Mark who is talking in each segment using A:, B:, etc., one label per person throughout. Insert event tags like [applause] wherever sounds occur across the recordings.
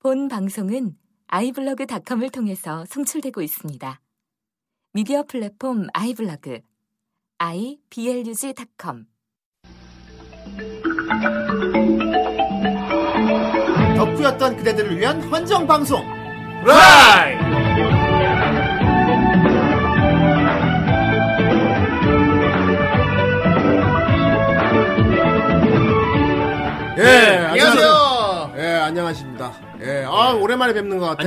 A: 본 방송은 아이블로그닷컴을 통해서 송출되고 있습니다. 미디어 플랫폼 아이블로그 iblog.com
B: 덕후였던 그대들을 위한 헌정 방송.
C: 라이!
D: 예,
B: 네,
D: 안녕하세요. 예, 안녕하십니다. 예, 아, 오랜만에 뵙는 것 같아요.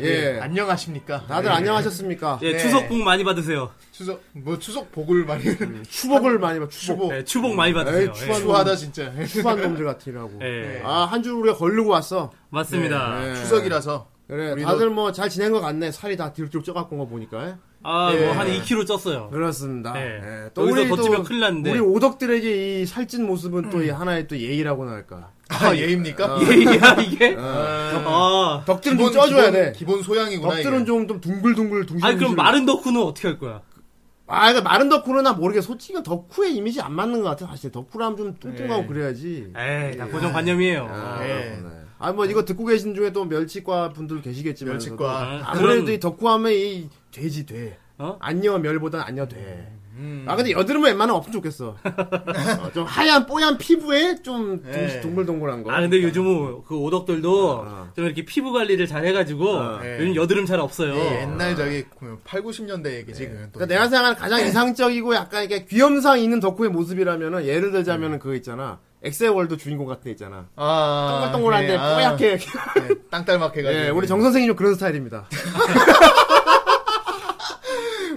B: 예.
D: 예.
B: 안녕하십니까?
D: 다들
B: 예.
D: 안녕하셨습니까?
C: 예, 추석 복 많이 받으세요.
B: 추석 뭐 추석 복을 많이
D: 음, 추복을 많이 받, 추복.
B: 추복.
C: 예, 추복 많이 받으세요.
D: 에이,
C: 예,
D: 추한-
B: [laughs] 추하다 진짜.
D: 추한 놈들 같으라고.
C: 예,
D: 아, 한 주 우리가 걸르고 왔어.
C: 맞습니다.
D: 예.
B: 추석이라서
D: 그래,
B: 우리도-
D: 다들 뭐 잘 지낸 것 같네. 살이 다 뒤룩뒤룩 쪄갖고 온 거 보니까.
C: 아,
B: 예.
C: 뭐 한 2kg 쪘어요.
D: 그렇습니다.
C: 예.
D: 예, 또
C: 여기서
D: 우리
C: 더
D: 또
C: 찌면 큰일 났는데.
D: 우리 오덕들에게 이 살찐 모습은 또이 하나의 또 예의라고나 할까.
B: 아 예입니까?
C: [laughs] 예야 이게?
B: 어.
C: 아,
D: 덕들은
B: 기본-
D: 좀 쪄줘야
B: 기본-
D: 돼.
B: 기본 소양이구나.
D: 덕들은
B: 이게.
D: 좀, 좀 둥글둥글 둥실.
C: 아니 그럼 마른 덕후는 어떻게 할 거야?
D: 아, 그러니까 마른 덕후는 나 모르게 솔직히 덕후의 이미지 안 맞는 것 같아. 사실 덕후라면 좀 뚱뚱하고
C: 예.
D: 그래야지.
C: 에이, 다 고정관념이에요.
D: 아,
B: 예.
D: 아뭐 이거 듣고 계신 중에 또 멸치과 분들 계시겠지만
B: 멸치과.
D: 저도 아무래도
C: 그런-
D: 이 덕후하면 이 돼지 돼
C: 어?
D: 안녕 멸보단 안녕 돼. 아 근데 여드름은 웬만하면 없으면 좋겠어. 어, 좀 하얀 뽀얀 피부에 좀 둥-
B: 예.
D: 동글동글한 거.
C: 아 근데 요즘은 그 오덕들도 좀 이렇게 피부 관리를 잘 해가지고
B: 예.
C: 요즘 여드름 잘 없어요.
B: 예, 옛날 저기 8, 90년대 얘기지. 그건 또.
D: 그러니까 내가 생각하는 가장 이상적이고 약간 이렇게 귀염상 있는 덕후의 모습이라면은 예를 들자면은 그거 있잖아. 엑셀월드 주인공 같은 애 있잖아.
B: 아,
D: 동글동글한데
B: 예, 아,
D: 뽀얗게.
B: 예, 땅딸막해가지고.
D: 예, 우리 정 선생님 좀 그런 스타일입니다.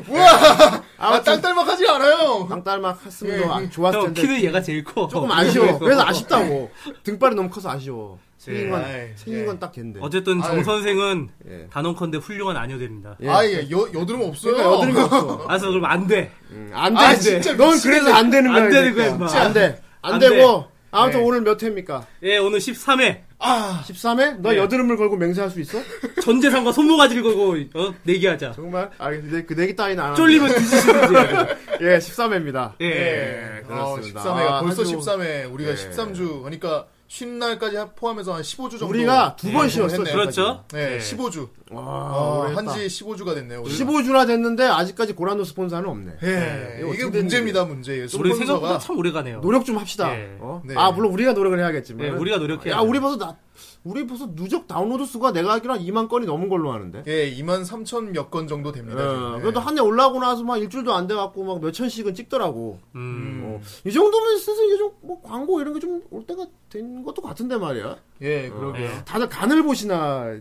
B: 우와, 아,
D: 아무튼-
B: 땅딸막하지 않아요.
D: [laughs] 땅딸막 했으면
B: 예,
D: 더 아- 좋았을
C: 형
D: 텐데.
C: 키는 얘가 제일 커. [laughs]
D: 조금 아쉬워. 그래서 아쉽다고. 등발이 너무 커서 아쉬워. 생긴 건,
B: 예.
D: 생긴 건 딱 걔인데.
C: 어쨌든 정
B: 아유.
C: 선생은
D: 예.
C: 단언컨대 훌륭한 아녀 됩니다.
D: 예.
B: 아, 예, 여, 여드름 없어요.
D: 그러니까 여드름이
C: [laughs]
D: 없어.
C: 알았어 그럼 안 돼.
D: 음, 안 돼,
B: 아,
D: 안 돼.
B: 진짜
D: 넌
B: 미치겠네.
D: 그래서 안 되는 거야.
C: 안 되는 거야,
D: 그러니까.
C: 임마.
D: 진짜 안 돼. 안,
C: 안
D: 되고. 아무튼
B: 네.
D: 오늘 몇 회입니까?
C: 예 오늘 13회
B: 아,
D: 13회? 너
C: 네.
D: 여드름을 걸고 맹세할 수 있어?
C: 전 재산과 손모가지를 걸고 어? 내기하자.
D: 정말? 알겠어. 그 내기 따위는 안
C: 쫄리면 뒤지시든지.
D: 하는데. 예, 13회입니다.
C: 예.
B: 예,
D: 네, 그렇습니다.
B: 13회가
D: 아,
B: 벌써
D: 한 주-
B: 13회. 우리가
D: 예.
B: 13주. 그러니까 쉬는 날까지 합- 포함해서 한 15주 정도.
D: 우리가 두 번
B: 예,
D: 쉬었어.
B: 했네요.
C: 그렇죠?
B: 네,
C: 예.
B: 15주.
D: 와,
B: 어,
D: 오래 했다.
B: 한지 15주가 됐네요. 우리가.
D: 15주나 됐는데 아직까지 고란노 스폰서는 없네.
B: 예,
D: 이거
B: 이게
D: 어떻게
B: 문제입니다, 문제.
C: 우리
B: 스폰서가-
C: 생각보다 참 오래가네요.
D: 노력 좀 합시다.
C: 예.
D: 어?
B: 네.
D: 아 물론 우리가 노력을 해야겠지만.
C: 예, 우리가 노력해야
D: 야
C: 돼요.
D: 우리 벌써 나 우리 벌써 누적 다운로드 수가 내가 알기로 한 2만 건이 넘은 걸로 아는데.
B: 예, 2만 3천 몇 건 정도
D: 예,
B: 됩니다. 지금. 예.
D: 그래도 한 해 올라오고 나서 막 일주일도 안 돼갖고 막 몇천씩은 찍더라고.
C: 음.
D: 어, 이 정도면 슬슬 이제 좀 뭐 광고 이런 게 좀 올 때가 된 것도 같은데 말이야.
B: 예, 그러게요.
C: 예.
D: 다들 간을 보시나.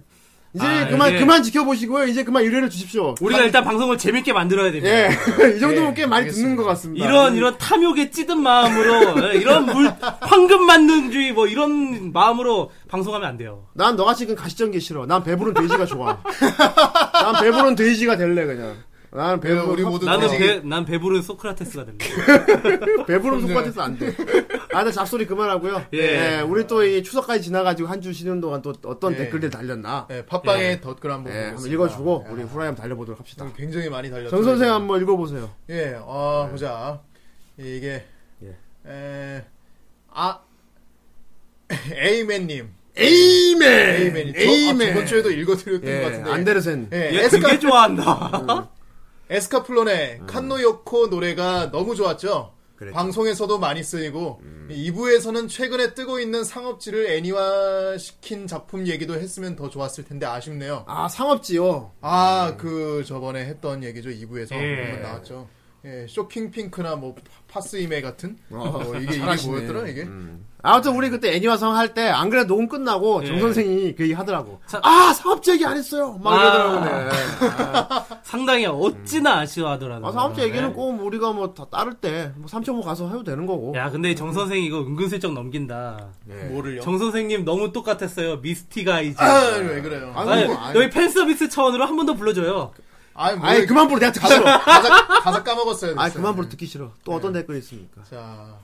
D: 이제
C: 아,
D: 그만
C: 이게-
D: 그만 지켜보시고요. 이제 그만 의뢰를 주십시오.
C: 우리가 일단 방송을 재밌게 만들어야 됩니다.
D: 예, [laughs] 이 정도면
B: 예,
D: 꽤 많이
B: 알겠습니다.
D: 듣는 것 같습니다.
C: 이런 이런 탐욕에 찌든 마음으로 예, 이런 물 황금 만능주의 뭐 이런 마음으로 방송하면 안 돼요.
D: 난 너같이 그 가시적인 게 싫어. 난 배부른 돼지가 좋아. [laughs] 난 배부른 돼지가 될래 그냥. 난 배부른
B: 네, 우리
D: 컵-
B: 모두
C: 나는
B: 돼지.
C: 배, 난 배부른 소크라테스가 됩니다.
D: [laughs] 그 배부른 속밭에서 안 돼. 아, 나 잡소리 그만하고요.
C: 예.
D: 예. 우리 또 이 추석까지 지나가지고 한 주 쉬는 동안 또 어떤
B: 예.
D: 댓글들 달렸나.
B: 예, 팟빵에 덧글 한번
D: 예, 한번
B: 보겠습니다.
D: 읽어주고
B: 예. 음,
D: 우리 후라이 한번 달려보도록 합시다.
B: 저는 굉장히 많이 달렸죠.
D: 정 선생 한번 읽어보세요.
B: 예, 아, 보자. 예, 이게,
D: 예.
B: 에, 아, [laughs] 에이맨님.
D: 에이맨!
B: 에이맨이. 저, 아, 저번 주에도 읽어드렸던
D: 예,
B: 것 같은데.
D: 안데르센.
B: 예,
C: 얘
B: 에스카,
C: 되게 좋아한다.
D: 음.
B: 에스카플론의 칸노요코 노래가 너무 좋았죠.
D: 그랬죠. 음.
B: 방송에서도 많이 쓰이고 2부에서는 최근에 뜨고 있는 상업지를 애니화 시킨 작품 얘기도 했으면 더 좋았을 텐데 아쉽네요.
D: 아, 상업지요.
B: 아,
D: 음.
B: 그 저번에 했던 얘기죠. 2부에서
C: 예.
B: 나왔죠. 예, 쇼킹 핑크나 뭐 파- 파스이메 같은
D: 어,
B: 어, 이게 이게
D: 잘하시네. 음.
B: 뭐였더라 이게?
D: 아무튼 우리 그때 애니화성 할 때 안 그래도 녹음 끝나고
C: 예.
D: 정 선생이 그 얘기 하더라고.
C: 자-
D: 아, 상업지 얘기 안 했어요. 막
C: 아.
D: 이러더라고. 네.
C: 상당히 어찌나 아쉬워하더라도.
D: 아, 상업지 얘기는
C: 예.
D: 꼭 우리가 뭐 다 따를 때, 뭐 3.5 가서 해도 되는 거고.
C: 야 근데 정 선생 이거 은근슬쩍 넘긴다.
D: 예.
B: 네. 뭐를요?
C: 정 선생님 너무 똑같았어요. 미스티가 이제.
B: 아, [laughs] 왜 그래요?
D: 아유,
C: 아니,
D: 뭐, 아니.
C: 여기 팬 서비스 차원으로 한 번 더 불러줘요.
B: 아이, 뭐
D: 아니, 그만 부르. 내가 듣기 [laughs]
B: 가사,
D: 싫어.
B: 가사, 가사 까먹었어요.
D: 아,
B: 됐어요.
D: 그만
C: 네.
D: 부르 듣기 싫어. 또 어떤 댓글이 있습니까?
B: 자,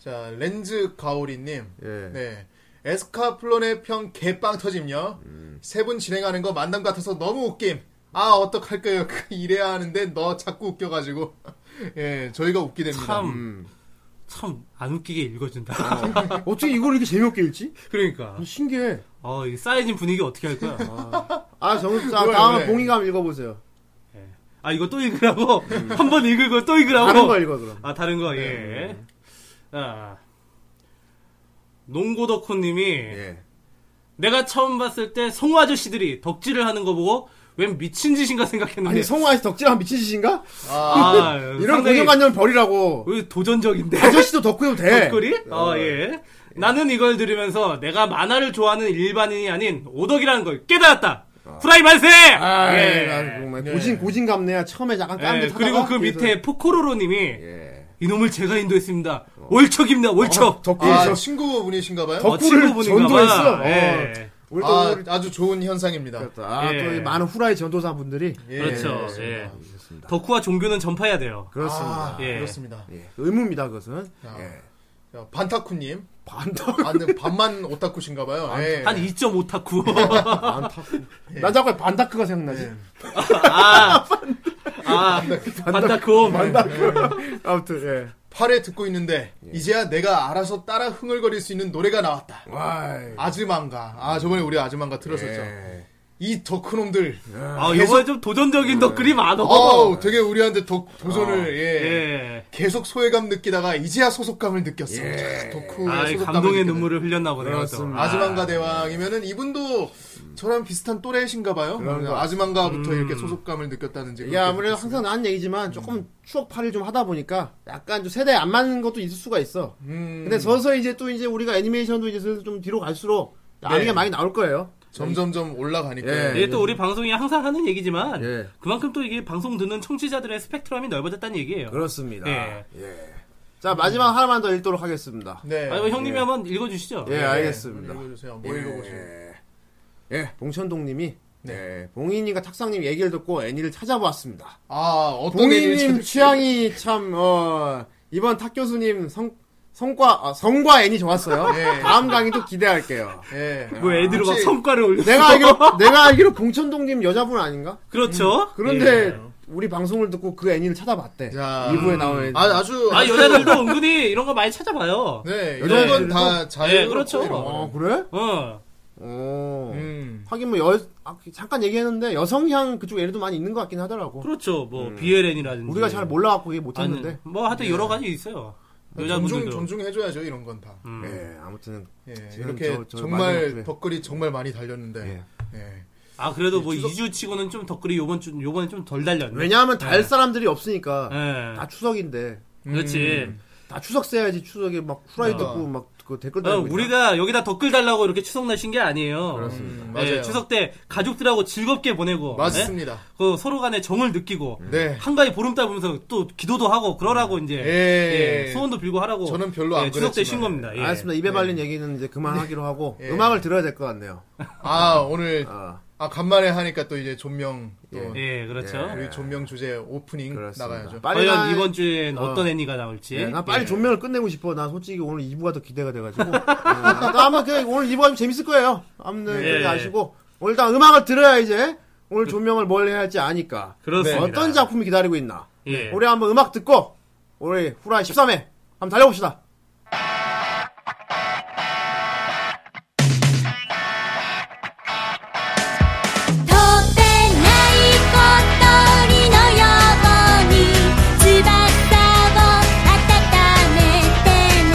B: 자 렌즈 가오리님.
D: 예.
B: 네. 에스카플론의 평 개빵 터짐요.
D: 음.
B: 세 분 진행하는 거 만남 같아서 너무 웃김. 아 어떡할까요? [laughs] 그러니까. 이래야 하는데 너 자꾸 웃겨가지고. 예, 저희가 웃게 됩니다.
C: 참 참 안 웃기게 읽어준다.
D: 어떻게 이걸 이렇게 재미없게 읽지?
C: [laughs] 그러니까.
D: 신기해.
C: 어, 이 쌓여진 분위기 어떻게 할 거야?
D: 아, 정, 자,
B: 왜,
D: 다음에
B: 왜?
D: 봉이가 한번 읽어보세요.
C: 아, 이거 또 읽으라고? 한 번 읽을 거 또 읽으라고?
D: 다른 거 읽어, 그럼.
C: 아, 다른 거, 예. 아. 농고덕후님이
B: 예.
C: 내가 처음 봤을 때 성우 아저씨들이 덕질을 하는 거 보고 웬 미친 짓인가 생각했는데
D: 아니, 성우 아저씨 덕질하면 미친 짓인가?
C: 네. 아,
D: [laughs] 이런
C: 상당히
D: 고정관념 버리라고.
C: 왜 도전적인데?
D: 아저씨도 덕후여도 돼. 네.
C: 댓글이? 어, 예. 나는 이걸 들으면서 내가 만화를 좋아하는 일반인이 아닌 오덕이라는 걸 깨달았다. 후라이 발생!
D: 아,
C: 예.
D: 나 정말
B: 네.
D: 고진, 고진감내야. 처음에 약간 딴
C: 예,
D: 데
C: 그리고 그 밑에 포코로로님이
D: 예.
C: 이놈을 제가 인도했습니다. 월척입니다, 월척. 어,
D: 덕후,
B: 아,
D: 저-
B: 친구분이신가 봐요.
D: 덕- 덕후를
C: 친구분인가 봐.
D: 전도했어.
C: 예.
D: 우리 또,
B: 아,
D: 우리,
B: 아주 좋은 현상입니다.
D: 아,
C: 예.
D: 또이 많은 후라이 전도사 분들이.
B: 예,
C: 그렇죠.
B: 예.
C: 예. 덕후와 종교는 전파해야 돼요.
D: 그렇습니다.
B: 아,
C: 예.
B: 그렇습니다.
D: 예. 의무입니다, 그것은.
B: 아.
D: 예.
B: 야, 반타쿠님.
D: 반타.
B: 아, 근데 반만 오타쿠신가 봐요. 예.
C: 한 2.5 타쿠.
D: 반타. 난 자꾸 반다크가 생각나지.
C: [laughs] 아, 아, 반다크홈.
B: 예.
D: [laughs] 아무튼, 예.
B: 8회 듣고 있는데 이제야 내가 알아서 따라 흥얼거릴 수 있는 노래가
D: 예.
B: 나왔다.
D: 와이.
B: 아즈만가. 아, 저번에 우리 아즈만가 들었었죠.
D: 예.
B: 이 덕후놈들.
C: 아, 요번에 좀 도전적인 덧글이 많어.
B: 어우, 되게 우리한테 덕,
D: 아,
B: 도전을, 예.
C: 예.
B: 계속 소외감 느끼다가 이제야 소속감을 느꼈어.
D: 예.
B: 자, 덕후의
C: 아, 이
B: 소속감을
C: 감동의
B: 느끼는.
C: 눈물을 흘렸나 보네요.
D: 그렇습니다.
C: 아,
B: 아즈만가 대왕이면은 이분도 저랑 비슷한 또래이신가 봐요.
D: 그런 것
B: 아즈만가부터 이렇게 소속감을 느꼈다는지.
D: 음. 이게
B: 그렇게
D: 아무래도
B: 느꼈습니다.
D: 항상 나는 얘기지만 조금
B: 음.
D: 추억 파를 좀 하다 보니까 약간 좀 세대에 안 맞는 것도 있을 수가 있어.
B: 음,
D: 근데 서서히 이제 또 이제 우리가 애니메이션도 이제 슬슬 좀 뒤로 갈수록 나이가
B: 네.
D: 많이 나올 거예요.
B: 점점점 올라가니까.
D: 예.
C: 이게 또 우리 방송이 항상 하는 얘기지만
D: 예.
C: 그만큼 또 이게 방송 듣는 청취자들의 스펙트럼이 넓어졌다는
B: 아,
C: 얘기예요.
D: 그렇습니다.
C: 예.
D: 자, 마지막 하나만 더 읽도록 하겠습니다.
B: 네.
C: 아, 이거 형님이 한번 읽어주시죠.
D: 예, 알겠습니다.
B: 읽어주세요. 뭐 읽어보세요.
D: 예, 봉천동 님이
B: 네.
D: 예, 봉인님과 탁상님 얘기를 듣고 애니를 찾아보았습니다.
B: 아, 어떤 애니를
D: 봉인님
B: 찾을-
D: 취향이 참, 어, 이번 탁 교수님 성, 성과, 아, 성과 애니 좋았어요.
B: 예.
D: 다음 강의도 기대할게요.
C: [laughs]
B: 예.
C: 뭐 애들을 막
B: 혹시-
C: 성과를 올려.
D: 내가 알기로, 내가 알기로 봉천동님 여자분 아닌가?
C: 그렇죠.
D: 그런데
C: 예.
D: 우리 방송을 듣고 그 애니를 찾아봤대.
B: 자.
D: 2부에 나온 애니.
B: 아, 아주.
C: 아 여자들도 은근히 이런 거 많이 찾아봐요.
B: 네.
D: 여자
B: 이런 건 다 자유.
C: 예, 그렇죠.
D: 어, 그래?
C: 어.
D: 어.
B: 음.
D: 하긴 뭐 여, 아, 잠깐 얘기했는데 여성향 그쪽 애니도 많이 있는 것 같긴 하더라고.
C: 그렇죠. 뭐 BLN이라든지
D: 우리가 잘 몰라갖고 얘기 못했는데. 예. 네,
C: 뭐 하여튼 여러 가지 있어요.
B: 존중,
C: 그 여자분들도.
B: 존중해줘야죠, 이런 건 다.
C: 음.
D: 예, 아무튼
B: 예,
D: 지금
B: 이렇게
D: 저- 저
B: 정말
D: 마지막
B: 덧글이 정말 많이 달렸는데. 예.
C: 아 그래도 뭐 2주 치고는 좀 덧글이 요번 주 요번에 좀 덜 달렸네.
D: 왜냐하면 아, 달 사람들이 없으니까
C: 예.
D: 다 추석인데
C: 그렇지.
D: 다 추석 세야지 추석에 막 후라이
B: 어.
D: 듣고 막 그 댓글
C: 어,
D: 달고 있나?
C: 우리가 여기다 덧글 달라고 이렇게 추석 나신 게 아니에요.
D: 그렇습니다.
B: 음,
C: 예,
B: 맞아요.
C: 추석 때 가족들하고 즐겁게 보내고 예?
B: 맞습니다.
C: 그 서로 간에 정을 느끼고
B: 네.
C: 한가위 보름달 보면서 또 기도도 하고 그러라고 이제
B: 음. 예.
C: 네. 예, 소원도 빌고 하라고
B: 저는 별로
C: 예,
B: 안
C: 추석 때 쉰
B: 그랬지만.
C: 겁니다. 예.
D: 알겠습니다. 입에 발린 얘기는 이제
C: [laughs]
D: 그만하기로 하고
B: 예.
D: 음악을 들어야 될 것 같네요.
B: 아, 오늘,
D: 아,
B: 아, 간만에 하니까 또 이제 존명, 또,
C: 예, 그렇죠.
B: 우리 존명 주제 오프닝
D: 그렇습니다.
B: 나가야죠. 네,
D: 빨리
C: 과연
D: 나-
C: 이번 주엔 어. 떤 애니가 나올지.
D: 예, 나 빨리 존명을 끝내고 싶어. 나 솔직히 오늘 2부가 더 기대가 돼가지고. 예, 나 아마 그 오늘 2부가 좀 재밌을 거예요. 아무튼
C: 예.
D: 그렇게 아시고 오늘 일단 음악을 들어야 이제 오늘 존명을 뭘 해야 할지 아니까.
C: 그렇습니다.
D: 어떤 작품이 기다리고 있나.
B: 네,
C: 예.
D: 우리 한번 음악 듣고 우리 후라이 13회 한번 달려봅시다.
E: 「飛べない小鳥のように翼を温めてね」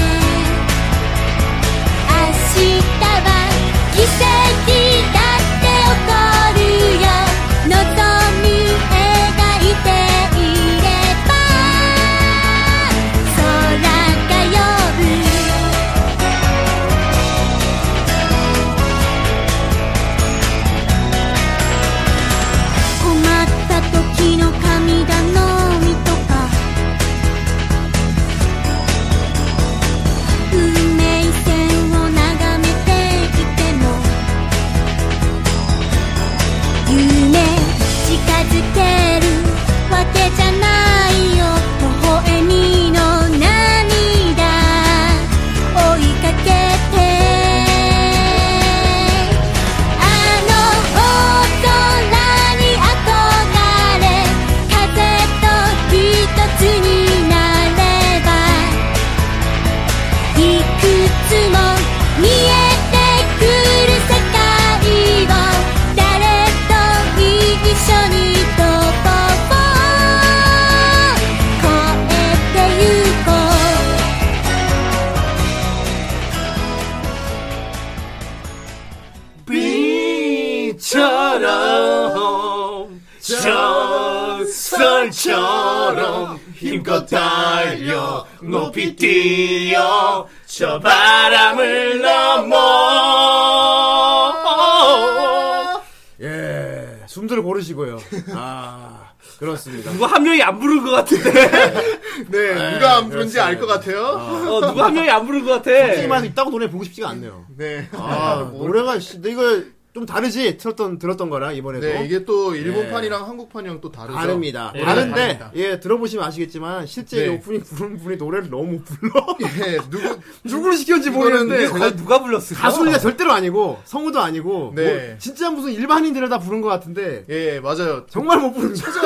E: 「明日は奇跡だって起こるよ」「望み描いていれば」「空がよ
C: 별처럼 전설처럼 힘껏 달려 높이 뛰어 저 바람을 넘어
D: 예, 숨들 고르시고요. 아, 그렇습니다. [laughs]
C: 누가 한 명이 안 부른 것 [laughs] 같은데
B: 네, 누가 안 부른지 알 것 같아요.
C: 어, 누가 한 명이 안 부른 것 같아
D: 솔직히 말해서 있다고 노래 보고 싶지가 않네요.
B: 네.
D: 아, 노래가, 씨, 근데 이거 좀 다르지? 들었던, 들었던 거랑, 이번에도.
B: 네, 이게 또 일본판이랑 한국판이랑 또 다르죠. 네.
D: 네. 다릅니다.
C: 예,
D: 네, 다른데,
B: 다릅니다.
D: 예, 들어보시면 아시겠지만, 실제
B: 네.
D: 이 오프닝 부른 분이 노래를 너무 못 불러.
B: 예, 누구
D: [laughs] 누구를 시켰는지
C: 이게
D: 모르겠는데,
C: 거의 누가 불렀을까
D: 가수가 절대로 아니고, 성우도 아니고,
B: 네.
D: 뭐, 진짜 무슨 일반인들을 다 부른 것 같은데,
B: 예, 맞아요.
D: 정말 못 부른 거
B: 찾아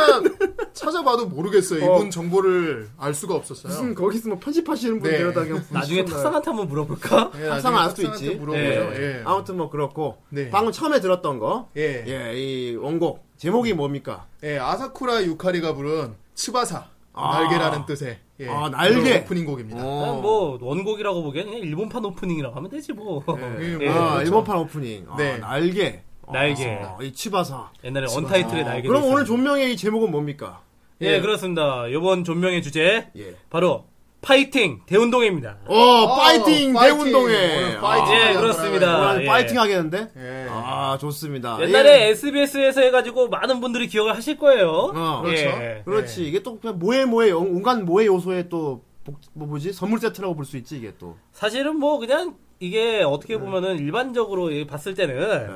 B: 찾아봐도 모르겠어요.
D: 어.
B: 이분 정보를 알 수가 없었어요.
D: [laughs] 무슨 거기서 뭐 편집하시는
B: 네.
D: 분들에다 그냥
C: 나중에
D: 부르셨나요?
C: 탁상한테 한번 물어볼까
B: 예,
D: 탁상
B: 나중에
D: 알 수도
B: 탁상한테
D: 있지.
B: 물어보죠.
C: 예.
B: 예.
D: 아무튼 뭐 그렇고
B: 네.
D: 방금 처음에 들었던 거,
B: 예. 예.
D: 예, 이 원곡 제목이 뭡니까?
B: 아사쿠라 유카리가 부른 츠바사
D: 아.
B: 날개라는 뜻의 예.
D: 아, 날개.
B: 그런 오프닝 곡입니다.
D: 어.
C: 그냥 뭐 원곡이라고 보기엔 그냥 일본판 오프닝이라고 하면 되지 뭐
B: 예,
C: 예.
D: 아,
B: 그렇죠.
D: 일본판 오프닝. 아,
B: 네.
D: 날개. 아,
C: 날개.
D: 이 치바사.
C: 옛날에 언타이틀의 날개
D: 그럼 오늘 존명의 이 제목은 뭡니까?
C: 예,
B: 예.
C: 그렇습니다. 이번 존명의 주제
D: 예.
C: 바로 파이팅 대운동회입니다.
D: 어, 파이팅 대운동회.
B: 아,
D: 아,
B: 오늘 파이팅
C: 예,
B: 하려고
C: 그렇습니다.
B: 하나요?
D: 오늘
C: 예.
D: 파이팅 하겠는데?
B: 예.
D: 아, 예. 좋습니다.
C: 옛날에 SBS에서 해가지고 많은 분들이 기억을 하실 거예요.
D: 어,
B: 그렇죠.
C: 예.
D: 그렇지. 이게 또 그냥 모해 모해 영- 온갖 모해 요소에 또 복- 뭐 뭐지? 선물 세트라고 볼 수 있지 이게 또.
C: 사실은 뭐 그냥 이게 어떻게 보면은 일반적으로 예, 봤을 때는
D: 예.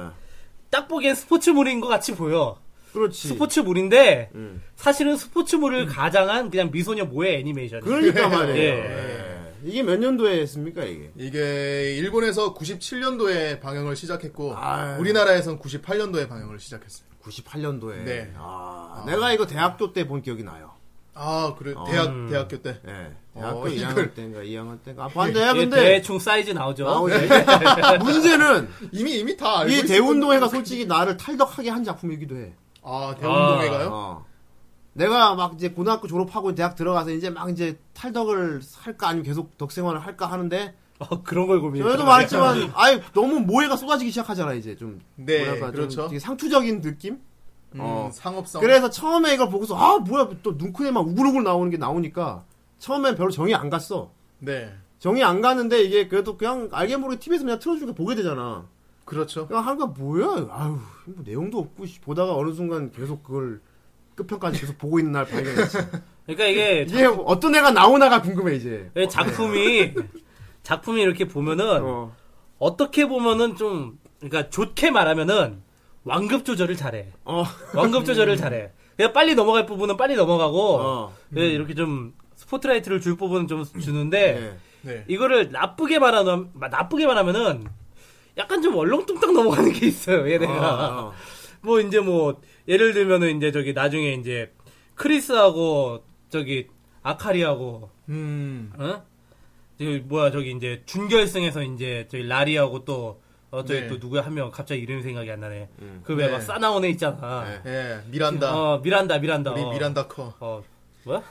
C: 딱 보기엔 스포츠물인 것 같이 보여.
D: 그렇지.
C: 스포츠물인데
D: 음.
C: 사실은 스포츠물을 가장한 그냥 미소녀 모의 애니메이션.
D: 그러니까
C: [laughs]
D: 말이에요.
C: 예.
D: 예. 이게 몇 년도에 했습니까 이게?
B: 이게 일본에서 97년도에 방영을 시작했고
D: 아유.
B: 우리나라에선 98년도에 방영을 시작했어요.
D: 98년도에.
B: 네.
D: 아, 내가 이거 대학교 때 본 기억이 나요.
B: 아 그래 대학 대학교 때
D: 예. 대학교
B: 어,
D: 2학년
B: 이걸-
D: 때인가 2학년 때인가. 아, 봤네.
C: 예,
D: 근데 아,
C: 대충 사이즈 나오죠.
D: 나오지. 문제는
B: 이미 아, 이미 다 알고
D: 이
B: 있었던-
D: 대운동회가 솔직히 나를 탈덕하게 한 작품이기도 해.
B: 아 대운동회가요?
D: 어. 내가 막 이제 고등학교 졸업하고 대학 들어가서 이제 막 이제 탈덕을 할까 아니면 계속 덕생활을 할까 하는데
C: 어, 그런 걸 고민해.
D: 저희도 말했지만 아예 너무 모해가 쏟아지기 시작하잖아 이제 좀
B: 네,
D: 뭐랄까 좀
B: 그렇죠.
D: 되게 상투적인 느낌
B: 음,
D: 어.
B: 상업성.
D: 그래서 처음에 이걸 보고서 아 뭐야 또 눈코에만 우글우글 나오는 게 나오니까 처음엔 별로 정이 안 갔어
B: 네
D: 정이 안 가는데 이게 그래도 그냥 알게 모르게 TV에서 그냥 틀어주니까 보게 되잖아.
B: 그렇죠.
D: 그냥 하는 거 뭐야? 아유 뭐 내용도 없고 씨, 보다가 어느 순간 계속 그걸 끝편까지 계속 보고 있는 날
C: [laughs]
D: 발견했지.
C: 그러니까
D: [laughs]
C: 이게
D: 이게 어떤 애가 나오나가 궁금해 이제.
C: 예, 작품이 작품이 이렇게 보면은
D: 어.
C: 어떻게 보면은 좀 그러니까 좋게 말하면은 완급 조절을 잘해.
D: 어.
C: 완급 조절을 잘해. 그냥 빨리 넘어갈 부분은 빨리 넘어가고
D: 어.
C: 예, 이렇게 좀 스포트라이트를 줄 부분은 좀 주는데
D: 예.
B: 네.
C: 이거를 나쁘게 말하면 나쁘게 말하면은 약간 좀 얼렁뚱땅 넘어가는 게 있어요. 얘네가
D: 어.
C: 뭐 이제 뭐 예를 들면은 이제 저기 나중에 이제 크리스하고 저기 아카리하고
B: 음.
C: 어? 저기 뭐야 저기 이제 준결승에서 이제 저기 라리하고 또 어, 저기
B: 네.
C: 또 누구야 한 명 갑자기 이름이 생각이 안 나네.
D: 음.
C: 그
B: 네.
C: 왜 막 싸나온 애 있잖아.
D: 네.
B: 예, 미란다.
C: 어 미란다 미란다.
B: 우리
C: 어.
B: 미란다 커.
C: 어
D: [laughs]
C: 뭐야?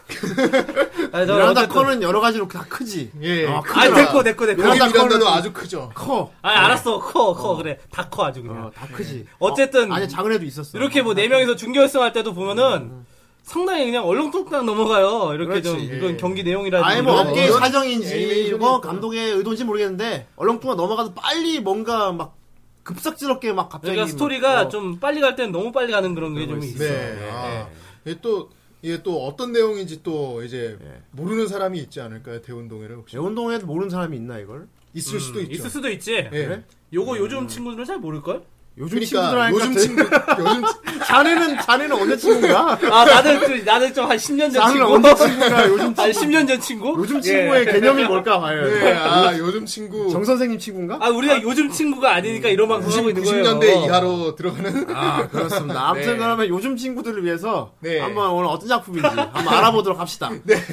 C: 아니, 저
D: 미란다
C: 어쨌든-
D: 커는 여러 가지로 다 크지.
B: 예.
D: 아,
C: 아
D: 크더라.
C: 됐고 됐고 됐고.
B: 거기
D: 미란다
B: 미란다도
D: 커는-
B: 아주 크죠.
D: 커.
C: 아 알았어 커 커 그래 다 커 아주 그냥.
D: 어, 다 크지.
C: 어쨌든
D: 어, 아니 작은 애도 있었어. 음,
C: 이렇게 뭐 네 명이서 준결승 할 때도 보면은 상당히 그냥 얼렁뚱땅 넘어가요. 이렇게 좀
D: 그렇지.
C: 이건
B: 예.
C: 경기 내용이라든지.
D: 아예 뭐
C: 이런
D: 업계
C: 거. 그러니까
B: 이런
D: 사정인지
B: 애니메이션이
D: 뭐
B: 있구나.
D: 감독의 의도인지 모르겠는데 얼렁뚱아 넘어가서 빨리 뭔가 막 급삭스럽게 막 갑자기
C: 그러니까
D: 막,
C: 스토리가
D: 어,
C: 좀 빨리 갈 때는 너무 빨리 가는 그런 게 좀
D: 거
C: 있어.
B: 네.
D: 예,
B: 아, 이게 또 이게 또 어떤 내용인지 또 이제
D: 예.
B: 모르는 사람이 있지 않을까요? 대운동회를 혹시
D: 재운동에도 모르는 사람이 있나 이걸?
B: 있을 수도 있죠.
C: 있을 수도 있지.
B: 예.
D: 음, 그래?
C: 요거 요즘 친구들은 잘 모를걸?
D: 요즘
B: 그러니까
D: 친구들
B: 요즘 친구
D: [laughs]
B: 요즘 친-
D: 자네는 자네는 언제 [laughs] 친구인가?
C: 아, 나는 좀, 나는 좀 한 10년 전
D: 자네는
C: 친구.
D: 언제 친구인가? 예. 요즘
C: 한 10년 전 친구? 예.
D: 요즘 친구의 그 개념이 뭘까 봐요.
B: 예, 아, 요즘 친구
D: 정 선생님 친구인가?
C: 아, 우리가 요즘 친구가 아니니까 이런 방송 하고 있는 거예요.
B: 90년대 이하로 들어가는 [laughs]
D: 아 그렇습니다. 아무튼
B: 네.
D: 그러면 요즘 친구들을 위해서
B: 네.
D: 한번 오늘 어떤 작품인지 한번 알아보도록 [laughs] 합시다.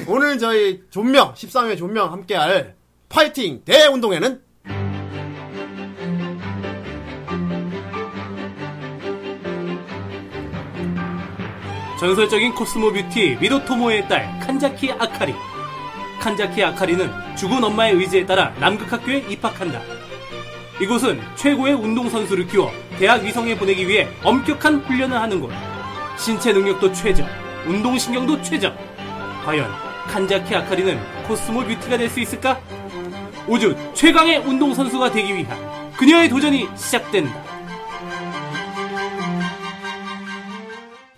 D: 오늘 저희 존명 13회 존명 함께할 파이팅 대운동회는
C: 전설적인 코스모 뷰티 미도토모의 딸 칸자키 아카리. 칸자키 아카리는 죽은 엄마의 의지에 따라 남극학교에 입학한다. 이곳은 최고의 운동선수를 키워 대학 위성에 보내기 위해 엄격한 훈련을 하는 곳. 신체 능력도 최저, 운동신경도 최저. 과연 칸자키 아카리는 코스모 뷰티가 될 수 있을까? 우주 최강의 운동선수가 되기 위한 그녀의 도전이 시작된다.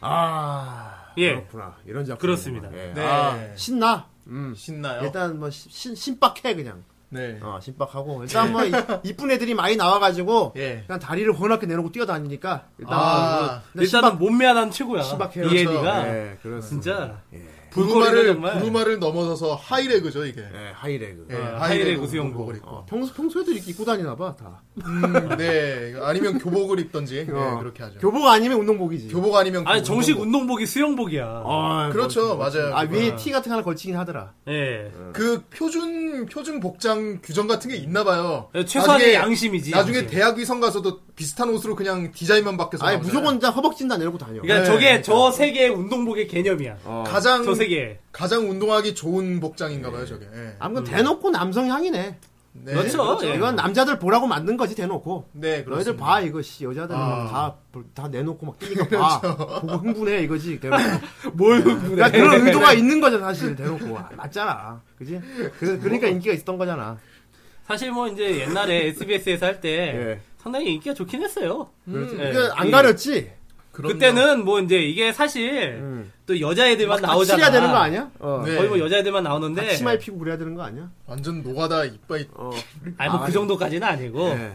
D: 아
C: 예.
D: 그렇구나 이런 작품
C: 그렇습니다.
B: 네.
D: 아, 신나. 음.
B: 신나요?
D: 일단 뭐 시- 신, 신박해 그냥.
B: 네.
D: 어 신박하고 일단 뭐 이- 이쁜 애들이 많이 나와가지고
B: 예.
D: 그냥 다리를 워낙에 내놓고 뛰어다니니까 일단
B: 아,
D: 뭐- 일단
C: 일단은 몸매 하나는 최고야.
D: 신박해요.
C: 이 애니가
D: 예, 그렇습니다.
C: 진짜 불고리는
B: 부르마를
C: 정말
B: 부르마를 넘어서서 하이레그죠 이게.
D: 예, 하이레그.
B: 예,
C: 하이레그
B: 하이레그
C: 수영복.
B: 운동복을 입고.
D: 어, 평소 평소에도 이렇게 입고 다니나 봐 다.
B: 음, 네. 아니면 교복을 입던지 예,
D: 어.
B: 그렇게 하죠.
D: 교복 아니면 운동복이지.
B: 교복 아니면
D: 뭐
C: 아니
B: 그
C: 정식
B: 운동복.
C: 운동복이 수영복이야.
D: 아,
B: 그렇죠, 맞아요.
D: 아 위에 티 같은 거 하나 걸치긴 하더라.
C: 예.
B: 그 표준 표준 복장 규정 같은 게 있나 봐요.
C: 예, 최소한의
B: 나중에-
C: 양심이지.
B: 나중에
C: 양심.
B: 대학 위성 가서도 비슷한 옷으로 그냥 디자인만 바뀌어서
D: 아니
B: 나오잖아요.
D: 무조건 진짜 허벅지 다 내놓고 다녀.
C: 그러니까
B: 네,
C: 저게 저 세계의 운동복의 개념이야.
B: 어,
D: 어.
B: 가장
D: 음.
C: 저 세계.
B: 가장 운동하기 좋은 복장인가 봐요, 저게. 예.
D: 아무튼 대놓고 남성 향이네.
B: 네.
C: 그렇죠. 예.
D: 이건 남자들 보라고 만든 거지 대놓고.
B: 네, 그렇습니다.
D: 너희들 봐 이거 씨 여자들은
B: 아.
D: 다다 내놓고 막 뛰니까 봐 보고 흥분해 이거지 대놓고
C: 뭘 흥분해. [laughs]
D: 그러니까 그런 의도가 있는 거죠 사실 대놓고 아, 맞잖아 그지 그, 그러니까 인기가 있었던 거잖아
C: 사실 뭐 이제
D: [laughs]
C: 옛날에 SBS에서 할 때
D: 예.
C: 상당히 인기가 좋긴 했어요.
D: 그렇지.
C: 예.
D: 그러니까 안 가렸지
B: 그럼요.
C: 그때는 뭐 이제 이게 사실 또 여자애들만 나오잖아.
D: 음. 치해야 되는 거 아니야 어. 아,
B: 네.
C: 거의 뭐 여자애들만 나오는데
D: 치마에 피고 그래야 되는 거 아니야
B: 완전 노가다 이빨
D: 어,
C: 아니 뭐 그 정도까지는 아니고
D: 예.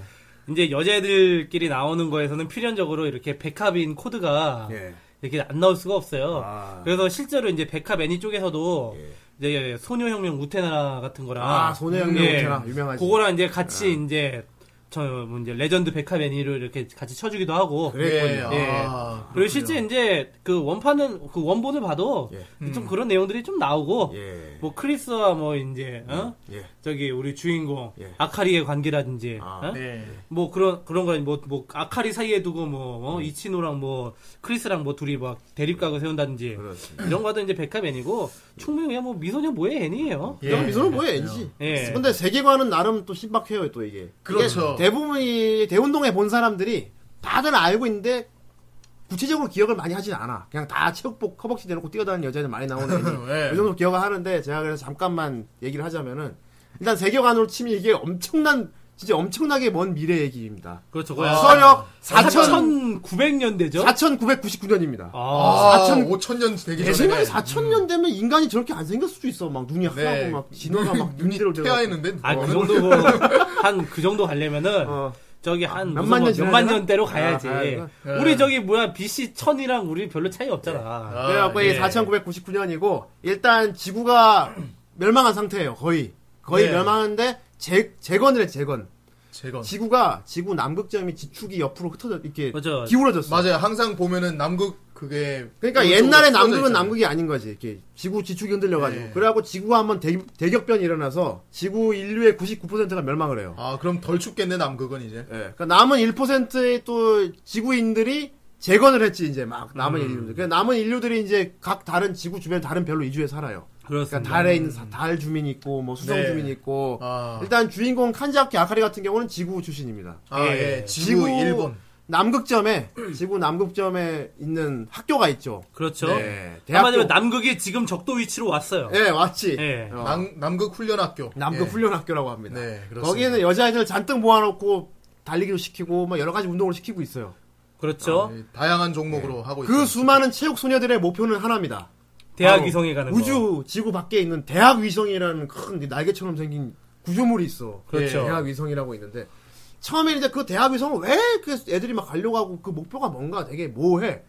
C: 이제 여자애들끼리 나오는 거에서는 필연적으로 이렇게 백합인 코드가
D: 예.
C: 이렇게 안 나올 수가 없어요.
D: 아. 예.
C: 그래서 실제로 이제 백합 애니 쪽에서도 이제 소녀혁명 우테나 같은 거랑
D: 아, 소녀혁명
C: 예.
D: 우테나 유명하지. 아.
C: 그거랑 이제 같이 이제 저뭐 이제 레전드 백합 애니를 이렇게 같이 쳐주기도 하고
D: 그랬군요 네.
C: 예.
B: 네, 아,
C: 그리고 실제 이제 그 원판은 그 원본을 봐도 좀 그런 내용들이 좀 나오고
D: 예.
C: 뭐 크리스와 뭐 이제 어?
D: 예.
C: 저기 우리 주인공
D: 예.
C: 아카리의 관계라든지
D: 아,
C: 어?
B: 네.
C: 뭐 그런 그런 거 뭐뭐 아카리 사이에 두고 뭐
D: 음.
C: 어? 이치노랑 뭐 크리스랑 뭐 둘이 막 대립각을 세운다든지
D: 그렇습니다.
C: 이런 거도 이제 백합 애니고 충분히 그냥 뭐 미소녀 뭐해 애니예요.
B: 예.
D: 그럼 미소는 뭐야 애니지
C: 예.
D: 근데 세계관은 나름 또 신박해요 또 이게
B: 그렇죠.
D: 이게 대부분이 대운동회 본 사람들이 다들 알고 있는데 구체적으로 기억을 많이 하진 않아. 그냥 다 체육복 허벅지 내놓고 뛰어다니는 여자들 많이 나오는 애니.
B: [laughs] 예.
D: 이 정도 기억을 하는데 제가 그래서 잠깐만 얘기를 하자면은 일단 세계관으로 치면 이게 엄청난 진짜 엄청나게 먼 미래 얘기입니다.
C: 그렇죠.
D: 서역 4천
C: 4,900년대죠.
D: 4,999년입니다.
C: 아,
B: 아,
D: 4천 네,
B: 5천년 되기 전에
D: 내 생각에 4,000년 되면 인간이 저렇게 안 생길 수도 있어. 막 눈이 하고
B: 네.
D: 막
B: [laughs]
D: 진화가 막
B: 눈이
D: 눈대로 돼가지고.
B: 태아했는데
C: 아, 그 정도
D: [laughs]
C: 한 그 정도 가려면은
D: 뭐. 어.
C: 저기 한 무슨 뭐
D: 몇만 년
C: 몇만
D: 지나려나?
C: 년대로 가야지. 예.
D: 아, 아, 그거.
C: 우리 저기 뭐야 BC 천이랑 우리 별로 차이 없잖아.
D: 그래갖고
B: 예.
D: 네, 이 4,999년이고 일단 지구가 [clears throat] 멸망한 상태예요. 거의 거의
B: 네.
D: 멸망하는데 재 재건을 해 재건.
B: 재건.
D: 지구가 지구 남극점이 지축이 옆으로 흩어져 이렇게
C: 맞아.
D: 기울어졌어.
B: 맞아요. 항상 보면은 남극 그게
D: 그러니까
B: 오른쪽으로
D: 옛날에
B: 쏟아져
D: 남극은
B: 있잖아요.
D: 남극이 아닌 거지. 이렇게 지구 지축이 흔들려가지고.
B: 네.
D: 그래갖고 지구가 한번 대, 대격변이 일어나서 지구 인류의 99%가 멸망을 해요.
B: 아, 그럼 덜 춥겠네 남극은 이제.
D: 예. 그러니까 남은 1%의 또 지구인들이 재건을 했지 이제 막
B: 음.
D: 남은 인류들. 그러니까 남은 인류들이 이제 각 다른 지구 주변 다른 별로 이주해 살아요.
C: 그렇습니다.
D: 그러니까 달에 있는 사- 달 주민이 있고 뭐 수성
B: 음. 네.
D: 주민이 있고
B: 아.
D: 일단 주인공 칸지아키 아카리 같은 경우는 지구 출신입니다.
B: 아, 예. 지구, 일본.
D: 남극점에 지구 남극점에 있는 학교가 있죠.
C: 그렇죠.
D: 네, 대학교-
C: 한마디로 남극이 지금 적도 위치로 왔어요.
D: 예, 왔지.
C: 예.
D: 어,
B: 남, 남극 훈련학교. 예.
D: 남극 훈련 학교라고 합니다.
B: 네, 그렇습니다.
D: 거기에는 여자애들 잔뜩 모아놓고 달리기도 시키고 뭐 여러 가지 운동을 시키고 있어요. 아,
C: 그렇죠.
B: 예, 다양한 종목으로 하고
D: 그
B: 있어요.
D: 수많은 체육 소녀들의 목표는 하나입니다.
C: 대학
D: 바로
C: 위성에 가는 거.
D: 우주 지구 밖에 있는 대학 위성이라는 큰 날개처럼 생긴 구조물이 있어.
C: 그렇죠.
D: 예, 대학 위성이라고 있는데 처음에 이제 그 대학 위성을 왜그 애들이 막 가려고 하고 그 목표가 뭔가 되게 모호해.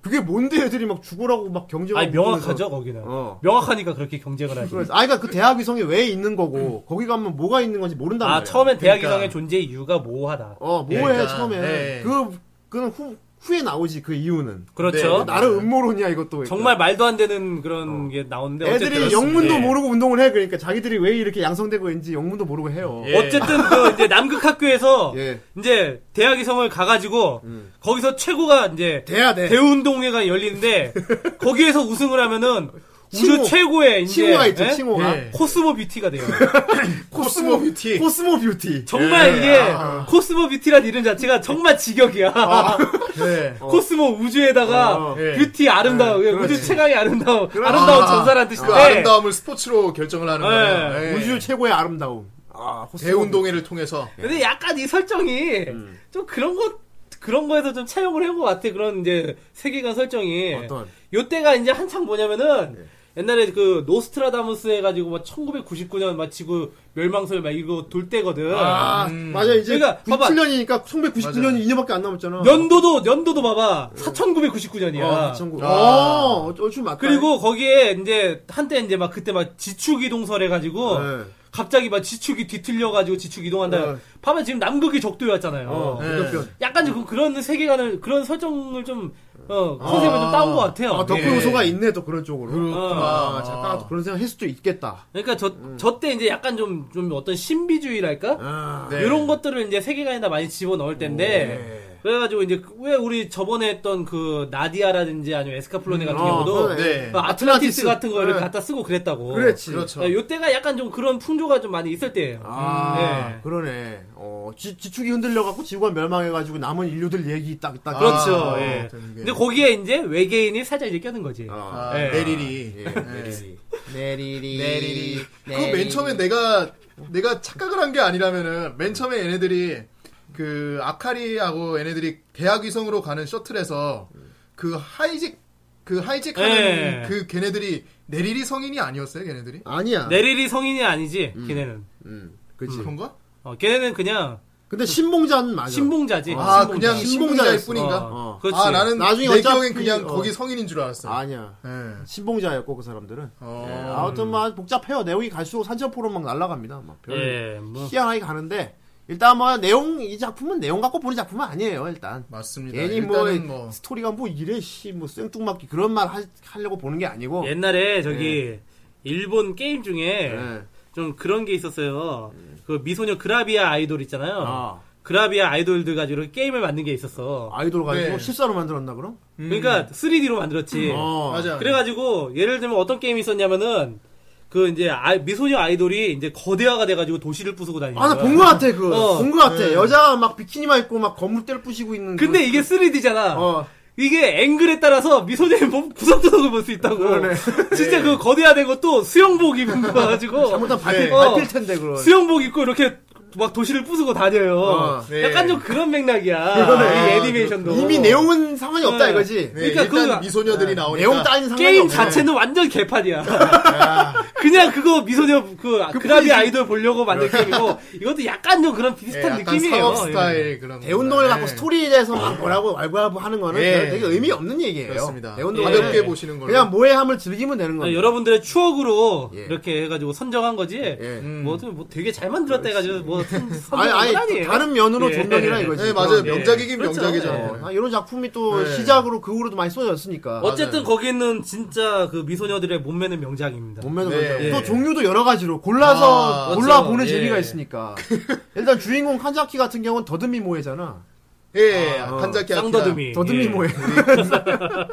D: 그게 뭔데 애들이 막 죽으라고 막 경쟁하고.
C: 아니 명확하죠 거기는.
D: 어.
C: 명확하니까 그렇게 경쟁을 하지.
D: 그래서 아 그러니까 그 대학 위성이 왜 있는 거고 거기 가면 뭐가 있는 건지 모른단
C: 아
D: 말이야.
C: 처음엔 대학
B: 그러니까.
C: 위성의 존재 이유가 모호하다.
D: 어 모호해
B: 그러니까,
D: 처음에.
C: 네.
B: 예.
D: 그 그는 후 후에 나오지 그 이유는.
C: 그렇죠.
B: 네, 나-
D: 나름 음모론이야 이것도.
C: 정말 말도 안 되는 그런 게 나오는데
D: 어. 애들이
C: 어쨌든
D: 영문도
C: 예.
D: 모르고 운동을 해 그러니까 자기들이 왜 이렇게 양성되고 있는지 영문도 모르고 해요.
B: 예.
C: 어쨌든 그 이제 남극 학교에서
D: 예. 음.
C: 이제 대학 이성을 가가지고 거기서 최고가 이제
D: 돼야 돼. [laughs]
C: 대운동회가 열리는데 거기에서 우승을 하면은 우주
D: 칭호.
C: 최고의 이제
D: 칭호가 있죠,
C: 예?
D: 칭호가.
B: 예.
C: 코스모 뷰티가 돼요.
B: 코스모 뷰티.
D: 코스모 뷰티.
C: 정말
B: 예.
C: 이게
B: 아.
C: 코스모 뷰티란 이름 자체가 정말 직역이야.
D: 아.
B: 네.
C: 어. 코스모 우주에다가
D: 어,
B: 예.
C: 뷰티 아름다움, 예, 우주 최강의 아름다움, 아름다운 전사란 뜻인데 네.
B: 그 아름다움을 스포츠로 결정을 하는 거예요. 예.
D: 우주 최고의 아름다움. 아, 코스모
B: 대운동회를 통해서.
C: 근데 약간 이 설정이 좀 그런 것 그런 거에서 좀 차용을 해온 것 같아 그런 이제 세계관 설정이
D: 어떤?
C: 요때가 이제 한창 뭐냐면은 옛날에 그 노스트라다무스 해가지고 막 1999년 막 지구 멸망설 막 이거 돌 때거든
D: 아,
B: 음.
D: 맞아. 이제
C: 그러니까 봐봐.
D: 97년이니까 1999년이 2년밖에 안 남았잖아.
C: 연도도 연도도 봐봐 4999년이야
D: 어, 2009.
B: 아.
D: 어, 어쭈 맞다.
C: 그리고 거기에 이제 한때 이제 막 그때 막 지축 이동설 해가지고
D: 네.
C: 갑자기 막 지축이 뒤틀려가지고 지축 이동한다.
D: 네.
C: 봐봐 지금 남극이 적도에 왔잖아요.
D: 어,
B: 네.
D: 무조건.
C: 약간 좀 그런 세계관을 그런 설정을 좀 어, 컨셉을
B: 아.
C: 좀 따온 것 같아요. 어.
D: 아, 덕후
B: 예.
D: 요소가 있네, 또 그런 쪽으로.
B: 그렇구나.
D: 아, 잠깐 또 그런 생각 했을 수도 있겠다.
C: 그러니까 저 저 때 이제 약간 좀 좀 어떤 신비주의랄까
D: 음. 아,
B: 네.
C: 이런 것들을 이제 세계관에다 많이 집어 넣을 텐데.
D: 네.
C: 그래가지고 이제 왜 우리 저번에 했던 그 나디아라든지 아니면 에스카플로네 같은
D: 음, 어,
C: 경우도
D: 그러네.
B: 네.
C: 그 아틀란티스
D: 아틀란티스.
C: 같은 거를
D: 네.
C: 갖다 쓰고 그랬다고.
D: 그렇지.
B: 그렇죠.
C: 예, 요때가 약간 좀 그런 풍조가 좀 많이 있을 때예요.
D: 아,
C: 음, 네.
D: 그러네. 어, 지, 지축이 흔들려갖고 지구가 멸망해가지고 남은 인류들 얘기 딱, 딱.
C: 그렇죠.
D: 아,
B: 아,
C: 예.
B: 되는 게.
C: 근데 거기에 이제 외계인이 살짝 이제 껴든 거지.
D: 아,
B: 아,
C: 예.
B: 내리리.
D: 예.
B: 예.
D: 내리리.
B: 네. 내리리. 그거 맨 처음에 내가 내가 착각을 한 게 아니라면은 맨 처음에 얘네들이 그 아카리하고 얘네들이 대학 위성으로 가는 셔틀에서 그 하이직 그 하이직하는
C: 예.
B: 그 걔네들이 내리리 성인이 아니었어요 걔네들이
D: 아니야.
C: 내릴이 성인이 아니지. 걔네는.
D: 음, 그치.
B: 그런가?
C: 어, 걔네는 그냥
D: 근데 신봉자는 맞아.
C: 신봉자지.
B: 아
C: 신봉자.
B: 그냥 신봉자일
D: 신봉자였어.
B: 뿐인가?
C: 어,
D: 어.
C: 그렇지.
B: 아 나는
D: 나중에
B: 내
D: 어차피-
B: 기억엔 그냥
D: 어.
B: 거기 성인인 줄 알았어.
D: 아니야.
B: 예.
D: 신봉자였고, 그 사람들은.
B: 어.
D: 예, 아무튼 막 복잡해요. 내용이 갈수록 산천포로 막 날아갑니다. 막 별,
C: 예, 뭐
D: 희한하게 가는데 일단 뭐 내용 이 작품은 내용 갖고 보는 작품은 아니에요 일단
B: 맞습니다.
D: 괜히 뭐,
B: 일단은 뭐,
D: 스토리가 뭐 이래 씨뭐 생뚱맞기 그런 말 하, 려고 보는 게 아니고
C: 예. 옛날에 저기 일본 게임 중에
D: 예.
C: 좀 그런 게 있었어요. 그 미소녀 그라비아 아이돌 있잖아요.
D: 아,
C: 그라비아 아이돌들 가지고 이렇게 게임을 만든 게 있었어.
D: 아이돌 가지고
B: 네.
D: 실사로 만들었나 그럼?
C: 그러니까 3D로 만들었지.
D: 어.
B: 맞아.
C: 그래가지고 예를 들면 어떤 게임이 있었냐면은 그 이제 아- 미소녀 아이돌이 이제 거대화가 돼가지고 도시를 부수고 다니는
D: 아, 나
C: 거야.
D: 본 거 같아, 그거.
C: 어.
D: 본 거 같아.
B: 네.
D: 여자가 막 비키니만 입고 막 건물대를 부시고 있는.
C: 근데
D: 그런-
C: 이게 3D잖아.
D: 어.
C: 이게 앵글에 따라서 미소녀의 몸 구석구석을 볼 수 있다고.
D: 그러네.
C: [laughs]
D: 예.
C: 진짜 그 거대화된 것도 수영복
D: [laughs]
C: 입은 거 가지고 예.
D: 잘못하면
B: 네.
D: 밟힐, 밟힐 텐데, 그럼.
C: 수영복 입고 이렇게 막 도시를 부수고 다녀요.
D: 어,
B: 네.
C: 약간 좀 그런 맥락이야.
B: 그러네.
C: 이 애니메이션도.
D: 이미 내용은 상관이 없다,
C: 네.
D: 이거지.
B: 어. 네, 그러니까
C: 그러니까
B: 일단
C: 그-
B: 미소녀들이 나오니까
D: 내용 따위는 상관이
C: 게임
D: 없네.
C: 자체는 완전 개판이야. [laughs] 그냥 그거 미소녀 그 그라비 아이돌 보려고 만든 게임이고 이것도 약간 좀 그런
B: 예,
C: 비슷한
B: 약간
C: 느낌이에요.
B: 상업
C: 예.
B: 스타일 그런
D: 대운동을
B: 거구나.
D: 갖고
B: 예.
D: 스토리에 대해서 막 뭐라고 말고 하는 거는
B: 예.
D: 되게 의미 없는 얘기예요.
B: 그렇습니다.
D: 대운동을
B: 가볍게
D: 하는
B: 보시는 걸로.
D: 그냥 모해함을 즐기면 되는
C: 그러니까
D: 거예요.
C: 여러분들의 추억으로
D: 예.
C: 이렇게 해가지고 선정한 거지.
D: 예.
B: 음.
C: 뭐, 어떻게 뭐 되게 잘 만들었다 해가지고 뭐 선-
D: 아니,
C: 선정한 건
D: 아니, 그
C: 아니에요.
D: 다른 면으로
C: 예.
D: 존명이라
C: 예.
D: 뭐 이거지. 어,
B: 네, 맞아요.
D: 그런-
B: 명작이긴
C: 그렇죠.
B: 명작이잖아요.
D: 아, 이런 작품이 또
B: 네.
D: 시작으로 그 후로도 많이 쏟아졌으니까.
C: 어쨌든 거기 있는 진짜 그 미소녀들의 몸매는 명작입니다.
D: 몸매도
B: 네.
D: 그렇죠.
B: 예.
D: 또 종류도 여러 가지로 골라서
B: 아,
D: 골라
C: 그렇죠.
D: 보는
C: 예.
D: 재미가 있으니까. 일단 주인공 칸자키 같은 경우는 더듬이 모해잖아.
B: 예,
D: 아,
B: 간자키 아키라.
C: 쌍더듬이.
D: 더듬이
C: 예.
D: 모해.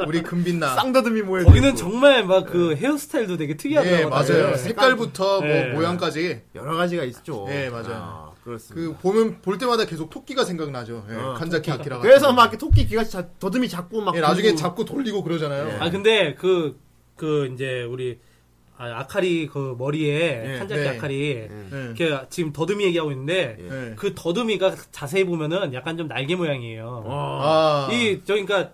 B: 우리 금빛나.
D: [laughs] 쌍더듬이 모해.
C: 거기는 정말 막 그 헤어스타일도 되게 특이하더라고요.
B: 예, 맞아요.
D: 예.
B: 색깔부터 뭐
C: 예.
B: 모양까지.
D: 여러 가지가 있죠.
B: 예, 맞아요.
D: 아, 그렇습니다.
B: 그 보면 볼 때마다 계속 토끼가 생각나죠. 예,
D: 어,
B: 간자키 아키라.
D: 그래서 막 이렇게 토끼 귀가 자- 더듬이 잡고 막
B: 예, 나중에
D: 돌리고.
B: 잡고 돌리고 그러잖아요.
C: 아 근데 그 그 이제 우리 아, 아카리 그 머리에
D: 예,
C: 한자키
B: 네.
C: 아카리
B: 예.
C: 이렇게 지금 더듬이 얘기하고 있는데
B: 예.
C: 그 더듬이가 자세히 보면은 약간 좀 날개 모양이에요.
B: 아.
C: 이 저 그러니까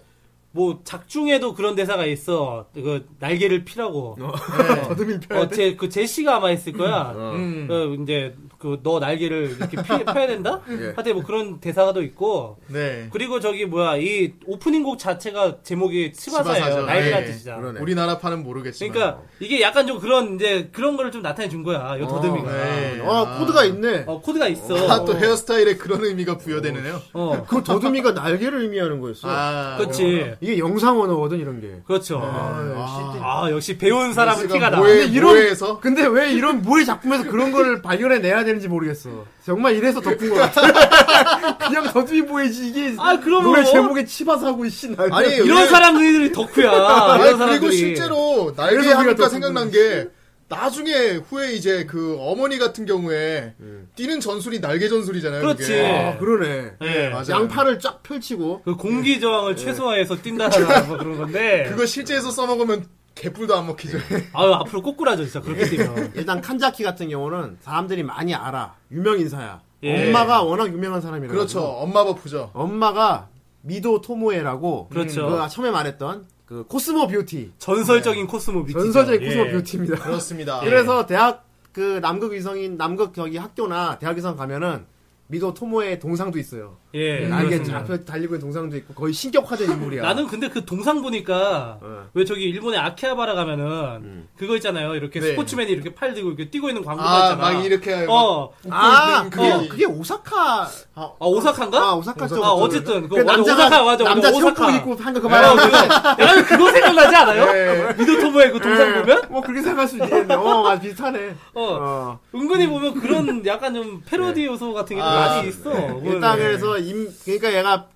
C: 뭐 작중에도 그런 대사가 있어. 그 날개를 피라고.
B: [laughs]
D: 더듬이 펴.
C: 어, 제, 그 제시가 아마 했을 거야.
B: 어, 음.
C: 어, 이제 그 너 날개를 이렇게 피, [laughs] 펴야 된다?
B: 예.
C: 하여튼 뭐 그런 대사가도 있고
B: 네.
C: 그리고 저기 뭐야 이 오프닝 곡 자체가 제목이
B: 스바사죠.
C: 스바사예요. 날개란
B: 예,
C: 뜻이잖아.
D: 그러네.
B: 우리나라 파는 모르겠지만.
C: 그러니까 이게 약간 좀 그런 이제 그런 거를 좀 나타내 준 거야. 요 더듬이가.
D: 어,
B: 네.
D: 아, 코드가 있네.
C: 어, 코드가 있어.
B: 아, 또 헤어스타일에 그런 의미가 부여되네요.
C: 어.
D: 그 더듬이가 날개를 의미하는 거였어.
B: 아,
C: 그렇지.
D: 이게 영상 언어거든 이런 게.
C: 그렇죠.
B: 아,
C: 아, 역시 배운 사람은
B: 역시가
C: 키가 나.
B: 뭐해?
D: 근데 이런
B: 모해에서?
D: 근데 왜 이런 모의 작품에서 그런 거를 발견해 내야 되는지 모르겠어. 정말 이래서 덕분 것 같아. [laughs] 그냥 더듬이 보이지 이게
C: 아, 그럼.
D: 노래 제목에 치바사고 이씨 날.
B: 아니,
C: 이런
B: 왜-
C: 사람들이 덕후야.
B: 아니,
C: 이런
B: 그리고
C: 사람들이.
B: 실제로 날개
D: 그래서 우리가
B: 하니까
D: 또
B: 생각난 게 나중에 후에 이제 그 어머니 같은 경우에
D: 네.
B: 뛰는 전술이 날개 전술이잖아요.
C: 그렇지.
B: 그게.
D: 아 그러네.
C: 예.
B: 맞아요. 네.
D: 양팔을 쫙 펼치고
C: 그 공기 저항을 최소화해서 뛴다라는 뭐 그런 건데.
B: 그거 실제에서 써먹으면 개뿔도 안 먹히죠.
D: 네.
C: 아유 앞으로 꼬꾸라져 진짜
B: 네.
C: 그렇게 뛰면.
D: 일단 칸자키 같은 경우는 사람들이 많이 알아. 유명 인사야.
C: 예.
D: 엄마가 워낙 유명한
B: [laughs]
D: 사람이라.
B: 그렇죠. 엄마 버프죠.
D: 엄마가 미도 토모에라고
C: 그렇죠.
D: 그 처음에 말했던 그 코스모 뷰티
C: 전설적인
B: 네.
C: 코스모 뷰티.
D: 전설적인 코스모
C: 예.
D: 뷰티입니다.
B: 그렇습니다.
C: 아,
D: 그래서 대학 그 남극 위성인 남극 저기 학교나 대학 위성 가면은 미도 토모의 동상도 있어요.
C: 예.
D: 날개
C: 그렇습니다.
D: 앞에 달리고 있는 동상도 있고 거의 신격화된 인물이야.
C: 나는 근데 그 동상 보니까
D: 어. 음.
C: 왜 저기 일본의 아키하바라 가면은 그거 있잖아요. 이렇게
B: 네.
C: 스포츠맨이 이렇게 팔 들고 이렇게 뛰고 있는 광고가
B: 아,
C: 있잖아.
B: 막 이렇게 막
C: 어.
B: 웃고
D: 아
B: 있는
D: 그게
B: 그게,
D: 그게 오사카 아,
C: 아 오사카인가?
D: 아, 오사카 쪽.
C: 아, 어쨌든
D: 그
C: 그거 맞아, 오사카 맞아.
D: 남자
C: 그거
D: 체육복
C: 오사카.
D: 입고 네. 한거
C: 어,
D: 그만.
C: 그거, 야, 그거 생각나지 않아요? 미도토모의 그 동상 보면?
D: 뭐 그렇게 생각할 수 있겠네. 어, 맞아, 비슷하네.
C: 어.
D: 어. 네.
C: 은근히 보면 그런 약간 좀 패러디 요소 같은 게
B: 아,
C: 많이 있어.
D: 일단
C: 네.
D: 그래서 임 그러니까 얘가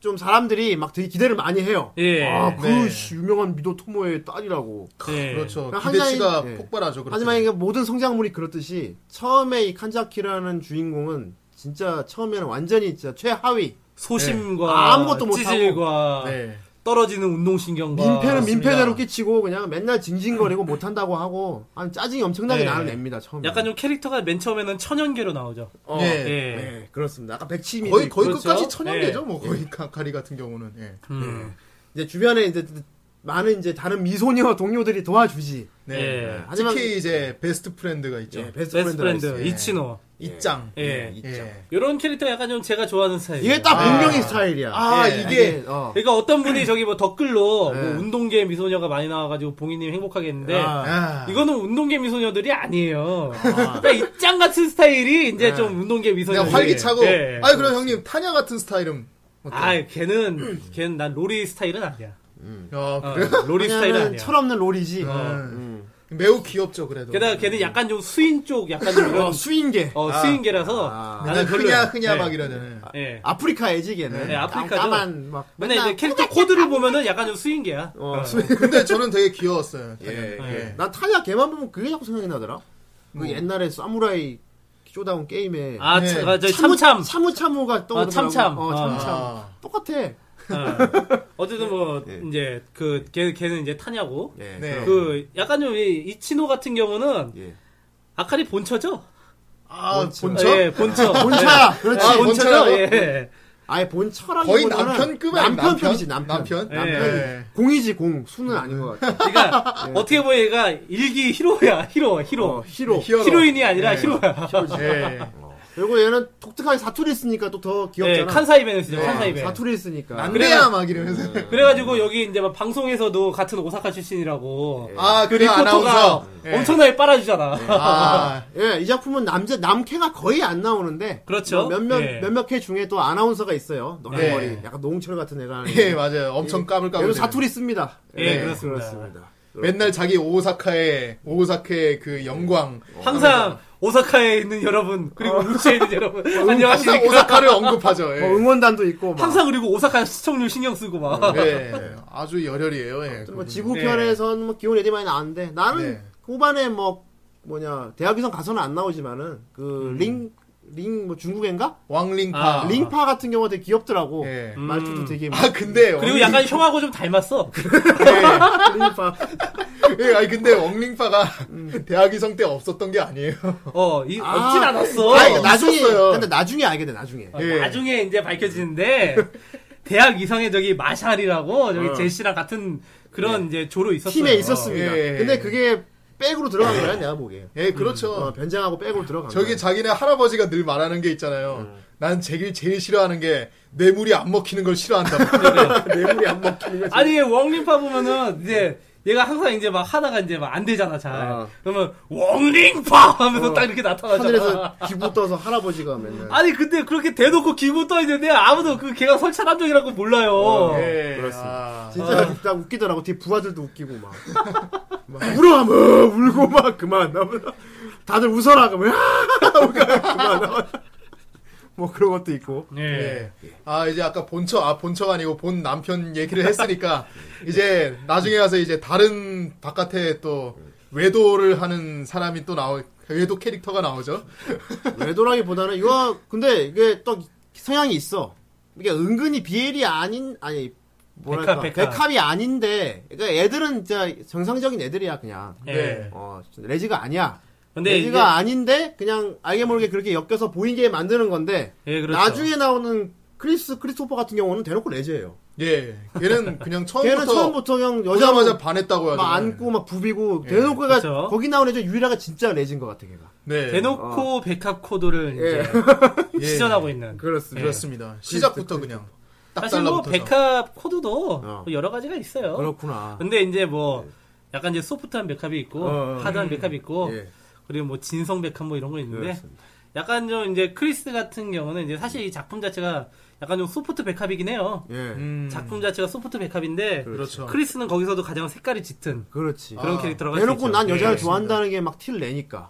D: 좀 사람들이 막 되게 기대를 많이 해요.
C: 예.
D: 아, 그
B: 네.
D: 씨, 유명한 미도 토모의 딸이라고.
C: 예.
B: 그렇죠.
D: 그러니까
B: 기대치가
D: 한자인- 예.
B: 폭발하죠. 그렇죠.
D: 하지만 이게 모든 성장물이 그렇듯이 처음에 이 칸자키라는 주인공은 진짜 처음에는 완전히 진짜 최하위
C: 소심과
D: 네. 아무것도 못하고.
C: 찌질과
B: 네.
C: 떨어지는 운동신경과
D: 민폐는
C: 맞습니다.
D: 민폐대로 끼치고 그냥 맨날 징징거리고 못한다고 하고 한 짜증이 엄청나게
C: 네.
D: 나는 앱니다 처음에.
C: 약간 좀 캐릭터가 맨 처음에는 천연계로 나오죠.
D: 어,
B: 예.
D: 네.
C: 예.
D: 그렇습니다. 아까 백치미
B: 거의 거의
C: 그렇죠.
B: 끝까지 천연계죠.
C: 네.
B: 뭐 거의 가- 가리 같은 경우는. 예.
C: 음.
D: 이제 주변에 이제 많은 이제 다른 미소녀 동료들이 도와주지.
B: 네.
C: 예.
D: 하지만-
B: 특히 이제 베스트 프렌드가 있죠.
D: 예, 베스트
C: 베스트
D: 프렌드가
C: 프렌드
D: 있어요.
C: 이치노.
B: 입장.
C: 예.
D: 예.
B: 예.
C: 이런 캐릭터 약간 좀 제가 네. 좋아하는 스타일.
D: 이게 딱
B: 아.
D: 문경이 스타일이야.
B: 아,
D: 예.
B: 이게-
D: 어.
C: 그러니까 어떤 분이 저기 뭐 댓글로
D: 네.
C: 뭐 운동계 미소녀가 많이 나와가지고 봉이님 행복하겠는데
D: 아.
B: 아.
C: 이거는 운동계 미소녀들이 아니에요. 그러니까 입장 같은 스타일이 이제
D: 네.
C: 좀 운동계 미소녀.
B: 그냥 활기차고.
C: 예.
B: 아니 그럼 형님 타냐 같은 스타일은 어때?
C: 아, 걔는 걔는 난 로리 스타일은 아니야.
B: 야,
C: 어,
B: 그래요?
C: 로리 스타일은
D: 왜냐면
C: 아니야. 어.
D: 철없는 롤이지.
B: 음. 매우 귀엽죠 그래도.
C: 게다가 걔는 약간 좀 스윈 쪽 약간 좀 이런
D: 어, 수인계.
C: 어, 스윙계라서
D: 아.
B: 맨날
C: 나는 별로
B: 흔냐 흔냐
C: 네.
B: 막 이러잖아요.
C: 예.
D: 아프리카 애지게는.
C: 네, 아프리카죠.
D: 까만 막.
C: 근데 이제 캐릭터 코드를 보면은 약간 좀 스윙계야.
D: 어,
C: 어.
D: 수인-
B: 근데 저는 되게 귀여웠어요.
D: 예, 예.
B: 예. 뭐.
D: 난 타냐 걔만 보면 그게 자꾸 생각이 나더라. 그 옛날에 사무라이 쪼다운 게임에
C: 아,
B: 네.
C: 참, 아, 저 참참.
D: 참우 참우가 떠오르더라고.
C: 참참.
D: 어, 참참.
B: 아.
D: 똑같아.
C: 어. 어쨌든 뭐 이제 그 걔, 걔는 이제 타냐고.
D: 예.
B: 네.
D: 그럼.
C: 그 약간 좀이 이치노 같은 경우는
D: 예.
C: 아카리 본처죠?
B: 아
D: 본처.
B: 본처?
C: 예, 본처.
D: 아, 본차야. 그렇지.
B: 아,
C: 아, 본처죠.
B: 본처라고?
C: 예.
D: 아예 본처라기
B: 거의 남편급 아니
D: 남편 편이지 남편.
B: 남편.
C: 예.
D: 남편.
B: 예.
D: 공이지 공. 수는 아닌 것 같아.
C: 그러니까 어떻게 보면 얘가 일기 히로야. 히로,
D: 어,
C: 히로.
D: 히로.
B: 네, 히어로.
C: 히로인이 아니라 히로야.
B: 예.
D: 그리고 얘는 독특하게 사투리 쓰니까 또 더
C: 예,
D: 귀엽잖아.
C: 칸사이 베네스죠.
B: 네,
C: 칸사이 베.
D: 사투리 쓰니까.
B: 안돼야 막 이러면서.
C: 그래가지고 여기 이제 막 방송에서도 같은 오사카 출신이라고
D: 예.
B: 아
C: 그
B: 그래
C: 리포터가
B: 아나운서. 예.
C: 엄청나게 빨아주잖아.
B: 아
D: 예, 이 작품은 남자 남캐가 거의 안 나오는데
C: 그렇죠.
D: 뭐 몇몇
C: 예.
D: 몇몇 캐 중에 또 아나운서가 있어요. 노란머리,
B: 예.
D: 약간 노홍철 같은 애가.
B: 예, 맞아요. 엄청 까불까불.
D: 얘도 사투리 씁니다.
C: 예,
D: 네,
C: 그렇습니다.
B: 맨날 자기 오사카의 오사카의 그 영광.
D: 어.
C: 항상 오사카에 있는 여러분 그리고 우체에 있는 여러분
B: 항상
C: 안녕하십니까.
B: 오사카를
C: 어,
B: 언급하죠. 예.
D: 뭐 응원단도 있고 막.
C: 항상 그리고 오사카 시청률 신경 쓰고 막.
B: 예. 아주 열혈이에요. 예.
D: 뭐 지구편에선 뭐 기온 애들이 많이 나왔는데 나는
B: 네.
D: 후반에 뭐 뭐냐 대학위성 가서는 안 나오지만은
B: 음.
D: 그 링 링 뭐 중국인가
B: 왕링파.
C: 아. 음.
D: 링파 같은 경우가 되게 귀엽더라고
B: 예.
D: 말투도 되게 뭐-
B: 아 근데
C: 그리고
B: 왕링-
C: 약간 형하고 좀 닮았어.
D: 링파
B: [laughs] 예, 아니 근데 왕링파가 [laughs]
D: 음.
B: 대학위성 때 없었던 게 아니에요.
C: 어, 이,
D: 아.
C: 없진 않았어.
D: 아니, 나중에
B: 있었어요.
D: 근데 나중에 알게 돼 나중에
C: 어,
B: 예.
C: 나중에 이제 밝혀지는데 대학 이상의 저기 마샬이라고 저기 제시랑 같은 그런 이제 조로 있었어요.
D: 팀에 있었습니다.
B: 예.
D: 근데 그게 백으로 들어간 거야 내가 보기에.
B: 예, 그렇죠.
D: 어, 변장하고 백으로 들어간
B: 저기
D: 거야.
B: 자기네 할아버지가 늘 말하는 게 있잖아요.
D: 음.
B: 난 제길 제일 싫어하는 게 뇌물이 안 먹히는 걸
D: [laughs]
B: 싫어한다. 뇌물이 안 먹히는 걸.
C: 아니 왕림파 보면은 이제 얘가 항상 이제 막 하다가 이제 막 안 되잖아 잘.
D: 어.
C: 그러면 왕림파 하면서 딱 이렇게 나타나잖아.
D: 하늘에서 기부 떠서 할아버지가 맨날.
C: 아니 근데 그렇게 대놓고 기분 떠 있는데 아무도 그 걔가 설찬 함정이라고 몰라요.
B: 예,
D: 어, 그렇습니다.
B: 아.
D: 진짜 나 뭐. 웃기더라고. 뒤에 부하들도 웃기고 막. 막 울어 막 울고 막 그만 나보다. 뭐, 다들 웃어라 그러면 그만. 뭐 그런 것도 있고
B: 예.
C: 예.
B: 아 이제 아까 본처 아 본처가 아니고 본 남편 얘기를 했으니까 이제 나중에 와서 이제 다른 바깥에 또 외도를 하는 사람이 또 나오 외도 캐릭터가 나오죠.
D: 외도라기보다는 이거 근데 이게 또 성향이 있어. 이게 은근히 비엘이 아닌 아니 뭐랄까
C: 백합,
D: 백합,
C: 백합.
D: 이 아닌데 그러니까 애들은 진짜 정상적인 애들이야 그냥
C: 예.
B: 네.
D: 어 레지가 아니야.
C: 근데
D: 레지가
C: 이제-
D: 아닌데 그냥 알게 모르게 그렇게 엮여서 보이게 만드는 건데
C: 예, 그렇죠.
D: 나중에 나오는 크리스 크리스토퍼 같은 경우는 대놓고 레지예요.
B: 예. 걔는 그냥 처음부터
D: 걔는 처음부터 그냥 여자 뭐
B: 보자마자 반했다고 하죠.
D: 막 안고 막 부비고 대놓고 걔가
C: 예, 그쵸.
D: 거기 나오는 애들 유일하가 진짜 레지인 것 같아 걔가.
B: 네.
C: 대놓고 백합 코드를 이제
D: [laughs]
B: 예.
C: 시전하고 있는.
D: 어. 그렇습니다.
B: 그렇습니다. 시작부터 그냥 딱
C: 예. 사실 뭐
B: 달라붙어서.
C: 백합 코드도 뭐
D: 어.
C: 여러 가지가 있어요.
D: 그렇구나. 예.
C: 근데 이제 뭐 약간 이제 소프트한 백합이 있고
D: 어, 어,
C: 하드한 백합이 있고
D: 예.
C: 그리고 뭐 진성 백합 뭐 이런 거 있는데 약간 좀 이제 크리스 같은 경우는 이제 사실 이 작품 자체가 약간 좀 소프트 백합이긴 해요.
D: 예.
B: 음,
C: 작품 자체가 소프트 백합인데
D: 어.
B: 그렇죠.
C: 크리스는 거기서도 가장 색깔이 짙은
D: 그렇지.
C: 그런
B: 아,
C: 캐릭터라고 할수
D: 내놓고
C: 있죠.
D: 난 여자를
B: 예,
D: 좋아한다는 게 막 티를 내니까.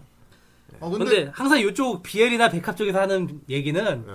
B: 어,
C: 근데,
B: 근데
C: 항상 이쪽 비엘이나 백합 쪽에서 하는 얘기는
D: 예.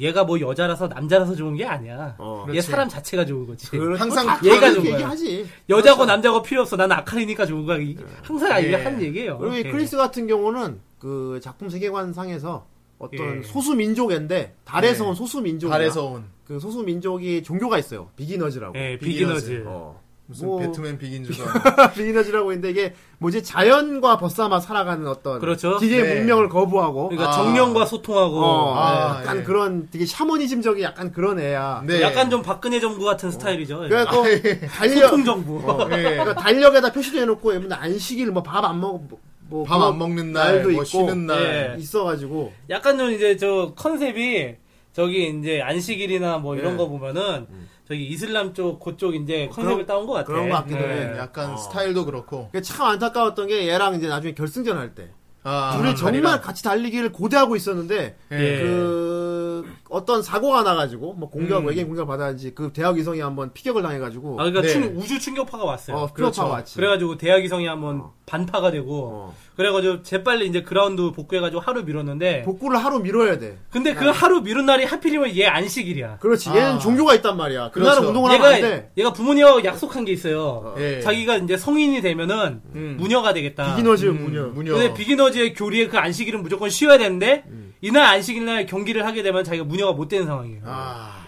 C: 얘가 뭐 여자라서 남자라서 좋은 게 아니야.
D: 어. 그렇죠.
C: 얘
B: 그렇지.
C: 사람 자체가 좋은 거지.
D: 그렇-
B: 항상
D: 다
C: 예. 뭐 얘가
D: 그렇게
C: 좋은 거야.
D: 얘기하지.
C: 여자고 남자고 필요 없어. 난 아카리니까 좋은 거야. 이- 항상 아이가
B: 예.
C: 하는 얘기예요.
D: 그리고 이
C: 예.
D: 크리스 같은 경우는 그 작품 세계관 상에서 어떤
C: 예.
D: 소수 민족인데 달에서
B: 예.
D: 온 소수 민족.
B: 달에서 온
D: 그 소수 민족이 종교가 있어요. 비기너즈라고.
C: 예,
B: 비기너즈.
C: 비기너즈.
D: 어.
B: 무슨
D: 뭐-
B: 배트맨 비긴 줄알
D: [laughs] 비기너즈라고 있는데 이게 뭐지 자연과 벗삼아 살아가는 어떤
C: 그렇죠.
D: 기계
B: 네.
D: 문명을 거부하고
C: 그러니까
B: 아.
C: 정령과 소통하고
D: 어,
B: 아,
D: 약간
B: 예.
D: 그런 되게 샤머니즘적인 약간 그런 애야.
B: 네.
C: 약간 [laughs] 좀 박근혜 정부 같은 스타일이죠.
D: 그래서
B: 아, 예.
D: 달력
C: 소통 정부. [laughs]
B: 예.
D: 그러니까 달력에다 표시도 해놓고 얘는 안식일 뭐 밥 안 먹어 뭐
B: 밥 안 먹는 날,
D: 날도
B: 뭐
D: 있고.
B: 쉬는 날.
C: 예. 먹-
D: 있어가지고
C: 약간 좀 이제 저 컨셉이 저기 이제 안식일이나 뭐 이런
D: 예.
C: 거 보면은 저기 이슬람 쪽 그쪽 이제 컨셉을
D: 그런-
C: 따온 것 같아.
D: 그런 것 같기도
C: 예.
D: 해.
B: 약간
D: 어.
B: 스타일도 그렇고.
D: 그게 참 안타까웠던 게 얘랑 이제 나중에 결승전 할 때
B: 아,
D: 둘이 정말
B: 아니라.
D: 같이 달리기를 고대하고 있었는데
B: 예.
D: 그 어떤 사고가 나가지고 뭐 공격
B: 음.
D: 외계인 공격 받아야지 그 대학 이성이 한번 피격을 당해가지고
C: 아 그러니까
B: 네.
C: 충- 우주 충격파가 왔어요.
D: 어
B: 그렇죠.
D: 피격파 왔지
C: 그래가지고 대학이성이 한번 반파가 되고
D: 어.
C: 그래가지고 재빨리 이제 그라운드 복구해가지고 하루 미뤘는데
D: 복구를 하루 미뤄야 돼
C: 근데 그 하루 미룬 날이 하필이면 얘 안식일이야.
D: 그렇지
B: 아.
D: 얘는 종교가 있단 말이야 그날은
B: 그렇죠.
D: 운동을 하면
C: 얘가
D: 안돼
C: 얘가 부모님하고 약속한 게 있어요.
B: 예.
C: 자기가 이제 성인이 되면은
B: 음.
C: 무녀가 되겠다.
D: 비기너즈
B: 음,
D: 무녀
B: 무녀.
C: 근데 비기너즈의 교리에 그 안식일은 무조건 쉬어야 되는데
D: 음.
C: 이날 안식일날 경기를 하게 되면 자기가 무녀가 못 되는 상황이에요.
B: 아,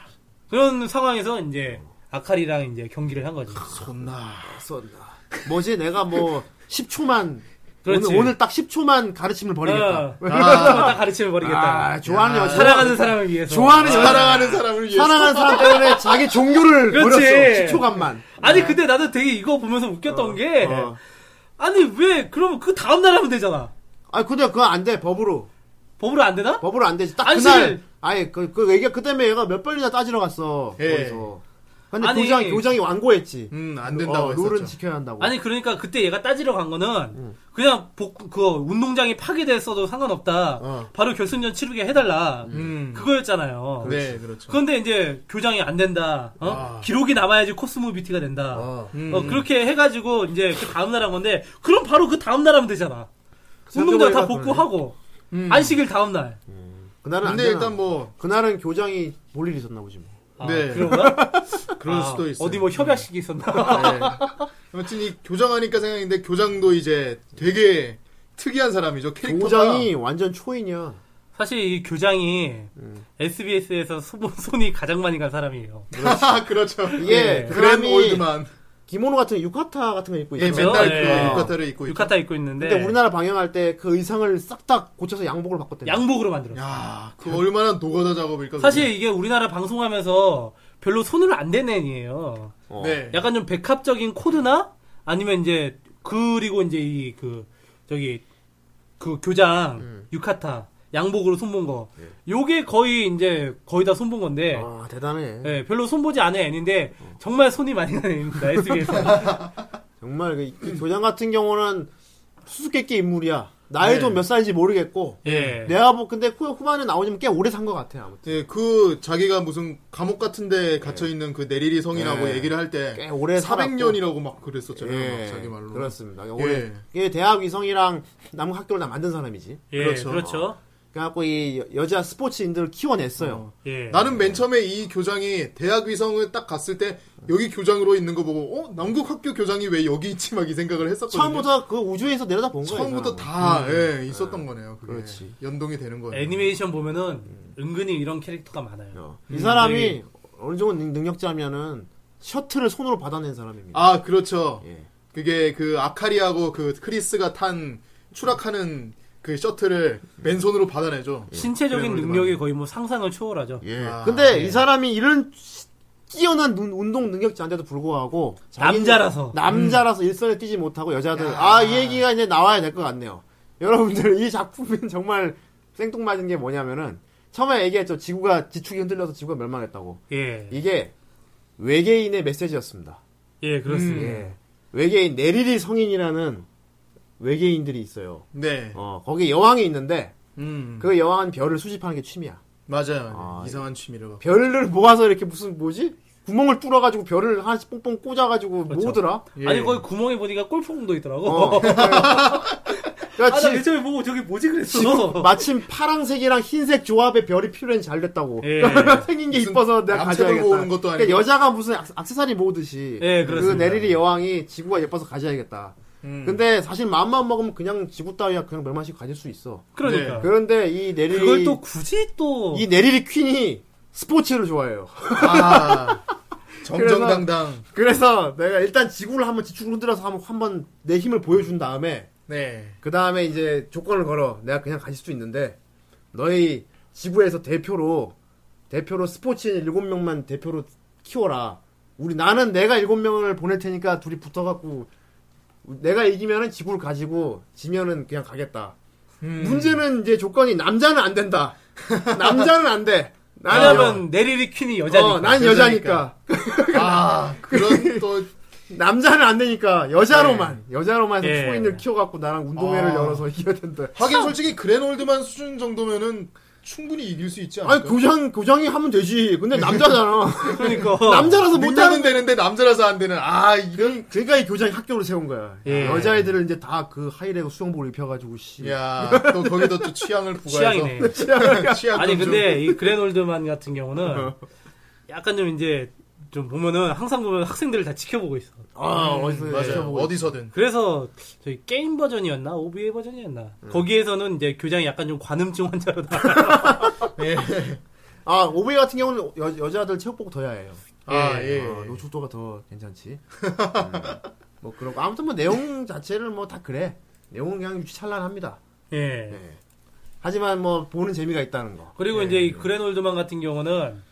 C: 그런 상황에서 이제 아카리랑 이제 경기를 한 거지.
B: 존나.
D: 썼나 뭐지 내가 뭐 10초만
C: 그렇지.
D: 오늘, 오늘 딱 10초만 가르침을 버리겠다
C: 어, 다 가르침을 버리겠다.
D: 아, 좋아하는 여자.
C: 사랑하는 사람을 위해서.
D: 좋아하는 여자.
B: 음, 사랑하는 사람을 위해서.
D: 사랑하는 사람 때문에
B: [laughs]
D: 자기 종교를
C: 그렇지.
D: 버렸어. 10초간만.
C: 아니 근데 나도 되게 이거 보면서 웃겼던 게
D: 어.
C: 아니 왜 그러면 그 다음 날 하면 되잖아.
D: 아, 근데 그거 안 돼. 법으로.
C: 법으로 안 되나?
D: 법으로 안 되지. 딱
C: 안식일.
D: 그날. 아예 그, 그 얘기가 그 때문에 얘가 몇 번이나 따지러 갔어.
B: 예.
D: 거기서. 근데
C: 아니.
D: 교장, 교장이 완고했지.
B: 음, 안 된다고
D: 어,
B: 했었죠.
D: 룰은 지켜야 한다고.
C: 아니 그러니까 그때 얘가 따지러 간 거는 그냥 복, 그 운동장이 파괴됐어도 상관없다.
D: 어.
C: 바로 결승전 치르게 해달라.
B: 음.
C: 그거였잖아요.
B: 네, 그렇죠.
C: 그런데 이제 교장이 안 된다. 어?
B: 아.
C: 기록이 남아야지 코스모 뷰티가 된다. 어.
D: 어.
B: 음.
C: 그렇게 해가지고 이제 그 다음 날 한 건데 그럼 바로 그 다음 날 하면 되잖아. 운동장 다
D: 생각해보니까
C: 복구하고
B: 그 음.
C: 안식일 다음 날.
D: 그날은 안
B: 근데
D: 되나?
B: 일단 뭐,
D: 그날은 교장이 볼 일이 있었나 보지 뭐.
C: 아,
B: 네.
C: 그런가?
B: [laughs] 그럴
C: 아,
B: 수도 있어요.
C: 어디 뭐 협약식이 있었나?
B: [laughs] 아무튼 이 교장하니까 생각인데, 교장도 이제 되게 특이한 사람이죠. 캐릭터가. [laughs]
D: 교장이 완전 초인이야.
C: 사실 이 교장이
B: 음.
C: SBS에서 손이 가장 많이 간 사람이에요.
B: [laughs] 그렇죠.
D: 예, 그
B: 그램
D: 사람이
B: 올드만.
D: 기모노 같은 유카타 같은 거 입고 있어.
B: 예, 맨날 네.
C: 예.
B: 그 유카타를 입고 있고.
C: 유카타 입고 있는데
D: 근데 우리나라 방영할 때 그 의상을 싹 다 고쳐서 양복을 바꿨대.
C: 양복으로 만들었어.
B: 야, 그 얼마나 노가다 작업일까.
C: 사실 이게 우리나라 방송하면서 별로 손을 안 댄 애니에요.
D: 어.
B: 그게. 네.
C: 약간 좀 백합적인 코드나 아니면 이제 그리고 이제 이 그 저기 그 교장 유카타 양복으로 손본 거. 요게 거의 이제 거의 다 손본 건데
D: 아, 대단해.
C: 예, 별로 손보지 않은 애인데 정말 손이 많이 가는 애입니다. SBS.
D: 그 정말 그, 이 교장 같은 경우는 수수께끼 인물이야. 나이도
B: 네.
D: 몇 살인지 모르겠고
C: 예.
D: 내가 뭐 근데 후, 후반에 나오면 꽤 오래 산 것 같아 아무튼
B: 예, 그 자기가 무슨 감옥 같은데 갇혀 있는 그 내리리 성이라고
D: 예.
B: 얘기를 할 때
D: 꽤 오래
B: 400년이라고 막 예. 그랬었잖아요. 막 자기 말로. 예.
D: 그렇습니다. 올해 이게 대학 위성이랑 남극 학교를 다 만든 사람이지.
C: 예,
B: 그렇죠.
C: 그렇죠.
D: 그래갖고 이 여- 여자 스포츠인들을 키워냈어요.
C: 예.
B: 나는 맨 처음에 이 교장이 대학 위성을 딱 갔을 때 여기 교장으로 있는 거 보고 어 남국 학교 교장이 왜 여기 있지 막 이 생각을 했었거든요.
D: 처음부터 그 우주에서 내려다 본 거예요.
B: 처음부터
D: 이
B: 다
D: 사람은.
B: 예, 있었던 거네요. 그게
D: 그렇지.
B: 연동이 되는 거예요.
C: 애니메이션 보면은 은근히 이런 캐릭터가 많아요.
D: 어. 이 사람이 어느 정도 능- 능력자면은 셔틀을 손으로 받아낸 사람입니다.
B: 아 그렇죠.
D: 예.
B: 그게 그 아카리하고 그 크리스가 탄 추락하는 그 셔틀을 맨손으로 받아내죠.
C: 신체적인
B: 예. 그래요,
C: 능력이 거의 뭐 상상을 초월하죠.
D: 예.
B: 아,
D: 근데 이 사람이 이런 뛰어난 눈- 운동 능력자인데도 불구하고 자기는
C: 남자라서.
D: 남자라서 일선에 뛰지 못하고 여자들 아 이 얘기가 이제 나와야 될 것 같네요. 여러분들 이 작품은 [laughs] 정말 생뚱맞은 게 뭐냐면은 처음에 얘기했죠 지구가 지축이 흔들려서 지구가 멸망했다고
C: 예.
D: 이게 외계인의 메시지였습니다.
C: 예, 그렇습니다.
D: 예. 외계인 내리리 성인이라는 외계인들이 있어요.
B: 네.
D: 어 거기 여왕이 있는데
B: 음.
D: 그 여왕은 별을 수집하는 게 취미야.
B: 맞아요.
D: 아,
B: 이상한 취미를 갖고.
D: 별을 모아서 이렇게 무슨 뭐지? 구멍을 뚫어가지고 별을 하나씩 뽕뽕 꽂아가지고
C: 그렇죠.
D: 모으더라.
B: 예.
C: 아니 거기 구멍에 보니까 골프공도 있더라고.
D: 어. 그러니까 지-
C: 아나맨 처음에 보고 저게 뭐지 그랬어. [laughs]
D: 마침 파랑색이랑 흰색 조합의 별이 필요해서 잘 됐다고.
C: 예.
D: [laughs] 생긴 게 이뻐서 내가
B: 남색을
D: 가져야겠다.
B: 모으는 것도 아니고.
D: 그러니까 여자가 무슨 악- 악세사리 모으듯이
C: 예,
D: 그
C: 그렇습니다.
D: 내리리 여왕이 지구가 예뻐서 가져야겠다.
B: 음.
D: 근데 사실 마음만 먹으면 그냥 지구 따위야 그냥 멸망식 가질 수 있어.
C: 그러니까.
D: 네, 그런데 이 내리리
C: 그걸 또 굳이 또
D: 이 내리리 퀸이 스포츠를 좋아해요. [laughs]
B: 아, 정정당당.
D: 그래서 내가 일단 지구를 한번 지축을 흔들어서 한번, 한번 내 힘을 보여준 다음에
B: 네.
D: 그 다음에 이제 조건을 걸어 내가 그냥 가질 수 있는데 너희 지구에서 대표로 대표로 스포츠인 일곱 명만 대표로 키워라. 우리 나는 내가 일곱 명을 보낼 테니까 둘이 붙어갖고 내가 이기면은 지구를 가지고 지면은 그냥 가겠다.
B: 음.
D: 문제는 이제 조건이 남자는 안 된다. 남자는 안 돼. 나는
C: 왜냐면 내리리 퀸이 여자니까.
D: 어, 난 여자니까.
B: 아,
D: [laughs]
B: 그런 또
D: 남자는 안 되니까 여자로만 여자로만 해서
C: 예.
D: 초인을 키워갖고 나랑 운동회를
B: 아.
D: 열어서 이겨야 된다.
B: 하긴 솔직히 그레놀드만 수준 정도면은 충분히 이길 수 있지 않을까?
D: 아니 교장 교장이 하면 되지.
C: [laughs]
D: 근데 남자잖아.
C: 그러니까.
D: 남자라서
B: 못하는
D: 못하는.
B: 되는데 남자라서 안 되는. 아, 이런.
D: 그러니까 이 교장이 학교를 세운 거야.
C: 예.
D: 여자애들을 이제 다 그 하이레그 수영복을 입혀가지고 씨.
B: 야, 또 거기다 또 취향을
C: 취향이네.
B: 부과해서. [laughs] 취향. 취향
C: 아니
B: 좀
C: 근데 이 그래놀드만 같은 경우는 약간 좀 이제 좀 보면은 항상 보면 학생들을 다 지켜보고 있어.
D: 아 어디서
B: 좀- 음, 맞아요.
D: 시켜보고.
B: 어디서든.
C: 그래서 저희 게임 버전이었나 OVA 버전이었나 거기에서는 이제 교장이 약간 좀 관음증 환자로 나.
B: 예.
D: 아 오베이 같은 경우는 여, 여자들 체육복 더 야해요.
B: 아, 예.
D: 아, 노출도가 더 괜찮지. 음, 뭐 그런 아무튼 뭐 내용 자체를 뭐 다 그래. 내용은 그냥 유치찬란합니다.
C: [laughs] 예.
D: 예. 하지만 뭐 보는 재미가 있다는 거.
B: 예.
C: 그리고 이제 이 그래놀드만 같은 경우는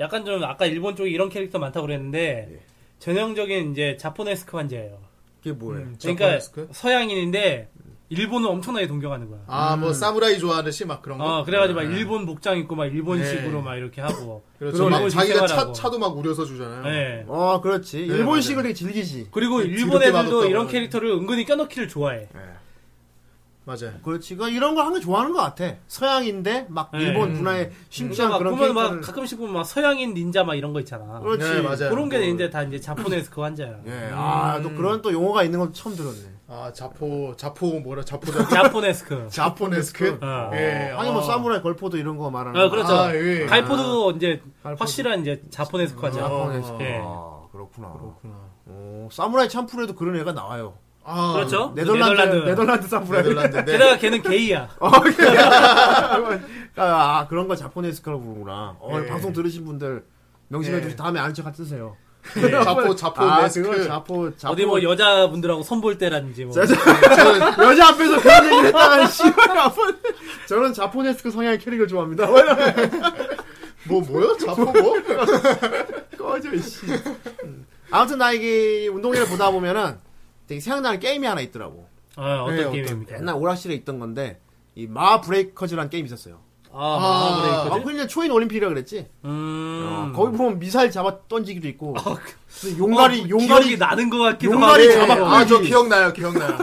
C: 약간 좀 아까 일본 쪽에 이런 캐릭터 많다고 그랬는데
B: 예.
C: 전형적인 이제 자포네스크 환자예요.
D: 그게 뭐예요?
C: 그러니까
B: 자포네스크?
C: 서양인인데 일본을 엄청나게 동경하는 거야.
B: 아, 뭐 사무라이 좋아하듯이 막 그런 거.
C: 어, 그래가지고 막 일본 복장 입고 막 일본식으로
B: 네.
C: 막 이렇게 하고.
B: [laughs] 그렇죠. 막
C: 그런
B: 자기가 차,
C: 생활하고.
B: 차도 막 우려서 주잖아요.
C: 예.
D: 어, 그렇지.
B: 네,
D: 일본식을 되게 즐기지.
C: 그리고
B: 뒤로
C: 일본
B: 때
C: 애들도
B: 맞았다고 예.
C: 이런
B: 하는데.
C: 캐릭터를 은근히 껴넣기를 좋아해. 그러니까
B: 맞아요.
D: 그렇지. 그 이런 걸 하는 거 좋아하는 것 같아. 서양인데 막
C: 네.
D: 일본 문화에
C: 진짜
D: 심취한
C: 막
D: 그런
C: 보면 막
D: 캐릭터를.
C: 가끔씩 보면 막 서양인 닌자 막 이런 거 있잖아.
D: 그렇지.
B: 네, 맞아요.
C: 그런 게 이제 다 이제 자포네스크 환자야.
D: 예. 아,
C: 음.
D: 또 그런 또 용어가 있는 것도 처음 들었네.
B: 아, 자포, 자포 뭐라, 자포자.
C: 자포네스크.
B: [laughs] 자포네스크?
C: 어.
B: 예.
D: 아니 뭐
B: 어.
D: 사무라이 걸포도 이런 거 말하는
C: 어,
D: 거.
C: 그렇죠.
B: 아, 예.
C: 갈포도 이제
D: 네. 갈포도.
C: 확실한 이제 자포네스크 환자.
D: 일본에서.
C: 예.
D: 아, 그렇구나. 그렇구나. 어, 사무라이 참프에도 그런 애가 나와요.
B: 아,
C: 그렇죠.
D: 네덜란드
C: 네덜란드.
D: 네덜란드, 사무라이.
B: 네덜란드인데.
C: [laughs] 게다가 걔는 게이야.
D: 아, 아, 그런 거 자포네스카라고 부르구나. 어,
B: 예.
D: 방송 들으신 분들 명심해
B: 예.
D: 주시 다음에 아는 척 하세요.
C: 예.
B: 자포, 자포,
D: 아,
B: 네스크.
D: 그건 자포, 자포.
C: 어디 뭐 여자분들하고 선볼 때라든지 뭐.
D: 여자 앞에서 그런 얘기를 했다가 씨발 아픈 저는 자포네스크 성향의 캐릭을 좋아합니다. 뭐 이러면
B: 뭐, 뭐요? 자포 뭐?
D: 꺼져 씨. 음. 아무튼 나 이게 운동회를 보다 보면은 되게 생각나는 게임이 하나 있더라고.
C: 어, 어떤
B: 네, 어떤-
C: 게임입니까?
D: 옛날 오락실에 있던 건데 이 마 브레이커즈라는 게임이 있었어요.
C: 아,
B: 아,
C: 그래
D: 아,
C: 있거든.
D: 그냥 초인 올림픽이라 그랬지. 어,
C: 음.
D: 거기 보면 미사일 잡아 던지기도 있고. 그래서
C: 어,
D: 용가리,
C: 기억이
D: 용가리.
C: 나는 것 같기도
D: 용가리
C: 하고.
D: 잡아-
B: 아, 저 기억나요,
C: [laughs]
B: 기억나요.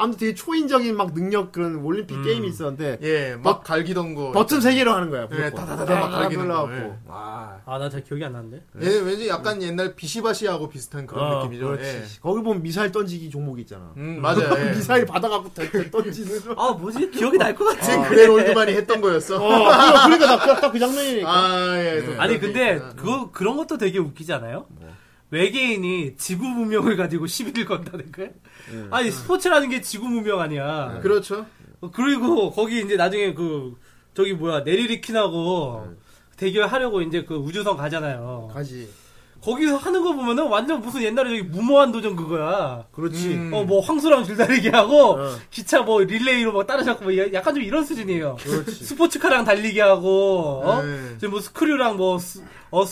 D: 아무튼 되게 초인적인 막 능력 그런 올림픽 게임이 있었는데.
B: 음. 예, 막 갈기던 거.
D: 버튼 세 개로 하는 거야.
B: 예,
D: 무조건.
B: 다다다다 막
D: 다
B: 갈기는
D: 눌러갖고.
B: 거. 예.
D: 와.
C: 아, 나 잘 기억이 안 나는데.
B: 얘 예, 왠지 약간 옛날 비시바시하고 비슷한 그런
C: 어,
B: 느낌이죠.
D: 그렇지.
B: 예.
D: 거기 보면 미사일 던지기 종목이 있잖아.
B: 음, 맞아요. 예.
D: 미사일 받아갖고 덜덜 던지는.
C: 아, 뭐지? 기억이 날 것 같아.
B: 지금 그레롤드만이 했던 거였어.
D: 어, 그러- 그러니까 딱그 장면이니까.
B: 아, 예. 또
C: [laughs] 네. 아니
B: 그런
C: 근데
B: 게 있구나.
C: 그 그런 것도 되게 웃기지 않아요?
D: 뭐?
C: 외계인이 지구 문명을 가지고 시비를 건다는 거야?
D: 예.
C: 아니 스포츠라는 게 지구 문명 아니야.
B: 그렇죠.
C: 어, 그리고 거기 이제 나중에 그 저기 뭐야 내리리킨하고 대결하려고 이제 그 우주선 가잖아요.
D: 네. 가지.
C: 거기서 하는 거 보면은 완전 무슨 옛날에 저기 무모한 도전 그거야.
D: 그렇지.
B: 음.
C: 어 뭐 황수랑 줄다리기 하고
D: 어.
C: 기차 뭐 릴레이로 막 따라잡고 뭐 야- 약간 좀 이런 수준이에요.
D: 그렇지.
C: [laughs] 스포츠카랑 달리기 하고 어?
B: 네.
C: 지금 뭐 스크류랑 뭐 수,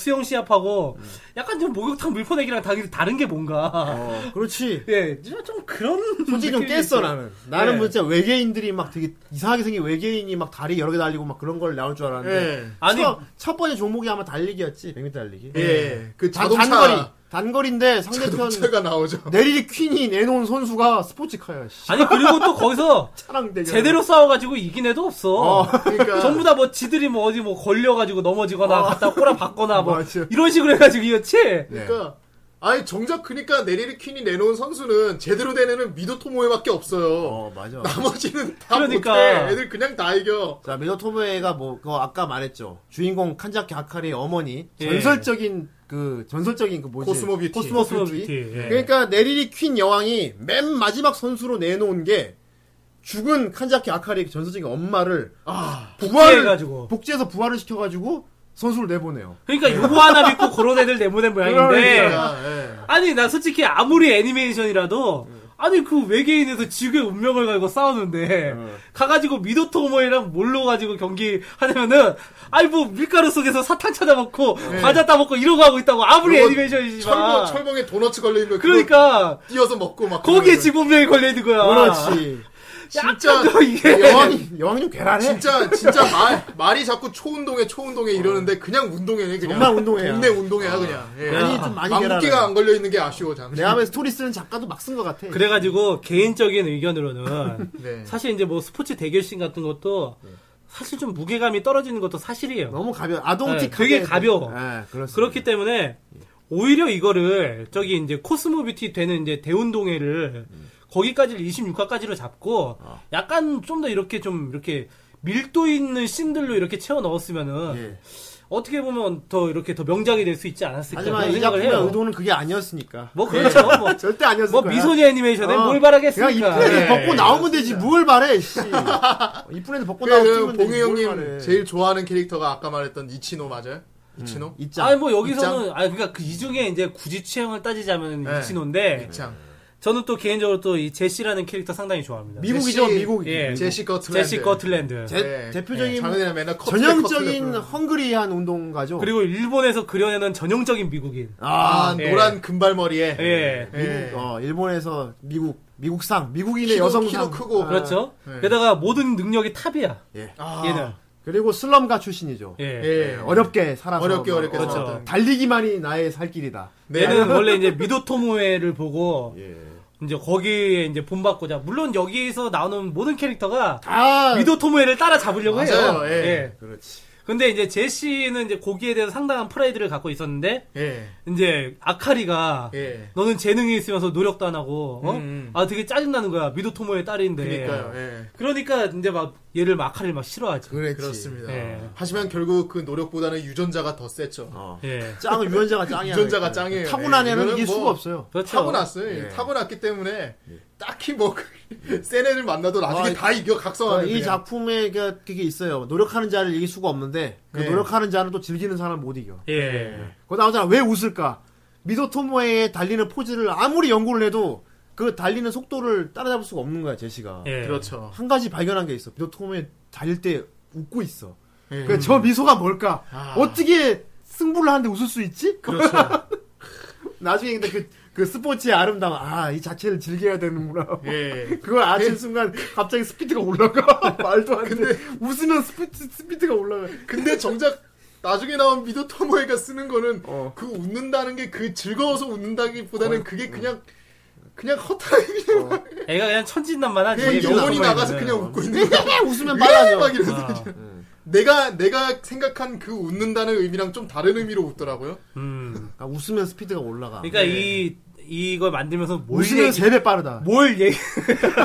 C: 영 시합하고 약간 좀 목욕탕 물퍼내기랑 다른, 다른 게 뭔가
D: 네. 어, 그렇지.
C: [laughs] 예, 좀- 좀 그런
D: 솔직히 좀
C: 느낌이
D: 깼어
C: 있어요.
D: 나는. 나는
C: 예.
D: 뭐 진짜 외계인들이 막 되게 이상하게 생긴 외계인이 막 다리 여러 개 달리고 막 그런 걸 나올 줄 알았는데.
B: 예.
C: 아니
D: 첫, 첫 번째 종목이 아마 달리기였지. 100m 달리기.
C: 네.
B: 예. 그
D: 단,
B: 자동차
D: 단거리. 단거리인데 상대편
B: 자동차가 나오죠.
C: 네.
D: 내리리 퀸이 내놓은 선수가 스포츠카야. 씨.
C: 아니 그리고 또
D: [laughs]
C: 거기서
D: 차랑 대결.
C: 제대로 싸워가지고 이긴 애도 없어.
D: 어.
C: [laughs]
B: 그러니까
C: 전부 다 뭐 지들이 뭐 어디 뭐 걸려가지고 넘어지거나 갖다 꼬라 박거나 뭐
D: 맞아.
C: 이런 식으로 해가지고 이었지.
B: 그러니까 아니 정작 그러니까 내리리 퀸이 내놓은 선수는 제대로 된 애는 미도 토모에밖에 없어요.
D: 어, 맞아.
B: 나머지는 다
C: 그러니까.
B: 못해. 애들 그냥 다 이겨.
D: 자, 메노토브에가 뭐, 그거 아까 말했죠. 주인공 칸자키 아카리의 어머니.
C: 예.
D: 전설적인 그, 전설적인 그 뭐지?
B: 코스모 뷰티.
D: 코스모 뷰티.
C: 코스모 뷰티, 예.
D: 그러니까 내리리 퀸 여왕이 맨 마지막 선수로 내놓은 게 죽은 칸자키 아카리의 그 전설적인 엄마를
C: 아,
D: 부활을,
C: 해가지고.
D: 복제해서 부활을 시켜가지고 선수를 내보내요.
C: 그러니까 요거 하나 믿고 그런 애들 내보낸 모양인데.
B: 네. 그러니까, 예.
C: 아니 나 솔직히 아무리 애니메이션이라도 아니 그 외계인에서 지구의 운명을 가지고 싸우는데
B: 네.
C: 가가지고 미도토모이랑 몰로 가지고 경기 하냐면은 아니 뭐 밀가루 속에서 사탕 찾아먹고 과자 따먹고 이러고 하고 있다고 아무리
B: 네. 요거 철봉
C: 애니메이션이지만
B: 철봉에 도넛 걸린 거
C: 그러니까
B: 뛰어서 먹고 막
C: 거기에
B: 그러는
C: 지구 운명이 걸려 있는 거야.
D: 그렇지.
C: 약간
B: 진짜
C: 좀 이게
D: 아, [laughs] 여왕이, 여왕이 좀 괴랄해.
B: 진짜 진짜 말 말이 자꾸 초운동에 초운동에 이러는데 그냥 운동회네 그냥
D: 정말 운동회야.
B: 동네 운동회야 그냥 예.
D: 많이 좀 많이
B: 망국기가
D: 괴랄해.
B: 안 걸려 있는 게 아쉬워 잠시
D: 내 암에 스토리 쓰는 작가도 막 쓴 것 같아.
C: 그래가지고 개인적인 의견으로는
B: 네.
C: 사실 이제 뭐 스포츠 대결신 같은 것도 사실 좀 무게감이 떨어지는 것도 사실이에요.
D: 너무 가벼워. 아동틱
C: 네, 되게 가벼워.
D: 예, 그렇습니다.
C: 그렇기 때문에 오히려 이거를 저기 이제 코스모 뷰티 되는 이제 대운동회를 거기까지를 26화까지로 잡고 약간 좀 더 이렇게 좀 이렇게 밀도 있는 씬들로 이렇게 채워 넣었으면은
D: 예.
C: 어떻게 보면 더 이렇게 더 명작이 될 수 있지 않았을까
D: 하지만
C: 그런
D: 이
C: 생각을
D: 작품의
C: 해요.
D: 의도는 그게 아니었으니까.
C: 뭐 그렇죠.
D: [laughs]
C: 뭐,
D: 절대 아니었을
C: 뭐
D: 거야.
C: 미소녀 애니메이션에
D: 어,
C: 뭘 바라겠습니까?
D: 그냥 이쁜 애들
C: 예.
D: 벗고 나오면 되지 뭘 바래 씨. 이쁜 애들 벗고 나오면
B: 그
D: 뛰면
B: 봉희
D: 되지, 뭘
B: 형님
D: 바래.
B: 제일 좋아하는 캐릭터가 아까 말했던 이치노 맞아요? 이치노?
D: 있자.
C: 아니 뭐 여기서는 아니 그러니까 그 이 중에 이제 굳이 취향을 따지자면
B: 네.
C: 이치노인데
B: 참
C: 저는 또 개인적으로 또 이 제시라는 캐릭터 상당히 좋아합니다.
D: 미국이죠
B: 제시-
D: 미국.
C: 예.
D: 미국.
B: 제시 네. 거틀랜드
C: 제시 거틀랜드.
D: 제- 네. 대표적인
B: 작은이랑 맨날 커플,
D: 전형적인
B: 커플.
D: 헝그리한 운동가죠.
C: 그리고 일본에서 그려내는 전형적인 미국인.
B: 아,
D: 네.
C: 예.
B: 노란 금발머리에
C: 예.
B: 예.
D: 미국, 어, 일본에서 미국 미국상 미국인의
B: 키도-
D: 여성상
B: 키도 크고.
D: 아,
C: 그렇죠.
B: 네.
C: 게다가 모든 능력이 탑이야.
D: 예.
B: 아,
C: 얘는.
D: 그리고 슬럼가 출신이죠.
C: 예.
B: 예.
D: 예, 어렵게 살아서
B: 어렵게
D: 뭐,
B: 어렵게
D: 어,
C: 그렇죠.
B: 살았던.
D: 달리기만이 나의 살 길이다.
B: 네.
C: 얘는 원래 이제 미도토모에를 보고
D: 예.
C: 이제 거기에 이제 본받고자. 물론 여기에서 나오는 모든 캐릭터가
D: 다
C: 미도토모에를 따라잡으려고 해요.
B: 맞아요. 예.
D: 그렇지.
C: 근데 이제 제시는 이제 거기에 대해서 상당한 프라이드를 갖고 있었는데
B: 예.
C: 이제 아카리가
B: 예.
C: 너는 재능이 있으면서 노력도 안 하고 어?
B: 음, 음.
C: 아 되게 짜증나는 거야 미도토모의 딸인데
B: 그러니까요. 예.
C: 그러니까 이제 막 얘를 막 아카리를 막 싫어하지
D: 그렇지.
B: 그렇습니다.
C: 예.
B: 하지만 결국 그 노력보다는 유전자가 더 셌죠.
D: 어.
C: 예.
D: 짱은 유전자가 짱이야.
B: 유전자가
D: 그러니까.
B: 짱이에요.
D: 타고난
B: 예,
D: 애는
B: 이거는
D: 이길
B: 뭐-
D: 수가 없어요.
C: 그렇죠.
B: 타고났어요. 예.
D: 예.
B: 타고났기 때문에 딱히 뭐그 [laughs] 뭐센 애들 만나도 나중에
D: 아,
B: 다 이겨 각성하는
D: 이 작품에 그- 그게 있어요. 노력하는 자를 이길 수가 없는데 그
B: 네.
D: 노력하는 자는 또 즐기는 사람 못 이겨.
C: 예.
D: 그거 나오잖아. 왜 웃을까? 미도토모의 달리는 포즈를 아무리 연구를 해도 그 달리는 속도를 따라잡을 수가 없는 거야 제시가.
C: 예.
B: 그렇죠.
D: 한 가지 발견한 게 있어. 미도토모의 달릴 때 웃고 있어.
B: 예.
D: 그 저 미소가 뭘까?
B: 아.
D: 어떻게 승부를 하는데 웃을 수 있지?
B: 그렇죠.
D: [laughs] 나중에 근데 그, 그 스포츠의 아름다움, 아, 이 자체를 즐겨야 되는구나.
B: 예.
D: 그걸 아는 순간 갑자기 스피드가 [laughs] 올라가. 말도 안 돼. 웃으면 스피드, 스피드가 올라가.
B: 근데 정작 나중에 나온 미도 토모에가 쓰는 거는
D: 어.
B: 그 웃는다는 게 그 즐거워서 웃는다기보다는 그게 그냥 그냥 허탈하게
D: 어,
B: 그냥
C: 애가 그냥 천진난만하지.
B: 그냥 영혼이
C: 미도토모에는.
B: 나가서 그냥 웃고 있는 거야.
D: 웃으면
B: 예!
D: 빨라져.
B: 막 이러면서
C: 아,
B: 내가 내가 생각한 그 웃는다는 의미랑 좀 다른 의미로 웃더라고요.
C: 음.
D: 아, 웃으면 스피드가
B: 아,
D: 올라가.
C: 그러니까
B: 네.
C: 이 이걸 만들면서 뭘
D: 웃으면
C: 얘기-
D: 세 배 빠르다.
C: 뭘 얘기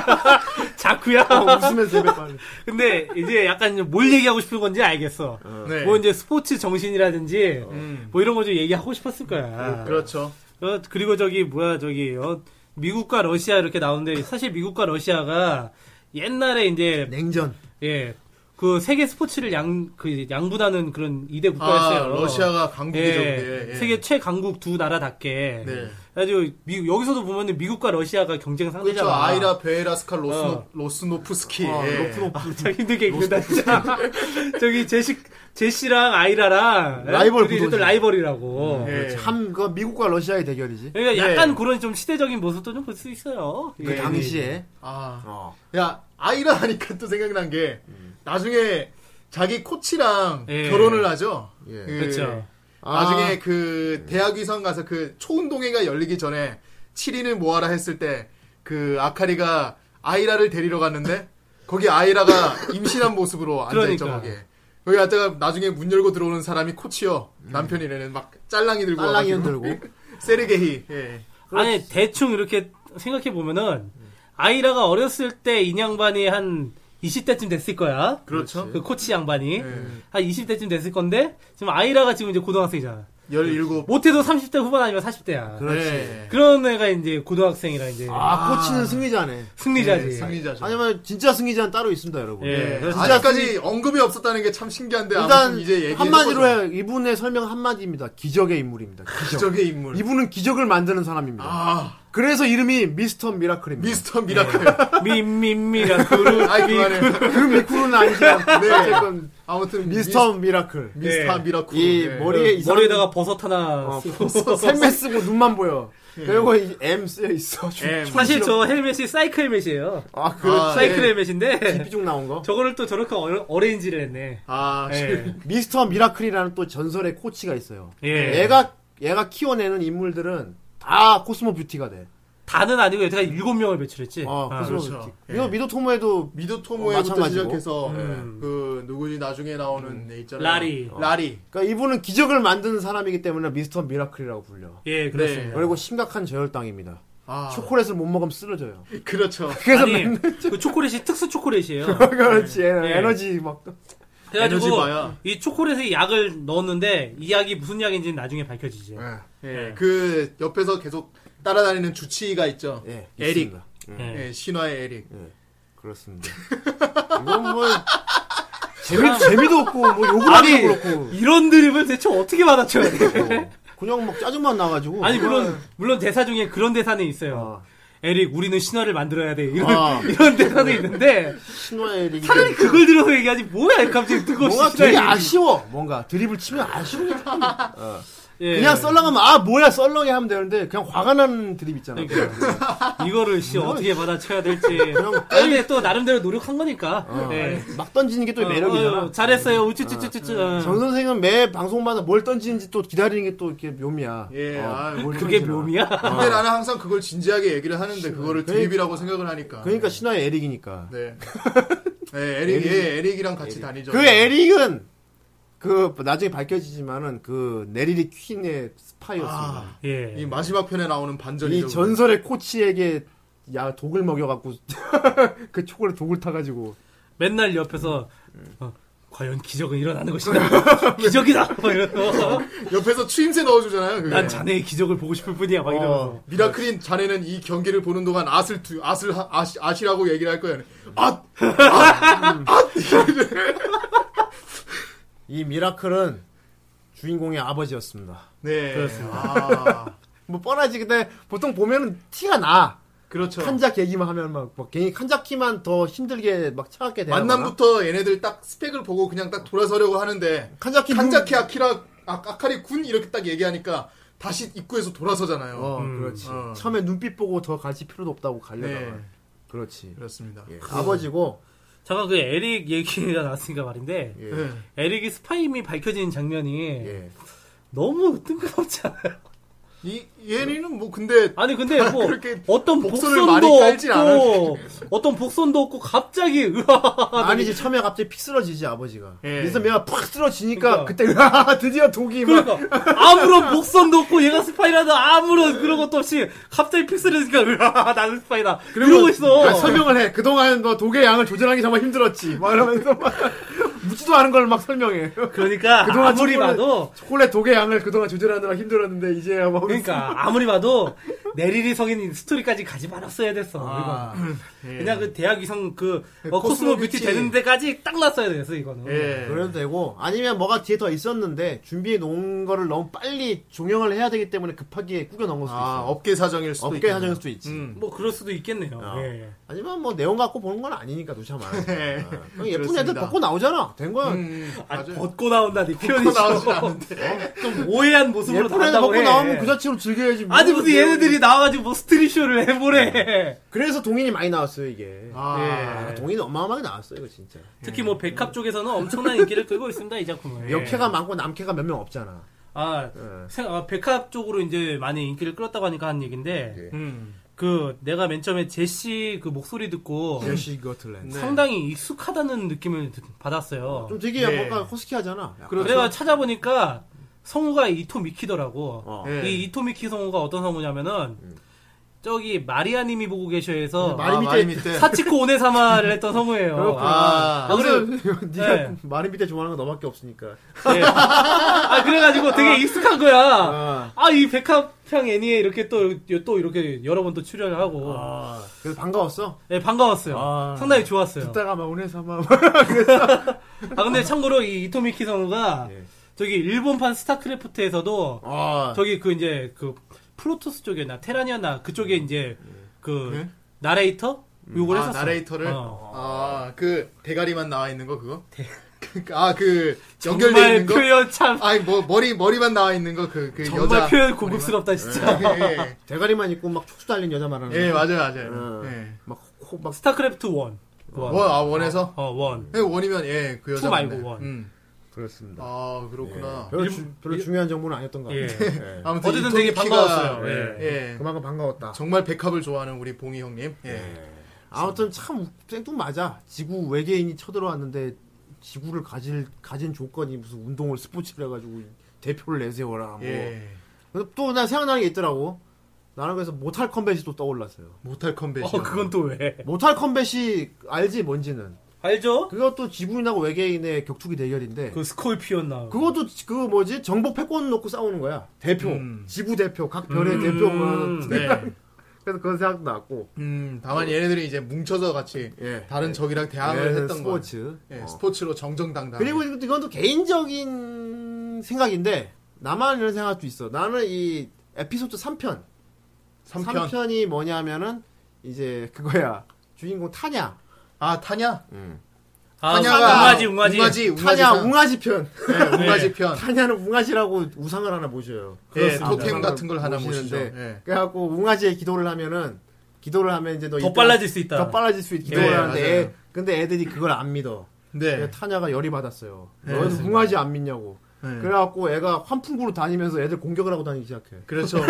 C: [laughs] 자꾸야.
D: 어, [laughs] 웃으면 세 배 빠르다.
C: 근데 이제 약간 이제 뭘 얘기하고 싶은 건지 알겠어.
B: 네.
C: 뭐 이제 스포츠 정신이라든지
B: 음.
C: 뭐 이런 거 좀 얘기하고 싶었을 거야.
B: 그렇죠.
C: 어, 그리고 저기 뭐야 저기 어, 미국과 러시아 이렇게 나오는데 사실 미국과 러시아가 옛날에 이제
D: 냉전.
C: 예 그 세계 스포츠를 양 그 양분하는 그런 이대
B: 아,
C: 국가였어요.
B: 러시아가 강국이죠.
C: 예,
B: 예, 예.
C: 세계 최강국 두 나라답게.
B: 네.
C: 아주 미, 여기서도 보면은 미국과 러시아가 경쟁 상대잖아.
B: 그렇죠. 아이라 베에라스칼
C: 어.
B: 로스노, 스키
D: 아,
B: 예.
D: 높은
C: 아, 참 힘들게 읽는다 진짜. [laughs] 저기 제시 제시랑 아이라랑 예?
D: 라이벌
C: 둘이 또
D: 구도지.
C: 라이벌이라고.
B: 예.
D: 참, 그 미국과 러시아의 대결이지.
C: 그러니까
B: 네.
C: 약간 그런 좀 시대적인 모습도 좀 볼 수 있어요.
D: 그
C: 예.
D: 당시에.
B: 아,
D: 어.
B: 야 아이라 하니까 또 생각난 게 나중에 자기 코치랑
C: 예.
B: 결혼을 하죠.
D: 예.
B: 그
C: 그렇죠.
B: 나중에 그 대학 위성 가서 그 초운동회가 열리기 전에 7인을 모아라 했을 때 그 아카리가 아이라를 데리러 갔는데 거기 아이라가 임신한 모습으로 앉아있죠
C: 그러니까.
B: 거기에 거기 갔다가 나중에 문 열고 들어오는 사람이 코치요 남편이라는 막 짤랑이 들고
D: 빨랑이
B: 와가지고.
D: 흔들고.
B: [laughs] 세르게히 예.
C: 아니 대충 이렇게 생각해 보면은 아이라가 어렸을 때 인양반이 한 20대쯤 됐을 거야.
B: 그렇죠
C: 그 코치 양반이
B: 예.
C: 한 20대쯤 됐을 건데 지금 아이라가 지금 이제 고등학생이잖아.
B: 17
C: 못해도 30대 후반 아니면 40대야.
D: 그렇지.
B: 예.
C: 그런 애가 이제 고등학생이라 이제
D: 네. 아, 코치는 승리자네.
C: 승리자지.
B: 예, 승리자죠
D: 아니면 진짜 승리자는 따로 있습니다, 여러분.
C: 예.
B: 예.
C: 그래서
B: 아직까지 언급이 없었다는 게 참 신기한데
D: 일단
B: 아무튼 이제 얘기
D: 한마디로 해 이분의 설명 한마디입니다. 기적의 인물입니다. 기적.
B: 기적의 인물
D: 이분은 기적을 만드는 사람입니다.
B: 아
D: 그래서 이름이 미스터 미라클입니다.
B: 미스터 미라클
C: 미미미라 그루
B: [laughs] 아이 그만해
D: 그 미쿠르는 [laughs] 아니지만
B: 네.
D: 어쨌건
B: 아무튼
D: 미스터 미라클.
B: 미스, 미스터
C: 예.
B: 미라클
D: 이
B: 예.
D: 머리에 이
C: 머리에다가 버섯 하나 쓰고
D: 사람 헬멧 쓰고 눈만 보여. 그리고 이 M 쓰여 있어.
B: M.
C: 사실 저 헬멧이 사이클 헬멧이에요
D: 아그
B: 아,
C: 사이클
B: 예.
C: 헬멧인데
D: 비중 나온 거.
C: 저거를 또 저렇게 어레, 어레인지를 했네
B: 아
C: 예.
D: 미스터 미라클이라는 또 전설의 코치가 있어요.
C: 예.
D: 얘가 얘가 키워내는 인물들은 다 코스모 뷰티가 돼.
C: 다는 아니고 여태까지 일곱 명을 배출했지
D: 아,
C: 아,
D: 코스모
B: 그렇죠.
D: 뷰티.
B: 예.
D: 이거 미도토모에도
B: 미도
D: 어,
B: 토모에부터
D: 마찬가지고.
B: 시작해서
C: 음.
B: 예. 그 누구지 나중에 나오는
D: 음.
B: 애 있잖아요 어.
C: 라리.
B: 라리
D: 그러니까 이분은 기적을 만드는 사람이기 때문에 미스터 미라클이라고 불려.
C: 예 그렇습니다
D: 그리고 심각한 저혈당입니다.
B: 아
D: 초콜릿을 못 먹으면 쓰러져요.
B: 그렇죠
D: 그래서
C: 아니 그 초콜릿이 특수 초콜릿이에요
D: [laughs] 그렇지 에너-
C: 예.
D: 에너지 막
B: 에너지
C: 그래가지고
B: 바야.
C: 이 초콜릿에 약을 넣었는데 이 약이 무슨 약인지는 나중에 밝혀지지
D: 네.
B: 예. 그 옆에서 계속 따라다니는 주치의가 있죠
D: 예,
B: 에릭
D: 있습니다.
C: 예.
B: 예, 신화의 에릭
D: 그렇습니다. 이건 뭐 재미 재미도 없고 뭐 욕을 하기도
C: 아니.
D: 그렇고
C: 이런 드립을 대체 어떻게
D: [laughs]
C: 받아쳐야 돼
D: 어, 그냥 막 짜증만
C: [laughs]
D: 나가지고
C: 아니 물론 물론 대사 중에 그런 대사는 있어요
D: 아,
C: 에릭 우리는 신화를 만들어야 돼 이런
D: 아.
C: 이런 대사도 있는데
D: 신화 에릭이
C: 차라리 그걸 들어서 얘기하지 뭐야 갑자기 뜨거운
D: 뭔가
C: 시절이.
D: 되게 아쉬워 뭔가 드립을 치면 아쉬운
C: 예.
D: 그냥 썰렁하면 아 뭐야 썰렁해 하면 되는데 그냥 화가 나는 드립 있잖아.
C: 그러니까 이거를 씨 어떻게 받아쳐야 될지
D: 그냥
C: 아, 근데 또 나름대로 노력한 거니까 예.
D: 네. 막 던지는 게 또 어. 매력이잖아.
C: 어, 네. 어, 잘했어요 우쭈쭈쭈쭈
D: 정 선생은 매 방송마다 뭘 던지는지 또 기다리는 게 또 이렇게 묘미야.
B: 예,
D: 어,
B: 아,
D: 뭘
C: 그게
D: 던지나.
C: 묘미야
B: 근데 나는 항상 그걸 진지하게 얘기를 하는데 그거를
D: 아. 그러니까.
B: 드립이라고 생각을 하니까
D: 그러니까 신화의 에릭이니까. [laughs]
B: 네 예, 에릭 예, 에릭이랑 같이 다니죠
D: 그 에릭은 그 나중에 밝혀지지만은 그 네리리 퀸의 스파이였습니다.
B: 아, 이
C: 예.
B: 마지막 편에 나오는
D: 이
B: 반전이죠
D: 전설의 코치에게 야 독을 먹여갖고 [laughs] 그 초콜릿 독을 타가지고
C: 맨날 옆에서
D: 음.
C: 어, 과연 기적은 일어나는
D: [laughs]
C: 것이다 [laughs] 기적이다 막 이러면서
D: 어.
B: 옆에서 추임새 넣어주잖아요 그게.
C: 난 자네의 기적을 보고 싶을 뿐이야
D: 어,
C: 막 이러면서
B: 어, 미라클인 자네는 이 경기를 보는 동안 아슬 두 아슬 하- 아시, 아시라고 얘기를 할 거야. 아,
D: 이 미라클은 주인공의 아버지였습니다.
B: 네,
C: 그렇습니다.
D: [laughs]
B: 아,
D: 뭐 뻔하지 근데 보통 보면은 티가 나.
B: 그렇죠.
D: 칸작 얘기만 하면 막, 막 괜히 칸작키만 더 힘들게 막 차갑게 되나
B: 만남부터 얘네들 딱 스펙을 보고 그냥 딱 돌아서려고 하는데
D: 칸작키
B: 한자키 아키라 아, 아카리 군 이렇게 딱 얘기하니까 다시 입구에서 돌아서잖아요.
D: 어,
C: 음,
D: 그렇지.
B: 어.
D: 처음에 눈빛 보고 더 가질 필요도 없다고 가려다가.
B: 네.
D: 그렇지.
B: 그렇습니다.
D: 예. 아버지고,
C: 잠깐 그 에릭 얘기가 나왔으니까 말인데
D: 예.
B: 네.
C: 에릭이 스파임이 밝혀지는 장면이
D: 예.
C: 너무 뜬금없지 않아요?
B: 이 예리는 뭐 근데
C: 아니 근데 뭐
B: 그렇게
C: 어떤
B: 복선을
C: 복선도
B: 많이 깔진
C: 없고 어떤 복선도 없고 갑자기 으아
D: 아니지, 처음에 갑자기 픽 쓰러지지, 아버지가.
B: 예.
D: 그래서 내가 팍
C: 그러니까.
D: 쓰러지니까, 그때 [laughs] 으아, 드디어 독이 막.
C: 그러니까 아무런 복선도 없고 얘가 스파이라다 아무런 그런 것도 없이 갑자기 픽스를니까 으아 나는 스파이다 이러고 있어
B: 아,
D: 그러니까 설명을 해. 그동안 너 독의 양을 조절하기 정말 힘들었지. 막 이러면서 막, [laughs] 묻지도 않은 걸 막 설명해.
C: 그러니까
D: 그동안
C: 아무리
D: 친구는-
C: 봐도
D: 초콜릿 독의 양을 그동안 조절하느라 힘들었는데, 이제야 뭐 막.
C: 그러니까 아무리 봐도 내리리 성인 스토리까지 가지 말았어야 됐어
B: 아,
C: 이거.
B: 예.
C: 그냥 그 대학 위성 그
B: 코스모
C: 어, 코스모 뷰티
B: 뷰티.
C: 되는 데까지 딱 났어야 됐어 이거는
B: 예.
D: 그래도 되고 아니면 뭐가 뒤에 더 있었는데 준비해 놓은 거를 너무 빨리 종영을 해야 되기 때문에 급하게 꾸겨 넣은 걸 수도
B: 아,
D: 있어.
B: 업계 사정일 수도
D: 업계
B: 있겠네요.
D: 사정일 수도 있지.
B: 음.
C: 뭐 그럴 수도 있겠네요
D: 어.
C: 예.
D: 아니면 뭐 내용 갖고 보는 건 아니니까 도대체 말하는
B: 예.
D: 거야. 어. 그냥 [laughs] 예쁜
B: 그렇습니다.
D: 애들 벗고 나오잖아. 된 거야.
B: 음,
C: 아,
B: 맞아요.
C: 벗고 나온다니 표현이
B: 나오진
C: 좀, 어? 좀 오해한 모습으로
D: 예쁜 애들
C: 나온다고
D: 벗고
C: 해.
D: 나오면 그 자체로 즐겨야지. 뭐
C: 아니 무슨
D: 내용이.
C: 얘네들이 나와가지고 뭐 스트릿쇼를 해보래
D: 그래서 동인이 많이 나왔어요 이게.
B: 아,
D: 아,
C: 예.
D: 동인이 어마어마하게 나왔어 이거 진짜.
C: 특히 뭐 백합 쪽에서는 엄청난 인기를 끌고 있습니다 이 작품은
D: 예. 역캐가 많고 남캐가 몇 명 없잖아.
C: 아,
D: 예.
C: 생- 아, 백합 쪽으로 이제 많이 인기를 끌었다고 하니까 한 얘긴데
D: 예.
B: 음.
C: 그 내가 맨 처음에 제시 그 목소리 듣고
D: 제시 거틀랜드.
C: 상당히 익숙하다는 느낌을 드- 받았어요
D: 좀 되게
B: 네.
D: 뭔가 허스키하잖아. 약간.
C: 그래가 찾아보니까 성우가 이토 미키더라고
D: 어.
B: 예.
C: 이 이토미키 성우가 어떤 성우냐면은 저기 마리아님이 보고 계셔에서
D: 네,
C: 네.
D: 마리 밑에-
B: 아, 마리 밑에.
C: 사치코 오네사마를 했던 성우예요.
D: 그렇구나.
B: 아.
D: 아, 그래. [laughs] 네가
C: 네.
D: 마른 밑에 좋아하는 거 너밖에 없으니까.
C: 네. 아 그래가지고 되게 익숙한 거야.
D: 아.
C: 아 이 백합향 애니에 이렇게 또 또 이렇게 여러 번 또 출연을 하고
D: 그래서 반가웠어.
C: 네, 반가웠어요.
D: 아.
C: 상당히 좋았어요.
D: 듣다가 막 오늘 삼아.
C: 아 근데 참고로 이 이토미키 성우가
D: 예.
C: 저기 일본판 스타크래프트에서도
D: 아.
C: 저기 그 이제 그 프로토스 쪽이나 테라니아나 그쪽에
D: 음.
C: 이제 그
B: 네?
C: 나레이터 요걸
B: 아,
C: 했었어.
B: 나레이터를
C: 어.
B: 아, 그 대가리만 나와 있는 거 그거? 아, 그 연결돼
C: 정말
B: 있는 거?
C: 표현 참
B: 아니 뭐 머리 머리만 나와 있는 거 그 그
C: 정말
B: 여자
C: 표현 고급스럽다 진짜.
B: 예,
D: 대가리만 있고 막 촉수 달린 여자 말하는.
B: 예. 예, 맞아요, 맞아요.
D: 어.
B: 예.
D: 막, 코, 막,
C: 스타크래프트 원. 원.
B: 원, 아, 원에서?
C: 어, 원.
B: 예, 원이면 예, 그 여자.
C: 투 말고
B: 맞네.
C: 원.
B: 음.
D: 그렇습니다.
B: 아, 그렇구나.
D: 별로, 주- 별로 중요한 정보는 아니었던 것
C: 예.
D: 같아요. 예.
B: 아무튼
C: 어쨌든
B: 이
C: 되게
B: 토끼가-
C: 반가웠어요.
B: 예.
C: 예.
D: 그만큼 반가웠다.
B: 정말 백합을 좋아하는 우리 봉이 형님. 예.
D: 아무튼 참 생뚱맞아. 지구 외계인이 쳐들어왔는데 지구를 가질 가진 조건이 무슨 운동을 스포츠를 해가지고 대표를 내세워라. 뭐.
B: 예.
D: 또나 생각나는 게 있더라고. 나는 그래서 모탈 컴뱃이 또 떠올랐어요.
B: 모탈 컴뱃이.
C: 어, 그건 또 왜?
D: 모탈 컴뱃이 알지 뭔지는
C: 알죠?
D: 그것도 지구인하고 외계인의 격투기 대결인데
C: 그 스콜피언 나오고.
D: 그것도 지- 그 뭐지 정복 패권 놓고 싸우는 거야 대표
B: 음.
D: 지구 대표 각 별의
C: 음.
D: 대표 그런
B: 네.
D: [laughs] 그래서 그런 생각도 났고
B: 음, 다만 얘네들이 이제 뭉쳐서 같이
D: 예.
B: 다른 적이랑 대항을
D: 예,
B: 했던 거.
D: 스포츠
B: 예,
D: 어.
B: 스포츠로 정정당당.
D: 그리고 이것도- 이건 또 개인적인 생각인데 나만 이런 생각도 있어 나는 이 에피소드 3편
B: 3편.
D: 이 뭐냐면은 이제 그거야 주인공 타냐
B: 아, 타냐?
C: 아,
B: 타냐가
C: 웅아지, 웅아지. 네.
B: 웅아지,
D: 타냐
B: 웅아지,
D: 웅아지 편
B: 편. 예, 웅아지 편.
D: 타냐는 웅아지라고 우상을 하나 모셔요.
B: 예,
D: 그렇습니다.
B: 토템
D: 우상을
B: 같은 걸 하나 모시죠.
D: 모시는데
B: 예.
D: 그래갖고 웅아지의 기도를 하면은 기도를 하면 이제 너
C: 더
D: 이따
C: 빨라질 수 있다.
D: 더 빨라질 수 있. 기도를
B: 네,
D: 하는데
B: 맞아요.
D: 애- 근데 애들이 그걸 안 믿어.
B: 네.
D: 그래서 타냐가 열이 받았어요.
B: 네,
D: 너는
B: 맞습니다.
D: 웅아지 안 믿냐고.
B: 네.
D: 그래갖고 애가 환풍구로 다니면서 애들 공격을 하고 다니기 시작해.
B: 그렇죠. 그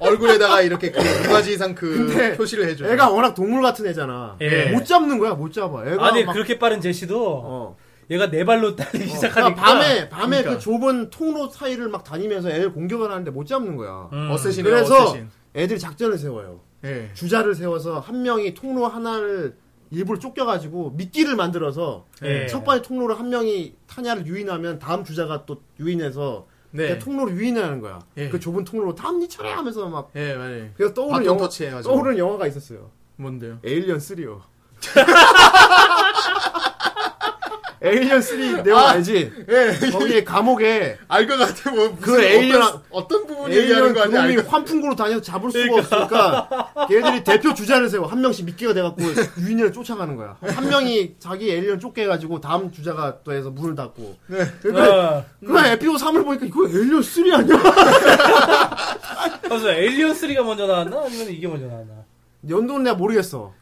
B: 얼굴에다가 이렇게
D: [laughs]
B: 그 두 가지 이상 그
D: 근데
B: 표시를 해줘요.
D: 애가 워낙 동물 같은 애잖아.
C: 예.
D: 못 잡는 거야, 못 잡아. 애가
C: 아니,
D: 막-
C: 그렇게 빠른 제시도
D: 어.
C: 얘가 네 발로 달리기 시작하니까.
D: 그러니까 밤에 밤에
B: 그러니까.
D: 그 좁은 통로 사이를 막 다니면서 애를 공격을 하는데 못 잡는 거야.
C: 음.
B: 어쌔신이에요,
D: 그래서
B: 어쌔신.
D: 애들이 작전을 세워요.
B: 예.
D: 주자를 세워서 한 명이 통로 하나를 일부러 쫓겨가지고 미끼를 만들어서
C: 예.
D: 첫 번째 통로로 한 명이 타냐를 유인하면 다음 주자가 또 유인해서
B: 네.
D: 그 통로를 유인하는 거야.
B: 예.
D: 그 좁은 통로로 다음 니 차례 하면서 막
B: 예, 맞아요.
D: 그래서 떠오르는
B: 바톤
D: 영화
B: 터치 해가지고.
D: 떠오르는 영화가 있었어요. [laughs]
B: 뭔데요?
D: 에일리언 3요. 에일리언 3 내용
B: 아,
D: 알지?
B: 예.
D: 거기에 감옥에
B: 알 것 같아. 뭐, 무슨
D: 그 에일리언-
B: 어떤, 어떤 부분 얘기하는
D: 에일리언
B: 거 아니야?
D: 그놈이
B: 알 것-
D: 환풍구로 다녀서 잡을 수가 없으니까 얘들이 대표 주자를 세워 한 명씩 미끼가 돼갖고 유인을 쫓아가는 거야 한 명이 자기 에일리언 쫓게 해가지고 다음 주자가 또 해서 문을 닫고
B: 네.
D: 그러니까
C: 어.
D: 그냥 에피오 3을 보니까 이거 에일리언 3 아니야?
C: 그래서 에일리언 3가 먼저 나왔나? 아니면 이게 먼저 나왔나?
D: 연도는 내가 모르겠어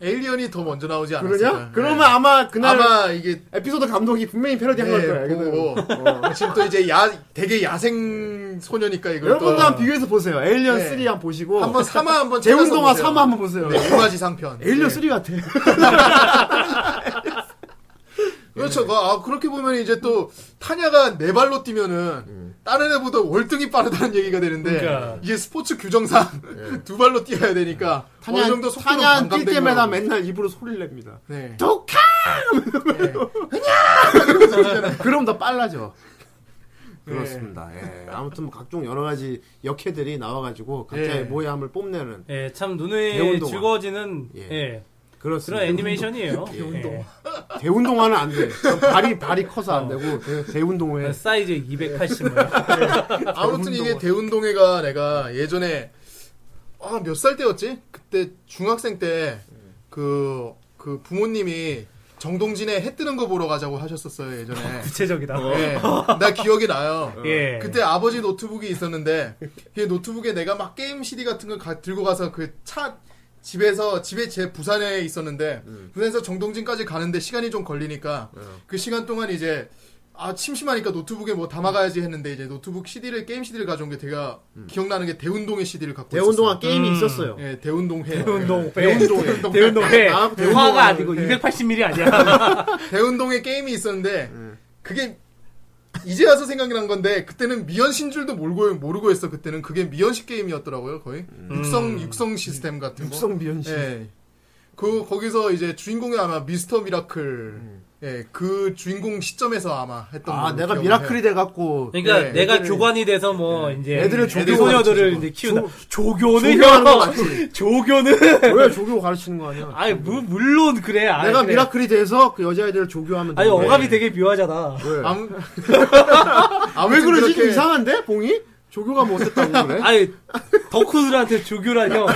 B: 에일리언이 더 먼저 나오지 않았을까?
D: 그러냐? 그러면 아마
B: 네.
D: 그날
B: 아마 이게
D: 에피소드 감독이 분명히
B: 네,
D: 패러디한 걸 거야
B: 보고
D: 이거는. 어.
B: 지금 또 이제 야 되게 야생 소녀니까 이걸
D: 여러분도
B: 또
D: 한번 비교해서 보세요 에일리언
B: 네.
D: 3 한번 보시고
B: 한번 삼아 한번
D: 재운동화
B: 찾아서 보세요.
D: 3 한번 보세요
B: 네,
D: [laughs]
B: 우마지 상편.
D: 에일리언
B: 네. [laughs]
D: 3 같아
B: 그렇죠. 그, 아, 그렇게 보면 이제 또 타냐가 네 발로 뛰면은 다른 애보다 월등히 빠르다는 얘기가 되는데
C: 그러니까.
B: 이게 스포츠 규정상 [laughs] 두 발로 뛰어야 되니까
D: 타냐
B: 어느 정도 속도는
D: 타냐 뛸
B: 반감되고.
D: 때마다 맨날 입으로 소리를 냅니다
B: [laughs] 네.
D: 독하
B: 소리잖아요.
D: [laughs] 그럼 더 빨라져
B: 네.
D: 그렇습니다 예. 아무튼 뭐 각종 여러 가지 역해들이 나와가지고 각자의
B: 예.
D: 모함을 뽐내는
C: 예, 참 눈에
D: 대운동화.
C: 즐거워지는
D: 예.
C: 예,
D: 그렇습니다
C: 그런 애니메이션이에요. 예.
D: 대운동화는 안돼 발이 발이 커서
C: 어.
D: 안 되고 그 대- 대운동회
C: 아, 사이즈 280을.
B: 아무튼 이게 대운동회가 내가 예전에 아, 몇 살 때였지? 그때 중학생 때 그 그 부모님이 정동진의 해 뜨는 거 보러 가자고 하셨었어요 [laughs] 예전에.
C: 구체적이다.
B: 예, 나 기억이 나요.
C: 예.
B: 그때 아버지 노트북이 있었는데 그 노트북에 내가 막 게임 CD 같은 걸 가- 들고 가서 그 차 집에서 집에 제 부산에 있었는데
D: 음.
B: 부산에서 정동진까지 가는데 시간이 좀 걸리니까
D: 예.
B: 그 시간 동안 이제 아 심심하니까 노트북에 뭐 담아가야지 했는데 이제 노트북 CD를 게임 CD를 가져온 게 제가 기억나는 게 대운동의 CD를 갖고
D: 음. 대운동화
B: 있었어요.
D: 게임이
C: 음.
D: 있었어요
B: 예, 대운동회.
C: 대운동,
B: 대운동회.
C: 대운동회. 예.
D: 아, 대운동화.
C: 화가 아니고
D: 예.
C: 280mm 아니야.
B: 대운동의 게임이 있었는데
D: 네.
B: 그게 이제 와서 생각이 난 건데 그때는 미연신 줄도 모르고 모르고 했어 그때는 그게 미연식 게임이었더라고요 거의 육성 육성 시스템 같은 거.
D: 음. 육성 미연시
B: 예. 그 거기서 이제 주인공이 아마 미스터 미라클 예, 그 주인공 시점에서 아마 했던
D: 음. 아,
B: 걸로
D: 내가
B: 기억을
D: 미라클이
B: 해요.
D: 돼갖고
C: 그러니까
B: 예,
C: 내가
D: 애들을-
C: 교관이 돼서 뭐 이제
D: 애들을 조교
C: 소녀들을
D: 가르치고.
C: 이제 키우다. 조교는
D: 조교하는 거
C: [laughs] 형. 조교는
D: 왜 조교 가르치는 거 아니야?
C: 아니 무, 물론 그래. 아,
D: 내가
C: 그래.
D: 미라클이 돼서 그 여자애들을 조교하면
C: 아니
D: 되는 거야.
C: 어감이 되게 묘하잖아.
D: 왜?
B: 아무
D: [laughs] 왜
B: 아무튼
D: 그러지? 좀
B: 그렇게
D: 이상한데? 봉이? 조교가 못했다고 그래?
C: 아니 덕후들한테 조교란 형.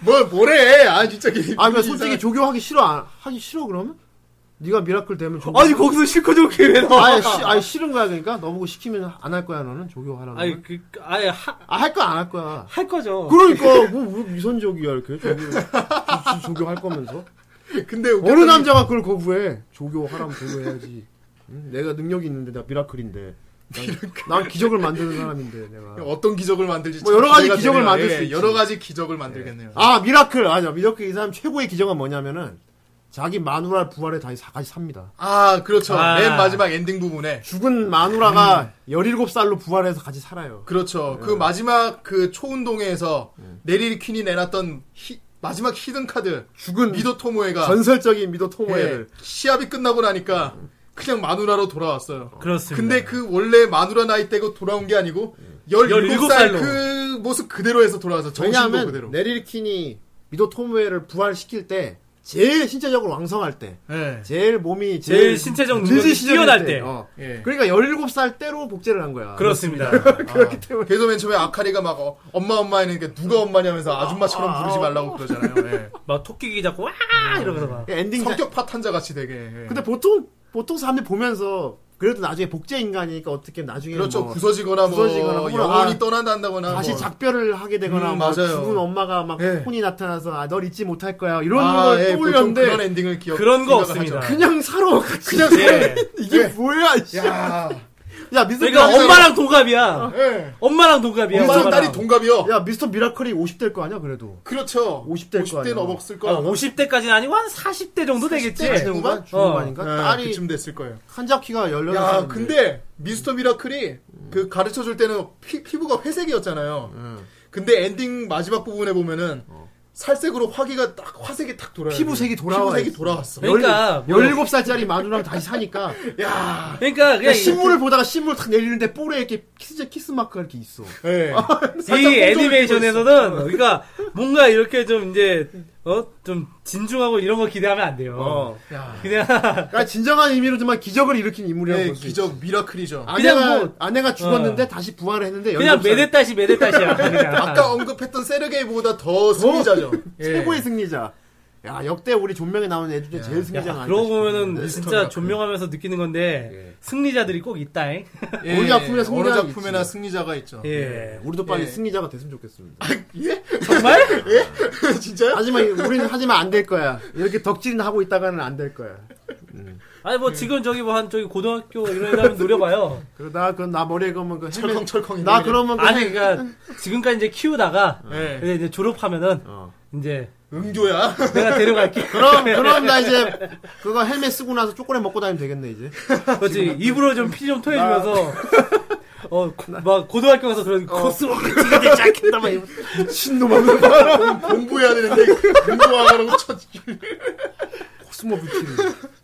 B: 뭐 뭐래 아 진짜 게
D: 아, 그러니까 솔직히 조교하기 싫어 안- 하기 싫어 그러면? 네가 미라클 되면 조교
C: 아니 거기서 실컷 좋게 왜 나와?
D: 아예 시- 아예 싫은 거야 그러니까 너보고 시키면 안 할 거야 너는 조교 하라고
C: 아니 어. 그 아예 하,
D: 아, 할 거야 안 할 거야
C: 할 거죠.
D: 그러니까 뭐왜 미선적이야 이렇게 조교 조- 조교 할 거면서
B: 근데
C: 그러니까
B: 웃겼던
D: 어느
B: 게
D: 남자가 그걸 거부해? 조교 하라면 조교해야지. 응? 내가 능력이 있는데 나 미라클인데. 난, 난 기적을 만드는 사람인데 내가.
B: 어떤 기적을 만들지
D: 뭐
B: 참
D: 여러 가지
B: 기대가
D: 기적을
B: 되네요.
D: 만들 수
B: 예,
D: 있지.
B: 여러 가지 기적을 만들겠네요
D: 아 미라클 아니야 미라클 이 사람 최고의 기적은 뭐냐면은 자기 마누라 부활에 다시 사까지 삽니다.
B: 아, 그렇죠.
C: 아.
B: 맨 마지막 엔딩 부분에.
D: 죽은 마누라가 17살로 부활해서 같이 살아요.
B: 그렇죠. 그 마지막 그 초운동회에서 네릴 퀸이 내놨던 히- 마지막 히든 카드
D: 죽은
B: 미도 토모에가
D: 전설적인 미도
B: 예,
D: 토모에를
B: 시합이 끝나고 나니까 그냥 마누라로 돌아왔어요.
C: 그렇습니다.
B: 근데 그 원래 마누라 나이 때고 돌아온 게 아니고 17살
C: 17살로.
B: 그 모습 그대로 해서 돌아와서 정신도 그대로.
D: 왜냐하면 네릴킨이 미도 토모에를 부활시킬 때 제일 신체적으로 왕성할 때
B: 예.
D: 제일 몸이
C: 제일 신체적
D: 질질
C: 능력이
D: 시절일
C: 뛰어날 때.
D: 어.
B: 예.
D: 그러니까 17살 때로 복제를 한 거야.
C: 그렇습니다.
B: 그렇기 때문에. 그래서 맨 처음에 아카리가 막 어, 엄마 엄마 했는데 누가 엄마냐면서 아줌마처럼 부르지 말라고 그러잖아요. 예.
C: 막 토끼기 잡고 와 이러면서 막.
D: 그러니까 엔딩 자-
B: 성격 파탄자 같이 되게. 예.
D: 근데 보통 보통 사람들이 보면서 그래도 나중에 복제 인간이니까 어떻게 나중에
B: 그렇죠.
D: 뭐
B: 부서지거나 뭐
D: 부서지거나 혹은
B: 영혼이
D: 아,
B: 떠난다거나
D: 다시
B: 뭐.
D: 작별을 하게 되거나
B: 음,
D: 뭐
B: 맞아요.
D: 죽은 엄마가 막
B: 예.
D: 혼이 나타나서 아, 널 잊지 못할 거야 이런
B: 아,
D: 걸
B: 예, 보통
D: 떠올렸는데
B: 그런 엔딩을 기억
C: 그런
B: 생각을
C: 거 없습니다.
B: 하죠.
D: 그냥 살아 그냥
C: 예.
D: [laughs] 이게 [laughs] 뭐야 씨.
B: 야,
D: 야 미스터
C: 그러니까
D: 미라클-
C: 엄마랑 동갑이야.
B: 예.
C: 엄마랑 동갑이야.
B: 엄마랑
C: 엄마랑.
B: 딸이 동갑이요.
D: 야 미스터 미라클이 50대일 거 아니야 그래도
B: 그렇죠.
D: 50 대일 거 아니야.
B: 넘었을
C: 아,
B: 거야.
C: 50대까지는 아니고 한 40대 정도 되겠지.
B: 예. 중반?
D: 중반 중반인가
B: 예,
D: 딸이
B: 그쯤 됐을 거예요.
D: 한자키가
B: 야,
D: 18살 인데.
B: 근데 미스터 미라클이 그 가르쳐 줄 때는 피, 피부가 회색이었잖아요. 근데 엔딩 마지막 부분에 보면은 살색으로 화기가 딱 화색이 딱 돌아요.
D: 어. 피부색이 돌아와
B: 피부색이
D: 있어.
B: 돌아왔어.
C: 그러니까 뭐-
D: 17살짜리 마누라랑
B: [laughs]
D: 다시 사니까
B: 야,
C: 그러니까
D: 그냥
C: 그냥
D: 신문을 보다가 신문을 탁 내리는데 볼에 이렇게 키스 키스 마크가 이렇게 [laughs] 있어.
B: 예.
C: 이 애니메이션에서는 그러니까 뭔가 이렇게 좀 이제 어, 어? 좀 진중하고 이런 거 기대하면 안 돼요.
D: 어.
B: 야,
C: [laughs] 그냥
D: 그러니까 진정한 의미로 정말 기적을 일으킨 인물이라고
B: 네,
D: 볼수
B: 기적 미라클이죠.
D: 아내가
C: 그냥 뭐-
D: 아내가 죽었는데 다시 부활을 했는데
C: 그냥
D: 17살.
C: 메데다시 [laughs] 메데다시야. 그냥.
B: 아까 어, 언급했던 세르게이보다 더 승리자죠. 예.
D: 최고의 승리자. 야 역대 우리 존명에 나오는 애 중에 제일 승리자가
C: 야,
D: 아닐까
C: 그러고
D: 싶어.
C: 보면은 진짜
B: 네, 미스터가
C: 존명하면서 느끼는 건데 승리자들이 꼭 있다잉.
B: 예,
D: 어느 작품이나
B: 어느
D: 승리자가
B: 작품에나
D: 있지.
B: 승리자가 있죠.
C: 예.
D: 우리도 빨리
B: 예. [laughs]
D: 승리자가 됐으면 좋겠습니다.
C: 정말?
B: 진짜요?
D: 하지만 우리는 하지만 안 될 거야. 이렇게 덕질이나 하고 있다가는 안 될 거야.
C: 아니
B: 예.
C: 뭐 지금 저기 뭐 한 저기 고등학교 이런 애들 한번
B: [laughs]
C: 노려봐요.
D: 그러다 그럼 나 머리에 그러면 그 헬멧-
B: 철컹철컹
D: 나
B: 이러네.
D: 그러면 그
C: 아니 그러니까 지금까지 이제 키우다가
B: 예.
C: 근데 이제 졸업하면은
D: 어.
C: 이제
B: 응조야.
C: 내가 데려갈게.
D: 그럼 그럼 나 이제 그거 헬멧 쓰고 나서 초콜릿 먹고 다니면
C: [laughs]
D: 되겠네 이제.
C: 그렇지 입으로 좀 피 좀 토해주면서 [laughs] 어 막 고등학교 가서 그런
D: 어.
C: 코스로
D: 이게 자켓다 막 미친놈아. [laughs]
B: 공부해야 되는데 운동하라고 쳐.
D: 코스모 뷰티.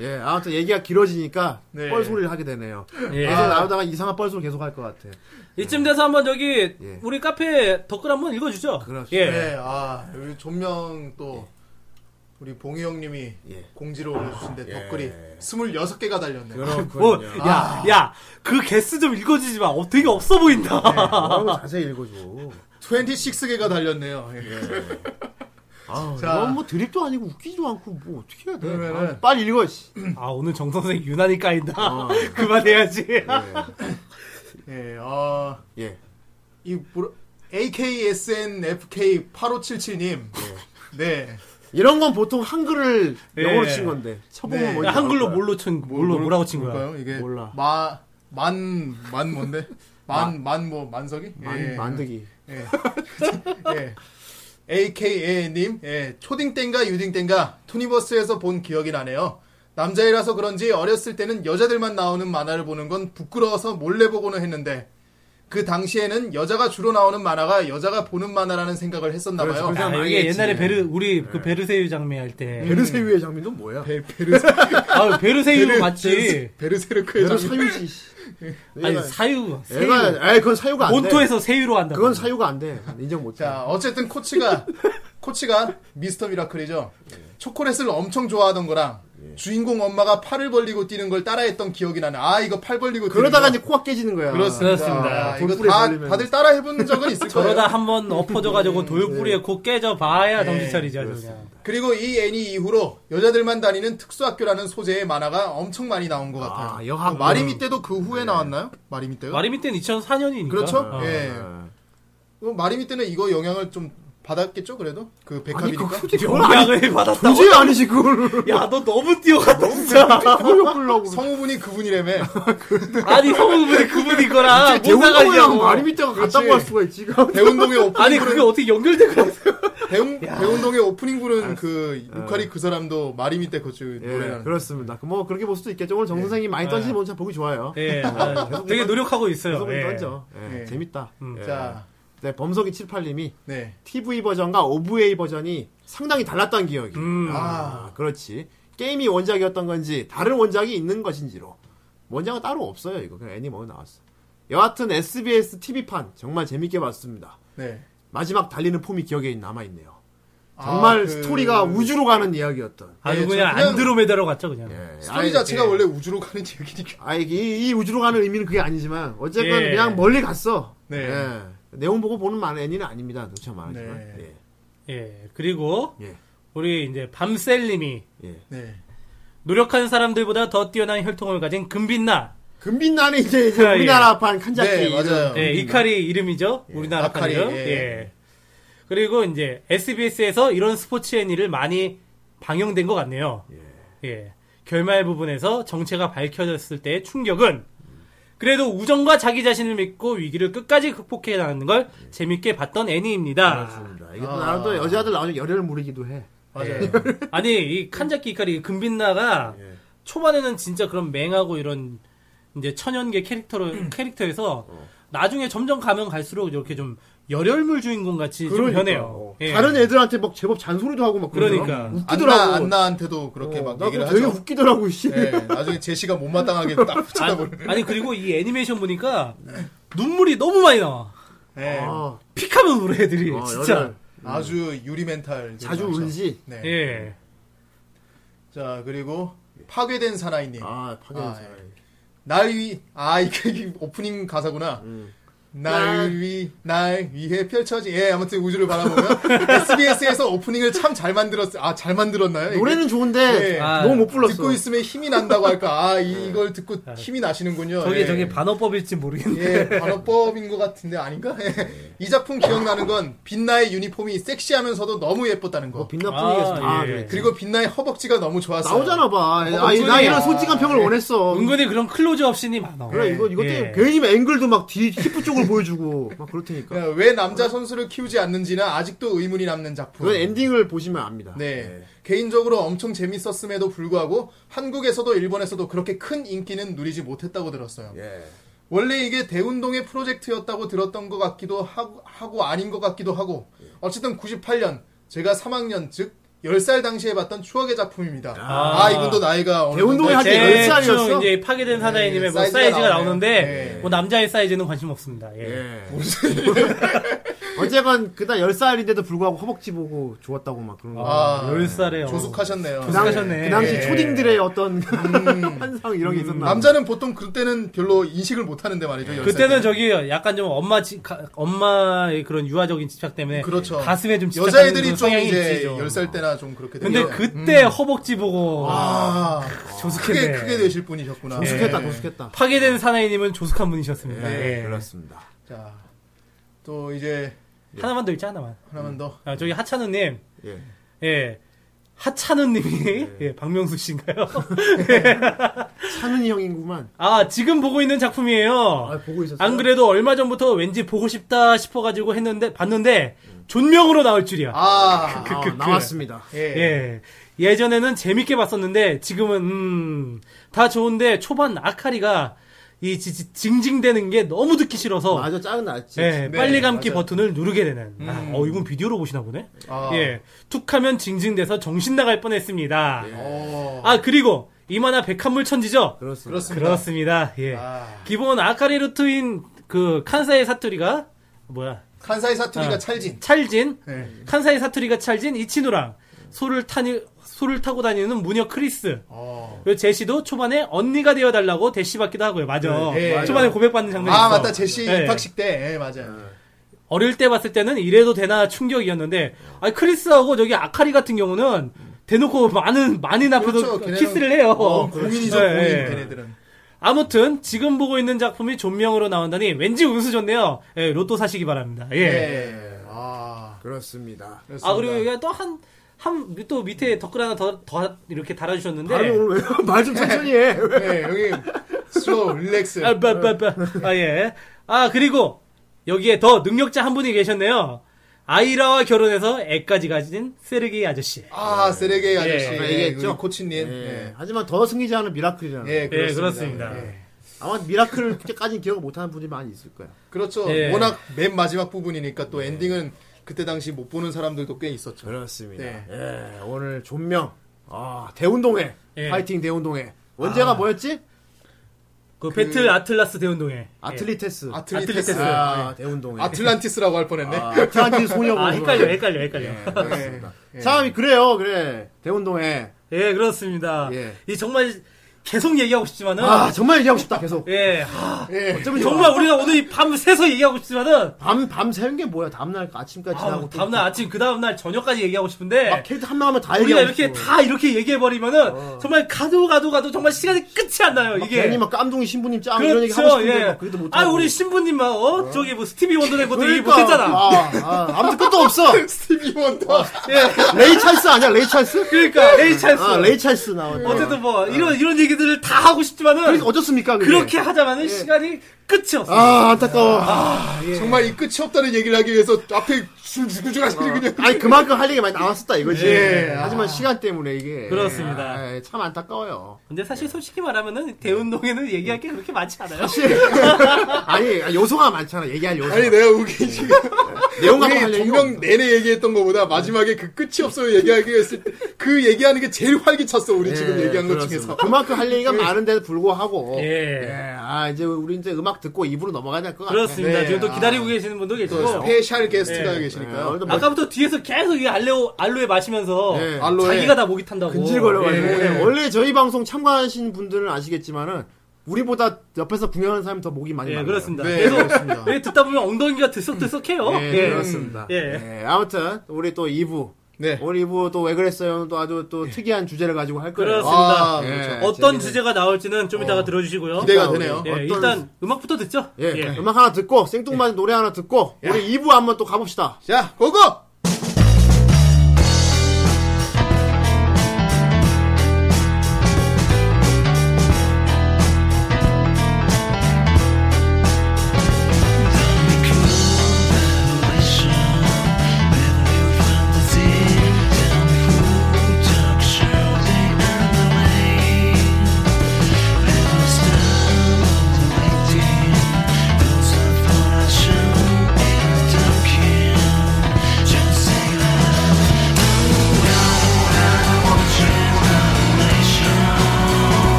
D: 예, 아무튼 얘기가 길어지니까
B: 네.
D: 뻘소리를 하게 되네요.
C: 예.
D: 계속 나오다가 이상한 뻘소리 계속 할 것 같아.
C: 이쯤 돼서 한번 저기
D: 예.
C: 우리 카페 댓글 한번 읽어주죠.
D: 그렇죠.
C: 예.
B: 네, 아 우리 존명 또 우리 봉희 형님이
D: 예.
B: 공지를 올려주신데 댓글이 26개가 달렸네요.
C: 뭐,
D: 그렇군요.
C: 야,
D: 아.
C: 야, 그 개수 좀 읽어주지 마. 어, 되게 없어 보인다.
D: 뭐라고 자세히 읽어줘.
B: 26개가 달렸네요. 예.
D: 아,
B: 자.
D: 이건 뭐 드립도 아니고 웃기지도 않고 뭐 어떻게 해야 돼?
B: 그러면은-
D: 아, 빨리 읽어. 씨.
C: 아, 오늘 정선생 유난히 까인다.
D: 어.
C: [laughs] 그만해야지.
D: 네.
B: 예, 아,
D: 예.
B: 이 뭐라- AKSNFK8577님. 네.
D: 이런 건 보통 한글을
C: 예.
D: 영어로 친 건데 쳐보면
B: 네.
D: 뭔지
C: 야,
D: 나올
C: 한글로
D: 거야.
C: 뭘로 친, 뭘로,
B: 뭘-
C: 뭐라고 친 거야?
B: 뭘까요? 이게
D: 몰라.
B: 마, 만, 만 뭔데? 만, 만 뭐, 만석이? 예.
D: 만, 만들기.
B: 예. 예. AKA님, 예. 초딩땐가 유딩땐가 투니버스에서 본 기억이 나네요. 남자애라서 그런지 어렸을 때는 여자들만 나오는 만화를 보는 건 부끄러워서 몰래 보고는 했는데 그 당시에는 여자가 주로 나오는 만화가 여자가 보는 만화라는 생각을 했었나봐요.
D: 그래서-
C: 야,
D: 그냥
C: 이게
D: 망했지. 네.
C: 옛날에 베르, 우리 그 베르세유 장미 할 때.
D: 아, 음. 베르세유의 장미는 뭐야?
B: 베, 베르세,
C: 아, 베르세유 맞지.
B: 베르세르크의
D: 베르
B: 장면.
D: 사유지. 씨.
C: 아니,
D: 얘가-
C: 사유. 세유.
D: 얘가, 에이, 그건 사유가 안 돼.
C: 본토에서 세유로 한다.
D: 그건 사유가 안 돼. 인정 못 해.
B: 자, 어쨌든
D: [laughs]
B: 코치가 코치가 미스터 미라클이죠. 초콜릿을 엄청 좋아하던 거랑 주인공 엄마가 팔을 벌리고 뛰는 걸 따라했던 기억이 나네. 아, 이거 팔 벌리고 뛰는
D: 그러다가
B: 거.
D: 이제 코가 깨지는 거야.
B: 그렇습니다.
C: 그렇습니다.
B: 아, 이거
D: 돌풀에
B: 다
D: 걸리면서.
B: 다들 따라 해본 적은
D: [laughs]
B: 있을 거예요.
C: 저러다 한번 엎어져가지고 도육구리에 곧 깨져봐야 정신 차리죠, 그냥.
B: 그리고 이 애니 이후로 여자들만 다니는 특수학교라는 소재의 만화가 엄청 많이 나온 것 같아요. 뭐
D: 아, 여학-
B: 마리미 때도 그 후에 나왔나요? 마리미 때가?
C: 마리미 때는 2004년이니까.
B: 그렇죠?
C: 어.
B: 예. 어, 마리미 때는 이거 영향을 좀 받았겠죠, 그래도? 그
D: 아니, 그
B: 백합이니까.
D: 굳이 그걸 아니,
C: 영향을 받았다고.
D: 굳이 아니지, 그걸.
C: 야, 너 너무 뛰어갔다, 진짜.
D: 그걸 욕하려고.
B: 성우분이 그분이라며.
C: 아니, 성우분이 그분이거라.
D: 대운동이랑
C: 못나가냐고
D: 마리 밑에가 같다고 할 수가 있지. 이거. [laughs]
B: 대운동의 오프닝
C: 아니, 그게 어떻게 연결된 거야?
B: 배운 배운동의 오프닝 부른 그 루카리 그 사람도 마리미 때 그쪽
D: 어. 예,
B: 노래라는. 예.
D: 그렇습니다. 그뭐 그렇게 볼 수도 있겠죠. 오늘 정 선생님 많이 던지는 모습 보기 좋아요.
C: 예, 아, 되게 노력하고 있어요.
D: 계속
C: 예.
D: 던져. 예,
B: 예.
D: 재밌다. 예.
B: 자,
D: 네, 범석이 78님이
B: 네.
D: TV 버전과 OVA 버전이 상당히 달랐던 기억이.
C: 음.
D: 아, 그렇지. 게임이 원작이었던 건지 다른 원작이 있는 것인지로. 원작은 따로 없어요. 이거 그냥 애니멀로 나왔어. 여하튼 SBS TV판 정말 재밌게 봤습니다.
B: 네.
D: 마지막 달리는 폼이 기억에 남아 있네요. 정말
B: 아, 그
D: 스토리가 우주로 가는 이야기였던.
C: 아주
B: 예,
C: 그냥,
B: 그냥-
C: 안드로메다로 갔죠, 그냥.
D: 예,
B: 스토리
D: 아예-
B: 자체가
D: 예.
B: 원래 우주로 가는 얘기니까.
D: 아, 이, 이 우주로 가는 의미는 그게 아니지만, 어쨌건
C: 예.
D: 그냥 멀리 갔어.
B: 네.
D: 예. 내용 보고 보는 만 애니는 아닙니다. 누차 말하지만.
B: 네.
C: 예, 그리고,
D: 예.
C: 우리 이제 밤셀님이
D: 예. 예.
B: 네.
C: 노력한 사람들보다 더 뛰어난 혈통을 가진 금빛나.
D: 금빛나는 이제,
C: [laughs]
D: 이제
C: 아, 예.
D: 우리나라판 칸자키.
B: 네,
D: 이름.
B: 맞아요.
C: 예, 이카리 이름이죠. 우리나라
B: 아카리,
C: 카리요.
B: 예.
C: 예. 그리고 이제 SBS에서 이런 스포츠 애니를 많이 방영된 것 같네요. 예. 결말 부분에서 정체가 밝혀졌을 때의 충격은 그래도 우정과 자기 자신을 믿고 위기를 끝까지 극복해 나가는 걸 재밌게 봤던 애니입니다.
D: 그렇습니다. 이게 또
B: 아.
D: 나름 또 여자들 나오면 열혈을 무리기도 해. 예.
B: 맞아요.
C: 아니 이 칸자키 이카리 금빛나가 초반에는 진짜 그런 맹하고 이런 이제 천연계 캐릭터로 캐릭터에서 나중에 점점 가면 갈수록 이렇게 좀 열혈물 주인공 같이 좀 변해요.
D: 어.
C: 예.
D: 다른 애들한테 막 제법 잔소리도 하고 막 그러더라.
C: 그러니까.
D: 웃기더라고.
B: 안나 안나한테도 그렇게
D: 어,
B: 막
D: 나도
B: 얘기를
D: 되게
B: 하죠.
D: 웃기더라고, 씨.
B: 네. 나중에 제시가 못마땅하게
D: [laughs]
B: 딱
C: 아,
B: 붙여다보는.
C: 아니 그리고 이 애니메이션 보니까 눈물이 너무 많이 나와.
B: 네.
D: 아,
C: 픽하면 울어 애들이
D: 아,
C: 예. 진짜.
D: 열혈.
B: 아주 유리 멘탈.
D: 자주
B: 많죠.
D: 울지.
B: 네.
C: 예.
B: 자 그리고 파괴된 사나이님.
D: 아 파견
B: 아,
D: 사나이.
B: 날 위, 아, 이게 이게 오프닝 가사구나.
D: 음.
B: 날 위, 날 위해 펼쳐진, 예, 아무튼 우주를 [laughs] 바라보면. SBS에서 오프닝을 참 잘 만들었, 아, 잘 만들었나요? 이게?
D: 노래는 좋은데
B: 네.
F: 아,
D: 너무 못 불렀어. 네.
B: 듣고 있으면 힘이 난다고 할까.
D: [laughs]
B: 아, 이- 이걸 듣고 힘이 나시는군요.
F: 저게
B: 예.
F: 저게 반어법일지 모르겠네.
B: 예, 반어법인 것 같은데 아닌가? 예. 이 작품 기억나는 건 빛나의 유니폼이 섹시하면서도 너무 예뻤다는 거.
D: 뭐 빛나 분위기가
C: 아,
D: 아,
C: 예.
D: 그래.
B: 그리고 빛나의 허벅지가 너무 좋았어요.
D: 나오잖아 봐.
B: 어,
D: 아, 이- 나
B: 목소리야.
D: 이런 솔직한 평을 원했어.
C: 은근히 그런 클로즈 없이니 많아.
D: 그래 이거 이거
C: 예.
D: 때문에 괜히 앵글도 막뒤 히프 쪽을 보여주고 막 그렇다니까.
B: 예, 왜 남자 선수를 키우지 않는지는 아직도 의문이 남는 작품.
D: 그건 엔딩을 보시면 압니다.
B: 네. 개인적으로 엄청 재밌었음에도 불구하고 한국에서도 일본에서도 그렇게 큰 인기는 누리지 못했다고 들었어요.
D: 예.
B: 원래 이게 대운동의 프로젝트였다고 들었던 것 같기도 하고, 하고 아닌 것 같기도 하고 어쨌든 98년 제가 3학년 즉 10살 당시에 봤던 추억의 작품입니다. 아, 이분도 나이가 어느 정도
D: 대운동의 한
B: 됐-
D: 열
C: 제
D: 살이었어?
C: 중 이제 파괴된 사나이님의 뭐
B: 사이즈가
C: 사이즈가
B: 나오네요.
C: 나오는데
B: 예.
C: 뭐 남자의 사이즈는 관심 없습니다. 예.
D: [laughs] 어쨌건 그다 10살인데도 불구하고 허벅지 보고 좋았다고 막 그런 거.
B: 아,
C: 10살에
B: 조숙하셨네요.
D: 그, 당시,
C: 하셨네.
D: 그 당시
B: 예.
D: 초딩들의 어떤 [laughs] 환상 이런 게 있었나.
B: 남자는 보통 그때는 별로 인식을 못 하는데 말이죠. 10살
C: 그때는
B: 때는.
C: 저기 약간 좀 엄마 지, 가- 엄마의 그런 유아적인 집착 때문에
B: 그렇죠.
C: 가슴에 좀 집착하는
B: 여자애들이
C: 그런
B: 좀
C: 성향이
B: 이제
C: 있지, 좀.
B: 10살 때나 좀 그렇게
C: 근데
B: 되죠.
C: 그때 허벅지 보고
B: 아,
C: 조숙했네.
B: 크게 크게 되실 분이셨구나.
D: 도숙했다,
B: 예.
D: 도숙했다.
C: 파괴된 사나이님은 조숙한 분이셨습니다. 예.
D: 그렇죠. 그렇습니다.
B: 자, 또 이제
C: 하나만 더 있지 하나만.
B: 하나만 더.
C: 아, 저기 하찬우님
D: 예.
C: 예. 하찬우님이 예, 박명수 씨인가요? [laughs]
D: 차는 형인구만.
C: 아 지금 보고 있는 작품이에요.
D: 아, 보고 있었어.
C: 안 그래도 얼마 전부터 왠지 보고 싶다 싶어가지고 했는데 봤는데 존명으로 나올 줄이야. 그,
B: 아,
D: 아, 나왔습니다.
B: 예.
C: 예. 예전에는 재밌게 봤었는데 지금은 음, 다 좋은데 초반 아카리가 이 지- 지- 징징대는 게 너무 듣기 싫어서
D: 맞아, 짜증 났지.
C: 예,
B: 네,
C: 빨리 감기
B: 맞아요.
C: 버튼을 누르게 되는. 아, 어 이건 비디오로 보시나 보네.
B: 아.
C: 예. 툭하면 징징대서 정신 나갈 뻔했습니다.
B: 오,
C: 아 그리고 이만화 백합물 천지죠.
B: 네. 어,
D: 그렇습니다.
B: 그렇습니다.
C: 그렇습니다. 예.
B: 아,
C: 기본 아카리 루트인 그 칸사이 사투리가 뭐야?
B: 칸사이 사투리가
C: 아.
B: 찰진.
C: 찰진
B: 예.
C: 칸사이 사투리가 찰진 이치노랑 소를 타니 소를 타고 다니는 무녀 크리스
B: 어.
C: 그리고 제시도 초반에 언니가 되어달라고 대시받기도 하고요. 맞아.
B: 네, 예,
C: 초반에
B: 맞아요.
C: 고백받는 장면이
B: 아,
C: 있어.
B: 맞다. 제시
C: 예.
B: 입학식 때. 예, 맞아요.
C: 어릴 때 봤을 때는 이래도 되나 충격이었는데 아니, 크리스하고 저기 아카리 같은 경우는 대놓고 많은 많은 앞에서
B: 그렇죠. 걔네는-
C: 아, 키스를 해요.
B: 어, 공인이죠,
C: 예,
B: 공인.
C: 예.
B: 걔네들은.
C: 아무튼 지금 보고 있는 작품이 존명으로 나온다니 왠지 운수 좋네요. 예, 로또 사시기 바랍니다. 예.
B: 예. 아,
D: 그렇습니다.
B: 그렇습니다.
C: 아 그리고 여기 또한 한 또 밑에 댓글 하나 더, 더 이렇게 달아주셨는데
D: 발음 오늘 왜, [laughs] 말 좀 천천히 해.
C: 네.
B: 예, 여기 슬로우 릴렉스.
C: 아, 빠, 빠, 빠. 아, 예. 아, 그리고 여기에 더 능력자 한 분이 계셨네요. 아이라와 결혼해서 애까지 가진 세르게이 아저씨.
B: 아, 세레게이 아저씨.
C: 예,
B: 예,
D: 아까 얘기했죠?
B: 우리
C: 네.
B: 코치님.
D: 예.
B: 예.
D: 하지만 더 승리지 않은 미라클이잖아.
B: 예,
C: 예,
B: 그렇습니다.
C: 그렇습니다.
B: 예.
D: 아마 미라클까지는 기억을 못하는 분이 많이 있을 거야.
B: 그렇죠.
C: 예.
B: 워낙 맨 마지막 부분이니까 또 엔딩은 그때 당시 못 보는 사람들도 꽤 있었죠.
D: 그렇습니다.
B: 네.
D: 예, 오늘 존명. 아, 대운동회.
C: 예.
D: 파이팅 대운동회. 원제가 뭐였지?
C: 그, 배틀 아틀라스 대운동회.
D: 아틀리테스.
B: 아틀리테스.
C: 예. 아틀리테스.
D: 아, 대운동회.
B: 아틀란티스라고 할 뻔했네.
D: 아, 아틀란티스
C: 예.
D: 소녀고.
C: 아, 헷갈려, 헷갈려, 헷갈려.
B: 그렇습니다. 예.
D: 네. 사람이 그래요, 그래. 대운동회.
C: [laughs] 예, 그렇습니다.
D: 예.
C: 이 정말 계속 얘기하고 싶지만은.
D: 아, 정말 얘기하고 싶다, 계속.
C: 예. 아,
B: 예.
D: 어쩌면 좋아.
C: 정말 우리가 오늘 이 밤새서 얘기하고 싶지만은.
D: 밤, 밤 새운 게 뭐야? 다음날 아침까지
C: 아,
D: 지나고. 또
C: 다음날 아침, 그 다음날 저녁까지 얘기하고 싶은데.
D: 막 캐릭터 한 명 하면 다
C: 우리가
D: 얘기하고.
C: 이렇게
D: 싶어.
C: 다 이렇게 얘기해버리면은 정말 가도 가도 가도 정말 시간이 끝이 안 나요,
D: 막
C: 이게.
D: 괜히 막 깜둥이 신부님 짱 이런 얘기 하고
C: 그렇죠.
D: 싶은데
C: 예.
D: 막 그래도 못하고.
C: 아 우리 신부님 막 어? 저기 뭐 스티비 원더된 것도 얘기
D: 그러니까.
C: 못했잖아.
D: 아, 아, 아무튼 끝도
C: [laughs]
D: 없어.
B: 스티비 원더.
C: 예.
D: 레이 찰스 아니야, 레이 찰스?
C: 그러니까 레이 찰스.
D: 아, 레이 찰스 나왔네.
C: 어쨌든 뭐 이런 이런 얘기들을 다 하고 싶지만은
D: 그러니까 어쩌습니까, 그게?
C: 그렇게 하자마는 시간이 끝이 없어.
D: 예. 아, 안타까워. 예.
B: 정말 이 끝이 없다는 얘기를 하기 위해서 앞에 줄줄줄 하시는 그냥.
D: 아니 그만큼 할 얘기 많이 남았었다 이거지.
B: 예.
D: 하지만 시간 때문에 이게
C: 그렇습니다.
D: 아, 참 안타까워요. [laughs]
C: 근데 사실 솔직히 말하면은 대운동에는 얘기할 게 그렇게 많지 않아요.
D: 아니 요소가 많잖아. 얘기할 요소.
B: 아니 내가 우기 지금
D: 음. 내용 갖고
B: 우리
D: 할 얘기가
B: 종명 내내 얘기했던 얘기했던 것보다 마지막에 그 끝이 없어요 얘기하기 했을 때 그 얘기하는 게 제일 활기찼어 우리 지금
D: 예,
B: 얘기한 것
D: 그렇습니다.
B: 중에서 예.
D: 그만큼 할 얘기가 많은데도 불구하고
C: 예.
D: 예, 아 이제 우리 이제 음악 듣고 입으로 넘어가야 될 것 같아요. 그렇죠.
C: 그렇습니다.
B: 네,
C: 지금 또
B: 아.
C: 기다리고 계시는 분도 계시고.
B: 또 스페셜 게스트가
C: 예.
D: 예,
B: 계시니까요
D: 오늘도 뭐-
C: 아까부터 뒤에서 계속 이 알레오, 알로에 마시면서
D: 예.
B: 알로에.
C: 자기가 다 목이 탄다고.
D: 근질거려가지고
C: 예.
D: 예, 원래 저희 방송 참가하신 분들은 아시겠지만은 우리보다 옆에서 구경하는 사람이 더 목이 많이
C: 예,
D: 많아요.
C: 그렇습니다.
B: 네,
C: 계속
B: 그렇습니다.
C: 예, 듣다 보면 엉덩이가 들썩들썩해요.
D: 예, 그렇습니다.
C: 예.
D: 예, 아무튼 우리 또 2부
B: 네
D: 우리 2부 또 왜 그랬어요? 또 아주 또
C: 예.
D: 특이한 주제를 가지고 할 거예요.
C: 그렇습니다.
B: 아,
D: 예,
B: 그렇죠.
C: 어떤
D: 재밌는-
C: 주제가 나올지는 좀 이따가 들어주시고요.
B: 기대가
D: 우리
B: 되네요.
C: 예,
D: 어떤-
C: 일단 예. 음악부터 듣죠.
D: 예, 음악 하나 듣고 생뚱맞은 노래 하나 듣고 우리 2부 한번 또 가봅시다.
B: 자 고고
D: 예,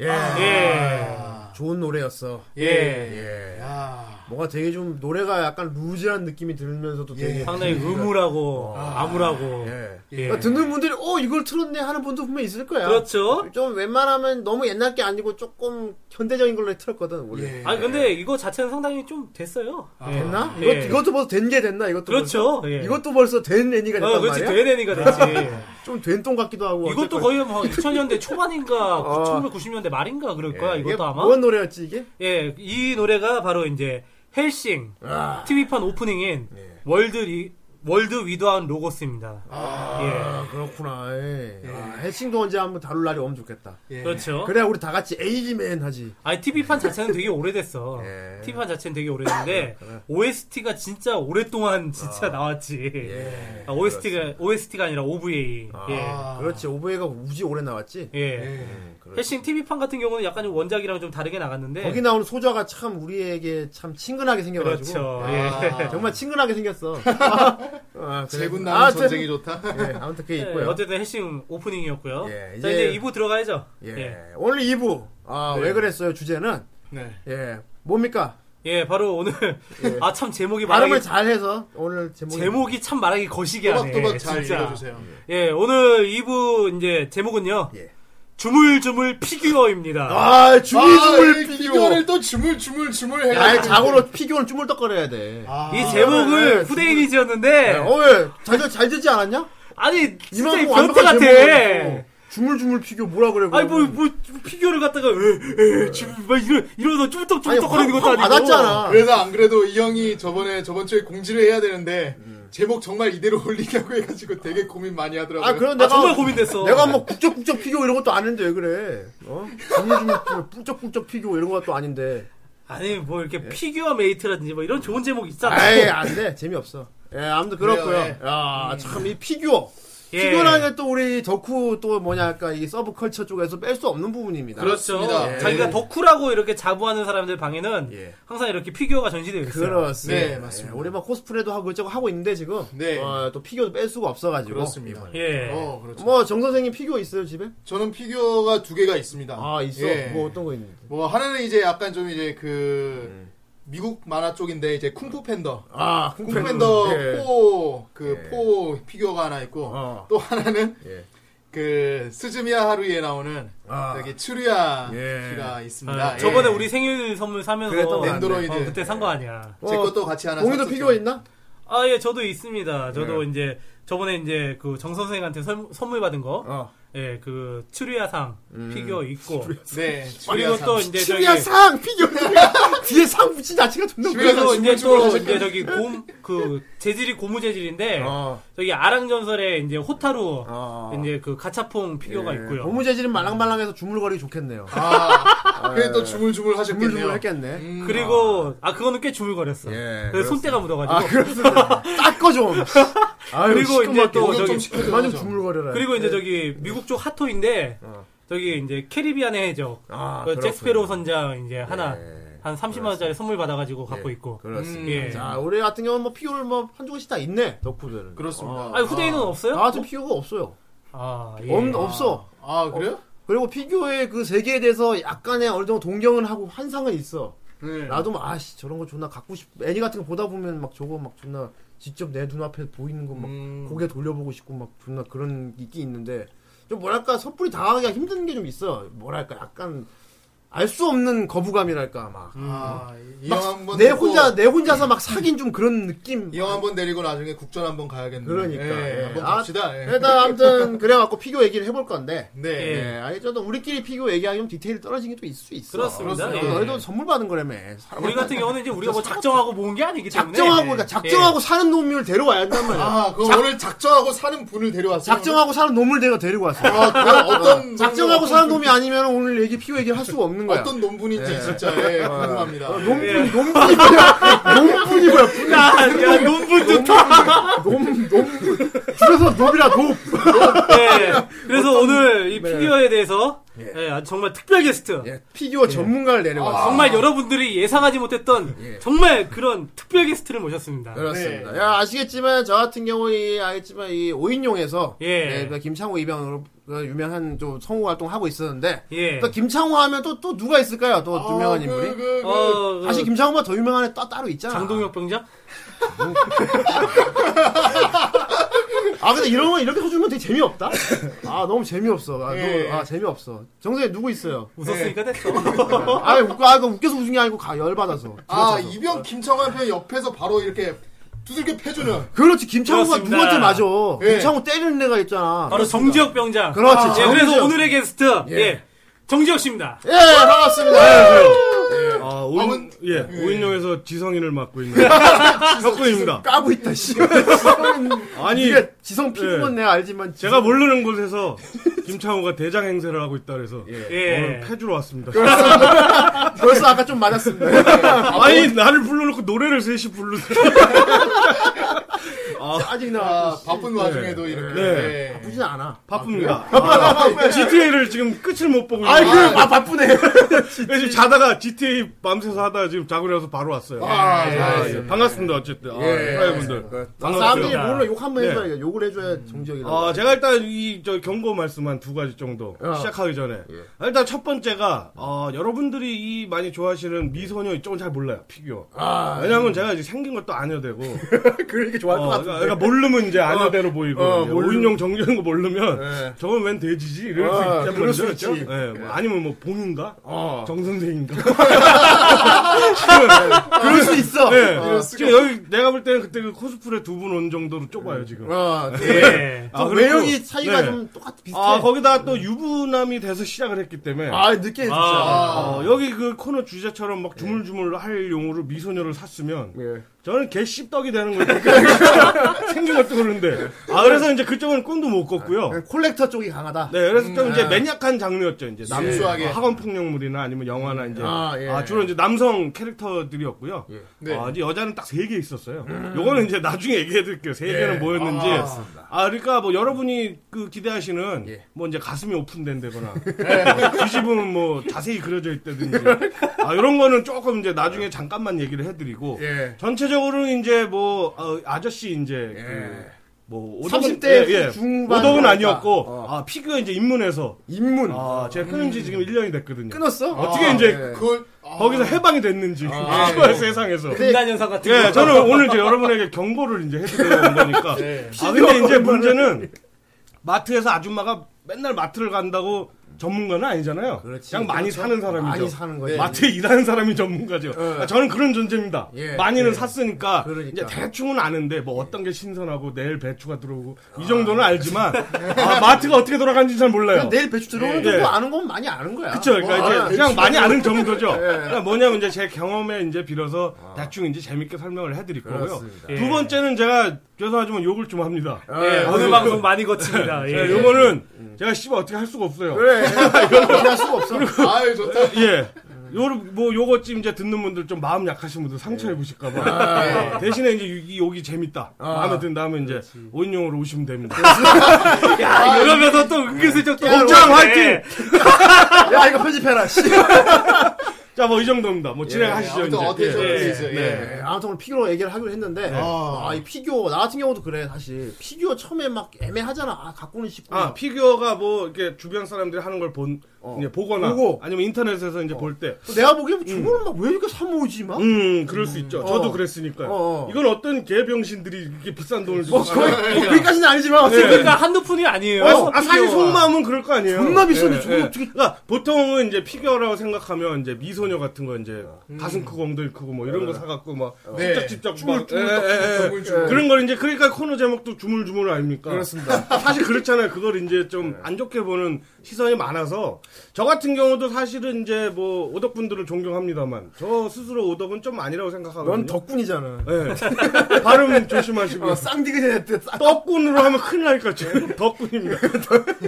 D: 예.
C: 예.
D: 좋은 노래였어.
C: 예.
D: 아, 예.
B: 아,
D: 뭔가 되게 좀 노래가 약간 루즈한 느낌이 들면서도 되게
C: 상당히 음울하고 암울하고.
D: 아, 예.
C: 예.
D: 그러니까 듣는 분들이 어 이걸 틀었네 하는 분도 분명 있을 거야.
C: 그렇죠.
D: 좀 웬만하면 너무 옛날 게 아니고 조금 현대적인 걸로 틀었거든 원래.
C: 아 근데 이거 자체는 상당히 좀 됐어요. 예.
D: 됐나?
C: 예.
D: 이것, 이것도 벌써 된 게 됐나? 이것도
C: 그렇죠.
D: 벌써?
C: 예.
D: 이것도 벌써 된 애니가 됐단
C: 어, 그렇지
D: 말이야.
C: 되니까 됐지.
D: 좀 된 똥 같기도 하고.
C: 이것도
D: 어쨌건.
C: 거의 뭐 2000년대 초반인가
D: 어.
C: 1990년대 말인가 그럴 거야.
D: 예, 이게
C: 이것도 아마.
D: 뭔 노래였지 이게?
C: 예,
D: 아. 예.
C: 이 노래가 바로 이제 헬싱 TV판 오프닝인 월드 리, 월드 위드한 로고스입니다.
D: 아, 그렇구나. 예. 아, 해싱도 언제 한번 다룰 날이 오면 좋겠다.
C: 예. 그렇죠.
D: 그래야 우리 다 같이 에이지맨 하지.
C: 아니 TV판 자체는 되게 오래됐어.
D: [laughs] 예. 아,
C: TV판 자체는 되게 오래됐는데 OST가 진짜 오랫동안 진짜 나왔지.
D: 예.
C: 아, OST가 OST가 아니라 OVA.
B: 아.
D: 그렇지. 오브웨이가 우지 오래 나왔지.
C: 예. 예. 해싱 TV판 같은 경우는 약간 좀 원작이랑 좀 다르게 나갔는데
D: 거기 나오는 소자가 참 우리에게 참 친근하게 생겨가지고.
C: 그렇죠.
B: 아.
C: 예.
D: 정말
C: [laughs]
D: 친근하게 생겼어. 아, 그래.
B: 제군
D: 아,
B: 나는
D: 제-
B: 전쟁이 좋다. [laughs]
D: 예, 아무튼 그게
C: 예,
D: [laughs] 있고요.
C: 어쨌든 해싱 오프닝이었고요.
D: 예,
C: 자
D: 이제-
C: 이제 2부 들어가야죠.
D: 예.
C: 예. 네.
D: 오늘 2부. 아, 왜 그랬어요? 주제는.
B: 네.
D: 예. 뭡니까?
C: 예, 바로
D: [laughs]
C: 오늘 아 참 제목이
D: 발음을
C: 말하기
D: 잘해서 오늘 제목이.
C: 제목이 참 말하기 거시기 하네.
B: 또박또박 잘
C: 진짜.
B: 읽어주세요.
C: 예, 오늘 2부 이제 제목은요.
D: 예.
C: 주물주물 피규어입니다.
D: 아, 주물주물
B: 아,
D: 피규어.
B: 이거를 또 주물 주물 주물 해가지고.
D: 아, 자고로 피규어는 쭈물떡거려야 돼.
B: 아,
C: 이
D: 네,
C: 제목을
D: 네,
C: 후대인이 지었는데
D: 어, 왜? 잘, 잘 되지 않았냐?
C: 아니 네. 진짜 이
D: 이만큼
C: 변태
D: 완벽한
C: 같아.
D: 제목을, 어, 주물주물 피규어 뭐라 그래?
C: 아니 뭐
D: 그거는.
C: 뭐 피규어를 갖다가 에, 에, 지금 막 이러 이러서
D: 아니,
C: 쭈물떡쭈물떡거리는
D: 확-
C: 것도
D: 확
C: 아니고.
D: 와닿잖아.
B: 그래서 안 그래도 이 형이 저번에 저번 주에 공지를 해야 되는데
D: 음.
B: 제목 정말 이대로 [laughs] 올리냐고 해가지고 되게 고민 많이 하더라고요.
D: 아, 그럼
C: 아,
D: 내가
C: 정말 고민됐어.
D: 내가 뭐 국적국적 피규어 이런 것도 아닌데 왜 그래? 어? 주물주물 피규어, 뿔쩍뿔쩍 피규어 이런 것도 아닌데.
C: 아니 뭐 이렇게 피규어 메이트라든지 뭐 이런 좋은 제목 있잖아.
D: 에이, 안 돼. 재미없어. 예, 아무튼 그렇고요.
B: 그래요, 음.
D: 야, 참 이 피규어.
C: 예.
D: 피규어라는 게 또 우리 덕후 또 뭐냐 할까 이 서브컬처 쪽에서 뺄 수 없는 부분입니다.
C: 그렇죠.
B: 그렇습니다.
C: 자기가
B: 예.
C: 덕후라고 이렇게 자부하는 사람들 방에는
D: 예.
C: 항상 이렇게 피규어가 전시되어 있어요.
D: 그렇습니다.
B: 네, 맞습니다.
D: 예, 우리 막 코스프레도 하고 이쪽고 하고 있는데 지금
B: 네.
D: 어, 또 피규어도 뺄 수가 없어가지고
B: 그렇습니다.
C: 예.
B: 어, 그렇죠.
D: 뭐 정 선생님 피규어 있어요 집에?
B: 저는 피규어가 두 개가 있습니다.
D: 아 있어.
B: 예.
D: 뭐 어떤 거 음. 있는데?
B: 뭐 하나는 이제 약간 좀 이제 그 미국 만화 쪽인데 이제 쿵푸 팬더.
D: 아
B: 쿵푸 팬더
D: 예.
B: 포, 그
D: 예.
B: 포 피규어가 하나 있고
D: 어.
B: 또 하나는
D: 예.
B: 그 스즈미야 하루에 나오는
D: 아.
B: 여기 추리야
D: 예.
B: 가 있습니다.
C: 아,
B: 예.
C: 저번에 우리 생일 선물 사면서
D: 그랬던 거
B: 랜드로이드.
C: 어, 그때 산 거 아니야.
B: 제 것도 같이 하나
D: 공이도
B: 샀었죠.
D: 뭐 피규어 있나?
C: 아 예 저도 있습니다. 저도 이제 저번에 이제 그 정 선생한테 선, 선물 받은 거,
D: 어.
C: 예 그 추리야상 피규어 있고 [laughs]
B: 네.
D: 아,
C: 그리고 또 이제 저기
D: 피규어 상 피규어 [laughs] 뒤에 상 붙인 자체가 존나 웃겨.
B: 집에서
C: 그리고 이제 또
B: 주물주물
C: 이제 저기 곰 그 재질이 고무 재질인데
D: 어.
C: 저기 아랑 전설에 이제 호타루
D: 어.
C: 이제 그 가차퐁 피규어가 있고요.
D: 고무 재질은 말랑말랑해서 주물거리기 좋겠네요.
B: 아, 그래 또 주물주물 하셨겠네요.
D: 예, 주물주물 했겠네.
C: 음. 그리고 아 그거는 꽤 주물거렸어.
D: 예,
C: 그래서 손때가 묻어가지고.
D: 아 그렇습니다. 닦거 좀. 아유,
C: 그리고 이제 또
D: 시끄럽게.
C: 어, 저기-
B: 시끄러워져.
D: 그만 좀 주물거려라.
C: 그리고 이제 저기 미국 쪽 핫토인데 저기 이제 캐리비안의 해적
D: 어. 아,
C: 그
D: 그렇군요.
C: 잭스페로 선장 이제 하나
D: 예.
C: 한 30만 원짜리 선물 받아가지고 갖고 있고.
D: 네. 그렇습니다.
B: 음,
C: 예.
D: 자, 우리 같은 경우는 뭐 피규어를 뭐 한두 개씩 다 있네. 덕후들은.
B: 그렇습니다.
C: 아니 후대인은 없어요?
D: 나 같은 피규어가 없어요.
C: 아 예.
D: 없, 없어.
B: 아, 그래요?
D: 그리고 피규어의 그 세계에 대해서 약간의 어느 정도 동경은 하고 환상은 있어.
B: 네.
D: 나도 막 아씨 저런 거 존나 갖고 싶. 애니 같은 거 보다 보면 막 저거 막 존나 직접 내 눈앞에 보이는 거 막
B: 음.
D: 고개 돌려보고 싶고 막 존나 그런 있긴 있는데 좀 뭐랄까 섣불리 다가가기가 힘든 게 좀 있어. 뭐랄까 약간 알 수 없는 거부감이랄까 막.
B: 아, 이 형
D: 막
B: 한번
D: 음. 내 혼자 내 혼자서 막 사귄 좀 그런 느낌.
B: 이형 한번 데리고 나중에 국전 한번 가야겠네요.
D: 그러니까.
B: 예,
D: 예.
B: 한번
D: 아,
B: 갑시다. 예.
D: 일단 아무튼 그래갖고 피규어 얘기를 해볼 건데.
B: 네.
D: 예.
C: 예.
D: 아니 저도 우리끼리 피규어 얘기하기 좀 디테일이 떨어진 게 또 있을 수 있어.
C: 그렇습니다.
D: 어,
C: 예.
D: 너희도 선물 받은 거라며.
C: 우리 같은 경우는 이제 우리가 뭐 작정하고 모은 게 아니기 때문에 예.
D: 작정하고 그러니까 작정하고 사는 놈을 데려와야 한단 말이야.
B: 예. 아, 그럼 오늘 작정하고 사는 분을 데려왔어요.
D: 작정하고 사는 놈을 내가 데리고 왔어.
B: 아, 그럼 어떤
D: [laughs] 작정하고
B: 놈-
D: 사는 놈이 아니면 오늘 얘기 피규어 얘기를 할 수가 없는 거야. 아,
B: 어떤 논분인지 진짜 예, 궁금합니다.
D: 놈뿐 놈뿐이 뭐야? 놈뿐이 뭐야? 뿐이
C: 예. 아, 야, 야 논문 좋다.
D: 놈 놈. 줄여서 놈이라 놈.
C: 예. 그래서 오늘
D: 네.
C: 이 피규어에 대해서 예, 아주 정말 특별 게스트 아,
D: 예, 아. 피규어 전문가를 내려왔어.
C: 정말 여러분들이 예상하지 못했던 정말 그런 특별 게스트를 모셨습니다.
D: 그렇습니다. 야, 아시겠지만, 저 같은 경우에, 알겠지만, 이 5인용에서,
C: 예.
D: 김창호 입양으로 그 유명한 좀 성우 활동 하고 있었는데,
C: 예.
D: 또 김창호 하면 또, 또 누가 있을까요? 또
B: 아,
D: 유명한
B: 그,
D: 인물이?
B: 그, 그,
C: 어,
D: 사실
C: 그
D: 김창호보다 더 유명한 애 따, 따로 있잖아.
C: 장동혁 병장?
D: 아, 근데 이런 거 이렇게 해주면 되게 재미없다? 아, 너무 재미없어. 아,
B: 예.
D: 너무, 아, 재미없어. 정선생 누구 있어요?
C: 웃었으니까 됐어.
D: 아, 웃, 아, 그 웃겨서 웃은 게 아니고, 가, 열받아서.
B: 아,
D: 들어쳐서.
B: 이병 김청환 편 옆에서 바로 이렇게 두들겨 패주는
D: 그렇지, 김창호가
C: 그렇습니다.
D: 누구한테 맞아.
B: 예.
D: 김창호 때리는 애가 있잖아.
C: 바로 정지혁 병장.
D: 그렇지,
C: 예,
D: 정지혁.
C: 그래서 오늘의 게스트
D: 예.
C: 예. 정지혁 씨입니다.
D: 예, 반갑습니다. 예, 예.
C: 어,
F: 아, 오인,
B: 아무-
F: 예, 오인영에서 지성인을 맡고 있는 [laughs] 혁군입니다.
D: 까고 있다 씨.
F: 아니,
D: 이게 지성 피부는 내가 알지만
F: 제가 모르는 곳에서 김창호가 대장 행세를 하고 있다 그래서
C: 예.
F: 오늘 패주러 왔습니다.
D: 벌써 아까 좀
F: 예.
D: 맞았습니다.
F: [laughs] 아니, 나를 불러놓고 노래를 셋이 부르네.
D: 짜증나.
B: 아, 바쁜 와중에도 이렇게.
F: 네.
B: 네.
D: 보진 않아.
F: 바쁩니다. GTA를 지금 끝을 못 보고
D: 아이
F: 있는데.
D: 그아 바쁘네.
F: [laughs] 지금 자다가 GTA 밤새서 하다가 지금 자고 일어나서 바로 왔어요.
B: 아,
F: 아,
B: 잘했어요.
F: 예. 반갑습니다, 어쨌든. 아,
B: 예.
F: 사회분들.
D: 사람들이
F: 반갑습니다.
D: 몰라 욕 한 번
F: 네.
D: 해줘야 돼. 욕을 해줘야 정적이라고.
F: 아, 제가 일단 이, 저, 경고 말씀 한 두 가지 정도.
D: 어.
F: 시작하기 전에. 아, 일단 첫 번째가, 어, 여러분들이 이 많이 좋아하시는 미소녀 이쪽은 잘 몰라요, 피규어. 왜냐면 제가 이제 생긴 것도 아녀 되고.
D: 아, [laughs] 그러니까 좋아할 것
F: 어,
D: 같은데.
F: 그러니까 모르면 이제 아녀대로 보이고.
D: 어,
F: 이제
D: 모르-
F: 오인용 정지하는 거 모르면,
D: 네.
F: 저건 웬 돼지지? 이럴
D: 어,
F: 수 있단
D: 그럴 수
F: 말이죠. 그렇죠?
D: 있지.
F: 예, 뭐 아니면 뭐, 봉인가?
D: 어. [laughs]
F: 정선생인가?
D: 그럴 수 있어.
F: 네.
D: 어.
F: 지금 여기 내가 볼 때는 그때 그 코스프레 두 분 온 정도로 좁아요 지금.
D: 어,
C: 예.
F: 아,
D: 좀
F: 그리고-
D: 외형이 차이가
F: 네.
D: 좀 똑같 비슷해.
F: 아 거기다 또 유부남이 돼서 시작을 했기 때문에.
D: 아, 늦게 진짜.
F: 어, 여기 그 코너 주제처럼 막 주물주물 할 용으로 미소녀를 샀으면
D: 예.
F: 저는 개 씹덕이 되는 거예요. [laughs] 생긴 것도 그런데. 아 그래서 이제 그쪽은 꿈도 못 꿨고요.
D: 네. 콜렉터 쪽이 강하다.
F: 네, 그래서 좀
B: 음,
F: 이제
B: 아.
F: 매니악한 장르였죠. 이제 남
B: 순수하게.
F: 아, 학원 폭력물이나 아니면 영화나 이제
D: 아, 예.
F: 아, 주로 이제 남성 캐릭터들이었고요.
B: 네.
F: 아, 이제 여자는 딱 세 개 있었어요. 요거는 이제 나중에 얘기해 드릴게요. 세 개는 뭐였는지. 아, 그러니까 뭐 여러분이 그 기대하시는 뭐 이제 가슴이 오픈된다거나 뭐 뒤집으면 뭐 자세히 그려져 있다든지. 아, 요런 거는 조금 이제 나중에 잠깐만 얘기를 해 드리고
D: 예.
F: 전체적으로는 이제 뭐 어, 아저씨 이제 그뭐 예,
D: 30대 중반
F: 오덕은
D: 정도였다.
F: 아니었고
D: 어.
F: 아 피규어 이제 입문해서
D: 인문.
F: 아 제가 끊은 지 지금 1년이 됐거든요.
D: 끊었어?
F: 어떻게
D: 아,
F: 이제
D: 예. 아,
B: 그걸 아,
F: 거기서 해방이 됐는지 [laughs] 세상에서.
C: 인간연사 같은
F: 예,
C: 거.
F: 저는 오늘 이제 여러분에게 경고를 이제
D: [laughs]
F: 해드리는 거니까.
D: 네.
F: 아, 근데 이제 문제는 마트에서 아줌마가 맨날 마트를 간다고 전문가는 아니잖아요. 그냥 많이
D: 그렇죠.
F: 사는 사람이죠. 네.
D: 많이 사는 거지. 네.
F: 마트에 일하는 사람이 전문가죠. 아, 저는 그런 존재입니다.
D: 예,
F: 많이는 샀으니까
D: 그러니까.
F: 이제 대충은 아는데 뭐 어떤 게 신선하고 내일 배추가 들어오고 이
D: [laughs]
F: 정도는 알지만 아, 마트가 어떻게 돌아가는지 잘 몰라요.
D: 그냥 내일 배추 들어오는
F: 예.
D: 정도
F: 예.
D: 아는 건 많이 아는 거야.
F: 그쵸. 그러니까
D: 어,
F: 이제
D: 아,
F: 그냥 많이 아는 정도죠. 그러니까 뭐냐면 이제 제 경험에 이제 빌어서 대충 이제 재밌게 설명을 해드릴 거고요.
D: 그렇습니다.
F: 두 번째는 제가 죄송하지만 욕을 좀 합니다.
C: 예, 오늘 방송 많이 거칩니다.
F: 아, 예,
C: 예.
F: 요거는 제가 씨발 어떻게 할 수가 없어요.
D: 그래. 이할 수가 없어.
B: 아유 좋다.
F: 예. 요로 뭐 요거 찜 이제 듣는 분들 좀 마음 약하신 분들 상처 입으실까 봐. 예. 아. 대신에 이제 이 욕이 재밌다. 마음에 든다 하면 이제 오인용으로 오시면 됩니다.
C: 야, 이러면서 또 은근슬쩍 예. 또.
F: 공장
C: 올라오네.
F: 화이팅!
D: 야, 이거 편집해라. 씨.
F: 자, 뭐 이 정도입니다. 뭐 진행하시죠
B: 아무튼
F: 이제.
B: 어디에
F: 예.
B: 예, 예, 예.
D: 네, 아무튼 오늘 피규어 얘기를 하기로 했는데 아, 이 피규어 나 같은 경우도 그래 사실 피규어 처음에 막 애매하잖아 아 갖고는 싶고
F: 아, 피규어가 뭐, 이렇게 주변 사람들이 하는 걸 본,
D: 어.
F: 이제 보거나,
D: 보고.
F: 아니면 인터넷에서 이제 볼 때,
D: 또 내가 보기에 저거는 막 왜 이렇게 사모으지 막
F: 음, 그럴 수 있죠. 저도
D: 어.
F: 그랬으니까요.
D: 어, 어.
F: 이건 어떤 개병신들이 이렇게 비싼 돈을 주고.
D: 뭐, 거의, 뭐 거기까지는 아니지만 어쨌든
C: 그러니까 한두 푼이 아니에요.
F: 아, 아, 사실
C: 피규어가.
F: 속마음은 그럴 거 아니에요. 예,
D: 존나 비싼데 저거 어떻게-
F: 그러니까 보통은 이제 피규어라고 생각하면 이제 미소녀 같은 거 이제
D: 음.
F: 가슴 크고 엉덩이 크고 뭐 이런 거 사갖고 막
D: 어.
B: 네.
F: 찝쩍찝쩍 막 예, 예, 예.
B: 주물, 주물.
F: 그런 걸 이제 그러니까 코너 제목도 주물주물 아닙니까? 그렇습니다. [laughs] 사실 그렇잖아요. 그걸 이제 좀
D: 네.
F: 안 좋게 보는 시선이 많아서 저 같은 경우도 사실은 이제 뭐 오덕분들을 존경합니다만 저 스스로 오덕은 좀 아니라고 생각하거든요.
D: 넌 덕분이잖아
F: 예. 발음 조심하시고요.
D: 어, 쌍디그제 됐대 쌍-
F: 떡군으로 하면 큰일 날까 지금 [laughs] 덕군입니다.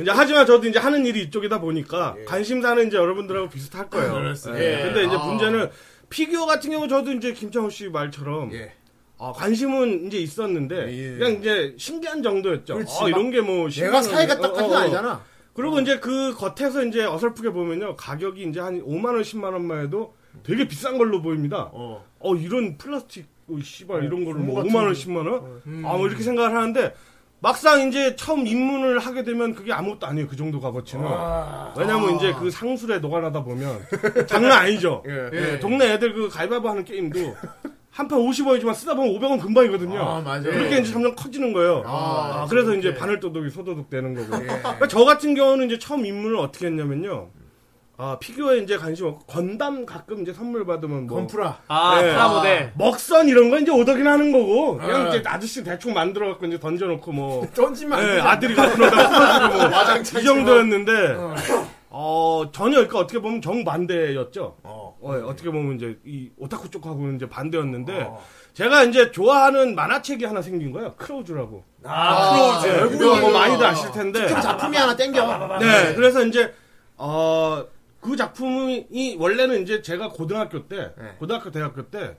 F: 이제 하지만 저도 이제 하는 일이 이쪽이다 보니까
D: 예.
F: 관심사는 이제 여러분들하고 비슷할 거예요. 예.
B: 예.
F: 근데 이제
B: 아.
F: 문제는 피규어 같은 경우 저도 이제 김창호 씨 말처럼
D: 예.
F: 아, 관심은 이제 있었는데 그냥 이제 신기한 정도였죠.
D: 그렇지.
F: 아, 이런 게 뭐
D: 내가 사이가
F: 딱
D: 딱딱한 게 아니잖아 어.
F: 그리고 이제 그 겉에서 이제 어설프게 보면요 가격이 이제 한 5만 원, 10만 원만 해도 되게 비싼 걸로 보입니다. 어, 이런 플라스틱, 어, 씨발 이런 거를 뭐
D: 음,
F: 5만 원, 10만 원, 아뭐 이렇게 생각을 하는데 막상 이제 처음 입문을 하게 되면 그게 아무것도 아니에요 그 정도 값어치는.
D: 아.
F: 왜냐면 이제 그 상술에 노가나다 보면 장난
D: [laughs]
F: 아니죠. 예, 동네 애들 그 가위바위보 하는 게임도 한 판 50원이지만 쓰다 보면 500원 금방이거든요.
D: 아, 맞아요.
F: 그렇게 이제 점점 커지는 거예요. 아, 그래서 이제 바늘도둑이 소도둑 되는 거고.
D: 예.
F: 그러니까 저 같은 경우는 이제 처음 입문을 어떻게 했냐면요. 아, 피규어에 이제 관심 없고, 건담 가끔 이제 선물 받으면 뭐.
D: 건프라
C: 아,
F: 예.
C: 프라모델.
F: 먹선 이런 건 이제 오덕이나 하는 거고. 그냥 이제 아저씨 대충 만들어갖고 이제 던져놓고 뭐.
D: 던지면 안
F: 예,
D: 되잖아
F: 아들이 갖고 놀다 풀어주고 뭐. 이 정도였는데. 어, 전혀, 그러니까 어떻게 보면 정반대였죠.
D: 어.
F: 어, 예, 어떻게 보면 이제 이 오타쿠 쪽하고는 이제 반대였는데,
D: 어.
F: 제가 이제 좋아하는 만화책이 하나 생긴 거예요. 크로우즈라고.
D: 아,
B: 네,
F: 외국인
B: 그거
F: 뭐
B: 알죠.
F: 많이들 아실 텐데.
D: 좀 작품이 하나 땡겨.
F: 네, 그래서 이제 어, 그 작품이 원래는 이제 제가 고등학교 때,
D: 네.
F: 고등학교 대학교 때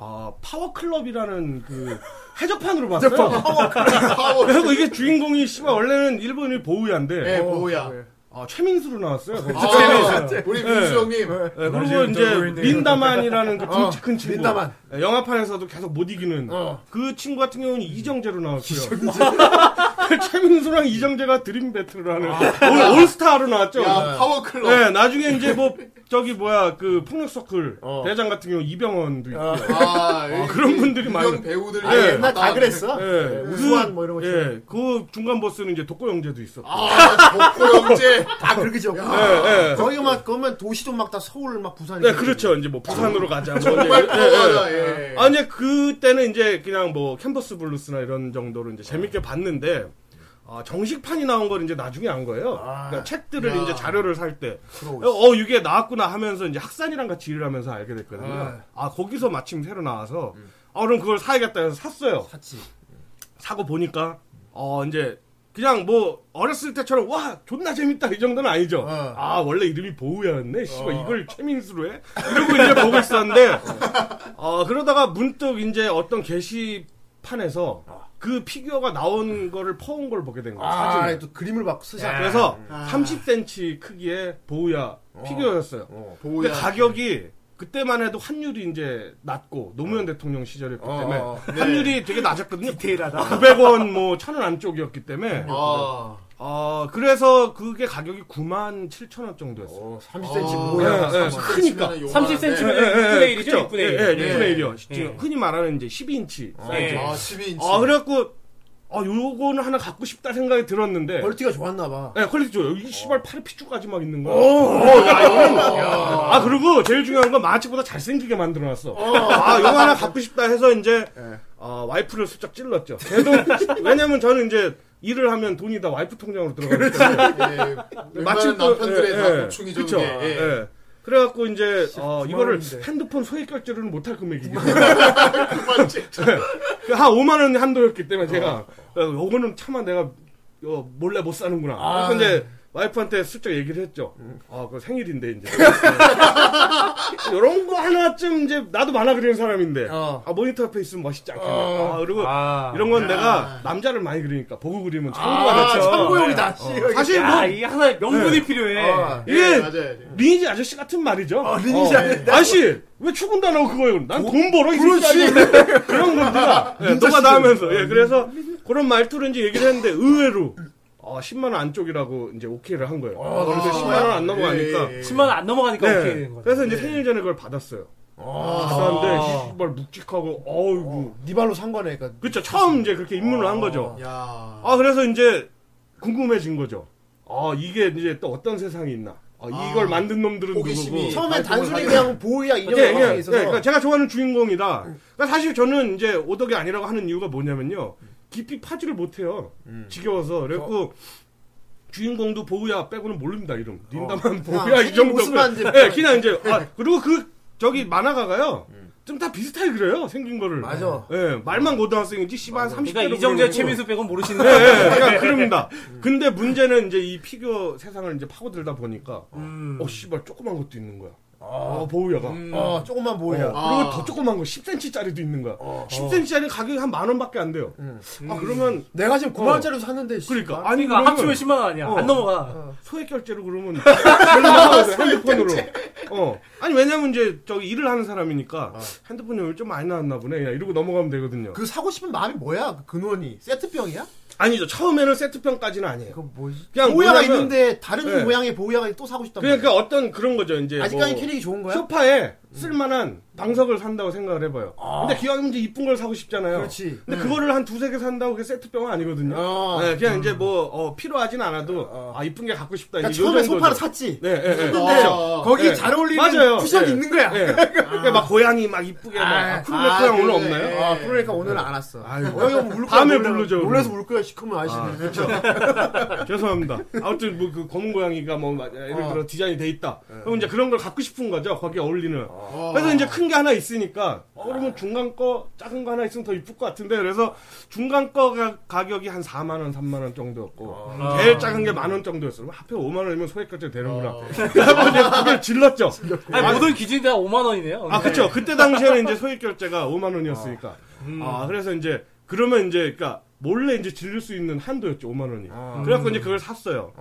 F: 아, 파워 클럽이라는 그 해적판으로 봤어요.
B: 파워.
F: [laughs]
B: 예,
F: 그래서 이게 주인공이 씨발 원래는 일본이 보우야인데
B: 네, 보우야.
F: 아, 최민수로 나왔어요. 거기서.
B: 아, 우리 민수 형님.
F: 네, 그리고 이제 린다만이라는 그 덩치 큰 친구.
D: 린다만.
F: 네, 영화판에서도 계속 못 이기는
D: 어.
F: 그 친구 같은 경우는 이정재로 나왔고요. [laughs] 최민수랑 이정재가 드림 배틀을 하는 올, 스타로 나왔죠.
B: 야, 파워 클럽.
F: 네, 나중에 이제 뭐 저기 뭐야 그 폭력 서클
D: 어.
F: 대장 같은 경우 이병헌도 있고.
B: 아, 이-
F: 그런 분들이
B: 유명
F: 많아요.
B: 배우들이
D: 아,
F: 예.
D: 옛날 다
B: 많다.
D: 그랬어.
F: 예.
D: 네,
F: 그-
D: 우수한 뭐 이런 거. 예.
F: 예, 그 중간 보스는 이제 독고 영재도 있었고.
B: 아, 독고
F: 네.
B: 형제.
D: 다 그렇게 적고.
F: 예, 예.
D: 거기 막 그러면 도시도 막 다 서울 막 부산.
F: 네, 그렇죠. 이제 뭐 부산으로 가자. 뭐
B: 정말
F: 이제, 예, 예.
B: 파워다. 예.
F: 아, 이제 그때는 이제 그냥 뭐 캔버스 블루스나 이런 정도로 이제 재밌게 봤는데 아, 정식판이 나온 걸 이제 나중에 안 거예요. 그러니까 책들을
B: 야.
F: 이제 자료를 살 때, 어 이게 나왔구나 하면서 이제 학산이랑 같이 일을 하면서 알게 됐거든요. 아, 거기서 마침 새로 나와서, 아 그럼 그걸 사야겠다 해서 샀어요.
D: 샀지.
F: 사고 보니까 어 이제 그냥 뭐 어렸을 때처럼 와 존나 재밌다 이 정도는 아니죠.
D: 어.
F: 아 원래 이름이 보우야였네. 씨발 이걸 최민수로 해. 이러고 이제 보고 [laughs] 있었는데 어 그러다가 문득 이제 어떤 게시판에서 그 피규어가 나온 거를 퍼온 걸 보게 된 거예요. 사진을.
D: 아, 또 그림을 막 쓰자.
F: 그래서
B: 아.
F: 30cm 크기의 보우야 피규어였어요. 근데
B: 보우야.
F: 가격이 그때만 해도 환율이 이제 낮고 노무현 대통령 시절이었기
B: 어,
F: 때문에
B: 어, 네.
F: 환율이 되게 낮았거든요. 900원 뭐 1000원 안쪽이었기 때문에
B: 아,
F: 어, 그래서 그게 가격이 9만 7천 원 정도였어요.
D: 어, 30cm
B: 어. 네,
D: 뭐야.
F: 예, 예. 네. 크니까.
B: 요만한데.
C: 30cm.
F: 예, 예,
C: 6분의
F: 예,
C: 1이죠?
F: 그쵸?
C: 6분의
F: 예,
C: 1.
F: 예, 6분의
B: 예.
F: 1이요. 지금
C: 예.
F: 흔히 말하는 이제 12인치 사이즈.
C: 예.
B: 아, 12인치.
F: 아, 그래갖고 아, 요거는 하나 갖고 싶다 생각이 들었는데
D: 멀티가 좋았나 봐.
F: 예, 퀄리티 좋아요. 이 씨발 팔에 피줄까지 막 있는 거. 어, 아, 그리고 제일 중요한 건 마치보다 잘생기게 만들어놨어. 아, 이거 하나 갖고 싶다 해서 이제, 어, 와이프를 슬쩍 찔렀죠. 걔도, 왜냐면 저는 이제 일을 하면 돈이 다 와이프 통장으로 들어가기 때문에.
B: 예. 마침
F: 또-
B: 남편들의
F: 예, 예.
B: 다 고충이죠.
F: 그쵸.
B: 그게. 예.
F: 예. 그래갖고 이제,
D: 아,
F: 어, 이거를
D: 구만 원인데.
F: 핸드폰 소액 결제로는 못할 금액이기
B: [laughs]
F: 때문에. [laughs] 그한 5만원 한도였기 때문에 제가, 어, 요거는 차마 내가, 어, 몰래 못 사는구나.
B: 아,
F: 그래서 이제
B: 네.
F: 와이프한테 슬쩍 얘기를 했죠.
B: 음.
F: 아, 그 생일인데, 이제. 예. 요런 거 하나쯤 이제 나도 만화 그리는 사람인데
D: 어.
F: 아 모니터 앞에 있으면 멋있지 않겠냐
B: 어.
F: 아, 그리고
C: 아.
F: 이런 건 내가 남자를 많이 그리니까 보고 그리면 참고가
D: 아,
F: 됐죠
D: 참고용이다. 씨.
F: 사실 뭐
C: 그렇죠. 어. 야, 이게 하나 명분이 필요해.
D: 어.
B: 예,
F: 이게
B: 맞아요.
F: 리니지 아저씨 같은 말이죠 어.
D: 리니지 아저씨.
F: 아저씨 왜 출근도 안 하고 그거요 난 돈 벌어 이
D: 그렇지.
F: 새끼야. 그런 겁니다 예, 너가 나면서 예 그래서 그런 말투로 이제 얘기를 했는데 의외로 어, 10만 원 안쪽이라고 이제 오케이를 한 거예요 그래서 10만 원 안 넘어가니까
B: 예, 예, 예.
C: 10만 원 안 넘어가니까
F: 네.
C: 오케이 되는 거죠.
F: 그래서 이제 생일 전에 그걸 받았어요.
C: 아.
F: 받았는데 정말 묵직하고 어이구.
D: 네 발로 산 거네. 그러니까.
F: 그쵸 처음 이제 그렇게 입문을 한 거죠.
B: 야.
F: 아 그래서 이제 궁금해진 거죠. 아 이게 이제 또 어떤 세상이 있나? 아, 이걸 만든 놈들은
B: 호기심이.
F: 누구고?
D: 처음엔
B: 발톱을
D: 단순히
B: 하게
D: 그냥 보호야
F: 예,
D: 인형이
F: 예, 예,
D: 있어서.
F: 그러니까 제가 좋아하는 주인공이다. 그러니까 사실 저는 이제 오덕이 아니라고 하는 이유가 뭐냐면요. 깊이 파지를 못해요.
C: 음.
F: 지겨워서. 그래갖고 주인공도 보우야 빼고는 모릅니다, 이름.
C: 어. 아,
F: 닌다만 보우야 이
D: 자기
F: 정도.
D: 모습만 이제
F: 예, 그냥 이제
C: [laughs]
F: 아, 그리고 그 저기
C: 음.
F: 만화가가요. 좀 다 비슷하게 그려요 생긴 거를.
D: 맞아.
F: 예, 말만 고등학생인지 씨발 30대.
C: 그러니까 이정재, 최민수 음. 빼곤
F: 예,
C: 모르시는데.
F: 예,
C: [laughs]
F: 그냥 그립니다. 근데 문제는 이제 이 피규어 세상을 이제 파고들다 보니까
C: 음.
F: 어 씨발 조그만 것도 있는 거야.
C: 아.
F: 어, 보우야가.
D: 어, 아. 조금만 보호야.
F: 어, 그리고 더 조그만 거 10cm짜리도 있는 거야. 10cm짜리 가격이 한 만 원밖에 안 돼요.
D: 음.
F: 아 그러면
D: 내가 지금 9만 원짜리도 샀는데. 씨.
F: 그러니까
C: 아니,
F: 아니
C: 그 합치면
F: 그러면
C: 10만 원 아니야.
F: 어.
C: 안 넘어가.
F: 소액 결제로 그러면
D: [laughs]
F: 얼마나 핸드폰으로. 어. 아니 왜냐면 이제 저기 일을 하는 사람이니까
D: 어.
F: 핸드폰 요금이 좀 많이 나왔나 보네. 그냥 이러고 넘어가면 되거든요.
D: 그 사고 싶은 마음이 뭐야? 그 근원이 세트병이야?
F: 아니죠. 처음에는 세트편까지는 아니에요.
D: 그건 뭐지?
F: 그냥
D: 보호야가
F: 뭐냐면-
D: 있는데 다른
F: 네.
D: 모양의 보호야가 또 사고 싶단 말이야.
F: 그러니까 어떤 그런 거죠. 이제
D: 아직까지
F: 뭐
D: 캐릭이 좋은 거야? 음.
F: 소파에 쓸만한 방석을 산다고 생각을 해봐요. 근데 기왕이면 이제 이쁜 걸 사고 싶잖아요.
D: 아. 그렇지. 음.
F: 근데 그거를 한 두세 개 산다고 그게 세트병은 아니거든요.
D: 어.
F: 네, 그냥 이제 뭐, 어, 필요하진 않아도, 아, 이쁜 게 갖고 싶다.
D: 그러니까
F: 이제
D: 처음에
F: 요 정도죠.
D: 소파를 샀지.
F: 네, 네, 네.
D: 근데
B: 어.
D: 거기
F: 네.
D: 잘 어울리는
F: 맞아요.
D: 쿠션이
F: 네.
D: 있는 거야.
F: 예. 그러니까 막 고양이 막 이쁘게 막 아, 크루네코
D: 아,
F: 양 오늘
B: 그래.
F: 없나요?
D: 아, 그러니까 오늘 안 왔어.
F: 아이고.
D: 어, 이거 울 거야,
F: 다음에
D: 놀라-
F: 부르죠,
D: 놀라서 울 거야, 시커먼 아저씨는. 그렇죠.
F: 죄송합니다. 아무튼 뭐 그 검은 고양이가 뭐 마- 예를 들어 디자인이 돼 있다.
D: 예.
F: 그럼 이제 그런 걸 갖고 싶은 거죠. 거기에 어울리는. 그래서 이제 큰 게 하나 있으니까 어, 그러면 중간 거 작은 거 하나 있으면 더 이쁠 것 같은데 그래서 중간 거가 가격이 한 4만 원, 3만 원 정도였고
D: 어.
C: 아.
F: 제일 작은 게 만 원 정도였어요. 그럼 하필 5만 원이면 소액까지 되는구나. [laughs] 그래서 이제 그걸 질렀죠.
C: 아니, 모든 기준이 다 5만 원이네요.
F: 아, 그쵸. 그때 당시에는 이제 소액 결제가 5만 원이었으니까. 아, 그래서 이제, 그러면 이제, 그니까, 몰래 이제 질릴 수 있는 한도였죠, 5만 원이. 그래갖고 이제 그걸 샀어요.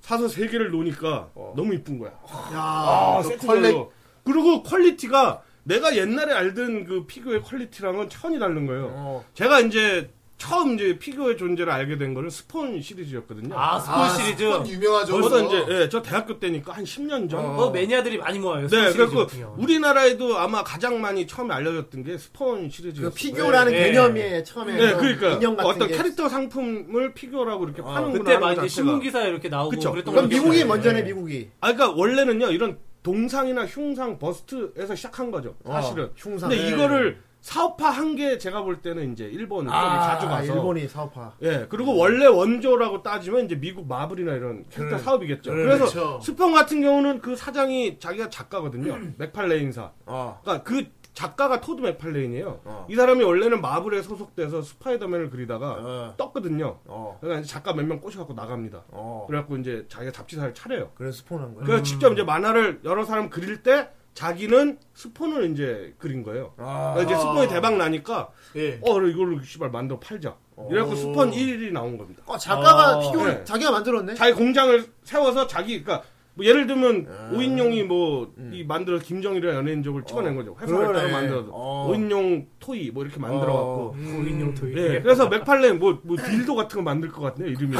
F: 사서 세 개를 놓으니까 너무 이쁜 아. 어. 거야. 아,
B: 또
F: 세트별로.
B: 컬렉-
F: 그리고 퀄리티가 내가 옛날에 알던 그 피규어의 퀄리티랑은 천이 다른 거예요.
D: 어.
F: 제가 이제 처음 이제 피규어의 존재를 알게 된 거는 스폰 시리즈였거든요.
C: 아, 스폰 시리즈.
B: 스폰 유명하죠.
F: 예. 벌써 이제, 예, 저 대학교 때니까 한 10년 전.
C: 어, 매니아들이 많이 모아요. 스폰
F: 네,
C: 시리즈
F: 그래갖고
C: 같은 경우는.
F: 우리나라에도 아마 가장 많이 처음에 알려졌던 게 스폰 시리즈였어요.
D: 그 피규어라는
C: 네.
D: 개념이 처음에
F: 예. 네,
D: 그
F: 그러니까
D: 인형 같은
F: 어떤
D: 게 아,
F: 캐릭터 상품을 피규어라고 이렇게 파는구나.
C: 그때 막
F: 하는
C: 이제
F: 자체가.
C: 신문 기사에 이렇게 나오고
F: 그쵸.
C: 랬던
D: 그럼 미국이
F: 네.
D: 먼저네 미국이
F: 아, 그러니까 원래는요 이런 동상이나 흉상 버스트에서 시작한 거죠. 사실은.
D: 어, 흉상
F: 근데
D: 네.
F: 이거를 사업화한 게 제가 볼 때는 이제 일본 쪽이 가져가서.
D: 아, 일본이 사업화
F: 예, 그리고 원래 원조라고 따지면 이제 미국 마블이나 이런 캐릭터 사업이겠죠.
D: 그래,
F: 그래서
B: 네. 그렇죠.
F: 스펀 같은 경우는 그 사장이 자기가 작가거든요. [clears throat] 맥팔레인사.
B: 어,
F: 그러니까 그 작가가 토드 맥팔레인이에요. 이 사람이 원래는 마블에 소속돼서 스파이더맨을 그리다가
B: 예. 어.
F: 떴거든요. 그러니까 작가 몇 명 꼬셔갖고 나갑니다.
B: 어.
F: 그래갖고 이제 자기가 잡지사를 차려요.
D: 그래서 스폰한 거야
F: 그래서
B: 음.
F: 직접 이제 만화를 여러 사람 그릴 때 자기는 스폰을 이제 그린 거예요. 그러니까 이제 스폰이 대박 나니까
B: 아. 예.
F: 어, 그래, 이걸로 씨발 만들어 팔자. 이래갖고 스펀 1일이 나온 겁니다.
D: 어, 작가가
C: 어.
D: 피규어를
F: 네.
D: 자기가 만들었네
F: 자기 공장을 세워서 자기, 그니까, 뭐 예를 들면, 오인용이 뭐, 이 만들어 김정일이랑 연예인적을 찍어낸 거죠. 회사를
D: 그러네.
F: 따로 만들어서.
D: 어.
F: 오인용 토이, 뭐 이렇게 만들어갖고.
C: 고인용 토이.
F: 예, 그래서 맥팔레 뭐, 뭐, 딜도 같은 거 만들 것 같네요, 이름이.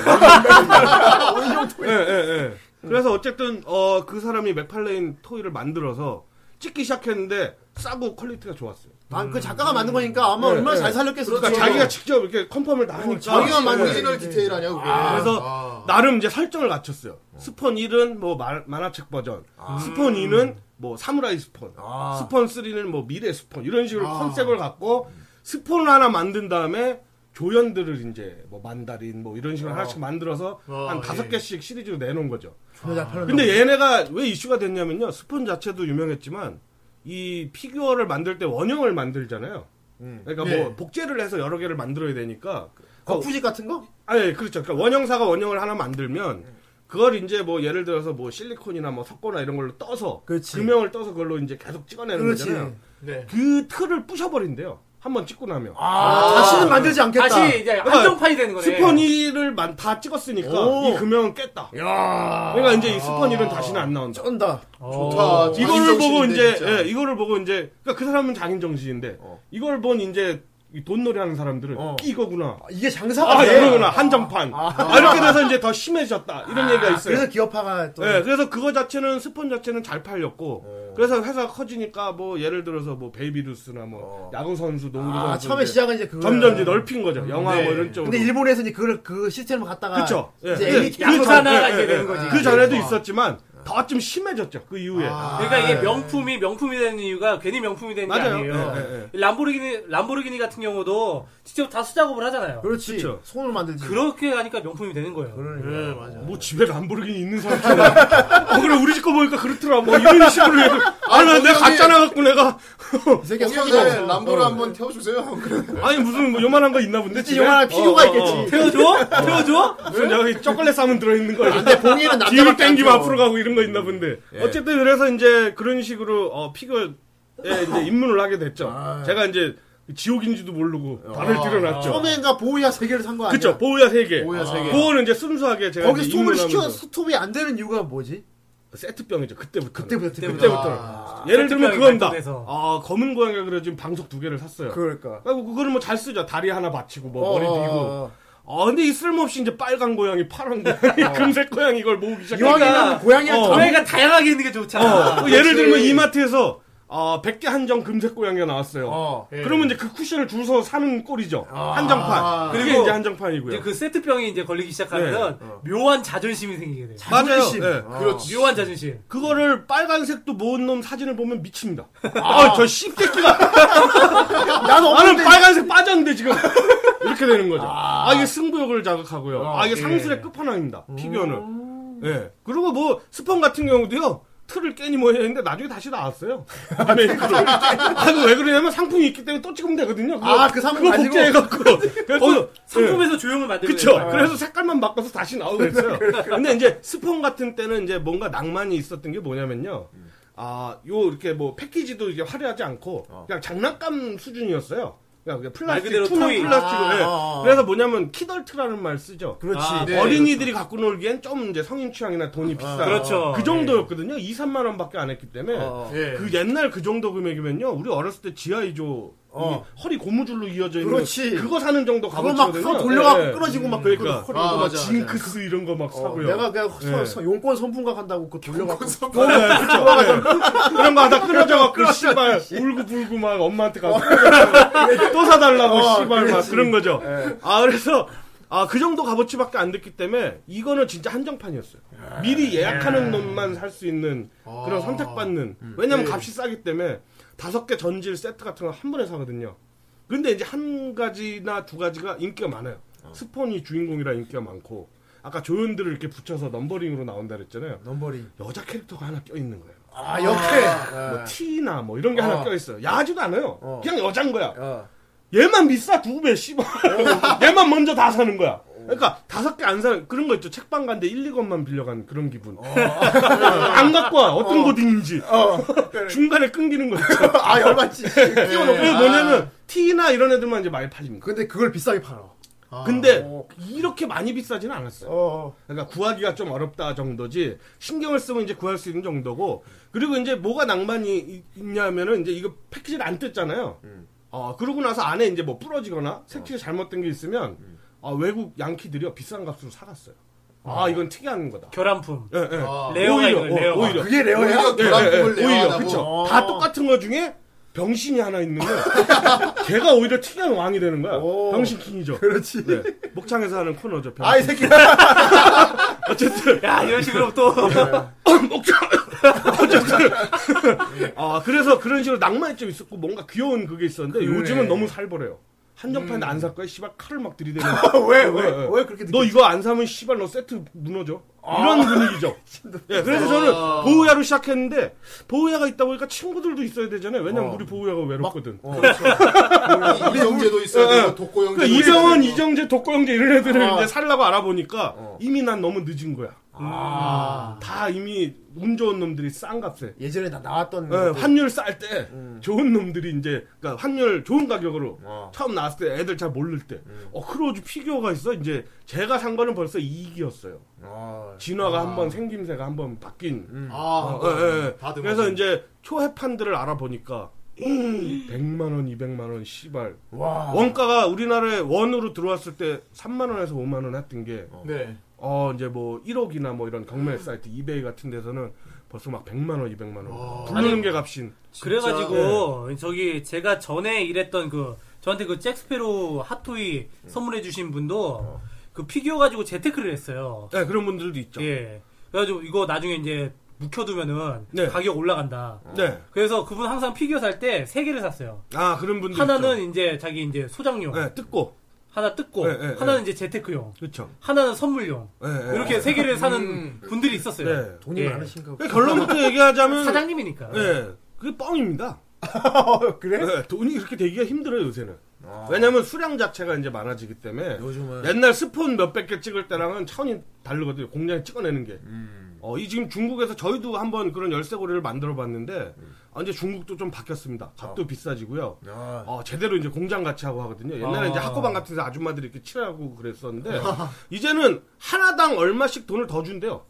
F: 예, 예, 예. 그래서 어쨌든, 어, 그 사람이 맥팔레인 토이를 만들어서 찍기 시작했는데, 싸고 퀄리티가 좋았어요.
D: 아, 그 작가가 만든 거니까 아마
F: 네,
D: 얼마나
F: 네.
D: 잘 살렸겠어
F: 그러니까 자기가 직접 이렇게 컨펌을 다 하니까.
B: 자기가 만든
F: 네.
B: 오리지널 디테일 아니야 그게.
F: 그래서 나름 이제 설정을 갖췄어요. 스폰 1은 뭐 마- 만화책 버전,
B: 아.
F: 스폰 2는 뭐 사무라이 스폰, 스폰 3는 뭐 미래 스폰 이런 식으로
B: 아.
F: 컨셉을 갖고 스폰을 하나 만든 다음에 조연들을 이제 뭐 만다린 뭐 이런 식으로 하나씩 만들어서
B: 어,
F: 한
B: 예.
F: 다섯 개씩 시리즈로 내놓은 거죠.
D: 잘 팔았네
F: 근데 얘네가 왜 이슈가 됐냐면요. 스폰 자체도 유명했지만 이 피규어를 만들 때 원형을 만들잖아요. 그러니까
B: 네.
F: 뭐 복제를 해서 여러 개를 만들어야 되니까
D: 거푸집 그 같은 거?
F: 아, 예, 그렇죠. 그러니까 원형사가 원형을 하나 만들면 그걸 이제 뭐 예를 들어서 뭐 실리콘이나 뭐 석고나 이런 걸로 떠서
D: 그렇지.
F: 금형을 떠서 그걸로 이제 계속 찍어내는
D: 그렇지.
F: 거잖아요.
B: 네.
F: 그 틀을 부셔버린대요. 한번 찍고 나면.
D: 아, 다시는 만들지 않겠다
C: 다시 이제 한정판이 되는 거네.
F: 스펀이를 만- 다 찍었으니까
D: 오.
F: 이 금형은 깼다. 그러니까 이제 이 스펀이는 다시는 안 나온다.
D: 쩐다
C: 어.
B: 좋다.
F: 이거를 보고
B: 정신인데,
F: 이제
B: 진짜.
F: 예, 이거를 보고 이제 그러니까 그 사람은 장인 정신인데
D: 어.
F: 이걸 본 이제 이 돈놀이 하는 사람들은 이거구나.
D: 아, 이게 장사가
F: 아,
D: 돼
F: 이거구나. 한정판. 아, 이렇게 돼서 이제 더 심해졌다. 이런 얘기가 있어요.
D: 아. 그래서 기업화가 또 네. 어.
F: 예, 그래서 그거 자체는 스폰 자체는 잘 팔렸고 그래서 회사가 커지니까 뭐 예를 들어서 뭐 베이비루스나 뭐 야구 선수, 농구
D: 어. 아,
F: 선수
D: 처음에
F: 이제
D: 시작은 이제 그거
F: 네. 점점 이제 넓힌 거죠. 영화 뭐 이런 쪽으로.
D: 근데 일본에서 이제 그걸 그 시스템을 갖다가
F: 그쵸. 예.
D: 이제
F: 예.
D: 애니
F: 그 전-
C: 양산화가
F: 예,
C: 이제
F: 예,
C: 되는
F: 예.
C: 거지.
D: 네.
F: 그
D: 어.
F: 전에도 있었지만 더 좀 심해졌죠. 그 이후에.
D: 아,
C: 그러니까 이게 명품이 명품이 되는 이유가 괜히 명품이 되는
F: 맞아요.
C: 게 아니에요.
F: 예, 예,
C: 람보르기니 람보르기니 같은 경우도 직접 다 수작업을 하잖아요.
D: 그렇지
F: 그쵸.
D: 손을 만들지
C: 그렇게 하니까 명품이 되는 거예요.
B: 네, 맞아.
F: 뭐 집에 람보르기니 있는 사람처럼. 어 그래 우리 집 거 보니까 그렇더라. 뭐 이런 식으로. 해서. 아, 나 내가
B: 거기-
F: 가짜나 갖고
D: [laughs]
F: 내가
D: 이 새끼가
B: 공연에
D: 사기다
F: 어.
B: 람보를 한번 태워주세요. [laughs] 그래.
F: 아니 무슨 뭐 요만한 거 있나 본데.
D: 그치
F: 집에?
D: 영화할 필요가
F: 어, 어, 어.
D: 있겠지
C: 태워줘? 태워줘?
F: 무슨 여기 초콜릿 사면 들어있는 거.
D: 근데 봉이는 남자밖에
F: 뒤로
D: 안
F: 땡기면
D: 태워.
F: 앞으로 가고 이런 거 있나 본데. 어쨌든 그래서 이제 그런 식으로 어, 피겨에 이제 입문을 하게 됐죠. 제가 이제 지옥인지도 모르고 발을 들여놨죠.
D: 처음엔가 보호야 세 개를 산 거 아니야?
F: 그쵸 보호야 세 개.
B: 보호야 세 개.
F: 보호는 이제 순수하게 제가
D: 거기
F: 이제
D: 스톱을 시켜
F: 입문하면서
D: 스톱이 안 되는 이유가 뭐지?
F: 세트병이죠 그때부터.
D: 그때부터
C: 그때부터.
F: 예를 들면
C: 세트병이
F: 그건다.
C: 발전돼서.
F: 아 검은 고양이가 그래 지금 방석 두 개를 샀어요. 그...
D: 그러니까
F: 고 그거를 뭐 잘 쓰죠. 다리 하나 받치고 뭐
D: 어,
F: 머리
D: 어,
F: 비고.
D: 어.
F: 아 근데 이 쓸모없이 이제 빨간 고양이, 파란 고양이, 금색 고양이 이걸 모으기 시작하니까
C: 그러니까
D: 그러니까 이왕이면 고양이랑
F: 어.
D: 다
C: 고양이가 다양하게 있는 게 좋잖아.
F: 어, 예를 들면 이마트에서 어, 100개 한정 금색 고양이가 나왔어요.
B: 어, 예.
F: 그러면 이제 그 쿠션을 줄서 사는 꼴이죠. 한정판. 아. 그리고
C: 그리고
F: 이제
C: 이제
F: 한정판이고요. 네. 어.
C: 그 세트병이 이제 걸리기 시작하면 묘한 자존심이 생기게 돼요.
F: 맞아요.
D: 자존심.
F: 예.
B: 그렇지.
C: 묘한 자존심.
F: 그거를 빨간색도 모은 놈 사진을 보면 미칩니다. 아, 저 씹새끼가.
D: 나도
F: 나는 빨간색 빠졌는데 지금. 이렇게 되는 거죠. 아, 이게 승부욕을 자극하고요. 아, 이게 상술의 끝판왕입니다. 피규어는. 예. 그리고 뭐, 스펀 같은 경우도요. 틀을 깨니 뭐 했는데 나중에 다시 나왔어요. 메이크로. 아, 그거 왜 그러냐면 상품이 있기 때문에 또 찍으면 되거든요. 그거,
D: 아, 그 상품
F: 그거
D: 가지고?
F: 복제해갖고. 예. 그래서
C: 어, 상품에서 조형을 만들고.
F: 그쵸.
C: 있는 거예요.
F: 그래서 색깔만 바꿔서 다시 나오고 그렇죠. 그랬어요. 근데 이제 스폰 같은 때는 이제 뭔가 낭만이 있었던 게 뭐냐면요. 아, 요 이렇게 뭐 패키지도 이제 화려하지 않고 그냥 장난감 수준이었어요. 그냥 그냥 플라스틱,
C: 그대로
F: 투명
C: 토이.
F: 플라스틱으로.
D: 아,
F: 예.
D: 어, 어.
F: 그래서 뭐냐면 키덜트라는 말 쓰죠.
D: 그렇지.
C: 아,
B: 네.
F: 어린이들이 갖고 놀기엔 좀 이제 성인 취향이나 돈이 비싸.
C: 그렇죠.
F: 그 정도였거든요. 2, 3만 원밖에 안 했기 때문에
D: 어.
B: 예.
F: 그 옛날 그 정도 금액이면요. 우리 어렸을 때 지하이조
D: 어.
F: 이 허리 고무줄로 이어져 있는
D: 그렇지.
F: 그거 사는 정도
D: 그거 막
F: 값어치거든요.
D: 서로 돌려갖고
F: 예, 예.
D: 끊어지고 막
F: 그러니까.
D: 그, 그,
B: 아,
D: 막
B: 맞아.
F: 징크스 이런 거 막
D: 어,
F: 사고요.
D: 내가 그냥 서-
F: 예.
D: 서- 용권 선풍가 간다고 그 돌려갖고
F: 어,
B: 뭐
F: 네, 그쵸. 네. 그런 거 하다 끊어져갖고, 씨발, 울고 불고 막 엄마한테 가고, 또 사달라고,
D: 어,
F: 씨발, 막
D: 그렇지. 네.
F: 그런 거죠. 아, 그래서, 아, 그 정도 값어치밖에 안 됐기 때문에, 이거는 진짜 한정판이었어요.
D: 네.
F: 미리 예약하는 놈만 살 수 있는,
D: 어.
F: 그런 선택받는,
D: 음. 네.
F: 왜냐면 값이 싸기 때문에, 다섯 개 전질 세트 같은 거 한 번에 사거든요. 근데 이제 한 가지나 두 가지가 인기가 많아요.
D: 어.
F: 스폰이 주인공이라 인기가 많고, 아까 조연들을 이렇게 붙여서 넘버링으로 나온다 그랬잖아요.
D: 넘버링.
F: 여자 캐릭터가 하나 껴있는 거예요.
D: 아, 역해.
F: 뭐 티나 뭐 이런 게 하나
D: 예. 어.
F: 껴있어요. 야하지도 않아요.
D: 어.
F: 그냥 여잔 거야.
D: 어.
F: 얘만 비싸 두 배, 씨발. [laughs] 얘만 먼저 다 사는 거야.
D: 어.
F: 그러니까 다섯 개 안 사는 그런 거 있죠. 책방 간데 1, 2권만 빌려간 그런 기분.
D: 어.
F: [laughs] 안 갖고 와. 어떤 고딩인지. [laughs] 중간에 끊기는 거죠.
D: 아, 열받지.
F: 띄워놓고. 그래서
D: 아.
F: 뭐냐면 티나 이런 애들만 이제 많이 팔립니다.
D: 근데 그걸 비싸게 팔아.
F: 근데
D: 어.
F: 이렇게 많이 비싸지는 않았어요.
D: 어.
F: 그러니까 구하기가 좀 어렵다 정도지 신경을 쓰면 이제 구할 수 있는 정도고 그리고 이제 뭐가 낭만이 이- 있냐면은 이제 이거 패키지를 안 뜯잖아요. 어 그러고 나서 안에 이제 뭐 부러지거나 색칠이 잘못된 게 있으면 아, 외국 양키들이요 비싼 값으로 사갔어요. 아 이건 특이한 거다.
C: 결함품.
F: 예, 예.
B: 아.
C: 레어가
F: 오히려,
C: 이거예요,
F: 어,
C: 레어가.
F: 오히려.
D: 그게 레어야?
B: 오히려 결함품을
F: 예, 예, 오히려
B: 내야
F: 그쵸.
B: 고
F: 다 똑같은 거 중에 병신이 하나 있는데 [laughs] 걔가 오히려 특이한 왕이 되는 거야.
D: 오.
F: 병신킹이죠.
D: 그렇지.
F: 네. 목창에서 하는 코너죠. 병신.
D: 아, 이 새끼.
F: 어쨌든
C: 야, 이런 식으로
F: [laughs]
C: 또.
F: 네, 아, 그래서 그런 식으로 낭만이 좀 있었고 뭔가 귀여운 그게 있었는데 요즘은 너무 살벌해요. 한정판에 안 살 거야? 씨발 칼을 막 들이대는.
D: 음. [laughs] 왜, 왜, 왜 그렇게
F: 어.
D: 아.
F: 너 이거 안 사면 씨발 너 세트 무너져. 이런
D: [laughs]
F: 분위기죠. 예, 그래서 저는 보호야로 시작했는데 보호야가 있다 보니까 친구들도 있어야 되잖아요. 왜냐면 우리 보호야가 외롭거든.
D: 어.
B: 우리 형제도 있어야 되고 독고 형제도
F: 예. 그러니까
B: 있어야
F: 이병헌,
B: 되고.
F: 이정재, 독거영재 이런 애들을
D: 아.
F: 이제 살라고 알아보니까
D: 어.
F: 이미 난 너무 늦은 거야.
D: 아.
F: 다 이미 운 좋은 놈들이 싼 값에
D: 예전에 나 나왔던.
F: 예,
D: 것들.
F: 환율 쌀 때 좋은 놈들이 이제 그러니까 환율 좋은 가격으로
D: 음. 어. 음.
F: 처음 나왔을 때 애들 잘 모를 때 어, 크로즈 피규어가 있어 이제 제가 산 거는 벌써 2기였어요
D: 어.
F: 진화가 한번 생김새가 한번 바뀐
D: 음.
B: 아,
F: 어,
B: 어,
F: 예, 예.
B: 다들
F: 그래서
B: 맞아.
F: 이제 초회판들을 알아보니까 [clears throat] 100만원 200만원 씨발
D: 와.
F: 원가가 우리나라에 원으로 들어왔을 때 3만원에서 5만원 했던 게
B: 네.
F: 어 이제 뭐 1억이나 뭐 이런 경매 사이트 이베이 같은 데서는 벌써 막 100만원 200만원 부르는 게 값인
C: 그래가지고,
F: 예.
C: 저기, 제가 전에 일했던 그, 저한테 그 잭스페로
F: 예.
C: 핫토이 선물해주신 분도 그 피규어 가지고 재테크를 했어요.
F: 네, 그런 분들도 있죠.
C: 예. 그래가지고 이거 나중에 이제 묵혀두면은
F: 네.
C: 가격 올라간다.
F: 네.
C: 그래서 그분 항상 피규어 살 때 세 개를 샀어요.
F: 아, 그런 분들
C: 하나는
F: 있죠.
C: 이제 자기 이제 소장용,
F: 네, 뜯고.
C: 하나 뜯고,
F: 네, 네,
C: 하나는 이제 재테크용,
F: 그렇죠.
C: 하나는 선물용.
F: 네, 네.
C: 이렇게 세 개를 사는 분들이 있었어요.
F: 네.
D: 돈이
C: 예.
D: 많으신가 보다.
F: 그 결론부터 얘기하자면
C: 사장님이니까.
F: 네. 그게 뻥입니다.
D: 그러니까. [laughs] 그래? 아.
F: 네, 돈이 그렇게 되기가 힘들어요, 요새는. 왜냐면 수량 자체가 이제 많아지기 때문에
D: 요즘은.
F: 옛날 스폰 몇백 개 찍을 때랑은 차원이 다르거든요. 공장에 찍어내는 게.
D: 음.
F: 어, 이 지금 중국에서 저희도 한번 그런 열쇠고리를 만들어 봤는데 아, 이제 중국도 좀 바뀌었습니다. 값도 비싸지고요.
D: 아.
F: 어, 제대로 이제 공장 같이 하고 하거든요.
C: 아.
F: 옛날에 이제 학고방 같은
D: [laughs]
F: 데서 아줌마들이 이렇게 칠하고 그랬었는데, 이제는 하나당 얼마씩 돈을 더 준대요.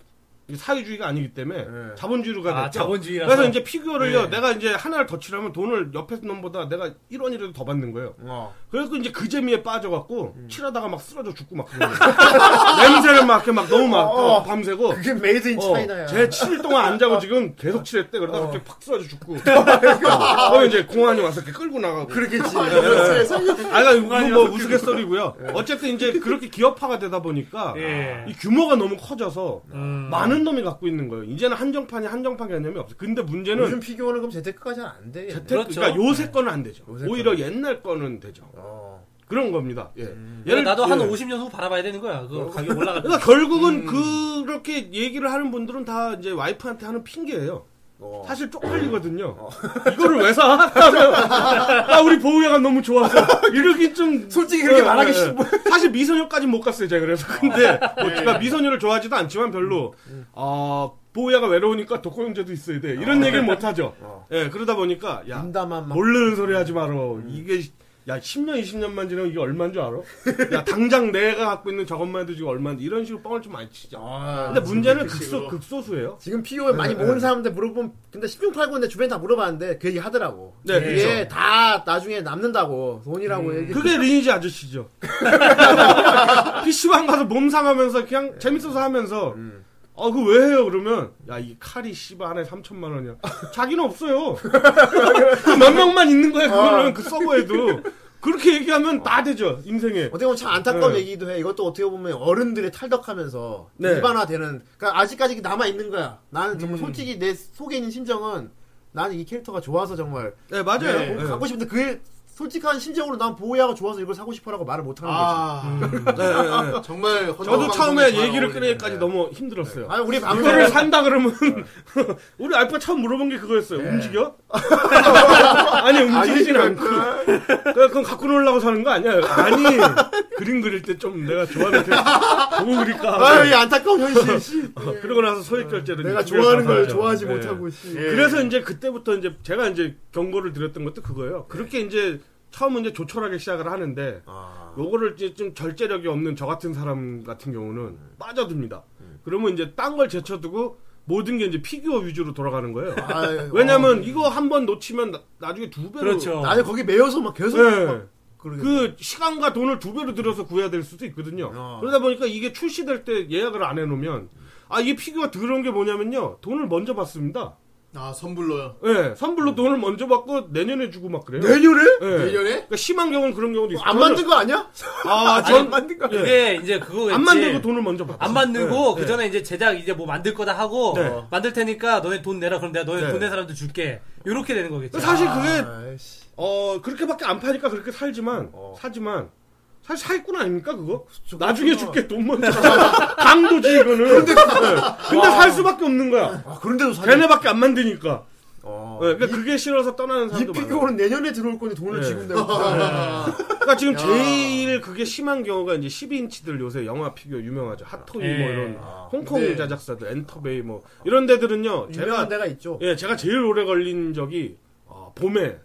F: 이게 사회주의가 아니기 때문에
D: 네.
F: 자본주의가
C: 아,
F: 됐죠.
C: 자본주의라서.
F: 그래서 이제 피규어를요.
D: 네.
F: 내가 이제 하나를 더 칠하면 돈을 옆에 놈보다 내가 1원이라도 더 받는 거예요.
D: 어.
F: 그래서 이제 그 재미에 빠져갖고 칠하다가 막 쓰러져 죽고 막 그러는 거예요. [laughs] 냄새를 막 이렇게 막 너무 막
D: 어.
F: 어, 밤새고
D: 그게 메이드 인
F: 어,
D: 차이나야.
F: 제 7일 동안 안 자고 지금 계속 칠했대. 그러다 갑자기 팍 쓰러져 죽고. 어, 이제 공안이 와서 이렇게 끌고 나가고. 어,
D: 그렇겠지.
F: 아, 그러니까 이거 뭐 우스갯소리고요.
D: 예.
F: 어쨌든 이제 그렇게 기업화가 되다 보니까
C: 예.
F: 이 규모가 너무 커져서 많은 놈이 갖고 있는 거예요. 이제는 한정판이 한정판 개념이 없어. 요 근데 문제는
D: 요즘 피규어는 그럼 재테크까지는 안 돼.
F: 재테크,
C: 그렇죠.
F: 그러니까 요새 거는 안 되죠.
D: 요새
F: 오히려
D: 거는.
F: 옛날 거는 되죠.
D: 어. 음.
F: 그런 겁니다. 예.
C: 얘를 나도 한
F: 예.
C: 50년 후 바라봐야 되는 거야. 그 가격 올라갈 때.
F: 그러니까 결국은
D: 음.
F: 그렇게 얘기를 하는 분들은 다 이제 와이프한테 하는 핑계예요.
D: 어.
F: 사실 쪽팔리거든요. 이거를 왜 사? 아 우리 보우야가 너무 좋아서 이렇게 좀
D: 솔직히 그렇게 말하기
F: 예,
D: 싫은 아. 예.
F: 예. 사실 미소녀까지 못 갔어요 제가 그래서 근데 뭐 제가 미소녀를 좋아하지도 않지만 별로
D: 음.
F: 아 보우야가 외로우니까 독거용제도 있어야 돼 이런 얘기를 못 하죠.
D: 아. 어.
F: 예 그러다 보니까 야
D: 인담한 막.
F: 모르는 소리 하지 마라. 이게 야 10년 20년만 지나면 이게 얼마인 줄 알아? 야 당장 내가 갖고 있는 저것만 해도 지금 얼마인데 이런 식으로 뻥을 좀 많이 치죠.
B: 아,
F: 근데 문제는 극소
B: 식으로.
F: 극소수예요.
D: 지금 피규어 많이 모은 사람한테 물어보면 근데 16, 8, 9인데 주변에 다 물어봤는데 그 얘기 하더라고.
F: 네,
D: 이게
F: 그렇죠.
D: 다 나중에 남는다고 돈이라고 얘기.
F: 그게 리니지 아저씨죠. [laughs] PC방 가서 몸상하면서 그냥 재밌어서 하면서 어, 그거 왜 해요? 그러면, 야, 이 칼이 씨발 안에 3천만 원이야. 자기는 없어요. 그몇 명만 있는 거야, 그거는. 그 서버에도. 그렇게 얘기하면 다 되죠, 인생에.
D: 어떻게 보면 참 안타까운
F: 네.
D: 얘기도 해. 이것도 어떻게 보면 어른들의 탈덕하면서
F: 네.
D: 일반화되는. 그러니까 아직까지 남아 있는 거야. 나는 정말 솔직히 내 속에 있는 심정은 나는 이 캐릭터가 좋아서 정말
F: 네, 맞아요.
D: 뭐
F: 네.
D: 갖고 싶은데 그의 솔직한 심정으로 난 보호야가 좋아서 이걸 사고 싶어라고 말을 못 하는 거지.
B: 아,
F: 네, 네, 네.
B: 정말
F: 음. 저도
D: 어,
B: 헌정
F: 처음에
B: 방송에 잘
F: 얘기를
B: 어울리네.
F: 끊으니까지 너무 힘들었어요.
D: 아니 우리 방송
F: 이거를 산다 그러면 [laughs] 우리 알파 처음 물어본 게 그거였어요.
D: 네. [laughs]
F: 움직여? 아니 움직이진 않고 그러니까 그냥 그건 갖고 놀라고 사는 거 아니야? 아니 그림 그릴 때 좀 내가
D: [laughs]
F: 좋아하는 데 보고 그릴까?
D: 아유 이 안타까운 현실.
F: [laughs]
D: 씨.
F: 어, 그러고 나서 소액 결제를
D: 내가
F: 유튜브에
D: 좋아하는
F: 가서
D: 걸
F: 하죠.
D: 좋아하지
F: 네.
D: 못하고 씨.
F: 그래서 이제 그때부터 이제 제가 이제 경고를 드렸던 것도 그거예요. 그렇게 이제 처음은 이제 조촐하게 시작을 하는데
D: 아.
F: 요거를 이제 좀 절제력이 없는 저 같은 사람 같은 경우는 빠져듭니다. 그러면 이제 딴 걸 제쳐두고 모든 게 이제 피규어 위주로 돌아가는 거예요.
D: 아유, 네.
F: 왜냐면 이거 한 번 놓치면 나, 중에두 배로
D: 어.
C: 그렇죠.
D: 나는 거기 매여서 막 계속
F: 예.
D: 막 그러게.
F: 그 시간과 돈을 두 배로 들여서 구해야 될 수도 있거든요.
D: 어.
F: 그러다 보니까 이게 출시될 때 예약을 안 해놓으면 아 이게 피규어 더러운 게 뭐냐면요 돈을 먼저 받습니다.
B: 아 선불로요.
F: 예, 선불로 돈을 먼저 받고 내년에 주고 막 그래요.
D: 내년에?
F: 예.
B: 내년에?
F: 그러니까 심한 경우는 그런 경우도 있어요.
D: 안 만든 거 아니야?
F: [laughs] 아,
D: 안
F: 전
D: 만든 거. 아니야?
C: 그게 이제 그거겠지.
F: 안 만들고 돈을 먼저 받죠.
C: 안 만들고 그 전에 이제 제작 이제 뭐 만들 거다 하고
F: 네.
C: 만들 테니까 너네 돈 내라 그럼 내가 너네
F: 네.
C: 돈 낸 사람들 줄게 요렇게 되는 거겠죠.
F: 그러니까 사실 그게
D: 아이씨. 어.
F: 어 그렇게밖에 안 파니까 그렇게 살지만 사지만 사실 사기꾼 아닙니까 그거? 나중에 줄게 돈 먼저 [laughs] 강도지 이거는 근데, 근데 살 수밖에 없는 거야
D: 아, 그런데도 사네.
F: 걔네밖에 안 만드니까
D: 어.
F: 네, 그러니까 그게 싫어서 떠나는
D: 이
F: 사람도 많아요
D: 피규어는 내년에 들어올 건데 돈을
F: 네.
D: 지금 내고.
F: 그러니까 지금 제일 그게 심한 경우가 이제 12인치들 요새 영화 피규어 유명하죠 핫토이
C: 예.
F: 뭐 이런
D: 아.
F: 홍콩
B: 네.
F: 제작사들 엔터베이 뭐 이런 데들은요 제가
D: 유명한 데가 있죠.
F: 예 제가 제일 오래 걸린 적이 어, 봄에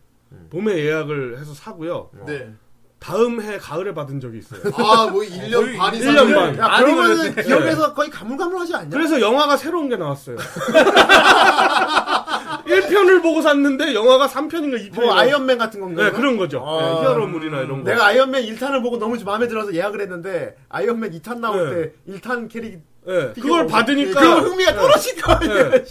F: 봄에 예약을 해서 사고요
B: 네.
F: 다음 해 가을에 받은 적이 있어요
D: [laughs]
B: 아뭐 1년 반 이상.
F: 1년 반.
D: 야,
C: 많이
D: 그러면은
F: 걸렸네.
D: 기억에서 거의 가물가물하지 않냐?
F: 그래서 영화가 새로운 게 나왔어요. [laughs] 1편을 보고 샀는데 영화가 3편인가 2편인가.
D: 뭐 아이언맨 같은 건가요?
F: 네, 그런 거죠.
D: 아.
F: 네, 히어로물이나 이런 거.
D: 내가 아이언맨 1탄을 보고 너무 마음에 들어서 예약을 했는데 아이언맨 2탄 나올
F: 네.
D: 때 1탄 캐릭
F: 네,
D: 피규어
F: 그걸 받으니까
D: 뭐 그거 흥미가 떨어진 거 아니야?
F: 네.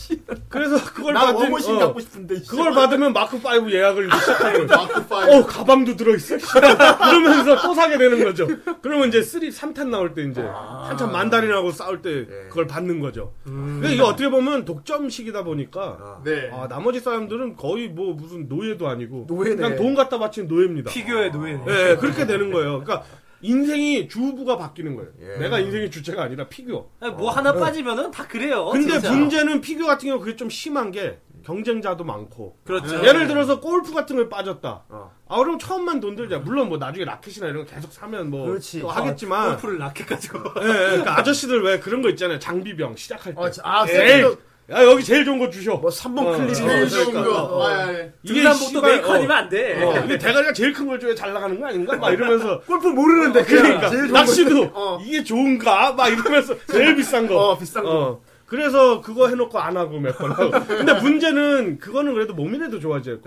F: 그래서 그걸
D: 나
F: 받은
D: 원모신
F: 어,
D: 갖고 싶은데. 씨.
F: 그걸 받으면 마크 5 예약을 이제 시작하는 거죠.
B: 마크 파이.
F: 어, 가방도 들어있어. [laughs] 씨. 그러면서 또 사게 되는 거죠. 그러면 이제 3, 3탄 나올 때 이제
C: 아.
F: 한참 만다린하고 싸울 때
C: 예.
F: 그걸 받는 거죠.
C: 음.
F: 근데 이게 어떻게 보면 독점식이다 보니까
B: 네.
F: 아, 나머지 사람들은 거의 뭐 무슨 노예도 아니고
D: 노예네.
F: 그냥 돈 갖다 바친 노예입니다.
C: 아, 피규어의 노예네.
F: 예, 예, 그렇게 되는 거예요. 그러니까 인생이 주부가 바뀌는 거예요. 내가 인생의 주체가 아니라 피규어.
C: 아니, 뭐 하나 빠지면은 다 그래요.
F: 예. 근데
C: 어, 진짜.
F: 문제는 피규어 같은 경우 그게 좀 심한 게 경쟁자도 많고.
C: 그렇죠.
F: 예를 들어서 골프 같은 걸 빠졌다.
D: 어.
F: 아 그럼 처음만 돈 들자. 물론 뭐 나중에 라켓이나 이런 거 계속 사면 뭐
D: 그렇지. 어,
F: 또 하겠지만.
C: 골프를 낚여가지고
F: 예, 예, 그러니까 아저씨들 왜 그런 거 있잖아요. 장비병 시작할 때.
D: 어, 자, 아,
F: 제일
D: 세컨드
F: 야 여기 제일 좋은 거 주셔.
D: 뭐 3번
F: 어,
D: 클립이
F: 어,
B: 제일
D: 나오지.
B: 좋은 거.
D: 어.
B: 아, 예, 예.
C: 중단복도
F: 씨발,
C: 메이커니면
F: 어.
C: 안 돼.
F: 어, 이게 대가리가 제일 큰 걸 줘야 잘 나가는 거 아닌가? 막 이러면서.
D: 골프 모르는데 [laughs]
F: 그러니까.
D: 제일 좋은 거.
F: 낚시도
D: 어.
F: 이게 좋은가? 막 이러면서 제일 비싼 거.
D: 어, 비싼 거.
F: 어. 그래서 그거 해놓고 안 하고 몇 번 하고. 근데 문제는 그거는 그래도 몸이라도 좋아져요.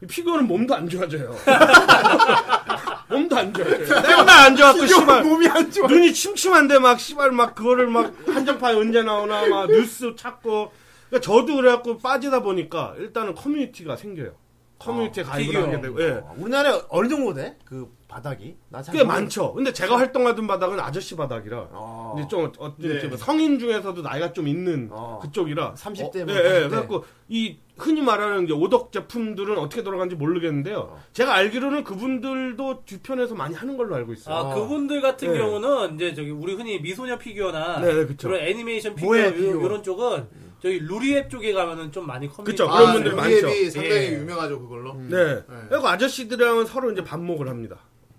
F: 이 피규어는 몸도 안 좋아져요. [laughs] 몸도 안 좋아져요. 맨날 안 좋았고, 씨발.
D: 몸이 안 좋아.
F: 눈이 침침한데 막 씨발 막 그거를 막 한정판 언제 나오나 막 뉴스 찾고 그러니까 저도 그래갖고 빠지다 보니까 일단은 커뮤니티가 생겨요. 커뮤니티에 가입을
C: 피규어.
F: 하게 되고 예.
D: 우리나라에 어느 정도 돼? 그 바닥이? 나잘
F: 꽤 많죠. 근데 제가 활동하던 바닥은 아저씨 바닥이라
D: 어.
F: 이제 좀 어,
B: 네.
F: 좀 성인 중에서도 나이가 좀 있는
D: 어.
F: 그쪽이라
D: 30대
F: 어,
D: 뭐
F: 예, 예.
D: 40대.
F: 그래갖고 이 흔히 말하는 이제 오덕 제품들은 어떻게 돌아가는지 모르겠는데요. 제가 알기로는 그분들도 뒤편에서 많이 하는 걸로 알고 있어요.
C: 아, 그분들 같은
F: 그렇죠. 네.
C: 경우는 이제 저기 우리 흔히 미소녀 피규어나
F: 네, 네, 그쵸.
C: 그런 애니메이션 피규어,
D: 모의
C: 요,
D: 피규어.
C: 요런 쪽은 저기 루리앱 쪽에 가면은 좀 많이 커뮤니티
F: 그쵸.
B: 아,
F: 그런 분들
B: 그
F: 많죠.
B: 앱이 상당히
C: 예.
B: 유명하죠 그걸로.
F: 네.
B: 네.
F: 그리고 아저씨들이랑은 서로 이제 반목을 합니다.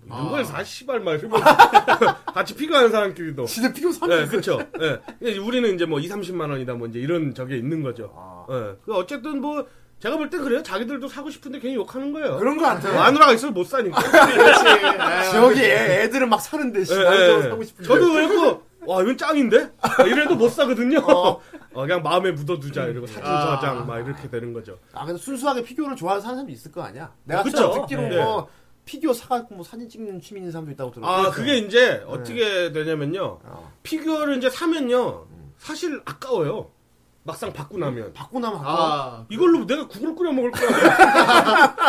B: 아.
F: 이걸 사시발 말 이러면서 [laughs] 같이 피가하는 사람끼리도.
D: 진짜 필요 사
F: 네, 그쵸. 예. 근데 우리는 이제 뭐 2, 30만 원이다 뭐 이제 이런 저게 있는 거죠.
D: 아.
F: 예. 그 어쨌든 뭐 제가 볼 땐 그래요. 자기들도 사고 싶은데 괜히 욕하는 거예요.
D: 그런 거 같아요.
F: 마누라가 있으면 못 사니까.
D: 아,
B: 그렇지.
D: [laughs] 지역에 애, 애들은 막 사는데 씨,
F: 예,
D: 나도
F: 예.
D: 사고 싶은데.
F: 저도 그랬고, 와, 이건 짱인데? 아, 이래도 못 사거든요. [laughs] 어, 그냥 마음에 묻어두자. 이러고 사진
B: 아.
F: 저장, 막 이렇게 되는 거죠.
D: 아 근데 순수하게 피규어를 좋아하는 사람도 있을 거 아니야. 내가
F: 그쵸?
D: 진짜 듣기로
F: 네.
D: 뭐 피규어 사갖고 뭐 사진 찍는 취미 있는 사람도 있다고 들었어.
F: 아, 그게 이제 어떻게 되냐면요.
D: 어.
F: 피규어를 이제 사면요. 사실 아까워요. 막상 받고 나면.
D: 받고 나면 갖고 와.
B: 아,
F: 이걸로 내가 국을 끓여 먹을 거야. [laughs]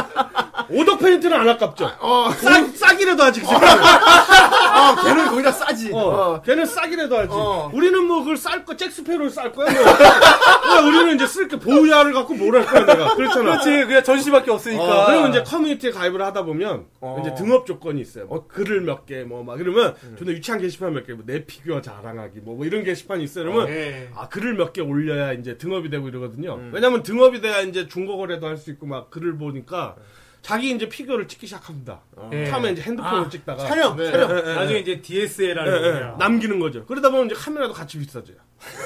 F: 오덕 페인트는 안 아깝죠. 어. 싸, 싸기라도 하지.
D: 아, [laughs] 걔는 거기다 싸지.
F: 어,
D: 어.
F: 걔는 싸기라도 하지.
D: 어.
F: 우리는 뭐 그걸 쌀 거, 잭스페로를 쌀 거야. 뭐. 그러니까 우리는 이제 쓸 게 보호자를 갖고 뭘 할 거야 내가. 그렇잖아.
C: 그렇지, 그냥 전시밖에 없으니까.
F: 어, 그리고 이제 커뮤니티에 가입을 하다 보면
D: 어.
F: 이제 등업 조건이 있어요. 뭐 글을 몇 개, 뭐 막 이러면 존나 유치한 게시판 몇 개, 뭐 내 피규어 자랑하기, 뭐, 뭐 이런 게시판이 있어요. 그러면
C: 네.
B: 예.
F: 아 글을 몇 개 올려야 이제 등업이 되고 이러거든요. 왜냐면 등업이 돼야 이제 중고 거래도 할 수 있고 막 글을 보니까 자기 이제 피규어를 찍기 시작합니다. 처음에 이제 핸드폰으로
C: 아,
F: 찍다가
D: 촬영,
B: 네.
D: 촬영.
C: 나중에 이제 DSLR을
F: 예, 예, 남기는 거죠. 그러다 보면 이제 카메라도 같이 비싸져요.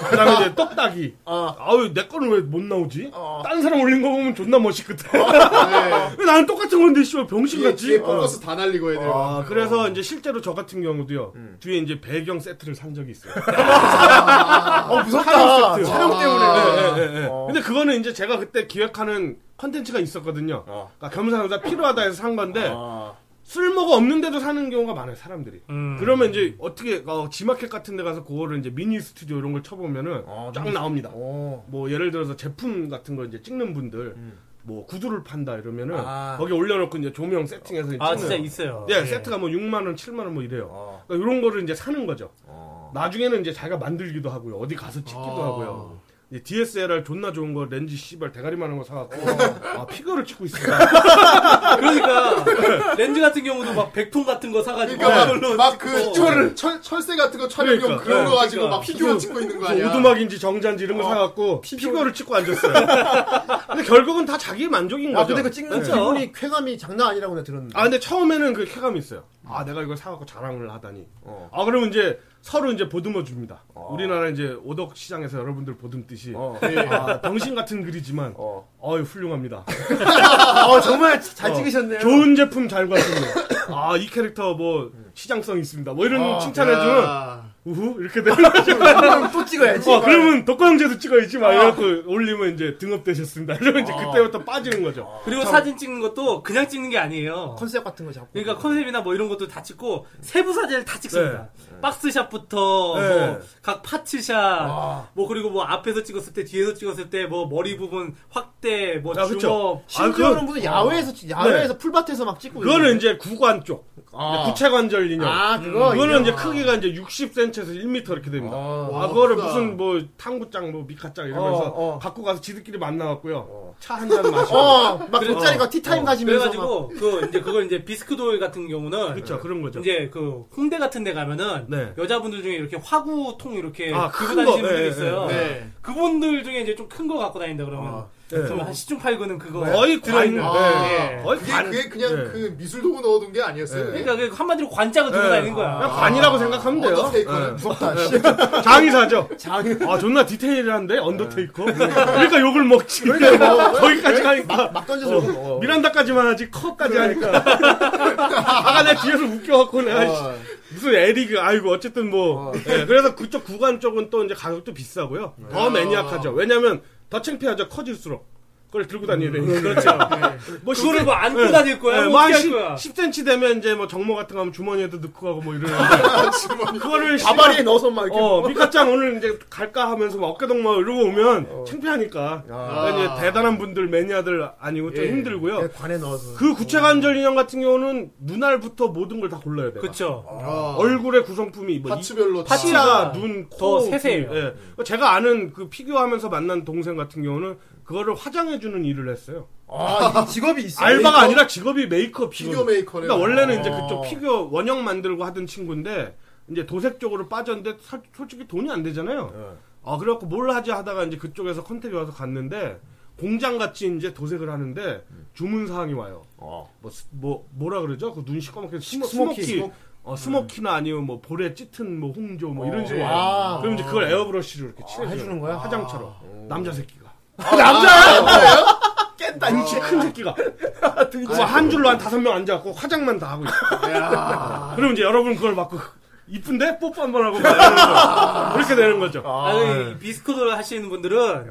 F: 그다음에 이제 떡딱이.
D: 어.
F: 아유 내 거는 왜 못 나오지?
D: 어.
F: 다른 사람 올린 거 보면 존나 멋있거든.
B: 네.
F: 왜 나는 똑같은 건데 씨발
B: 뒤에,
F: 병신같이. 어.
B: 뒤에 포커스 다 날리고 해야 돼요.
F: 아, 그래서 이제 실제로 저 같은 경우도요. 뒤에 이제 배경 세트를 산 적이 있어요.
D: 어, 무섭다.
F: 촬영 세트.
D: 촬영 때문에. 네,
B: 아.
F: 예, 예, 예.
D: 어.
F: 근데 그거는 이제 제가 그때 기획하는 컨텐츠가 있었거든요.
C: 어.
F: 그러니까 겸사겸사 필요하다 해서 산 건데
C: 아.
F: 쓸모가 없는데도 사는 경우가 많아요, 사람들이.
D: 음.
F: 그러면 이제 어떻게 어, 지마켓 같은 데 가서 그거를 이제 미니 스튜디오 이런 걸 쳐보면은
C: 아,
F: 쫙 나옵니다.
D: 어.
F: 뭐 예를 들어서 제품 같은 거 이제 찍는 분들
C: 음.
F: 뭐 구두를 판다 이러면은
D: 아.
F: 거기 올려놓고 이제 조명 세팅해서 이제
C: 아,
F: 찍는
C: 진짜 있어요.
F: 예, 세트가 뭐 6만 원, 7만 원 뭐 이래요.
D: 어.
F: 그러니까 이런 거를 이제 사는 거죠.
D: 어.
F: 나중에는 이제 자기가 만들기도 하고요. 어디 가서 찍기도
B: 아.
F: 하고요. 이제 DSLR 존나 좋은 거 렌즈 씨발 대가리만한 거 사갖고 아 피규어를 찍고 있습니다.
C: 그러니까 [laughs] 렌즈 같은 경우도 막 백통 같은 거 사가지고
B: 그러니까 막그
C: 찍고.
B: 철, 철, 철새 같은 거 촬영용
F: 네. 그러니까.
B: 그런거 가지고
C: 그러니까.
B: 막 피규어 찍고 있는 거 아니야?
F: 오두막인지 정자인지 이런 거 사갖고 피규어를 찍고 앉았어요. 근데 결국은 다 자기 만족인
D: 아,
F: 거죠.
D: 근데 그 찍는
C: 그렇죠.
D: 기분이 쾌감이 장난 아니라고 내가 들었는데.
F: 아 근데 처음에는 그 쾌감이 있어요. 아 내가 이걸 사갖고 자랑을 하다니.
D: 어.
F: 아 그러면 이제 서로 이제 보듬어 줍니다.
D: 어.
F: 우리나라 이제 오덕 시장에서 여러분들 보듬듯이
D: 어.
F: 아, 병신 같은 글이지만
D: 어.
F: 어유 훌륭합니다.
D: [laughs] 어, 정말 잘
F: 어,
D: 찍으셨네요.
F: 좋은 제품 잘 봤습니다. 아, 이 캐릭터 뭐 시장성 있습니다. 뭐 이런
D: 어,
F: 칭찬해주면
B: 아,
F: 우후 이렇게 되는
D: [laughs]
F: 거죠.
D: 그럼 또 찍어야지.
F: 어, 그러면 덕과 형제도 찍어야지 막 이래갖고 올리면 이제 등업되셨습니다.
D: 어.
F: 이러면 이제 그때부터 빠지는 거죠.
C: 그리고 사진 찍는 것도 그냥 찍는 게 아니에요.
D: [laughs] 컨셉 같은 거 잡고.
C: 그러니까 컨셉이나 뭐 이런 것도 다 찍고 세부 사진을 다 찍습니다. 박스샷부터
F: 네.
C: 뭐 각 파츠샷 뭐 그리고 뭐 앞에서 찍었을 때 뒤에서 찍었을 때 뭐 머리 부분 확대 뭐
F: 아, 그쵸.
C: 주먹
D: 심지어는
F: 아, 그건-
D: 무슨 야외에서 찍- 야외에서 풀밭에서 막 찍고
F: 그거는
D: 있는데.
F: 이제 구관 쪽,
D: 아.
F: 구체 관절 인형. 음.
D: 아 그거
F: 그거는 이제
D: 아.
F: 크기가 이제 60cm에서 1m 이렇게 됩니다.
D: 어.
F: 아,
B: 와,
F: 그거를
B: 크다.
F: 무슨 뭐 탕구장, 뭐 미카장 이러면서
D: 어, 어.
F: 갖고 가서 지들끼리 만나갖고요. 차 한 잔 마시고. 아,
D: 어막
C: 그래서-
D: 돗자리가 티타임 가시면서 막
C: 그래가지고 그 이제 그걸 이제 비스크돌 같은 경우는
F: 그쵸, 그런 거죠.
C: 이제 그 홍대 같은 데 가면은
F: 네.
C: 여자분들 중에 이렇게 화구통 이렇게
F: 아,
C: 들고
F: 큰
C: 다니시는
F: 거.
C: 분들
F: 네,
C: 이 있어요.
B: 네. 네.
C: 그분들 중에 이제 좀 큰 거 갖고 다닌다 그러면
F: 네.
C: 그럼 한 시중 팔고는 그거
F: 거의
C: 들어있는.
F: 관-
B: 아,
C: 예.
F: 네. 거의
B: 그게,
F: 관-
B: 그게 그냥
F: 네.
B: 그 미술도구 넣어둔 게 아니었어요.
F: 네.
C: 그러니까 그 한마디로 관짝을 들고
F: 네.
C: 다니는 거야.
F: 그냥 관이라고 생각하면 돼요.
B: 언더테이커는
D: 무섭다. 씨.
F: 예. 장의사죠.
D: 장이
F: 아 존나 디테일한데 언더테이커. 그러니까 욕을 먹지. [laughs] 거기까지 가니까
D: 막 던져서 어.
F: [laughs] 미란다까지만 하지 커까지 하니까. 아가 내 뒤에서 웃겨갖고 내가 씨, 무슨 에리그 아이고 어쨌든 뭐 예, 그래서 그쪽 구간 쪽은 또 이제 가격도 비싸고요 더 매니악하죠 왜냐면 더 창피하죠 커질수록 그걸 들고 다니래 그렇죠 뭐
C: 그거를 뭐 안고
F: 예.
C: 다닐 거야?
F: 예,
C: 뭐
F: 뭐
C: 어떻게
F: 한
C: 할
F: 10,
C: 거야?
F: 10cm 되면 이제 뭐 정모 같은 거 하면 주머니에도 넣고 가고 뭐 이러는데 그거를
D: 가발에 넣어서 막 이렇게.
F: 어, 미카짱 오늘 이제 갈까 하면서 막 어깨동 막 이러고 오면 창피하니까. 그러니까 이제 대단한 분들, 매니아들 아니고 좀
D: 예.
F: 힘들고요.
D: 그냥 관에 넣어서.
F: 그 구체관절 인형 같은 경우는 눈알부터 모든 걸 다 골라야 돼요.
C: 그쵸.
B: 아,
F: 얼굴의 구성품이 뭐 이-
B: 파츠별로 다.
F: 파치라, 눈, 코,
C: 더 세세해요.
F: 귀. 예. 제가 아는 그 피규어 하면서 만난 동생 같은 경우는 그거를 화장해주는 일을 했어요.
D: 아, 이 직업이 있어.
F: 알바가
B: 그러니까,
F: 아니라 직업이 메이크업
B: 피규어
F: 직원.
B: 메이커네. 아.
F: 그러니까 원래는 이제
D: 어.
F: 그쪽 피규어 원형 만들고 하던 친구인데 이제 도색 쪽으로 빠졌는데 사- 솔직히 돈이 안 되잖아요.
B: 네.
F: 아 그래갖고 뭘 하지 하다가 이제 그쪽에서 컨택이 와서 갔는데 공장 같이 이제 도색을 하는데 주문 사항이 와요. 뭐, 스- 뭐 뭐라 그러죠? 그 눈 시꺼멓게 스모,
D: 스모키. 네.
F: 스모키, 어, 스모키나 아니면 뭐 볼에 짙은 뭐 홍조 뭐 이런 식으로.
D: 예.
F: 와요.
D: 아.
F: 그럼 이제 그걸 에어브러쉬로 이렇게 칠해줘요.
D: 해주는 거야? 아.
F: 화장처럼 남자 새끼가.
D: 깬다. 아,
F: 등치 큰 새끼가. 그거 한 줄로 한 다섯 명 앉아갖고 화장만 다 하고 있어.
D: 아.
F: 그럼 이제 여러분 그걸 받고 이쁜데 뽀뽀 한 번 하고 막 이러는
D: 아.
F: 거예요. 그렇게 되는 거죠.
C: 아, 니 비스코를 하시는 분들은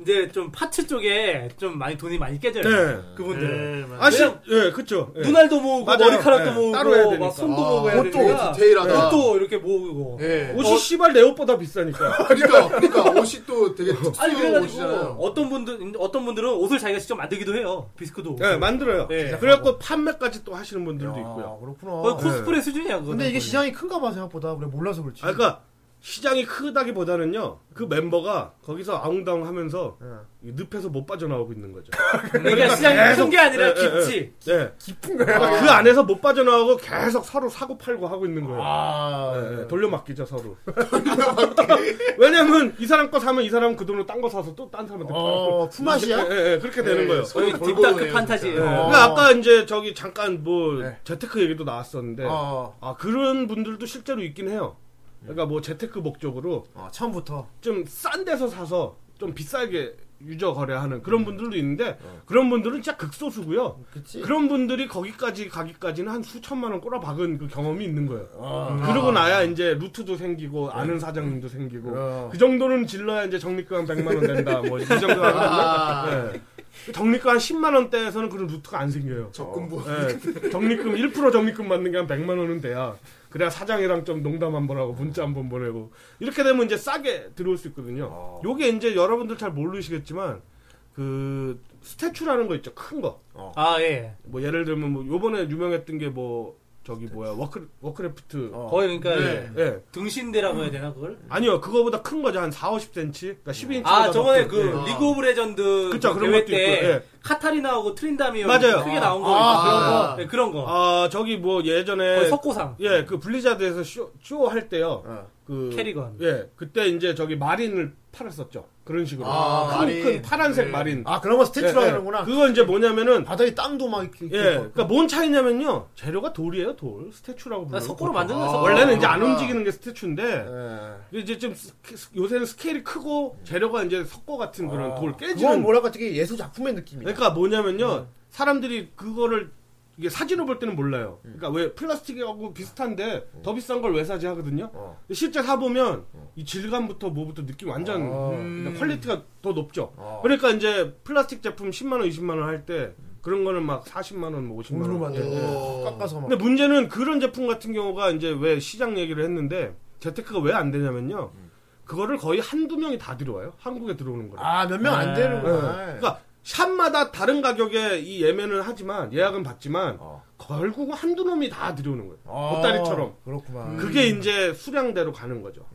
C: 이제 좀 파츠 쪽에 좀 많이 돈이 많이 깨져요.
F: 네.
C: 그분들은.
F: 아시, 예, 그쵸. 예.
C: 눈알도 모으고
F: 맞아요.
C: 머리카락도
F: 네.
C: 모으고
F: 따로 해야 되니까.
C: 막 손도
B: 아,
C: 모으고 해야
B: 옷도
C: 되니까
B: 디테일하다.
C: 옷도 이렇게 모으고.
B: 예.
F: 옷이
D: 어.
F: 씨발 내 옷보다 비싸니까.
D: [laughs]
B: 그러니까, 그러니까 옷이 또
F: [laughs]
B: 되게
C: 아니
B: 특수한
C: 그래가지고
B: 옷이잖아요.
C: 어떤 분들 어떤 분들은 옷을 자기가 직접 만들기도 해요. 비스코도. 옷을.
F: 예, 만들어요.
C: 네.
F: 그래갖고 판매까지 또 하시는 분들도 있고요.
D: 아, 그렇구나. 네.
C: 거의 어, 코스프레 수준이야. 그거는
D: 근데 이게
C: 거의.
D: 시장이 큰가 봐, 생각보다. 그래, 몰라서 그렇지.
F: 아, 그러니까 시장이 크다기보다는요. 그 멤버가 거기서 아웅다웅 하면서 이 늪에서 못 빠져나오고 있는 거죠. 예,
C: 그러니까 시장이 큰 게 아니라 깊지.
F: 네. 깊은 거야. 그 안에서 못 빠져나오고 계속 서로 사고 팔고 하고 있는 거예요.
D: 아,
F: 예, 예, 돌려막기죠 서로.
C: [laughs]
F: 왜냐면 이 사람 거 사면 이 사람은 그 돈으로 딴 거 사서 또 딴 사람한테 팔고.
D: 어, 품앗이야?
F: 예, 예, 예, 그렇게 되는 거예요.
C: 거의
B: 돌고
C: 딥다크
B: 도네요,
C: 판타지.
B: 진짜.
C: 예.
D: 어.
F: 그러니까 아까 이제 저기 잠깐 뭐
D: 네.
F: 재테크 얘기도 나왔었는데
D: 어,
F: 아 그런 분들도 실제로 있긴 해요. 그러니까 뭐 재테크 목적으로
D: 어, 처음부터.
F: 좀 싼 데서 사서 좀 비싸게 유저 거래하는 그런 분들도 있는데 그런 분들은 진짜 극소수고요.
D: 음. 어. 그치?
F: 그런 분들이 거기까지 가기까지는 한 수천만 원 꼬라박은 그 경험이 있는 거예요.
D: 어.
F: 음.
D: 아.
F: 그러고 나야 이제 루트도 생기고 아는 사장님도 생기고
D: 네. 어.
F: 그 정도는 질러야 이제 적립금 한 100만 원 된다. 뭐 이 정도
D: [laughs]
F: 하거든요. 예. 적립금 한 10만 원대에서는 그런 루트가 안 생겨요.
B: 적금부.
F: 예, 적립금 1% 적립금 받는 게 한 100만 원은 돼야 그래야 사장이랑 좀 농담 한 번 하고 문자 한 번 보내고 이렇게 되면 이제 싸게 들어올
C: 아.
F: 수 있거든요. 요게 이제 여러분들 잘 모르시겠지만 그 스태츄라는 거 있죠 큰 거.
C: 아 예.
F: 뭐 예를 들면 뭐 요번에 유명했던 게 뭐 저기 뭐야 워크 워크래프트.
D: 어.
C: 거의 그러니까
B: 네.
F: 예.
C: 등신대라고 해야 되나 그걸?
F: 아니요 그거보다 큰 거죠 한 4, 50cm. 그러니까 12인치.
C: 아 저번에 그
F: 예.
B: 아.
C: 리그 오브 레전드
F: 그쵸,
C: 그
F: 그런
C: 대회
F: 것도
C: 때
F: 있고, 예.
C: 카타리나하고 트린다미오
F: 맞아요.
C: 크게 나온 거
D: 아,
C: 있죠.
B: 그런 거.
C: 네, 그런 거.
F: 아 저기 뭐 예전에
C: 거의 석고상
F: 예 그 블리자드에서 쇼 쇼 할 때요.
D: 어.
F: 그
C: 캐리건.
F: 예, 그때 이제 저기 마린을 팔았었죠. 그런 식으로.
B: 아,
F: 큰,
B: 마린.
F: 큰 파란색
B: 네.
F: 마린.
D: 아, 그런 거 스태츄라
F: 예, 예.
D: 하는구나. 아,
F: 그거 이제 뭐냐면은
D: 바닥에 땅도 막 이렇게.
F: 예, 그러니까 뭔 차이냐면요. 재료가 돌이에요, 돌. 스태츄라고
C: 아,
F: 불러요.
C: 석고로 만드는
B: 아.
C: 거서
F: 원래는 이제 안
B: 아.
F: 움직이는 게 스태츄인데
D: 예.
F: 이제 좀 스케- 스- 요새는 스케일이 크고 재료가 이제 석고 같은 그런 돌
D: 아. 그건
F: 깨지는
D: 뭐랄까 되게 예술 작품의 느낌이야.
F: 그러니까
D: 네.
F: 뭐냐면요. 사람들이 그거를 이게 사진으로 볼 때는 몰라요.
D: 네.
F: 그러니까 왜 플라스틱하고 비슷한데 더 비싼 걸 왜 사지 하거든요.
D: 어.
F: 근데 실제 사 보면 이 질감부터 뭐부터 느낌 완전
D: 어.
F: 그러니까 퀄리티가 더 높죠.
D: 어.
F: 그러니까 이제 플라스틱 제품 10만 원, 20만 원 할 때 그런 거는 막 40만 원, 뭐 50만 원.
D: 돈으로 만든
B: 오.
D: 거. 어, 깎아서 막.
F: 근데 문제는 그런 제품 같은 경우가 이제 왜 시장 얘기를 했는데 재테크가 왜 안 되냐면요.
D: 음.
F: 그거를 거의 한두 명이 다 들어와요. 한국에 들어오는 거예요.
D: 아, 몇 명 안
F: 네.
D: 되는구나. 예.
F: 그러니까 샵마다 다른 가격에 이 예매는 하지만 예약은 받지만
D: 어.
F: 결국은 한두 놈이 다 들어오는 거예요.
D: 아,
F: 보따리처럼.
D: 그렇구나.
F: 그게 이제 수량대로 가는 거죠.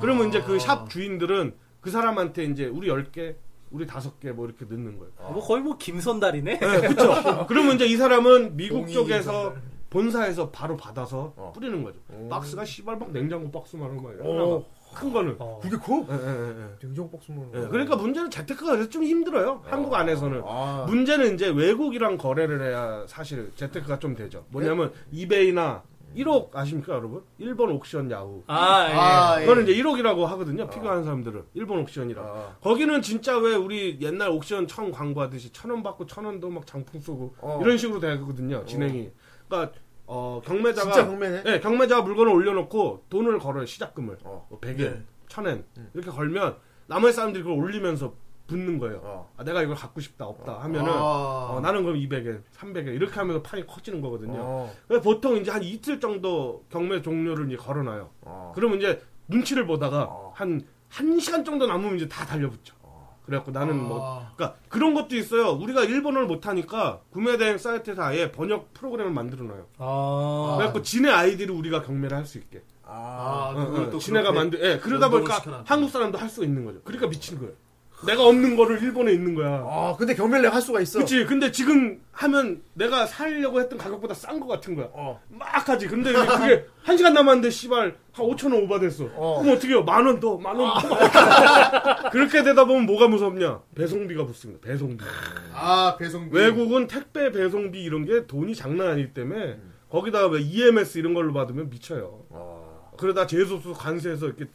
F: 그러면 이제 그 샵 주인들은 그 사람한테 이제 우리 10개, 우리 5개 뭐 이렇게 넣는 거예요.
C: 뭐 거의 뭐 김선달이네.
F: [laughs] 그렇죠. 그러면 이제 이 사람은 미국
B: 동의
F: 쪽에서 본사에서 바로 받아서
D: 어.
F: 뿌리는 거죠. 박스가 씨발 막 냉장고 박스만한 거예요.
D: 오.
F: 하나가. 큰 거는.
C: 어.
D: 그게 커?
F: 예, 예, 예.
D: 냉장 박스만.
F: 예, 그러니까 문제는 재테크가 그래서 좀 힘들어요. 한국 안에서는.
D: 아.
F: 문제는 이제 외국이랑 거래를 해야 사실 재테크가 좀 되죠.
D: 네?
F: 뭐냐면 이베이나 1억 아십니까 여러분? 일본 옥션 야후.
C: 아 예.
B: 아, 예.
F: 그거는 이제 1억이라고 하거든요. 피규어하는 사람들은 일본 옥션이라.
D: 네. 아.
F: 거기는 진짜 왜 우리 옛날 옥션 처음 광고하듯이 천 원 받고 천 원도 막 장풍 쏘고
D: 어.
F: 이런 식으로 되거든요. 진행이. 그러니까 어 경매자가
D: 진짜 경매네.
F: 네, 경매자가 물건을 올려놓고 돈을 걸어요 시작금을
D: 어.
F: 뭐 100엔,
B: 네.
F: 1000엔 이렇게 걸면 나머지 사람들이 그걸 올리면서 붙는 거예요.
D: 어.
F: 아, 내가 이걸 갖고 싶다 없다 하면은
B: 아.
F: 어, 나는 그럼 200엔, 300엔 이렇게 하면서 판이 커지는 거거든요.
D: 어.
F: 그래서 보통 이제 한 이틀 정도 경매 종료를 이제 걸어놔요.
D: 어.
F: 그러면 이제 눈치를 보다가
D: 어.
F: 한 한 시간 정도 남으면 이제 다 달려붙죠. 그래갖고 나는 뭐,
D: 아.
F: 그러니까 그런 것도 있어요. 우리가 일본어를 못하니까 구매 대행 사이트에서 아예 번역 프로그램을 만들어놔요.
B: 아.
F: 그래갖고 진해 아이디를 우리가 경매를 할 수 있게.
C: 어,
D: 아.
B: 아,
F: 응,
B: 그걸
F: 응.
B: 또
F: 진해가
B: 그렇게-
F: 만들, 예, 그러다 보니까
B: 시켜놨구나.
F: 한국 사람도 할 수가 있는 거죠. 그러니까 미친 거예요. 내가 없는 거를 일본에 있는 거야.
D: 아, 근데 경매를 내가 할 수가 있어.
F: 그치. 근데 지금 하면 내가 살려고 했던 가격보다 싼 거 같은 거야.
D: 어.
F: 막 하지. 근데 이제
B: [laughs]
F: 그게 한 시간 남았는데 씨발 한 5천 원 오바 됐어.
D: 어.
F: 그럼 어떻게 해요? 만 원 더, 만 원 더.
B: 아.
F: [laughs] 그렇게 되다 보면 뭐가 무섭냐? 배송비가 붙습니다. 배송비.
B: 아, 배송비.
F: 외국은 택배 배송비 이런 게 돈이 장난 아니기 때문에 거기다가 왜 EMS 이런 걸로 받으면 미쳐요.
D: 아.
F: 그러다 제소수 관세에서 이렇게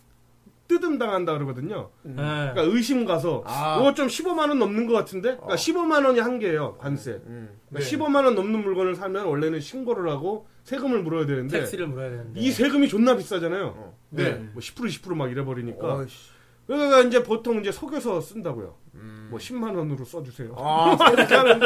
F: 뜯음 당한다 그러거든요.
C: 예.
B: 네.
F: 그러니까 의심 가서
D: 아. 어.
F: 이거 좀 15만 원 넘는 것 같은데 그러니까 15만 원이 한계예요 관세.
D: 음.
B: 네.
F: 15만 원 넘는 물건을 사면 원래는 신고를 하고 세금을 물어야 되는데
G: 택시를 물어야 되는데.
F: 이 세금이 존나 비싸잖아요.
D: 어.
F: 네.
B: 네.
F: 뭐 10% 10%막 이래 버리니까.
D: 음. 어이씨.
F: 그러니까 이제 보통 이제 속여서 쓴다고요. 뭐 10만 원으로 써 주세요.
D: 아,
F: [laughs] 이렇게 하는데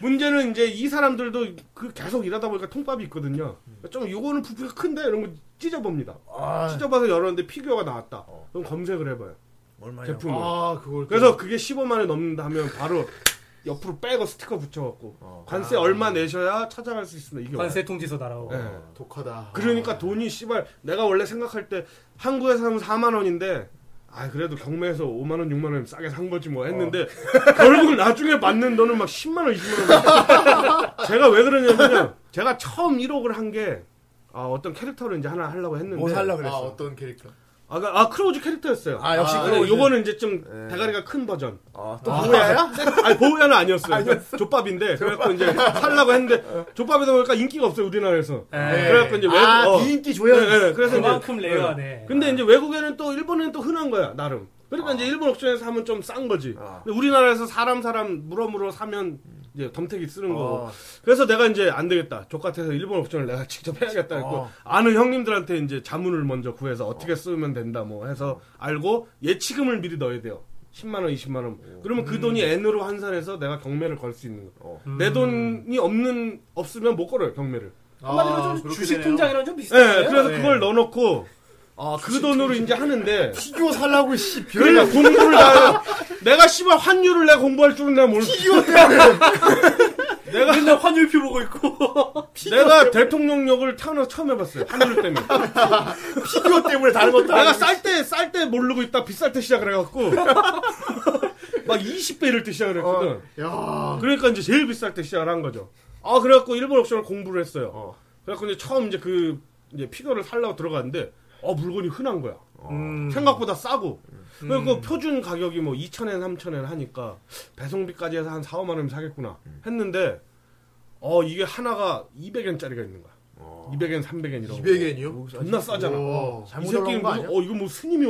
F: 문제는 이제 이 사람들도 그 계속 일하다 보니까 통밥이 있거든요. 좀 요거는 부피가 큰데 이런 거 찢어봅니다.
D: 아,
F: 찢어봐서 열었는데 피규어가 나왔다. 그럼 검색을 해봐요.
D: 얼마냐?
F: 제품을.
B: 아, 그걸. 또-
F: 그래서 그게 15만 원 넘는다 하면 바로 옆으로 빼고 스티커 붙여갖고 관세 얼마 내셔야 찾아갈 수 있습니다.
C: 예.
F: 이게
G: 관세 통지서 날아오고.
F: 와요. 예.
B: 독하다.
F: 그러니까 돈이 씨발 내가 원래 생각할 때 한국에 사면 4만 원인데 아 그래도 경매에서 5만 원, 6만 원 싸게 산 거지 뭐 했는데 [laughs] 결국 나중에 맞는 돈은 막 10만 원, 20만 원. [laughs] 제가 왜 그러냐면 제가 처음 1억을 한 게 아, 어떤 캐릭터를 이제 하나 [laughs] 하려고 했는데
D: 뭐 살라
B: 아,
D: 그랬어?
B: 어떤 캐릭터?
F: 아, 그- 아, 크로우즈 캐릭터였어요.
D: 아, 역시
F: 근데
D: 크로우즈.
F: 요거는 이제 좀
D: 예.
F: 대가리가 큰 버전.
D: 아, 또 뭐야야?
F: 아니 보호야는 아니었어요. 그러니까 족밥인데 그래갖고 이제 살라고 했는데 족밥이다 보니까 인기가 없어요 우리나라에서.
G: 예.
F: 그래갖고 이제 외국
D: 아,
F: 어.
D: 비인기
F: 예,
D: 조연.
F: 예, 그래서 이제 예.
G: 그만큼 레어하네.
F: 근데 이제 외국에는 또 일본에는 또 흔한 거야 나름. 그러니까 이제 일본 옥션에서 사면 좀 싼 거지.
D: 아.
F: 근데 우리나라에서 사람 사람 물어물어 사면 이제 덤태기 쓰는 거고.
D: 어.
F: 그래서 내가 이제 안 되겠다. 족같아서 일본 옥션을 내가 [laughs] 직접 해야겠다 했고
D: 어.
F: 아는 형님들한테 이제 자문을 먼저 구해서 어떻게 쓰면 된다 뭐 해서 알고 예치금을 미리 넣어야 돼요. 10만 원, 20만 원. 그러면 그 돈이 N으로 환산해서 내가 경매를 걸 수 있는 거.
D: 어.
F: 내 돈이 없는 없으면 못 걸어요 경매를.
G: 한마디로
B: 아,
G: 좀
B: 그렇게
G: 주식
B: 되네요.
G: 통장이랑 좀
F: 예,
G: 비슷해요.
F: 그래서
G: 예.
F: 그걸 넣어놓고 그 돈으로 이제 하는데
D: 피규어 살라고 씨.
F: 그러니까 공부를 다 내가 씨발 환율을 내가 공부할 줄은 내가 모르 내가
G: 맨날 환율표 보고 있고.
F: 내가 대통령역을 태어나서 처음 해봤어요 환율
D: [laughs]
F: 때문에
D: 피규어 때문에 다른 것도
F: 내가
D: 아니고.
F: 쌀 때 쌀 때 모르고 있다 비쌀 때
D: [laughs]
F: 시작을 해갖고 막 20배 이럴 때 시작을 했거든
D: 어,
B: 야.
F: 그러니까 이제 제일 비쌀 때 시작을 한 거죠 아 그래갖고 일본 옥션을 공부를 했어요 그래갖고 이제 처음 이제 그 이제 피규어를 살라고 들어갔는데 어 물건이 흔한 거야
G: 음.
F: 생각보다 싸고 그리고
D: 음.
F: 표준 가격이 뭐 2천엔 3천엔 하니까 배송비까지 해서 한 4, 5만 원이면 사겠구나
D: 음.
F: 했는데 어 이게 하나가 200엔짜리가 있는 거야
D: 어.
F: 200엔 300엔 이런
B: 200엔이요?
F: 거 존나 싸잖아 어.
B: 오.
F: 이
D: 뭐, 잘못
F: 새끼는
D: 올라온 거
F: 무슨,
D: 아니야?
F: 어, 이거 뭐 스님이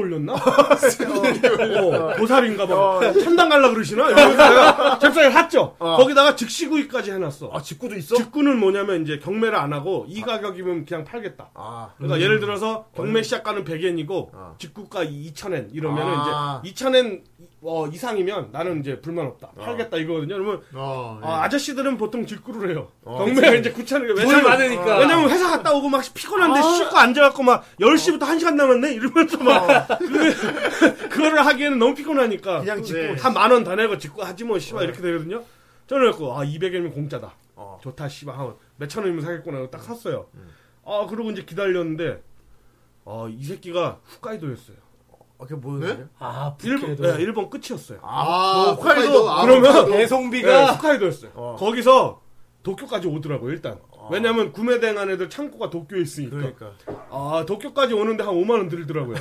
D: [laughs]
F: 올렸나? [laughs] 어, 보살인가 봐. 천당 갈라 그러시나? 이러면서
D: [laughs]
F: 내가 잽싸게 샀죠.
D: 어.
F: 거기다가 즉시구이까지 해놨어.
D: 아, 직구도 있어?
F: 직구는 뭐냐면 이제 경매를 안 하고 이 가격이면 그냥 팔겠다.
D: 아. 음.
F: 그러니까 예를 들어서 경매 시작가는 100엔이고
D: 아.
F: 직구가 2,000엔 이러면은
D: 아.
F: 이제 2,000엔 어, 이상이면 나는 이제 불만 없다. 팔겠다
D: 아.
F: 이거거든요. 그러면
B: 어, 예.
F: 아, 저씨들은 보통 직구를 해요. 경매가 이제 9,000엔.
G: 네. 어, 돈이 많으니까.
F: 왜냐면 회사 갔다 오고 막 피곤한데 씻고 앉아갖고 막 10시부터 1시간 남았네? 이러면서 막
G: 어.
F: [laughs] 그, 그거를 하기에는 너무 피곤하니까
D: 그냥 직구.
F: 네. 한 만 원 더 내고 직구 하지 뭐
G: 네.
F: 씨발 이렇게 되거든요. 저는 그래갖고 아 200엔이면 공짜다.
D: 어.
F: 좋다 씨발 하고 몇천 원이면 사겠구나 하고 딱 샀어요.
G: 음.
F: 아 그러고 이제 기다렸는데 아 이 새끼가 홋카이도였어요. 뭐,
D: 어, 그게 뭐였
B: 네?
D: 네? 뭐,
G: 아,
F: 일본
G: 북해도.
F: 네, 일본 끝이었어요.
B: 아,
D: 홋카이도.
B: 아,
F: 그러면
B: 홋카이도.
F: 네,
G: 배송비가
F: 홋카이도였어요.
D: 어.
F: 거기서 도쿄까지 오더라고 일단. 왜냐면 구매 대행한 애들 창고가 도쿄에 있으니까.
D: 그러니까.
F: 아 도쿄까지 오는데 한 5만 원 들더라고요.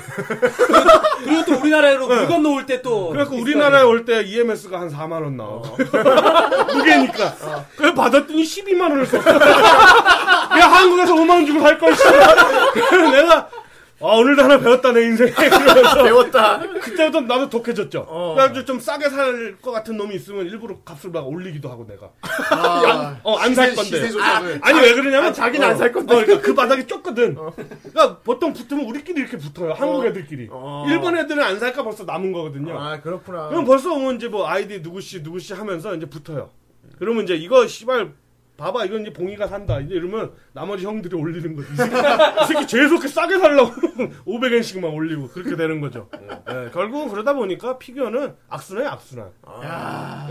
G: 그리고 또 우리나라로 물건 놓을 때또
F: 그래갖고 우리나라에 올 때 EMS가 한 4만 원 나와. [laughs] 무게니까. 그래 받았더니 12만 [laughs] 원을 썼어. 야 한국에서 5만 원 주고 살 걸. 씨. 그래서 내가 아 오늘도 하나 배웠다 내 인생에 이러면서 [laughs]
D: 배웠다.
F: 그때부터 나도 독해졌죠.
D: 어.
F: 그래가지고 좀 싸게 살 것 같은 놈이 있으면 일부러 값을 막 올리기도 하고 내가.
B: 아,
F: 어, 안 살 건데.
B: 시세 조작을.
F: 아니 왜 그러냐면
D: 자기는
F: 어.
D: 안살 건데. 어.
F: 어, 그러니까 그 바닥이 좁거든. 그러니까 보통 붙으면 우리끼리 이렇게 붙어요. 한국 애들끼리.
D: 어.
F: 일본 애들은 안 살까 벌써 남은 거거든요.
D: 아 그렇구나.
F: 그럼 벌써 오면 이제 뭐 아이디 누구씨 누구씨 하면서 이제 붙어요. 그러면 이제 이거 씨발 봐봐 이건 이제 봉이가 산다 이제 이러면 나머지 형들이 올리는 거지. [laughs] 이 새끼, 이 새끼 제일 속게 싸게 살라고 [laughs] 500엔씩 막 올리고 그렇게 되는 거죠.
D: 네.
F: 예, 결국은 그러다 보니까 피규어는 악순환이 악순환.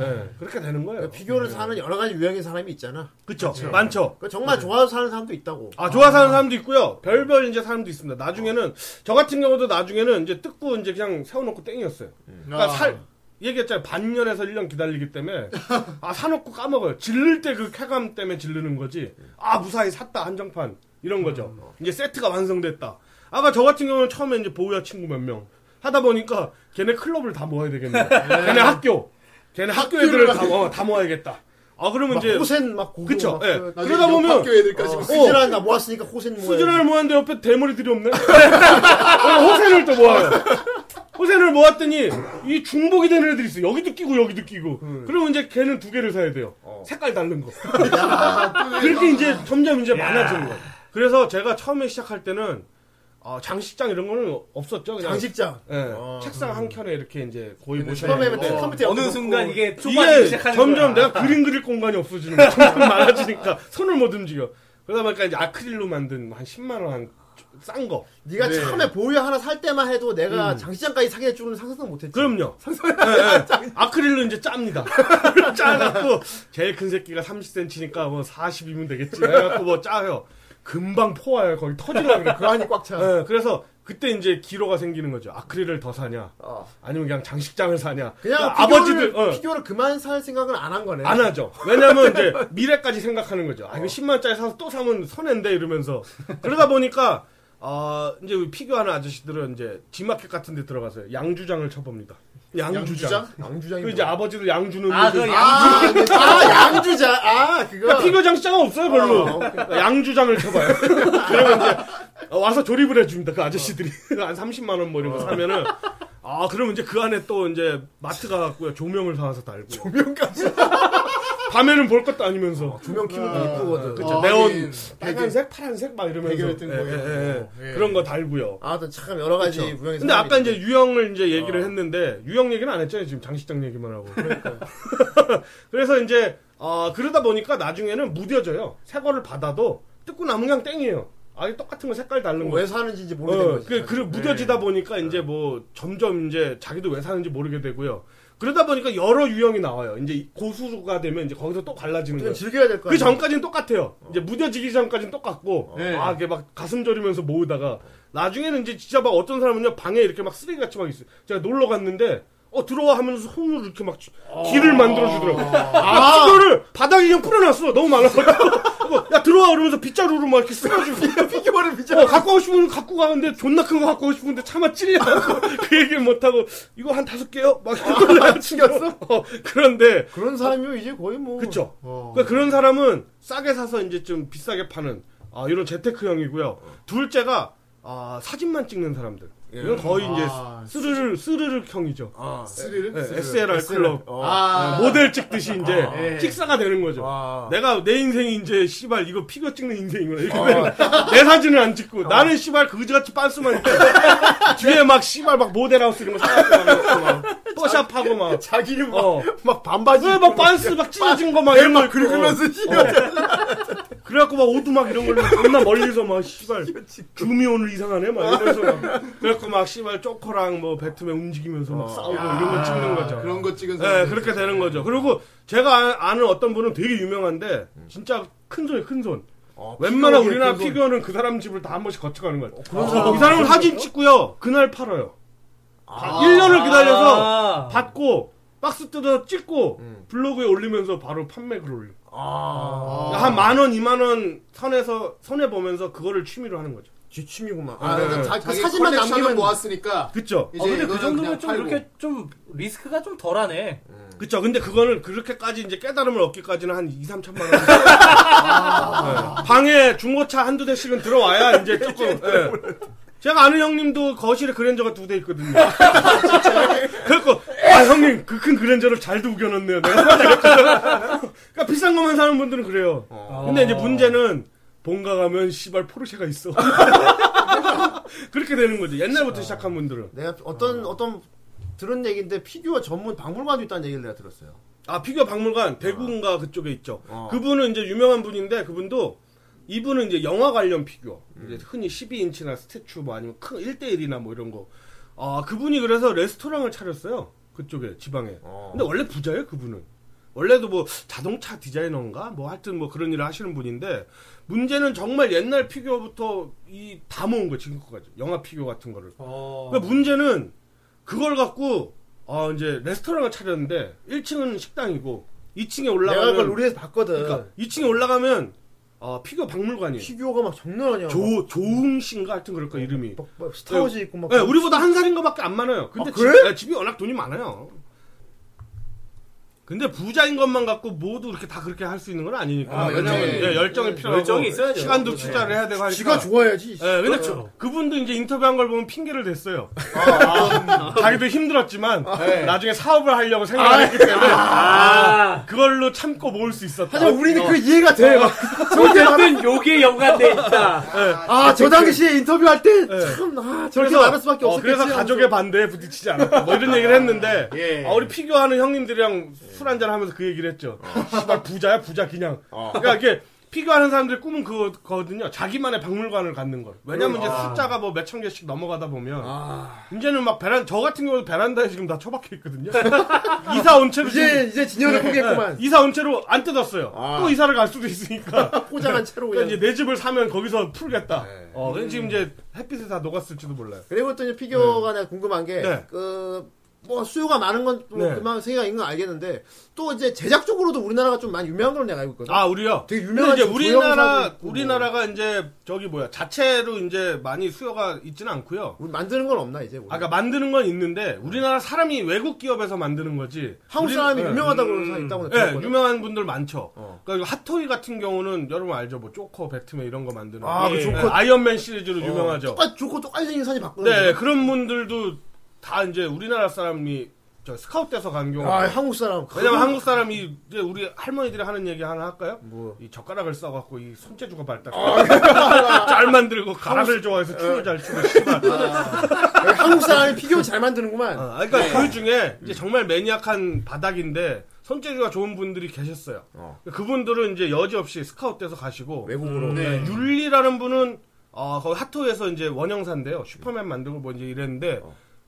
F: 예, 그렇게 되는
D: 아.
F: 거예요.
D: 네, 피규어를 사는 여러 가지 유형의 사람이 있잖아.
F: 그쵸? 많죠.
D: 그 정말 좋아서 사는 사람도 있다고.
F: 아, 좋아서 하는 사람도 있고요. 별별 이제 사람도 있습니다. 나중에는 저 같은 경우도 나중에는 이제 뜯고 이제 그냥 세워놓고 땡이었어요. 그러니까
B: 아.
F: 살 얘기했잖아요. 반년에서 1년 기다리기 때문에 아 사놓고 까먹어요. 질릴 때 그 쾌감 때문에 질르는 거지. 아 무사히 샀다 한정판 이런 거죠. 이제 세트가 완성됐다. 아까 저 같은 경우는 처음에 이제 보우야 친구 몇 명 하다 보니까 걔네 클럽을 다 모아야 되겠네. 걔네 학교, 걔네 학교 애들을 다, 어, 다 모아야겠다. 아 그러면
D: 막
F: 이제
D: 호센 막 고교
F: 그쵸,
D: 막
F: 예.
D: 그-
B: 나중에
F: 그러다 보면-
B: 옆 학교 애들까지
D: 어,
B: 막
D: 수지란 나 모았으니까 호센 모아.
F: 수준을 모았는데 옆에 대머리들이 없네. [laughs] 어, 호세를 또 모아요. 호세를 모았더니 이 중복이 되는 애들이 있어. 여기도 끼고 여기도 끼고.
D: 음.
F: 그러면 이제 걔는 두 개를 사야 돼요.
D: 어.
F: 색깔 다른 거. 그렇게 이제 점점 이제 많아지는 거예요. 그래서 제가 처음에 시작할 때는 어, 장식장 이런 거는 없었죠. 그냥
D: 장식장. 어.
F: 예, 책상 한 켠에 이렇게 이제 거의 모셔.
D: 처음에
B: 네.
D: 맨날
B: 어.
D: 컴퓨터
G: 어느
D: 옆에
G: 순간
D: 놓고
G: 이게 좁아지기
F: 이게
G: 시작하는
F: 점점
G: 거야.
F: 내가 그림 그릴 공간이 없어지는 거야. 점점 [laughs] 많아지니까 손을 못 움직여. 그러다 보니까 이제 아크릴로 만든 한 10만 원 한 싼 거.
D: 네가
B: 네.
D: 처음에 보유 하나 살 때만 해도 내가 장식장까지 사게 될 줄은 상상도 못했지.
F: 그럼요. 예, 예. 아크릴로 이제 짭니다. [laughs] 짜갖고 제일 큰 새끼가 30cm니까 뭐 40이면 되겠지. 그래갖고 뭐 짜요. 금방 포와요. 거기 터지려고 그래.
D: 그 안이 꽉 차.
F: 예, 그래서 그때 이제 기로가 생기는 거죠. 아크릴을 더 사냐?
D: 어.
F: 아니면 그냥 장식장을 사냐?
D: 그냥
F: 그러니까 아버지들 어,
D: 피규어를 그만 살 생각은 안 한 거네.
F: 안 하죠. 왜냐면 이제 미래까지 생각하는 거죠. 아 이거 10만 원짜리 사서 또 사면 손해인데 이러면서 그러다 보니까 아 이제 우리 피규어하는 아저씨들은 이제 G마켓 같은 데 들어가서 양주장을 쳐봅니다. 양주장?
D: 양주장이.
F: 그 이제 아버지들 양 주는
G: 아,
F: 그
G: 그
F: 아,
D: 아, 양주- 아, 양주장. 아, 그거.
F: 그러니까 피규어 장치가 없어요 별로
D: 어,
F: 양 주장을 [laughs] 쳐봐요 그러면 이제 와서 조립을 해줍니다 그 아저씨들이 한 30만 원 뭐 이런 거 사면은 아 그러면 이제 그 안에 또 이제 마트 가갖고요 조명을 사와서 달고 조명까지 밤에는 볼 것도 아니면서
D: 조명 키우는 거 이쁘거든.
F: 그쵸.
B: 어,
F: 네온
B: 하긴
F: 빨간색 파란색 막 이러면서
B: 베개 같은 거
F: 예, 예,
B: 이렇게
F: 예.
B: 예.
F: 그런 거 달고요
D: 아, 또참 여러 가지
F: 그쵸.
D: 무형의
F: 근데 아까
D: 사람이
F: 이제 유형을 이제
D: 아.
F: 얘기를 했는데 유형 얘기는 안 했잖아요 지금 장식장 얘기만 하고
D: 그러니까.
F: [laughs] 그래서 이제 어, 그러다 보니까 나중에는 무뎌져요 새 거를 받아도 뜯고 남은 그냥 땡이에요 아예 똑같은 거 색깔 다른
D: 있는데.
F: 거
D: 뭐 왜 사는지 예. 이제 모르게 된
F: 어,
D: 거지.
F: 그, 그, 무뎌지다 보니까 이제 뭐 점점 이제 자기도 왜 사는지 모르게 되고요 그러다 보니까 여러 유형이 나와요 이제 고수가 되면 이제 거기서 또 갈라지는
D: 그냥
F: 거예요
D: 즐겨야 될 거야.
F: 그 전까지는 똑같아요. 이제 무뎌지기 전까지는 똑같고,
B: 네.
F: 아, 이게 막 가슴 저리면서 모으다가, 나중에는 이제 진짜 막 어떤 사람은요, 방에 이렇게 막 쓰레기 같이 막 있어요. 제가 놀러 갔는데, 어, 들어와 하면서 손으로 이렇게 막 주- 길을 만들어주더라고. 어. 아, 이거를 바닥에 그냥 뿌려놨어. 너무 많아가지고. 야, 들어와 그러면서 빗자루로 막 이렇게 [laughs] 쓸어주고.
D: 피규어를
F: 어, 갖고 가고 싶으면 갖고 가는데 존나 큰 거 갖고 가고 싶은데 차마 찔려. [laughs] 그 얘기를 못하고, 이거 한 다섯 개요? 막 이러고 챙겼어? 어, 그런데,
D: 그런 사람이면 이제 거의 뭐.
F: 그쵸. 그러니까 그런 사람은 싸게 사서 이제 좀 비싸게 파는 아, 이런 재테크형이고요. 둘째가 아, 사진만 찍는 사람들. 이건 거의
B: 아,
F: 이제 스르르 스르륵형이죠.
B: 스릴?
F: 네,
B: 스릴.
F: SLR 클럽
B: 아,
F: 네, 모델 찍듯이 이제
B: 예.
F: 찍사가 되는 거죠.
D: 아.
F: 내가 내 인생이 이제 씨발 이거 피규어 찍는 인생이구나. 이렇게 되는- 내 사진을 안 찍고 나는 씨발 그지같이 빤스만 입고 [laughs] 뒤에 막 씨발 막 모델하우스 이런 거 사갖고 막, 막 또샵하고 막
D: 자기 막,
F: 어.
D: 막 반바지.
F: 왜 막 빤스 막 찢어진 거 막 이런 거 입고. 어.
D: 긁으면서
F: 그래갖고 막 오두막 이런 걸로 겁나 멀리서 막 씨발 금이 오늘 이상하네 막 이러면서 막. 그래갖고 막 씨발 쪼커랑 뭐 배트맨 움직이면서 막 싸우고 뭐 이런 거 찍는 거죠.
B: 아, 그런 거 찍은
F: 예,
B: 사람.
F: 그렇게 되는 거죠. 그리고 제가 아- 아는 어떤 분은 되게 유명한데 진짜 큰 손이 큰 손. 웬만한 우리나라 음. 어, 피규어는 그 사람 집을 다 한 번씩 거쳐가는 거예요. 어, 이 사람은 사진 찍고요. 그날 팔아요. 다 1년을 기다려서
G: 아.
F: 받고 박스 뜯어 찍고 블로그에 올리면서 바로 판매글 올려. 그러니까
D: 아.
F: 한 만 원, 이만 원 선에서 손해 보면서 그거를 취미로 하는 거죠.
D: 뒷춤이구만.
B: 아, 그러니까 자-
D: 그
B: 자기
D: 사진만
B: 컬렉션을
D: 남기면
B: 모았으니까.
F: 그쵸?
B: 이제
G: 아, 근데 그
B: 이거는
G: 정도면
B: 그냥
G: 좀
B: 팔고.
G: 이렇게 좀 리스크가 좀 덜하네.
F: 그쵸. 근데 그거는 그렇게까지 이제 깨달음을 얻기까지는 한 2, 3천만 원. 네. 방에 중고차 한두 대씩은 들어와야 이제 조금. 예. 제가 아는 형님도 거실에 그랜저가 두 대 있거든요. 그래갖고, 아, 형님, 그 큰 그랜저를 잘도 우겨놨네요. 내가. [laughs] 그러니까 비싼 것만 사는 분들은 그래요. 근데 이제 문제는, 본가 가면 씨발 포르쉐가 있어. [laughs] 그렇게 되는 거지. 옛날부터 시작한 분들은.
D: 내가 어떤 어떤 들은 얘기인데 피규어 전문 박물관도 있다는 얘기를 내가 들었어요.
F: 아, 피규어 박물관, 대구인가 그쪽에 있죠. 그분은 이제 유명한 분인데, 그분도, 이분은 이제 영화 관련 피규어. 이제 흔히 12인치나 스태츄 뭐 아니면 큰 1대1이나 뭐 이런 거. 아, 그분이 그래서 레스토랑을 차렸어요. 그쪽에, 지방에. 근데 원래 부자예요, 그분은. 원래도 뭐 자동차 디자이너인가? 뭐 하여튼 뭐 그런 일을 하시는 분인데, 문제는 정말 옛날 피규어부터 이 다 모은 거예요, 지금까지. 영화 피규어 같은 거를. 그러니까 문제는 그걸 갖고 아 이제 레스토랑을 차렸는데 1층은 식당이고 2층에
D: 내가 그걸
F: 올라가면
D: 우리에서 봤거든.
F: 그러니까 2층에 올라가면 아 피규어 박물관이에요.
D: 피규어가 막 장난 아니야.
F: 조 조웅신가 하여튼 그럴까 이름이.
D: 막, 막 스타워즈 있고 막.
F: 네, 우리보다 한 살인 거밖에 안 많아요. 근데
D: 아, 그래?
F: 집, 네, 집이 워낙 돈이 많아요. 근데 부자인 것만 갖고 모두 이렇게 다 그렇게 할 수 있는 건 아니니까.
B: 아,
F: 왜냐면
B: 그렇지.
F: 네, 열정이 필요하고
G: 열정이 있어야죠.
F: 시간도
G: 네.
F: 투자를 해야 되고 하니까.
D: 지가 좋아야지.
F: 예, 근데
C: 그렇죠.
G: 그렇죠?
F: 그, 그분도 이제 인터뷰한 걸 보면 핑계를 댔어요.
D: 아,
F: 자기도 힘들었지만
D: 네.
F: 나중에 사업을 하려고 생각을 했기 때문에 아, 그걸로 참고 모을 수 있었다.
D: 아. 하지만 우리는 그 이해가 돼. 막.
G: 어쨌든 요게 연관돼 있다.
D: [laughs] 아, 저 당시에 인터뷰할 때, 참, 아, 저렇게 말할 수밖에
F: 어,
D: 없었겠지.
F: 그래서 가족의 반대에 부딪히지 않았다. 뭐 이런 얘기를
D: [laughs]
F: 했는데
D: 예.
F: 아, 우리 피규어하는 형님들이랑 술 한잔 하면서 그 얘기를 했죠. 씨발 부자야 부자 그냥.
D: 어.
F: 그러니까 이게 피규어하는 사람들의 꿈은 그거거든요. 자기만의 박물관을 갖는 걸. 왜냐면 이제
D: 그러니까.
F: 숫자가 뭐 몇 천 개씩 넘어가다 보면
D: 아.
F: 이제는 막 베란 저 같은 경우도 베란다에 지금 다 처박혀 있거든요. [laughs] 이사 온
D: [laughs]
F: 채로
D: 이제,
F: 지금-
D: 네.
F: 네,
D: 이제 진영을 포기했구만.
F: 이사 온 채로 안 뜯었어요.
D: 아.
F: 또 이사를 갈 수도
D: [laughs]
F: 있으니까.
D: 포장한 채로.
F: 그러니까
D: 그냥.
F: 이제 내 집을 사면 거기서 풀겠다.
D: 네.
F: 어, 그래서 지금 이제 햇빛에 다 녹았을지도 몰라요.
D: 그리고 또 이제 피규어가 내가 궁금한 게,
F: 네.
D: 그, 뭐 수요가 많은 건 뭐
F: 네.
D: 그만 생각인건 알겠는데 또 이제 제작 쪽으로도 우리나라가 좀 많이 유명한 걸 내가 알고 있거든.
F: 아, 우리요.
D: 되게
F: 근데
D: 유명한
F: 이제
D: 지금 조형사도
F: 우리나라
D: 있고 뭐.
F: 우리나라가 이제 저기 뭐야 자체로 이제 많이 수요가 있지는 않고요.
D: 우리 만드는 건 없나 이제? 우리?
F: 아까 그러니까 만드는 건 있는데 우리나라 사람이 외국 기업에서 만드는 거지.
D: 한국
F: 우리-
D: 사람이
F: 예.
D: 유명하다고 그런 사람 있다고
F: 예,
D: 들었거든.
F: 유명한 분들 많죠.
D: 어.
F: 그러니까 핫토이 같은 경우는 여러분 알죠, 뭐 조커, 배트맨 이런 거 만드는.
D: 아,
F: 거.
D: 그 조커. 어,
F: 예, 아이언맨 시리즈로 유명하죠.
D: 똑같 좋고 똑같이 생긴 사람이 봤거든.
F: 네, 그런 분들도 다 이제 우리나라 사람이 저 스카웃돼서 간 경우.
D: 아 한국 사람.
F: 왜냐면
D: 그거-
F: 한국 사람이 이제 우리 할머니들이 하는 얘기 하나 할까요?
D: 뭐.
F: 이 젓가락을 써갖고 이 손재주가 발달. [laughs] 잘 만들고 가락을 좋아해서 춤을 잘 추고 씨발.
D: 한국 사람이 피규어 잘 만드는구만.
F: 아, 그러니까 그 중에 이제 정말 매니악한 바닥인데 손재주가 좋은 분들이 계셨어요.
D: 어.
F: 그분들은 이제 여지없이 스카웃돼서 가시고
D: 외국으로.
F: 네, 율리라는 분은 어, 거기 핫토에서 이제 원형사인데요. 슈퍼맨 만들고 뭐 이제 이랬는데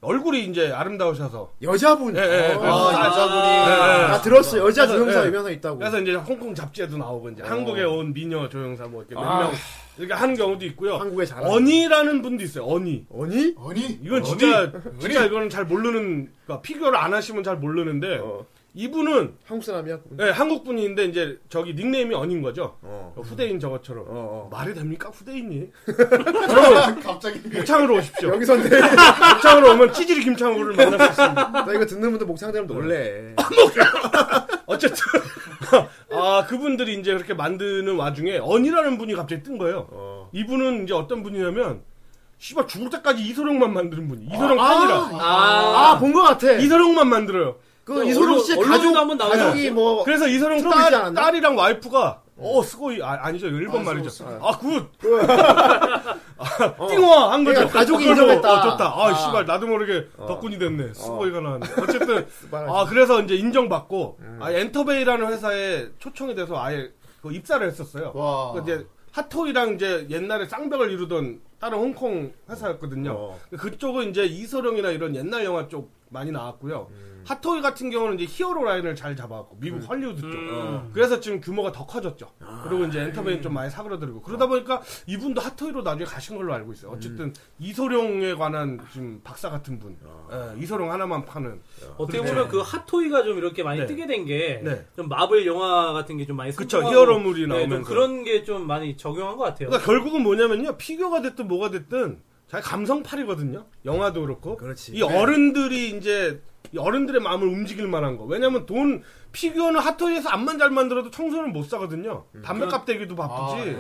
F: 얼굴이 이제 아름다우셔서
D: 여자분.
F: 예, 예,
D: 어.
F: 그래서
D: 아,
B: 여자분이.
D: 나 들었어. 여자
F: 네. 그래서,
D: 조형사
F: 예.
D: 유명사 있다고. 어.
F: 그래서 이제 홍콩 잡지에도 나오고 이제 한국에 온 미녀 조형사 뭐 이렇게 몇 명 이렇게 한 경우도 있고요.
D: 아. 한국에 잘하는.
F: 언니라는 분도 있어요. 언니.
D: 언니?
B: 아니 [laughs]
F: 이건 진짜 진짜 이거는 잘 모르는 그러니까 피규어를 안 하시면 잘 모르는데
D: 어.
F: 이분은
D: 한국 사람이야.
F: 예, 한국 분인데 이제 저기 닉네임이 언인 거죠.
D: 어.
F: 후대인 저것처럼
D: 어,
F: 말이 됩니까 후대인이?
B: 갑자기
F: 목창으로 오십시오.
D: 여기서 근데
F: 목창으로 오면 찌질이 김창호를 만날 수
D: [laughs]
F: 있습니다.
D: 나 이거 듣는 분들 목창되면 놀래.
F: 아. 어쨌든 [laughs] 아 그분들이 이제 그렇게 만드는 와중에 언이라는 분이 갑자기 뜬 거예요. 이분은 이제 어떤 분이냐면 씨발 죽을 때까지 이소룡만 만드는 분이 이소룡 팬이라
D: 아, 본 것 같아.
F: 이소룡만 만들어요.
D: 그 이소룡 씨의
G: 언론-
D: 가족,
G: 언론에도 한번 나오지
D: 가족이 뭐.
F: 그래서 이소룡
D: 트럭 있지
F: 딸,
D: 않았나? 네.
F: 딸이랑 와이프가 어 스고이 아, 아니죠 일본 말이죠. 아굿 [laughs] 띵화 한 거죠.
D: 그러니까 네. 가족이
F: 그걸로,
D: 인정했다. 어.
F: 어, 좋다. 아 씨발 나도 모르게 덕분이 됐네. 스고이가 나왔네.
D: [laughs]
F: 어쨌든
D: 스바라.
F: 아 그래서 이제 인정받고
D: 음.
F: 아 엔터베이라는 회사에 초청이 돼서 아예 그 입사를 했었어요.
B: 와.
F: 그 이제 핫토이랑 이제 옛날에 쌍벽을 이루던 다른 홍콩 회사였거든요.
D: 어.
F: 그쪽은 이제 이소룡이나 이런 옛날 영화 쪽 많이 나왔고요. 핫토이 같은 경우는 이제 히어로 라인을 잘 잡아갖고 미국 헐리우드 쪽. 어. 그래서 지금 규모가 더 커졌죠. 그리고 이제 엔터베인 좀 많이 사그러들고 그러다 보니까 이분도 핫토이로 나중에 가신 걸로 알고 있어요. 어쨌든 이소룡에 관한 지금 박사 같은 분. 예, 이소룡 하나만 파는.
G: 어떻게 보면 그 핫토이가 좀 이렇게 많이
F: 네.
G: 뜨게 된 게 좀
F: 네.
G: 마블 영화 같은 게 좀 많이
F: 그쵸,
G: 성공하고
F: 히어로물이
G: 네, 좀
F: 나오면서.
G: 그런 게 좀 많이 적용한 것 같아요.
F: 그러니까 결국은 뭐냐면요. 피규어가 됐든 뭐가 됐든 자기 감성팔이거든요. 영화도 그렇고.
D: 그렇지.
F: 이 어른들이 이제 이 어른들의 마음을 움직일 만한 거. 왜냐면 돈 피규어는 하토에서 암만 잘 만들어도 청소는 못 사거든요. 담배 값 대기도 바쁘지.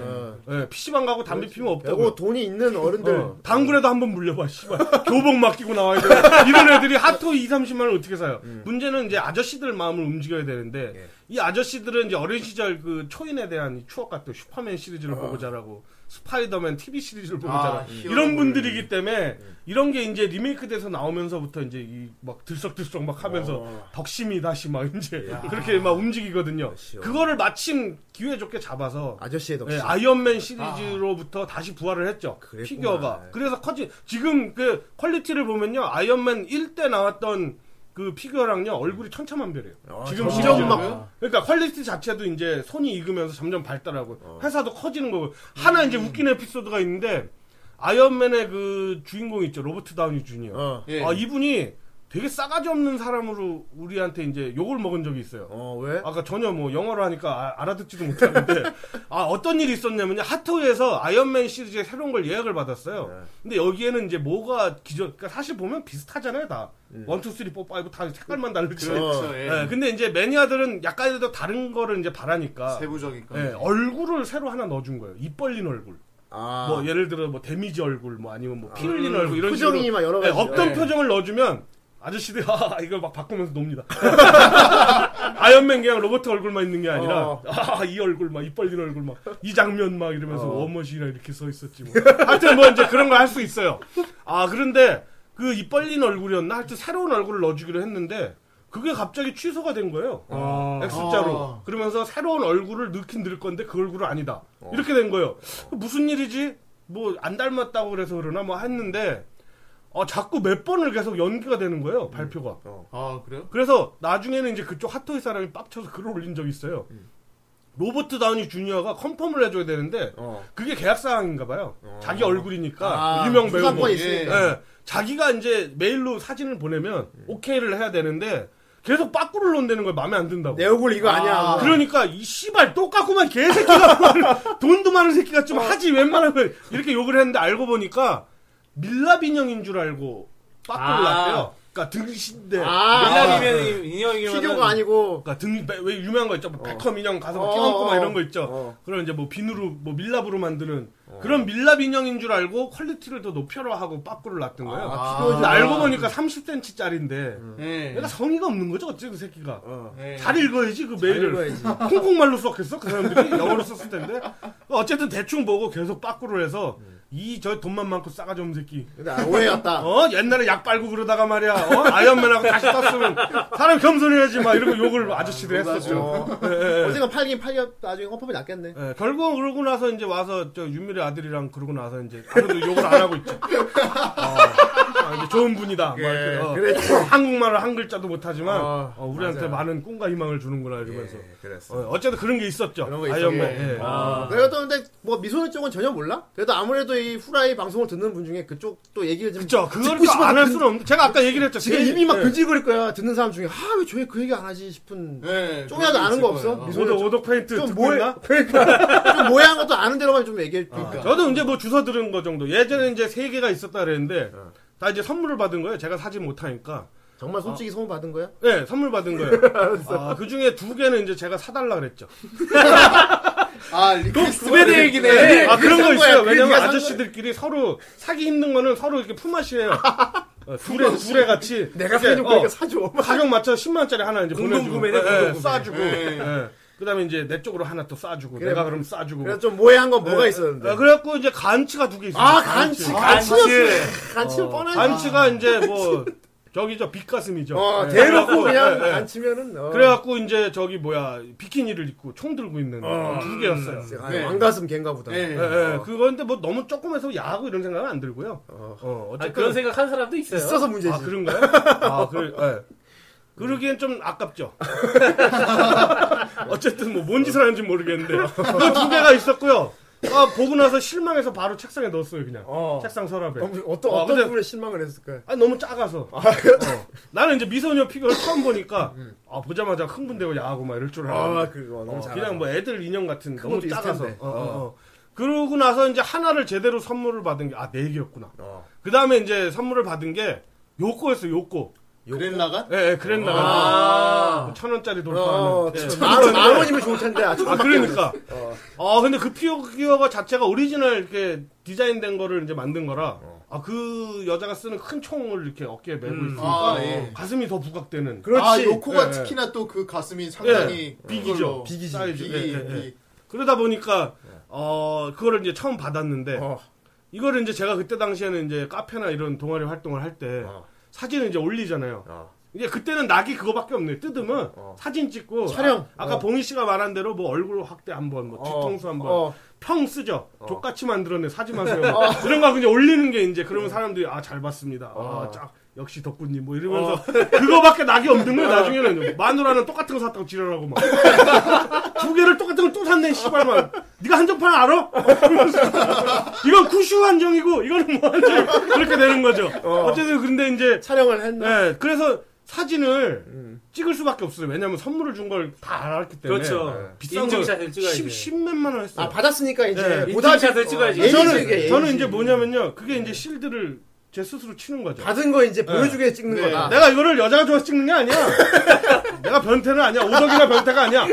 F: 예, PC방 가고 담배 피면
D: 그리고
F: 없다고.
D: 돈이 있는 어른들
F: 어, 당구라도 한번 물려봐, 씨발. 교복 맡기고 나와야 돼. 이런 애들이 하토 2, 30만 원 어떻게 사요? 문제는 이제 아저씨들 마음을 움직여야 되는데, 이 아저씨들은 이제 어린 시절 그 초인에 대한 이 추억 같은 슈퍼맨 시리즈를 보고 자라고, 스파이더맨 TV 시리즈를 보고
B: 아,
F: 자라고, 이런 분들이기 때문에, 이런 게 이제 리메이크 돼서 나오면서부터 이제 이 막 들썩들썩 막 하면서, 덕심이 다시 막 이제 그렇게 막 움직이거든요. 그거를 마침 기회 좋게 잡아서,
D: 아저씨의 덕시.
F: 예, 아이언맨 시리즈로부터 다시 부활을 했죠.
D: 그랬구나. 네.
F: 피규어가. 그래서 커지 지금 그 퀄리티를 보면요. 아이언맨 1때 나왔던 그 피규어랑요. 얼굴이 천차만별이에요.
D: 어.
F: 지금
D: 점점
F: 시리즈는.
D: 막-
F: 그러니까 퀄리티 자체도 이제 손이 익으면서 점점 발달하고
D: 어.
F: 회사도 커지는 거고. 하나
D: 음.
F: 이제 웃기는 에피소드가 있는데 아이언맨의 그 주인공 있죠. 로버트 다우니 주니어.
D: 어.
B: 예.
F: 아, 이분이 되게 싸가지 없는 사람으로 우리한테 이제 욕을 먹은 적이 있어요.
D: 어 왜?
F: 아까 전혀 뭐 영어로 하니까 아- 알아듣지도 못하는데
D: [laughs]
F: 아 어떤 일이 있었냐면요 하토에서 아이언맨 시리즈의 새로운 걸 예약을 받았어요.
D: 네.
F: 근데 여기에는 이제 뭐가 기존 그러니까 사실 보면 비슷하잖아요 다
D: 네.
F: 원투 쓰리 포 파이브 다 색깔만 다르지.
B: 그렇죠.
G: 네.
B: 예.
F: 예, 근데 이제 매니아들은 약간이라도 다른 거를 이제 바라니까
B: 세부적이니까.
F: 예, 얼굴을 새로 하나 넣어준 거예요. 입 벌린 얼굴.
D: 아 음.
F: 뭐 예를 들어 뭐 데미지 얼굴 뭐 아니면 뭐 피 흘린 얼굴 이런 식으로
D: 표정이 막 여러
F: 네,
D: 가지.
F: 없던 표정을 넣어주면 아저씨들이 [laughs] 아, 이걸 막 바꾸면서 놉니다. 아이언맨 그냥 로버트 얼굴만 있는 게 아니라
D: 어.
F: 아, 이 얼굴 막 입 벌린 얼굴 막 이 장면 막 이러면서 원머신이랑 이렇게 서 있었지 뭐. 하여튼 뭐 이제 그런 거 할 수 있어요. 아 그런데 그 입 벌린 얼굴이었나 하여튼 새로운 얼굴을 넣어주기로 했는데 그게 갑자기 취소가 된 거예요. X자로.
B: 아.
F: 그러면서 새로운 얼굴을 넣긴 넣을 건데 그 얼굴은 아니다. 이렇게 된 거예요. 무슨 일이지? 뭐 안 닮았다고 그래서 그러나 뭐 했는데 어, 자꾸 몇 번을 계속 연기가 되는 거예요. 발표가.
B: 아 그래요?
F: 그래서 나중에는 이제 그쪽 핫토이 사람이 빡쳐서 글을 올린 적이 있어요.
D: 음.
F: 로버트 다우니 주니어가 컨펌을 해줘야 되는데
D: 어.
F: 그게 계약 사항인가 봐요. 자기 얼굴이니까
D: 아,
F: 유명 배우.
D: 수상권이
B: 예.
D: 있으니까. 음.
F: 예. 자기가 이제 메일로 사진을 보내면 오케이를 해야 되는데 계속 빠꾸를 논대는 거예요. 마음에 안 든다고.
D: 내 얼굴 이거 아니야.
F: 그러니까 이 씨발 똑같구만 개새끼가 [laughs] 돈도 많은 새끼가
D: 어.
F: 좀 하지 웬만하면 이렇게 욕을 했는데 알고 보니까 밀랍 인형인 줄 알고 빠꾸를
G: 아.
F: 났대요. 그러니까 등신데.
D: 아
G: 밀랍이면 인형이면
D: 피규어가 아니고
F: 그러니까 등, 왜 유명한 거 있죠? 뭐 백컴 인형 가서 막
D: 어,
F: 끼얹고 막
D: 어,
F: 이런 거 있죠?
D: 어.
F: 그런 이제 뭐 비누로, 뭐 밀랍으로 만드는 그런 밀랍 인형인 줄 알고 퀄리티를 더 높여라 하고 빠꾸를 놨던
D: 아.
F: 거예요. 근데 알고 보니까 30cm짜리인데
D: 음.
B: 예.
F: 얘가 성의가 없는 거죠? 어째 그 새끼가.
B: 예.
F: 잘 읽어야지 그 메일을
D: 읽어야지.
F: [laughs] 홍콩말로 썼겠어 그 사람들이 영어로 썼을 텐데 그러니까 어쨌든 대충 보고 계속 빠꾸를 해서
D: 음.
F: 이 저 돈만 많고 싸가지 없는 새끼
D: 근데 아, 오해였다.
F: 어 옛날에 약 빨고 그러다가 말이야 어? 아이언맨하고 다시 떴으면 사람 겸손해야지 막 이러고 욕을 아저씨들 했었죠
D: 어.
F: 예, 예.
D: 어쨌든 팔긴 팔려 나중에 헌법이 났겠네.
F: 예, 결국은 그러고 나서 이제 와서 저 윤미래 아들이랑 그러고 나서 이제 아무도 욕을 안 하고 있죠. 어, 아, 이제 좋은 분이다. 막 이렇게, 어, 한국말을 한 글자도 못하지만
D: 예, 어, 예,
F: 어, 우리한테 많은 꿈과 희망을 주는구나 이러면서.
D: 그랬어.
F: 어, 어쨌든 그런 게 있었죠.
D: 그런 거 있었네.
F: 아이언맨. 예.
D: 아. 그래도 또 근데 뭐 미소녀 쪽은 전혀 몰라. 그래도 아무래도 이 후라이 방송을 듣는 분 중에 그쪽 또 얘기를 좀
F: 그쵸. 그걸
D: 듣고 싶어서
F: 안 할
D: 그-
F: 수는 없는데. 제가 아까 얘기를 했죠.
D: 지금
F: 제일-
D: 입이 막그
F: 예.
D: 근질거릴 거야. 듣는 사람 중에 아 왜 저게 그 얘기 안 하지 싶은
B: 예.
D: 조금이라도 아는 거
B: 있을
D: 없어?
B: 거예요.
D: 미소-
F: 오독, 오독 페인트
D: 좀
F: 네. 듣고
D: 뭐
F: 있나? [laughs]
D: 그러니까 좀 모양 것도 아는 대로만 좀 얘기해. 그러니까.
F: 저도 이제 뭐 주워 들은 거 정도. 예전에 이제 세 개가 있었다 그랬는데
D: 어.
F: 다 이제 선물을 받은 거예요. 제가 사지 못하니까. 아.
D: 정말 솔직히 소문 받은 거야?
F: 네, 선물
D: [laughs]
F: 받은 거예요. 아, 그 중에 두 개는 이제 제가 사달라 그랬죠.
B: 아 리퀘스트.
G: 스웨덴 얘기네.
F: 아, 그런 거
D: 산 거야.
F: 있어요.
D: 그게
F: 왜냐면
D: 네가 산
F: 아저씨들끼리 서로 사기 힘든 거는 서로 이렇게 품앗이에요. 어, 둘에, 둘에 같이.
D: 내가
F: 이렇게,
D: 사줄
F: 어,
D: 거니까 사줘.
F: 가격 맞춰 10만원짜리 하나 이제 보내주고.
G: 공동구매네,
F: 예, 예,
G: 공동구매.
F: 싸주고.
B: 예.
F: 예. 그 다음에 이제 내 쪽으로 하나 또 싸주고.
D: 그래, 뭐.
F: 내가 그럼 싸주고.
D: 그래서 좀 모해한 건 뭐가 있었는데?
F: 아, 그래갖고 이제 간치가 두 개 있어요.
D: 아 간치 간치였어. 간치는 뻔하지.
F: 네. 간치가 이제 뭐, 저기 저 빛가슴이죠.
D: 어
F: 예.
D: 대놓고
F: 그래갖고,
D: 그냥
F: 예, 예.
D: 간치면은 어.
F: 그래갖고 이제 저기 뭐야 비키니를 입고 총 들고 있는 두 개였어요.
D: 아,
B: 네.
D: 왕가슴 갠가 보다.
B: 예.
F: 예, 예.
D: 어.
F: 그건데 뭐 너무 조금해서 야하고 이런 생각은 안 들고요. 어,
G: 아니,
F: 어쨌든
G: 그런 생각 한 사람도 있어요.
D: 있어서 문제지.
F: 아 그런가요?
D: [laughs]
F: 아 그래. 예. 그러기엔 좀 아깝죠. 어쨌든 뭐 뭔 짓을 하는지 모르겠는데 그 두 개가 있었고요. 아 보고 나서 실망해서 바로 책상에 넣었어요 그냥.
D: 어.
F: 책상 서랍에.
D: 너무 어떤
F: 아,
D: 어떤
F: 근데-
D: 부분에 실망을 했을까요?
F: 아 너무 작아서. 어. 나는 이제 미소녀 피규어를 처음 보니까 아 보자마자 흥분되고 야하고 막 이럴 줄 알았는데.
D: 아 그거 너무
F: 어,
D: 잘.
F: 그냥 뭐 애들 인형 같은 너무
D: 것도 있을
F: 작아서.
D: 텐데.
F: 어, 어, 어. 그러고 나서 이제 하나를 제대로 선물을 받은 게 아 네 개였구나.
D: 어.
F: 그 다음에 이제 선물을 받은 게 요코였어 요코.
B: 그랬나가?
F: 예, 예, 그랬나.
C: 아.
F: 천 원짜리
D: 어,
F: 돌파하는. 예.
D: 만, 만 원이면 좋을 텐데. 아,
F: 아, 그러니까. 아, 근데 그 피규어가 자체가 오리지널 이렇게 디자인된 거를 이제 만든 거라,
D: 어.
F: 아, 그 여자가 쓰는 큰 총을 이렇게 어깨에 메고 있으니까, 어.
B: 아, 예.
F: 가슴이 더 부각되는.
D: 음. 그렇지.
B: 아, 요코가
F: 예,
B: 특히나 또 그 가슴이 상당히
F: 비기죠.
D: 비기지.
F: 사이즈.
B: 비기,
F: 예, 예, 예.
B: 비기.
F: 그러다 보니까, 어, 그거를 이제 처음 받았는데,
D: 어.
F: 이거를 이제 제가 그때 당시에는 이제 카페나 이런 동아리 활동을 할 때,
D: 어.
F: 사진을 이제 올리잖아요. 이제 그때는 낙이 그거밖에 없네. 뜯으면 사진 찍고
D: 어. 촬영.
F: 아, 까 봉희 씨가 말한 대로 뭐 얼굴 확대 한번, 뭐 뒤통수 한번,
D: 어.
F: 평 쓰죠. 족같이 만들어내 사지
C: [laughs]
F: 마세요. 이런 거 그냥 올리는 게 이제
C: 어.
F: 그러면 사람들이 아 잘 봤습니다. 아, 짝 역시 덕분님 뭐 이러면서
C: 어.
F: [laughs] 그거밖에 낙이 없는 거야 나중에는 마누라는 똑같은 거 샀다고 지랄하고 막 [laughs] 두 개를 똑같은 걸 또 샀네 씨발 막 네가 한정판 알아? [laughs] 이건 쿠슈 한정이고 이거는 뭐 한정 그렇게 되는 거죠. 어. 쨌든 근데 이제
D: 촬영을 했나?
F: 예 그래서 사진을 찍을 수밖에 없어요. 왜냐면 선물을 준 걸 다 알았기 때문에
C: 음.
F: 네.
C: 그렇죠.
F: 비싼
C: 인증샷을 찍어야지.
F: 걸십십몇만 원 했어요.
D: 아, 받았으니까 이제.
F: 네.
D: 보답이-
C: 인증샷을 찍어야지.
D: 어, 예의지,
F: 저는
D: 이게 예의지.
F: 저는 이제 뭐냐면요. 그게 이제 실드를 제 스스로 치는 거죠.
D: 받은 거 이제 보여주게 찍는
F: 네.
D: 거다.
F: 내가 이거를 여자가 좋아서 찍는 게 [laughs] 아니야. 내가 변태는 아니야. 오덕이나 변태가 아니야.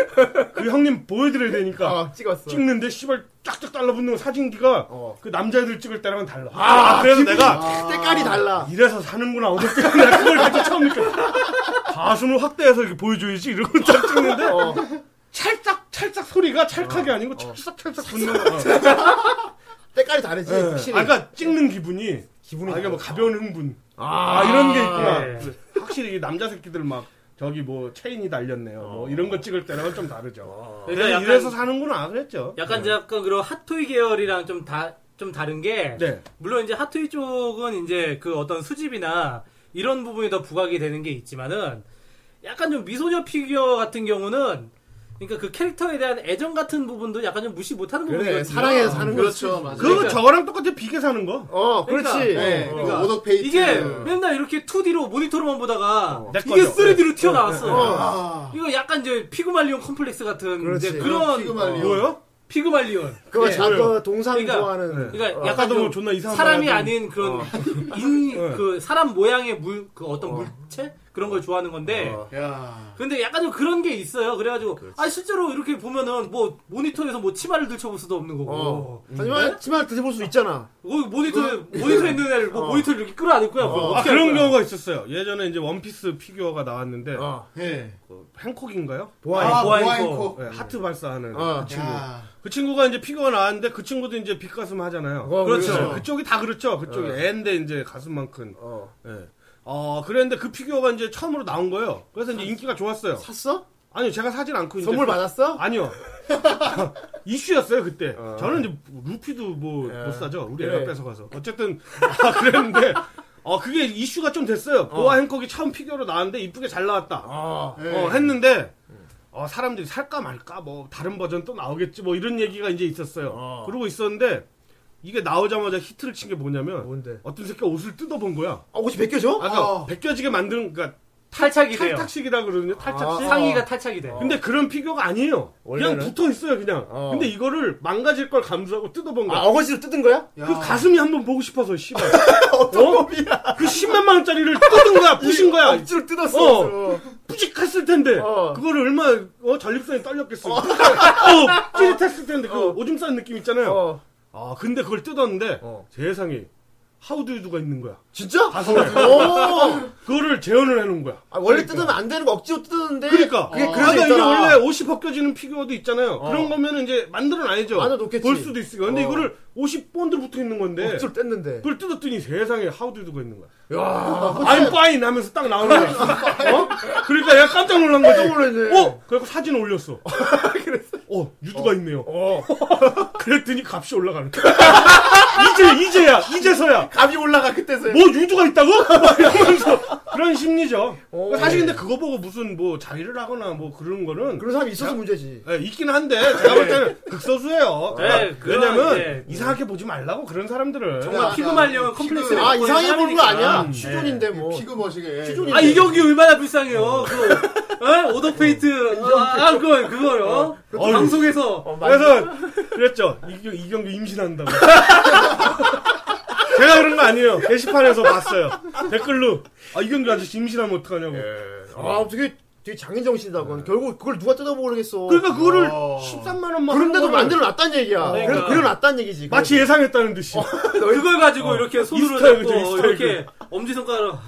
F: 그 형님 보여드려야 되니까.
D: 어, 찍었어.
F: 찍는데 씨발 쫙쫙 달라붙는 거 사진기가
D: 어.
F: 그 남자애들 찍을 때랑은 달라. 아, 그래서 내가
D: 때깔이 달라.
F: 이래서 [laughs] 사는구나 어떻게 내가 그걸 같이 처음 느꼈어. 가슴을 확대해서 이렇게 보여줘야지 이러고 딱 찍는데 어. 찰싹 찰싹 소리가 찰칵이 아니고 찰싹 어. 찰싹 붙는 거.
D: 때깔이 다르지. 확실히.
F: 아, 그러니까 찍는 기분이
D: 네. 기분이
F: 아, 이게 뭐
D: 다르다.
F: 가벼운 흥분.
D: 아, 네.
F: 아, 이런 게 있구나.
C: 예.
F: 그래서 확실히 이 남자 새끼들 막 저기 뭐 체인이 달렸네요.
D: 어.
F: 뭐 이런 거 찍을 때랑은 좀 다르죠.
C: 그러니까 약간-
F: 이래서 사는구나 아, 그랬죠. 네.
C: 약간 이제 약간 그런 핫토이 계열이랑 좀 다, 좀 다른 게.
F: 네.
C: 물론 이제 핫토이 쪽은 이제 그 어떤 수집이나 이런 부분이 더 부각이 되는 게 있지만은 약간 좀 미소녀 피규어 같은 경우는 그러니까 그 캐릭터에 대한 애정 같은 부분도 약간 좀 무시 못하는
D: 그래.
C: 부분이
D: 사랑해서 사는 거.
B: 그렇죠, 맞아요.
F: 그거 저거랑 똑같이 비계 사는 거.
D: 어,
C: 그러니까.
D: 그렇지.
B: 네,
D: 어.
B: 그 오덕 페이트.
C: 이게 맨날 이렇게 2D로 모니터로만 보다가
F: 내
C: 이게
F: 거죠.
C: 3D로 튀어나왔어.
B: 아,
C: 이거 약간 이제 피그말리온 컴플렉스 같은
D: 그렇지.
C: 이제 그런 어,
B: 피그말리온.
F: 뭐요?
D: 어.
C: 피그말리온.
D: 그거
C: 예.
F: 네.
D: 자꾸 동상
C: 그러니까-
D: 좋아하는.
C: 그러니까
F: 어,
C: 약간
F: 아까도
C: 좀
F: 뭐 존나 이상한
C: 사람이
F: 말 하던-
C: 아닌 그런 [laughs] 인 그 사람 모양의 물 그 어떤 물체 그런 걸 좋아하는 건데
B: 어. 야.
C: 근데 약간 좀 그런 게 있어요. 그래가지고 아 실제로 이렇게 보면은 뭐 모니터에서 뭐 치마를 들춰볼 수도 없는 거고
D: 어.
F: 네?
D: 하지만 치마 드셔볼 수 있잖아.
C: 뭐 모니터 모니터 있는 애를 뭐 모니터를 이렇게 끌어안을 거야. 뭐
F: 아 그런 경우가 있었어요. 예전에 이제 원피스 피규어가 나왔는데
D: 어.
B: 예.
F: 그 행콕인가요?
D: 보아해.
B: 아,
C: 보아인
B: 보아인코.
F: 네, 하트 발사하는
D: 어.
F: 그 친구.
B: 야.
F: 그 친구가 이제 피규어 나왔는데 그 친구도 이제 빗가슴 하잖아요.
D: 어, 그렇죠.
F: 네, 그쪽이 다 그렇죠. 그쪽이 애인데 이제 가슴만큼.
D: 어.
F: 예. 어, 그랬는데 그 피규어가 이제 처음으로 나온 거예요. 그래서 이제 인기가 좋았어요.
D: 샀어?
F: 아니요, 제가 사진 않고 이제
D: 선물
F: 그-
D: 받았어?
F: 아니요. [laughs] 이슈였어요, 그때. 저는 이제 루피도 뭐, 못 사죠. 우리 애가
D: 그래.
F: 뺏어가서. 어쨌든, 아, 그랬는데, 어, 그게 이슈가 좀 됐어요. 보아 행콕이 처음 피규어로 나왔는데, 이쁘게 잘 나왔다. 어, 했는데, 어, 사람들이 살까 말까, 뭐, 다른 버전 또 나오겠지, 뭐, 이런 얘기가 이제 있었어요. 그러고 있었는데, 이게 나오자마자 히트를 친 게 뭐냐면,
D: 뭔데?
F: 어떤 새끼가 옷을 뜯어본 거야.
D: 아, 옷이 벗겨져?
F: 아까 벗겨지게 만드는, 그러니까,
C: 탈착이 돼요. 아.
F: 탈탁식이라 그러거든요, 탈탁식.
C: 상의가 탈착이 돼.
F: 근데 그런 피규어가 아니에요.
D: 원래는?
F: 그냥 붙어 있어요, 그냥.
D: 어.
F: 근데 이거를 망가질 걸 감수하고 뜯어본 거야.
D: 아, 어거지로 뜯은 거야?
F: 그 가슴이 한번 보고 싶어서,
D: [laughs]
F: 씨발. 어떤 놈이야. 그 10만만 원짜리를 뜯은 거야, 부신 거야.
D: 억지로 뜯었어.
F: 어.
D: 옷으로.
F: 뿌직했을 텐데.
D: 어.
F: 그거를 얼마나, 어, 전립선이 떨렸겠어. 어,
D: [laughs]
F: 찌릿했을 텐데. 그 오줌 싸는 느낌 있잖아요.
D: 어.
F: 아, 근데 그걸 뜯었는데,
D: 어.
F: 세상에. 하우드유두가 있는 거야.
D: 진짜?
F: 가슴에.
D: 오.
F: 그거를 재현을 해놓은 거야.
D: 아, 원래 뜯으면 안 되는 거 억지로 뜯었는데.
F: 그러니까.
D: 그게
F: 그러니까
D: 그래서
F: 이게
D: 있잖아.
F: 원래 옷이 벗겨지는 피규어도 있잖아요. 그런 거면은 이제 만들어놔야죠.
D: 만들어 놓겠지.
F: 볼 수도 있으니까. 근데
D: 어.
F: 이거를 옷이 본드 붙어 있는 건데.
D: 억지로 뜯는데.
F: 그걸 뜯었더니 세상에 하우드유두가 있는 거야. 아,
D: 야.
F: I'm fine 하면서 딱 나오는 거야. 어? 그러니까 내가 깜짝 놀란 거지.
D: 깜짝 놀랐네.
F: 어? 그래갖고 사진 [laughs] 올렸어. 어, 유두가 있네요. [laughs] 그랬더니 값이 올라가는 거야. [laughs] 이제, 이제야, 이제서야.
D: 감이 올라가, 그때서야.
F: 뭐 유두가 있다고? [laughs] 막 이러면서 그런 심리죠. 그러니까
D: 어.
F: 사실 근데 그거 보고 무슨 뭐 자위를 하거나 뭐 그런 거는
D: 그런 사람이 있어서 문제지.
F: 예, 있긴 한데 제가 볼
D: 네.
F: 때는 극소수예요.
C: 네,
F: 그러니까
C: 그건
F: 왜냐면
D: 예.
C: 이제-
F: 이상하게 보지 말라고 그런 사람들을
C: 정말
B: 야,
C: 피그말리온
B: 야,
C: 컴플렉스.
B: 피그-
D: 아, 이상하게 보는 거 아니야. 추존인데, 뭐.
B: 피그 머시게. 예,
D: 추존인데.
C: 아, 이 경기 얼마나 불쌍해요. 그, 어? 오더페이트. 아, 그거, 그거요. 방송에서.
F: 어, [laughs] 그래서 그랬죠. 이경, 이경규 임신한다고. 제가 그런 거 아니에요. 게시판에서 봤어요. 댓글로 아 이건 아저씨 임신하면 어떡하냐고.
D: 아 되게 되게 장인정신이다 그건 결국 그걸 누가 뜯어보고 네. 그러겠어 아.
F: 그러니까 그거를
B: 어.
F: 13만 원만
D: 그런데도
F: 한 거를
D: 만들어 놨다는 얘기야
G: 그러니까.
D: 그래 그려 놨다는 얘기지
F: 마치 예상했다는
D: 어.
F: 듯이.
G: 그걸
F: 어,
G: 가지고 이렇게 손으로
F: 인스타그램,
G: 잡고
F: 인스타그램.
G: 이렇게 엄지손가락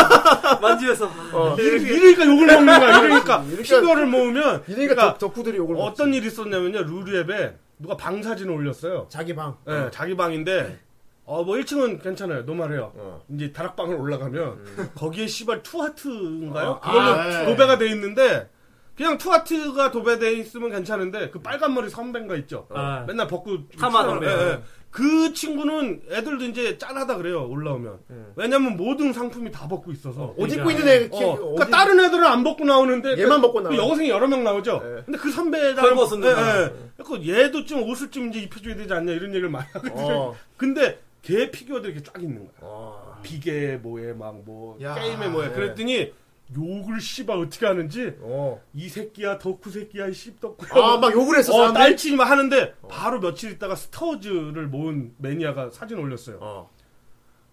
F: [laughs]
G: 만지면서
F: 어. 이러니까 욕을 먹는 거야. 이러니까
D: 이러니까-
F: 피규어를 모으면 그러니까
D: 이러니까 덕, 덕후들이 욕을 먹지
F: 어떤 일이 있었냐면요. 루루앱에 누가 방 사진을 올렸어요.
D: 자기 방
F: 예, 자기 방인데 어 뭐 1층은 괜찮아요. 노말해요. 이제 다락방을 올라가면 거기에 시발 투하트인가요?
D: 어,
F: 그걸로
D: 아, 예.
F: 도배가 돼 있는데 그냥 투하트가 도배돼 있으면 괜찮은데 그 빨간 머리 선배인가 있죠.
G: 아.
F: 맨날 벗고
G: 타마
F: 출연을-
G: 선배.
F: 예, 예. 그 친구는 애들도 이제 짠하다 그래요. 올라오면. 왜냐면 모든 상품이 다 벗고 있어서.
D: 옷 입고 있는 애
F: 어,
D: 키-
F: 그러니까
D: 그러니까. 어디-
F: 다른 애들은 안 벗고 나오는데
D: 얘만 벗고
F: 그
D: 나와요.
F: 여고생이 여러 명 나오죠.
D: 예.
F: 근데 그 선배랑
G: 헐벗은 누나.
F: 그 얘도 좀 옷을 좀 이제 입혀줘야 되지 않냐 이런 얘기를 많이 하거든요.
D: 어.
F: 근데 걔 피규어들이 이렇게 쫙 있는 거야. 비계 뭐에 막 뭐
B: 야.
F: 게임에 뭐에 그랬더니 욕을 씨발 어떻게 하는지
D: 예. 어.
F: 이 새끼야 덕후 새끼야 씹 덕후.
D: 아, 막 욕을 했어,
F: 어,
D: 사람들이?
F: 날치지 막 하는데 바로 며칠 있다가 스타워즈를 모은 매니아가 사진 올렸어요.
D: 어.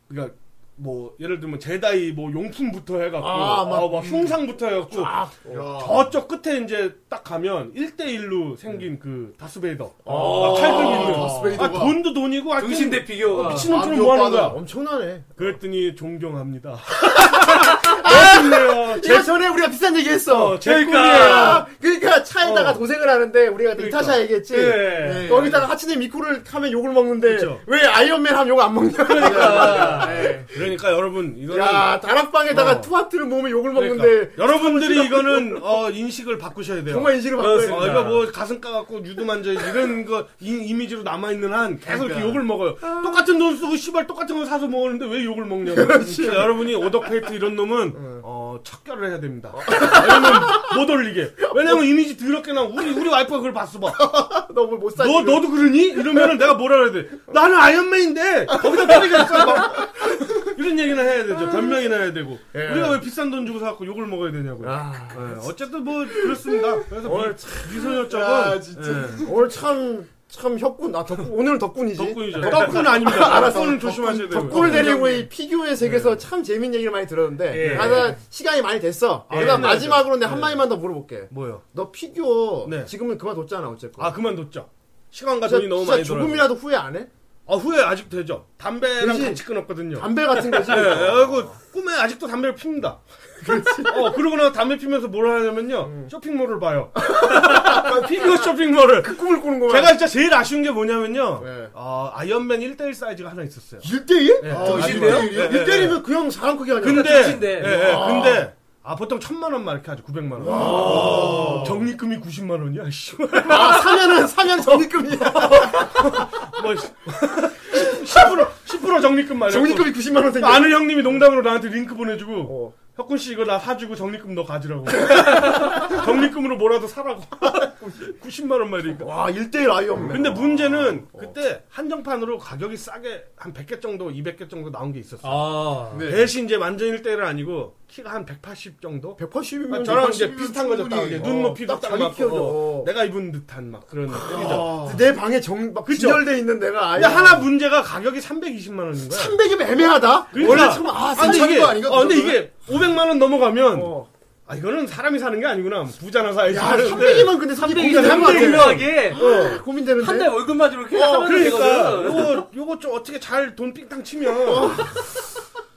F: 그러니까 뭐 예를 들면 제다이 뭐 용품부터 해갖고
D: 아, 막-
F: 어, 막 흉상부터 해갖고 저쪽 끝에 이제 딱 가면 1대1로 생긴 그 다스베이더. 막 칼들 있는.
B: 다스베이더가.
F: 아, 돈도 돈이고. 하여튼
G: 등신대 비교가
F: 미친놈처럼
B: 아,
F: 뭐 하는
B: 오빠는
F: 거야.
D: 엄청나네
F: 그랬더니 존경합니다. 멋있네요.
D: 제 전에 우리가 비싼 얘기 했어
F: 어, 제
D: 아, 그러니까 차에다가
F: 어.
D: 도색을 하는데 우리가
F: 그러니까.
D: 이타샤 얘기했지
F: 예.
D: 거기다가 하치네 미쿠를 하면 욕을 먹는데
F: 그쵸.
D: 왜 아이언맨 하면 욕 안 먹냐
F: 그러니까. 그러니까 여러분, 이거는.
D: 야 다락방에다가
F: 어.
D: 투하트를 모으면 욕을
F: 그러니까.
D: 먹는데
F: 여러분들이 이거는, 어, 인식을 바꾸셔야 돼요.
D: 정말 인식을 바꿔야
F: 어, 이거 뭐 가슴 까갖고 유두 만져 이런 거 이, 이미지로 남아 있는 한 계속
D: 그러니까.
F: 이렇게 욕을 먹어요.
D: 아.
F: 똑같은 돈 쓰고 씨발 똑같은 거 사서 먹었는데 왜
D: [laughs]
F: 욕을 먹냐고. 그러니까 여러분이 오덕페이트 이런 놈은 어, 척결을 해야 됩니다. 왜냐면 못 올리게. 왜냐면 이미지 더럽게 나 우리 우리 와이프가 그걸 봤어 봐.
D: 너무 못 사지
F: 너 너도 그러니? 이러면은 내가 뭐라 해야 돼? 나는 아이언맨인데 거기다 때리겠어. 막. [laughs] 이런 얘기나 해야 되죠. 변명이나 해야 되고.
D: 예.
F: 우리가 왜 비싼 돈 주고 사갖고 욕을 먹어야 되냐고요.
D: 아,
F: 예, 어쨌든 뭐 그렇습니다. 그래서 오늘 미소녀
D: 아,
F: 쪽은 예.
D: 오늘 참, 참 협군, 아, 덕군, 오늘은 덕군이지.
F: 덕분이죠.
D: 덕-
F: 덕분은
D: [laughs]
F: 아닙니다.
D: 알았어.
F: 덕분은 조심하셔야 돼요.
D: 덕군을 데리고 이 피규어의 세계에서 참 재밌는 얘기를 많이 들었는데,
F: 예.
D: 하여간 시간이 많이 됐어.
F: 아,
D: 내가
F: 네,
D: 마지막으로 내한 마디만 더 물어볼게.
F: 뭐요?
D: 너 피규어
F: 네.
D: 지금은 그만뒀잖아, 어쨌건.
F: 아 그만뒀죠. 시간과
D: 진짜-
F: 아, 돈이 너무
D: 진짜
F: 많이 들어요.
D: 조금이라도 후회 안 해?
F: 아 후회 아직 되죠. 담배랑
D: 그지?
F: 같이 끊었거든요.
D: 담배 같은 거지.
F: 예, 예, 그리고 꿈에 아직도 담배를 핍니다. 어, 그러고 나서 담배 피면서 뭘 하냐면요.
D: 음.
F: 쇼핑몰을 봐요. [laughs] 피규어 쇼핑몰을.
D: 꿈을 꾸는 거야.
F: 제가 진짜 제일 아쉬운 게 뭐냐면요.
D: 네.
F: 어, 아이언맨 1대1 사이즈가 하나 있었어요.
D: 1대1?
F: 예,
B: 어,
F: 아쉬워요.
B: 1대1?
F: 예, 예, 예.
D: 때리면 그 형 사람 크게 하냐.
F: 근데,
G: 똑같은데.
F: 예, 예, 근데, 아, 보통 천만 원만 이렇게 하죠. 900만 원. 적립금이 90만 원이야, [laughs] 씨.
D: 아, 사면은, 사면
F: [laughs]
D: 적립금이야.
F: 아, 뭐, 10%, 10% 적립금 말이야.
D: 적립금이 어. 90만원 생겨.
F: 아는 형님이 농담으로 나한테 링크 보내주고 혁군 씨 이거 나 사주고 적립금 너 가지라고 [laughs] 적립금으로 뭐라도 사라고 [laughs] 90만 원 말이니까
D: 와, 어. 1대1 아이언맨.
F: 근데 문제는 그때 한정판으로 가격이 싸게 한 100개 정도 200개 정도 나온 게 있었어 요
G: 아
B: 네.
F: 대신 이제 완전 1대1은 아니고 키가 한 180 정도
D: 180이면.
F: 아, 저랑 이제 비슷한 거죠 딱 이게 눈 높이도
D: 딱
F: 딱
D: 자기
F: 맞고
D: 키워줘.
F: 어, 내가 입은 듯한 막 그런 크기죠
D: 내 방에 정, 막,
F: 아. 그쵸?
D: 분열돼 있는 내가 아예.
F: 근데 하나 문제가 가격이 320만 원인 거야
D: 300이면 애매하다?
F: 그러니까.
D: 원래 참, 아,
F: 아, 근데
B: 사는
F: 이게-
B: 거 아닌가,
F: 어, 근데
B: 그거는?
F: 이게 500만 원 넘어가면
D: 어.
F: 아 이거는 사람이 사는 게 아니구나 부자나 사야지.
D: 야,
F: 하는데.
D: 300이면 근데 300이 되는 것 같아. 어,
G: 공정하게
D: 고민되는데.
G: 한 달 월급만 주고 이렇게
F: 어,
G: 하면
F: 그러니까
G: 되거든
F: 요거 요거 좀 어떻게 잘 돈 삥땅 치면.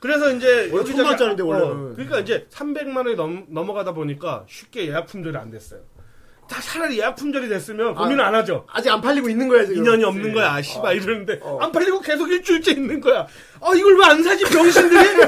F: 그래서 이제
D: 원래
F: 여기저기-
D: 천만 원짜리인데, 원래는.
F: 그러니까 이제 300만 원이 넘, 넘어가다 보니까 쉽게 예약 품절이 안 됐어요. 다 차라리 예약 품절이 됐으면 고민 안 하죠.
D: 아직 안 팔리고 있는 거야, 지금. 어.
F: 인연이 없는 거야, 아, 씨발, 이러는데. 안 팔리고 계속 일주일째 있는 거야. 아, 이걸 왜 안 사지,
D: [laughs]
F: 병신들이?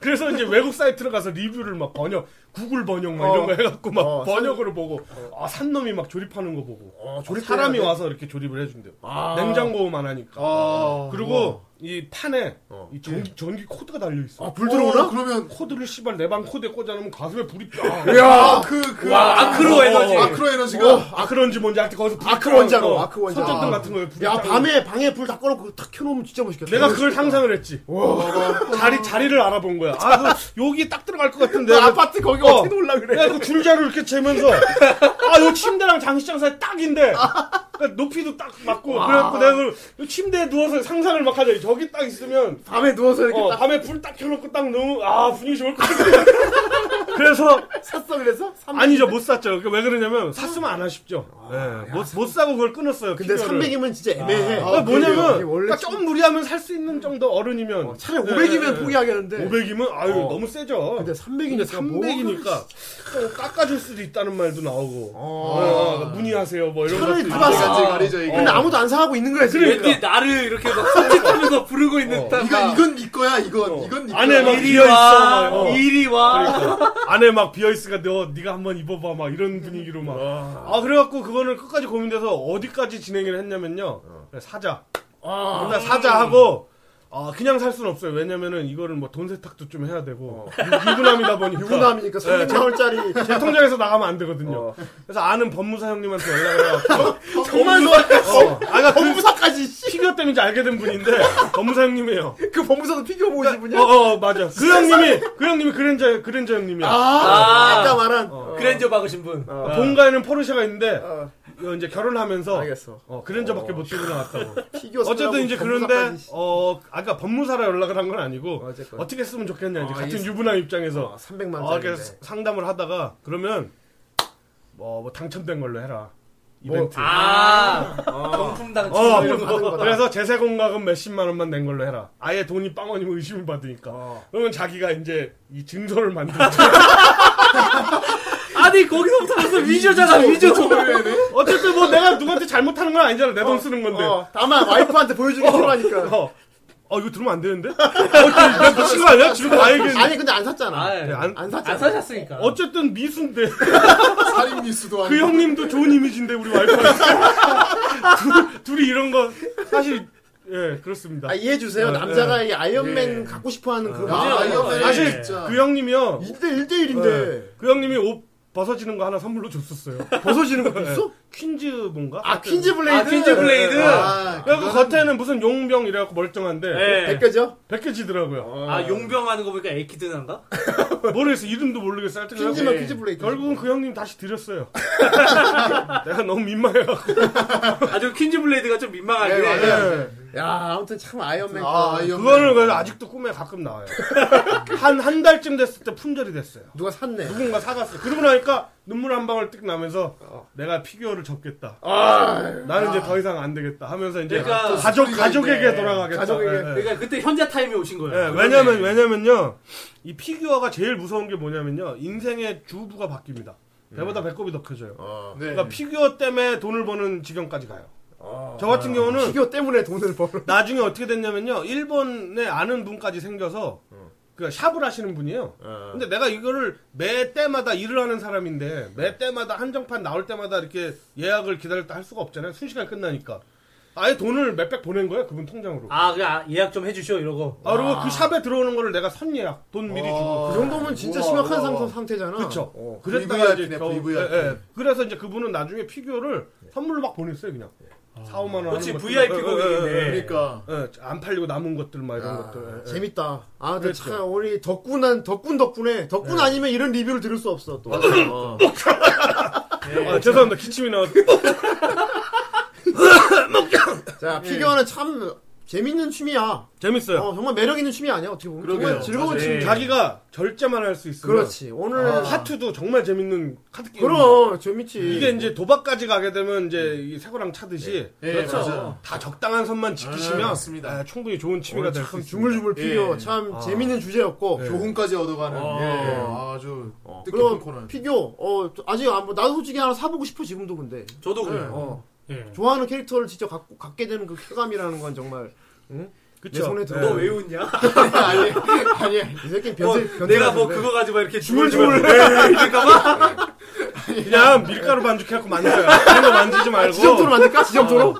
F: 그래서 이제 외국 사이트로 가서 리뷰를 막 번역, 구글 번역 막 이런 거 해갖고 막
D: 어,
F: 번역으로 보고, 아, 산 놈이 막 조립하는 거 보고. 아,
D: 조립도
F: 사람이
D: 해야 돼? 아.
F: 와서 이렇게 조립을 해준대요. 냉장고만 안 하니까. 그리고 이 판에 이 전기, 전기 코드가 달려있어.
D: 어. 예. 아, 불 들어오나?
B: 어, 그러면
F: 코드를 씨발 내 방 코드에 꽂아놓으면 가슴에 불이 쫙.
B: 야, 그, 그,
G: 와, 아크로 에너지.
B: 아크로 에너지가.
F: 아크런지 뭔지 알때 거기서 불이
D: 아크
F: 쫙
D: 원자로,
F: 나와.
D: 아크 원자로.
F: 손전등 같은 거에 불이
D: 야,
F: 쫙
D: 밤에, 방에 불 다 꺼놓고 탁 켜놓으면 진짜 멋있겠다.
F: 내가 그걸 상상을 했지. 자리 자리를 알아본 거야. 아, 그, 여기 딱 들어갈 것 같은데.
D: 그 아파트 거기
F: 어.
D: 어떻게 놀라 그래.
F: 내가 그 줄자로 이렇게 재면서 아, 요 침대랑 장식장 사이 딱인데. 그러니까 높이도 딱 맞고 그래갖고 내가 그걸 침대에 누워서 상상을 막 하자. 저기 딱 있으면
D: 밤에 누워서 이렇게
F: 어,
D: 딱
F: 밤에 불 딱 켜놓고 딱 너무 아 분위기 좋을 것 같아. 그래서
D: 샀어 그래서? 삼-
F: 아니죠 못 샀죠. 그왜 그러냐면 샀으면 안 아쉽죠. 예, 못, 못 사고 그걸 끊었어요.
D: 근데
F: 피규어를.
D: 300이면 진짜 애매해.
F: 그러니까 뭐냐면
D: 그러게요. 원래
F: 그러니까 좀 무리하면 살 수 있는 정도 어른이면
D: 차라리 500이면
F: 예, 예.
D: 포기하겠는데.
F: 500이면 아유 너무 세죠.
D: 근데 300이니까
F: 어. 근데 300이니까 또 깎아줄 수도 있다는 말도 나오고 어, 문의하세요 뭐 이런
D: 차라리
F: 것도
D: 들어가서
F: 있고.
B: 가지 가리죠 이게.
D: 근데 아무도 안 사고 있는 거야
F: 그러니까.
D: 지금.
G: 왠지 나를 이렇게 막 손짓하면서 부르고 있는 듯한
B: 이건 이건 네 거야 이건 이건 네 거야.
F: 안에 어. 막
G: 이리
F: 비어
G: 와,
F: 있어 막, 어.
G: 이리 와.
F: 안에 막 비어 있으니까 너 네가 한번 입어봐 막 이런 분위기로 막 아 그래갖고 그거는 끝까지 고민돼서 어디까지 진행을 했냐면요 그냥 사자
D: 아.
F: 일단 사자 하고 아 그냥 살 수는 없어요 왜냐면은 이거는 뭐 돈 세탁도 좀 해야 되고 유- 유부남이다 보니까
D: 유부남이니까 300만 원짜리
F: 제 통장에서 나가면 안 되거든요. 그래서 아는 법무사 형님한테
D: [laughs]
F: 연락을 해가지고
D: 정말
F: 어, 아까 그
D: 범부사까지 씨.
F: 피규어 때문인지 알게 된 분인데 법무사 형님이에요.
D: 그 범부사도 피규어 모으신 분이야.
F: 어, 어 맞아. 그 형님이 그 형님이 그랜저 그랜저 형님이야.
D: 아, 아까 말한 어.
G: 그랜저 박으신 분.
F: 그러니까 본가에는 포르쉐가 있는데
D: 어.
F: 이거 이제 결혼하면서
D: 알겠어.
F: 어, 그랜저밖에 못 들고 나왔다고.
D: 피규어
F: 어쨌든
D: 사려고
F: 이제 그런데
D: 범부사까지 씨.
F: 어 아까 법무사라 연락을 한 건 아니고
D: 어쨌건.
F: 어떻게 쓰면 좋겠냐 이제
D: 어,
F: 같은
D: 알겠어.
F: 유부남 입장에서
D: 300만
F: 어,
D: 원짜리.
F: 이렇게 사- 상담을 하다가 그러면 뭐, 뭐 당첨된 걸로 해라 이벤트.
G: 아, 경품 당첨.
F: 어,
D: 뭐, 아, 이런 거 받은 거다.
F: 그래서 재세공과금 몇십만 원만 낸 걸로 해라. 아예 돈이 빵원이면 의심을 받으니까.
D: 어.
F: 그러면 자기가 이제 이 증서를 만들었죠.
G: 아니 거기서부터 벌써 위조잖아 위조.
F: [laughs] 어쨌든 뭐 내가 누구한테 잘못하는 건 아니잖아. 내 돈 쓰는 건데. 어.
D: 어, 다만 와이프한테 보여주기 필요하니까.
F: 어, 이거 들으면 안 되는데? 어, 이거 뭐 미친 거 아니야? 지금 다 얘기했는데.
D: 아니 근데 안 샀잖아.
G: 아, 예.
F: 안,
D: 안
G: 안
D: 샀잖아.
G: 사셨으니까.
F: 어쨌든 미수인데.
B: 살인 미수도
F: 그
B: 아니고.
F: 형님도 좋은 이미지인데, 우리 와이프한테. [laughs] 둘, 둘이 이런 거, 사실, 예, 그렇습니다.
D: 아, 이해해 주세요.
F: 어,
D: 남자가 이 아이언맨 갖고 싶어하는 그런
B: 아,
D: 문제가
B: 이거
D: 아니에요.
F: 사실,
B: 진짜.
F: 그 형님이요.
D: 1대 1대1인데
F: 그 형님이 옷 벗어지는 거 하나 선물로 줬었어요.
D: 벗어지는 것도 있어?
F: 퀸즈 뭔가?
D: 아 뭐. 퀸즈 블레이드.
G: 아, 퀸즈 블레이드.
B: 아,
F: 그래갖고 겉에는 무슨 용병 이래갖고 멀쩡한데
G: 예.
D: 벗겨져?
F: 벗겨지더라고요.
G: 아 용병 하는 거 보니까 에키드난가?
F: 모르겠어 이름도 모르겠어. 하여튼
D: 퀸즈만
F: 그래갖고
D: 퀸즈 블레이드.
F: 결국은 그 형님 다시 드렸어요. [laughs] 내가 너무 민망해갖고.
G: 아주 퀸즈 블레이드가 좀 민망하긴 해.
F: 네.
D: 야 아무튼 참 아이언맨.
B: 아,
D: 거.
B: 아이언맨.
F: 그거는 그래서 아직도 꿈에
D: [laughs]
F: 가끔 나와요. 한, 한 달쯤 됐을 때 품절이 됐어요.
D: 누가 샀네.
F: 누군가 사갔어요. 그러고 나니까 눈물 한 방울 뜩 나면서 내가 피규어를 접겠다. 나는 이제 더 이상 안 되겠다 하면서 이제
G: 그러니까
F: 가족,
B: 소리가
F: 가족에게
B: 있네.
F: 돌아가겠다.
D: 가족에게.
F: 네, 네.
G: 그러니까 그때 현자 타임이 오신 거예요.
F: 예, 왜냐면, 왜냐면요, 이 피규어가 제일 무서운 게 뭐냐면요, 인생의 주부가 바뀝니다. 배보다 배꼽이 더 커져요. 그러니까
G: 네.
F: 피규어 때문에 돈을 버는 지경까지 가요.
D: 어.
F: 저
D: 아.
F: 같은 경우는
D: 피규어 때문에 돈을 벌어.
F: 나중에 어떻게 됐냐면요, 일본에 아는 분까지 생겨서, 그 샵을 하시는 분이에요. 근데 내가 이거를 매 때마다 일을 하는 사람인데 매 때마다 한정판 나올 때마다 이렇게 예약을 기다렸다 할 수가 없잖아요. 순식간 끝나니까 아예 돈을 몇백 보낸 거예요 그분 통장으로.
G: 아, 그 아, 예약 좀 해주시오 이러고.
F: 아, 그리고 그 샵에 들어오는 거를 내가 선 예약, 돈 미리 주고. 그렇죠.
D: 그 정도면 진짜 심각한 상태 상태잖아.
F: 그쵸.
D: 어.
F: 그랬다가
B: VVIP
F: 이제
B: 네,
F: 겨우,
B: VVIP.
F: 예, 예. 그래서 이제 그분은 나중에 피규어를 선물로 막 보냈어요, 그냥. 4, 5만 원.
G: 뭐 그렇지
F: 하는 것들.
G: VIP
F: 예, 예, 예.
G: 고객인데.
B: 그러니까
F: 예, 안 팔리고 남은 것들 막
D: 아,
F: 이런 것들. 예, 예.
D: 재밌다. 아, 근데
F: 그랬죠.
D: 참 우리 덕분한 덕분 덕분에 덕분 아니면 이런 리뷰를 들을 수 없어 또. 어.
F: 아, 죄송합니다. 기침이 나왔.
D: 자, 피규어는 참 재밌는 취미야.
F: 재밌어요. 네.
D: 어, 정말 매력 있는 취미 아니야 어떻게 보면.
B: 그러게요.
D: 정말 즐거운
B: 맞아요.
D: 취미.
F: 자기가 절제만 할 수 있으면.
D: 그렇지. 오늘
F: 어, 하트도 정말 재밌는 카드 게임.
D: 아. 그럼 재밌지.
F: 이게 이제 도박까지 가게 되면 이제 이 새고랑 차듯이
D: 네.
G: 네,
B: 예,
G: 그렇죠.
B: 맞아요.
F: 다 적당한 선만
B: 아,
F: 지키시면
B: 맞습니다.
F: 아, 충분히 좋은 취미가
D: 오늘
F: 될 수
D: 참
F: 있습니다.
D: 주물주물 피규어 참 재밌는 주제였고.
B: 조공까지 얻어가는
D: 어.
B: 예, 아주
D: 그럼
B: 뜻깊은 코너.
D: 피규어 어 아직 안 뭐, 나도 솔직히 하나 사보고 싶어 지금도 근데
G: 저도 그래요.
D: 어
F: 네.
G: 예.
D: 좋아하는 캐릭터를 직접 갖고 갖게 되는 그 쾌감이라는 건 정말
F: 그쵸?
D: 내 손에 들어.
F: 예.
G: 너 왜 웃냐?
D: 아니 아니 이 새끼
G: 뭐,
C: 어,
D: 변태 변태
G: 네. 내가 뭐
D: 같은데.
G: 그거 가지고 이렇게 주물주물 이럴까봐?
F: 그냥 밀가루 반죽해갖고 만져요. 그런 거
D: 아,
F: 만지지 말고.
D: 지점토로 만들까 지점토로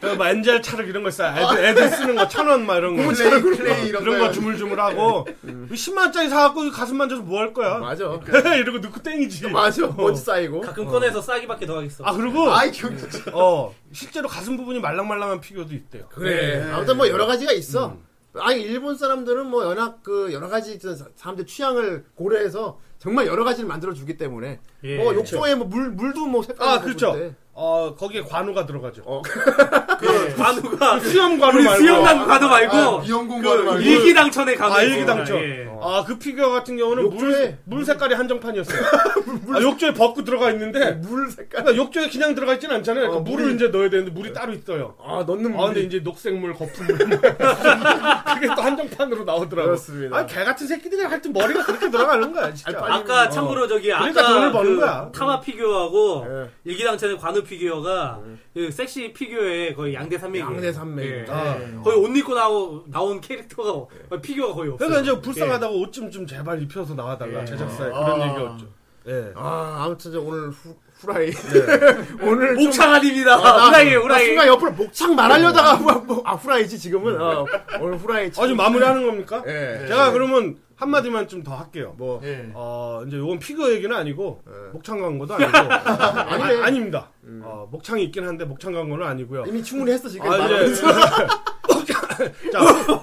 F: 그 만잘 차력 이런 거 있어요. 애들, 애들 쓰는 거, 천 원, 막 이런 거.
B: 플레이 플레이 이런
F: 이런 거
B: 거야.
F: 주물주물하고. 10만원짜리 사갖고 이거 가슴 만져서 뭐 할 거야?
D: 음. 맞아
F: [laughs] 이러고 넣고 땡이지.
D: 맞아 먼지 쌓이고
G: 가끔 꺼내서 싸기밖에 더 하겠어.
F: 아, 그리고,
B: 아이 경
F: 어, 실제로 가슴 부분이 말랑말랑한 피규어도 있대요.
G: 예.
D: 그래 아무튼 뭐 여러 가지가 있어 아니 일본 사람들은 뭐 연합 그 여러 가지 있던 사- 사람들 취향을 고려해서 정말 여러 가지를 만들어 주기 때문에
G: 예,
D: 뭐 욕조에 뭐 물 물도 뭐 색깔
F: 아, 그렇죠. 어, 거기에 관우가 들어가죠.
G: 그 예. 관우가
F: [laughs] 수염 관우
G: 우리
F: 말고.
G: 수영남 관우 말고
B: 이영공
G: 그
B: 말고
G: 일기당천에 가고
F: 아, 일기당천.
G: 예.
F: 아, 그 피규어 같은 경우는 물,
D: 욕조에-
F: 물 색깔이
D: [laughs]
F: 한정판이었어요. 아, 욕조에 벗고 들어가 있는데,
D: 물 색깔.
F: 그러니까 욕조에 그냥 들어가 있진 않잖아요. 그러니까 물을 이제 넣어야 되는데, 물이 따로 있어요.
D: 아 넣는
F: 아, 근데
D: 물이.
F: 이제 녹색물, 거품물. [laughs] 그게 또 한정판으로 나오더라고요.
D: 그렇습니다.
F: 아, 개 같은 새끼들이 하여튼 머리가 그렇게 들어가는 거야, 진짜.
D: 아니, 빨리-
G: 아까
D: 어.
G: 참고로 저기
F: 그러니까
G: 아까
F: 돈을 버는
G: 그
F: 거야.
G: 타마 피규어하고
D: 예.
G: 일기당천의 관우 피규어가 그 섹시 피규어의 거의 양대 산맥이에요.
D: 양대 산맥입니다.
G: 예.
F: 아.
G: 거의 옷 입고 나오, 나온 캐릭터가 피규어가 거의 없어요.
F: 그러니까 이제
D: 예.
F: 불쌍하다고 옷 좀 좀 제발 입혀서 나와달라, 제작사에. 그런 얘기였죠. 예.
D: 아 아무튼 저 오늘 후, 후라이. [laughs] 오늘 좀-
G: 목창 아닙니다.
D: 아,
G: 후라이
D: 나
G: 후라이.
D: 순간 옆으로 목창 말하려다가 뭐- 뭐- 아 후라이지
F: 네.
D: 지금은. 어, 오늘 후라이.
F: 아주 마무리하는 겁니까?
D: 예.
F: 제가 그러면 한마디만 좀 더 할게요.
D: 뭐 예.
B: 예.
F: 어, 이제 요건 피규어 얘기는 아니고 목창
D: [laughs]
F: 광고도 아니고 아, 닙니다 목창이 있긴 한데 목창 광고는 아니고요.
D: 음. 이미 충분히 했어 지금.
F: 아,
D: 말하면서.
F: 이제 [laughs]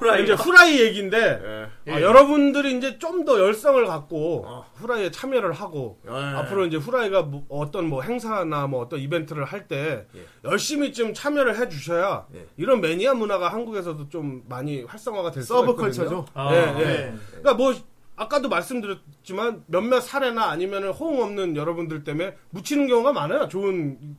F: 자, 이제 후라이 얘기인데
D: 예.
F: 아, 여러분들이 이제 좀 더 열성을 갖고
D: 어.
F: 후라이에 참여를 하고
G: 네,
D: 네.
F: 앞으로 이제 후라이가 뭐- 어떤 뭐 행사나 뭐 어떤 이벤트를 할 때
D: 예.
F: 열심히 좀 참여를 해 주셔야 이런 매니아 문화가 한국에서도 좀 많이 활성화가 될 수가 있거든요.
D: 서브컬처죠. 네.
G: 아,
F: 예, 예. 그러니까 뭐 아까도 말씀드렸지만 몇몇 사례나 아니면은 호응 없는 여러분들 때문에 묻히는 경우가 많아요. 좋은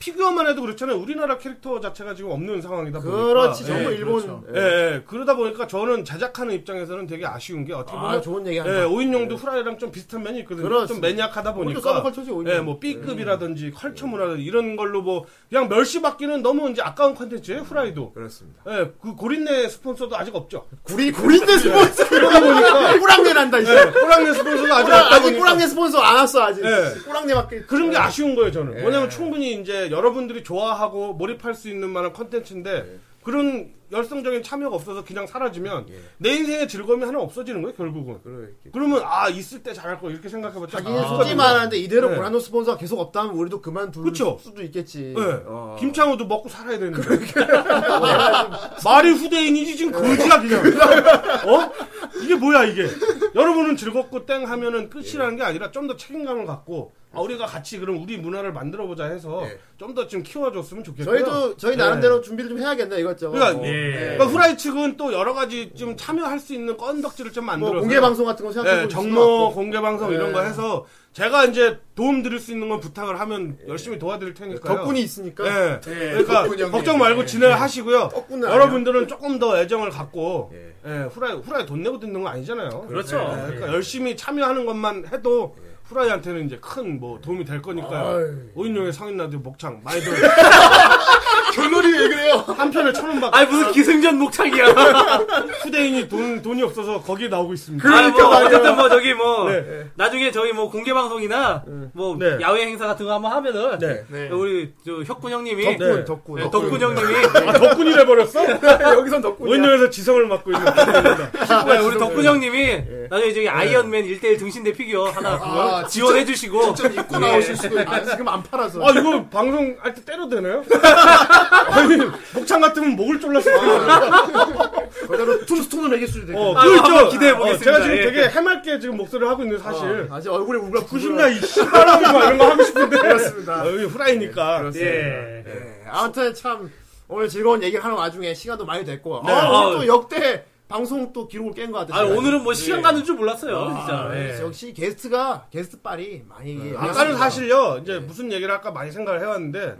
F: 피규어만 해도 그렇잖아요. 우리나라 캐릭터 자체가 지금 없는 상황이다 보니까.
D: 그렇지
F: 예.
D: 정말 일본. 네.
F: 예, 예. 그러다 보니까 저는 제작하는 입장에서는 되게 아쉬운 게 어떻게 보면
D: 아 좋은 얘기 한다.
F: 예, 오인용도 후라이랑 좀 비슷한 면이 있거든요. 좀
D: 그 그렇습니다.
F: 매니악하다
D: 오히려
F: 보니까.
D: 서브컬처지 음. 오히려.
F: 예, 뭐 B급이라든지 컬처 문화라든지 이런 걸로 뭐 그냥 멸시받기는 너무 이제 아까운 컨텐츠예요. 후라이도.
D: 그렇습니다.
F: 예, 그 고린내 스폰서도 아직 없죠.
D: 구리 구린데 스폰서
F: 그러다 보니까
D: 꾸랑내 난다 이제.
F: 예, 네. 호랑이 스폰서도 아직
D: 꾸랑-
F: 없다
D: 아직
F: 보니까
D: 꾸랑내 스폰서 안 왔어 아직.
F: 예.
D: 꾸랑내밖에.
F: 그런 게 아쉬운 거예요 저는 왜냐면 충분히 이제 여러분들이 좋아하고 몰입할 수 있는 만한 컨텐츠인데
D: 예.
F: 그런 열성적인 참여가 없어서 그냥 사라지면 내 인생의 즐거움이 하나 없어지는 거예요 결국은
D: 그러니까.
F: 그러면아 있을 때 잘할 거 이렇게 생각해봤자
D: 자기는
F: 아,
D: 솔직히 말하는데 이대로
F: 네.
D: 고란노 스폰서가 계속 없다면 우리도 그만둘
F: 그쵸.
D: 수도 있겠지.
F: 예.
D: 어.
F: 김창호도 먹고 살아야 되는데 [laughs] 어. 말이 후대인이지 지금
D: 예.
F: 거지야 그냥 어? 이게 뭐야 이게 여러분은 즐겁고 땡 하면은 끝이라는 게 아니라 좀 더 책임감을 갖고 아, 우리가 같이 그럼 우리 문화를 만들어보자 해서
D: 예.
F: 좀 더 좀 키워줬으면 좋겠고요 네.
D: 저희도 저희 나름대로 준비를 좀 해야겠네 이것저것.
F: 그러니까
D: 뭐,
G: 예.
F: 그러니까 후라이 측은 또 여러 가지 좀 참여할 수 있는 건덕지를 좀
D: 뭐
F: 만들어서
D: 공개 방송 같은 거 생각해
F: 예,
D: 볼 수도
F: 네. 정모
D: 있고.
F: 공개 방송 이런
D: 예.
F: 거 해서 제가 이제 도움 드릴 수 있는 건 부탁을 하면 열심히 도와드릴 테니까요.
D: 예. 덕분이 있으니까. 네.
F: 예. 그러니까
B: 덕분이 형님.
F: 걱정 말고 진행하시고요.
D: 덕분은 아니야.
F: 여러분들은 조금 더 애정을 갖고 예, 후라이 후라이 돈 내고 듣는 건 아니잖아요.
G: 그렇죠.
F: 예, 그러니까 열심히 참여하는 것만 해도
D: 예.
F: 후라이한테는 이제 큰 뭐 도움이 될 거니까요. 오인용의 성인 라디오 목창 많이 들어.
B: 결론이 왜 그래요?
F: 한 편에 천 원 받고.
G: 아니 무슨 기승전 목창이야.
F: 후대인이 돈, 돈이 없어서 거기에 나오고 있습니다.
D: 그러니까
G: 아, 뭐, 어쨌든 뭐 저기 뭐
F: 네, 네.
G: 나중에 저희 뭐 공개 방송이나 뭐
F: 네.
G: 야외 행사 같은 거 한번 하면은
F: 네.
B: 네.
G: 우리 저 혁군 형님이
D: 덕분
F: 네.
D: 덕분.
G: 네, 덕군 형님이
F: 아, 덕분이 돼버렸어?
D: [laughs] 여기선 덕분이야.
F: 오인용에서 지성을 맡고 있는 덕분입니다.
G: 네, 우리 덕군 형님이 나중에 저기 아이언맨 1대1 등신대 피규어 하나 그거
B: 아,
G: 지원해 주시고
B: 직접 입고 나오실 수도 있고.
D: 아, 지금 안 팔아서.
F: 아, 이거 방송할 때 때려도 되나요? [laughs] 아니, 목창 같으면 목을 졸랐을 거예요.
D: 그대로 툼스톤을 매길 수도 있고.
F: 어,
G: 아,
F: 그
G: 한번
F: 있죠.
G: 기대해
F: 어,
G: 보겠습니다.
F: 제가 지금
G: 예.
F: 되게 해맑게 지금 목소리를 하고 있는 사실.
D: 아직 얼굴에 우가
F: 구십냐, 이 씨발놈 막 이런 거 하고 싶은데.
D: 그렇습니다.
F: 아, 여기 후라이니까.
G: 예.
D: 네, 아무튼 참 오늘 즐거운 얘기를 하는 와중에 시간도 많이 됐고
F: 네.
D: 아, 오늘
G: 아,
D: 또 역대 방송 또 기록을 깬 것 같아요.
G: 아 오늘은 뭐 시간 가는 줄 몰랐어요 진짜.
D: 아,
C: 네.
G: 예.
D: 역시 게스트가 게스트 빨이 많이
F: 아까는 사실요, 이제 무슨 얘기를 할까 많이 생각을 해왔는데,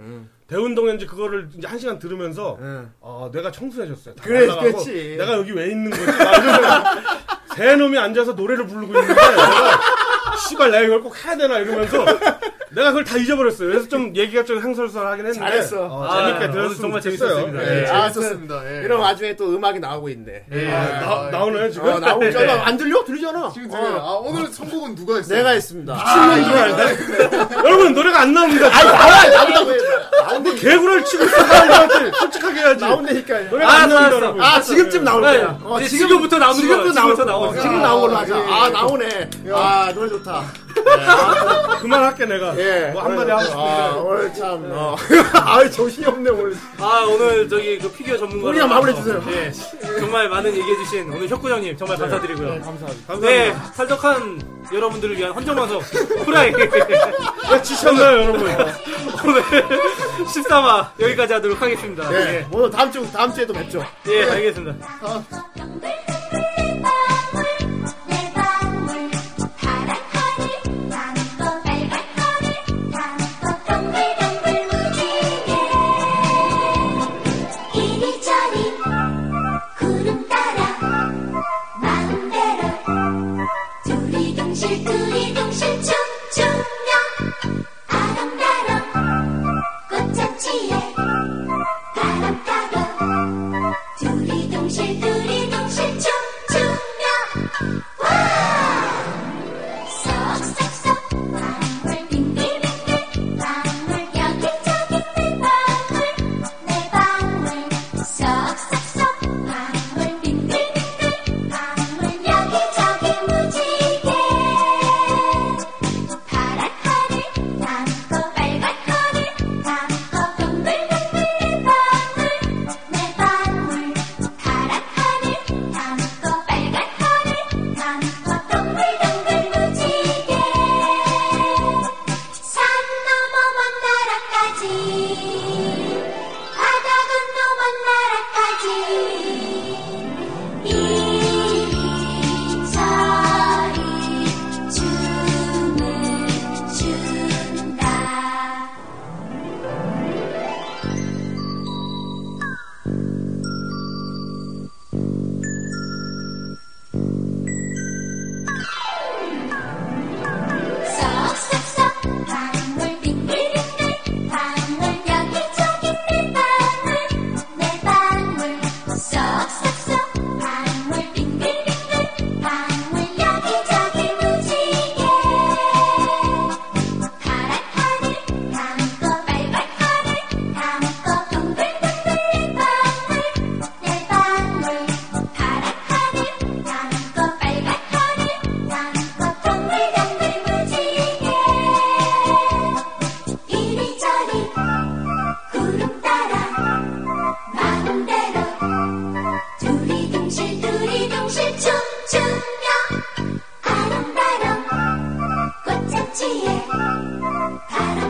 F: 대운동인지 그거를 이제 한 시간 들으면서,
D: 응.
F: 어, 내가 청소해줬어요. 다
D: 그래,
F: 날라가고
D: 그치.
F: 내가 여기 왜 있는 거지? 막 이러면서 [laughs] 새 놈이 앉아서 노래를 부르고 있는데, 내가, 씨발, 내가 이걸 꼭 해야 되나 이러면서, 내가 그걸 다 잊어버렸어요. 그래서 좀 얘기가 좀 행설설하긴 했는데,
D: 잘했어.
F: 어,
G: 아,
F: 재밌게
G: 오늘
F: 들었으면
G: 정말
F: 좋겠어요.
G: 재밌었습니다.
F: 예.
G: 예.
B: 아, 좋습니다. 예.
D: 네. 이런 와중에 또 음악이 나오고 있네.
G: 예.
B: 아,
F: 나,
B: 아,
F: 나오나요, 지금?
D: 어, 나오고
F: 예.
D: 안 들려? 들리잖아.
B: 지금 들려요. 아, 오늘 선곡은 누가 했어요?
D: 내가 했습니다.
F: 아, 이거 안 돼? 여러분, 노래가 안 나옵니다.
D: 아,
F: 개구를 치고 있어. 사람들한테 솔직하게 해야지.
D: 나온다니까요.
F: 노래가 안
G: 알았어,
F: 나옵니다,
G: 알았어.
F: 여러분.
D: 아 지금쯤 나올
G: 네.
D: 거야.
G: 이제 지금부터 나오는 거야.
D: 지금부터 나올
G: 지금부터
D: 거야.
G: 나오는 거야.
D: 지금 나온 걸로 하자. 아 나오네. 아 노래 좋다.
G: 아,
F: 그만할게 내가.
D: 예.
F: 뭐 한마디 하고 싶은데.
D: 아, 오늘 참, 어. [laughs] 아 정신이 없네, 오늘.
G: 아 오늘 저기 그 피규어 전문가
D: 우리랑 마무리해주세요.
G: 예, 정말 많은 얘기해주신 오늘 혁구장님 정말 감사드리고요. 네,
F: 감사합니다.
G: 탈덕한 여러분들을 위한
F: [laughs]
G: 헌정방송 후라이
F: 왜 지셨나요, 여러분?
G: [laughs] 오늘 13화 여기까지 하도록 하겠습니다.
D: 예.
F: 네.
G: 예,
D: 오늘 다음 주, 다음 주에 또 뵙죠.
G: 예 알겠습니다.
E: 내 방울 파란 하늘 담고 빨간 하늘 담고 동글동글 무지개 이리저리 구름 따라 마음대로 두리둥실 두리둥실 춤추며 아름다운 꽃잔치에 바람 타고 두리둥실 두리둥실 춤추며 와 쏙쏙쏙 방울 빙글빙글 방울 여기저기 내 방울 내 방울 쏙쏙쏙 방울 빙글빙글 방울 여기저기 무지개 파란 하늘 담고 빨간 하늘 담고 동글동글 내 방울 내 방울 파란 하늘 담고 빨간 하늘 담고 동글동글 무지개 산 넘어 먼 나라까지 바다 건너 먼 나라까지 이리저리 춤을 춘다 쏙쏙쏙 방울 빙글빙글 방울 여기저기 내 방울 내 방울 쏙쏙쏙 방울 빙글빙글 방울 여기저기 무지개 파란 하늘 담고 빨간 하늘 담고 동글동글 내 방울 내 방울 파란 하늘 담고 빨간 하늘 담고 동글동글 무지개 이리저리 구름 따라 마음대로 두리둥실 두리둥실 춤추며 아름다운 꽃잔치에 바람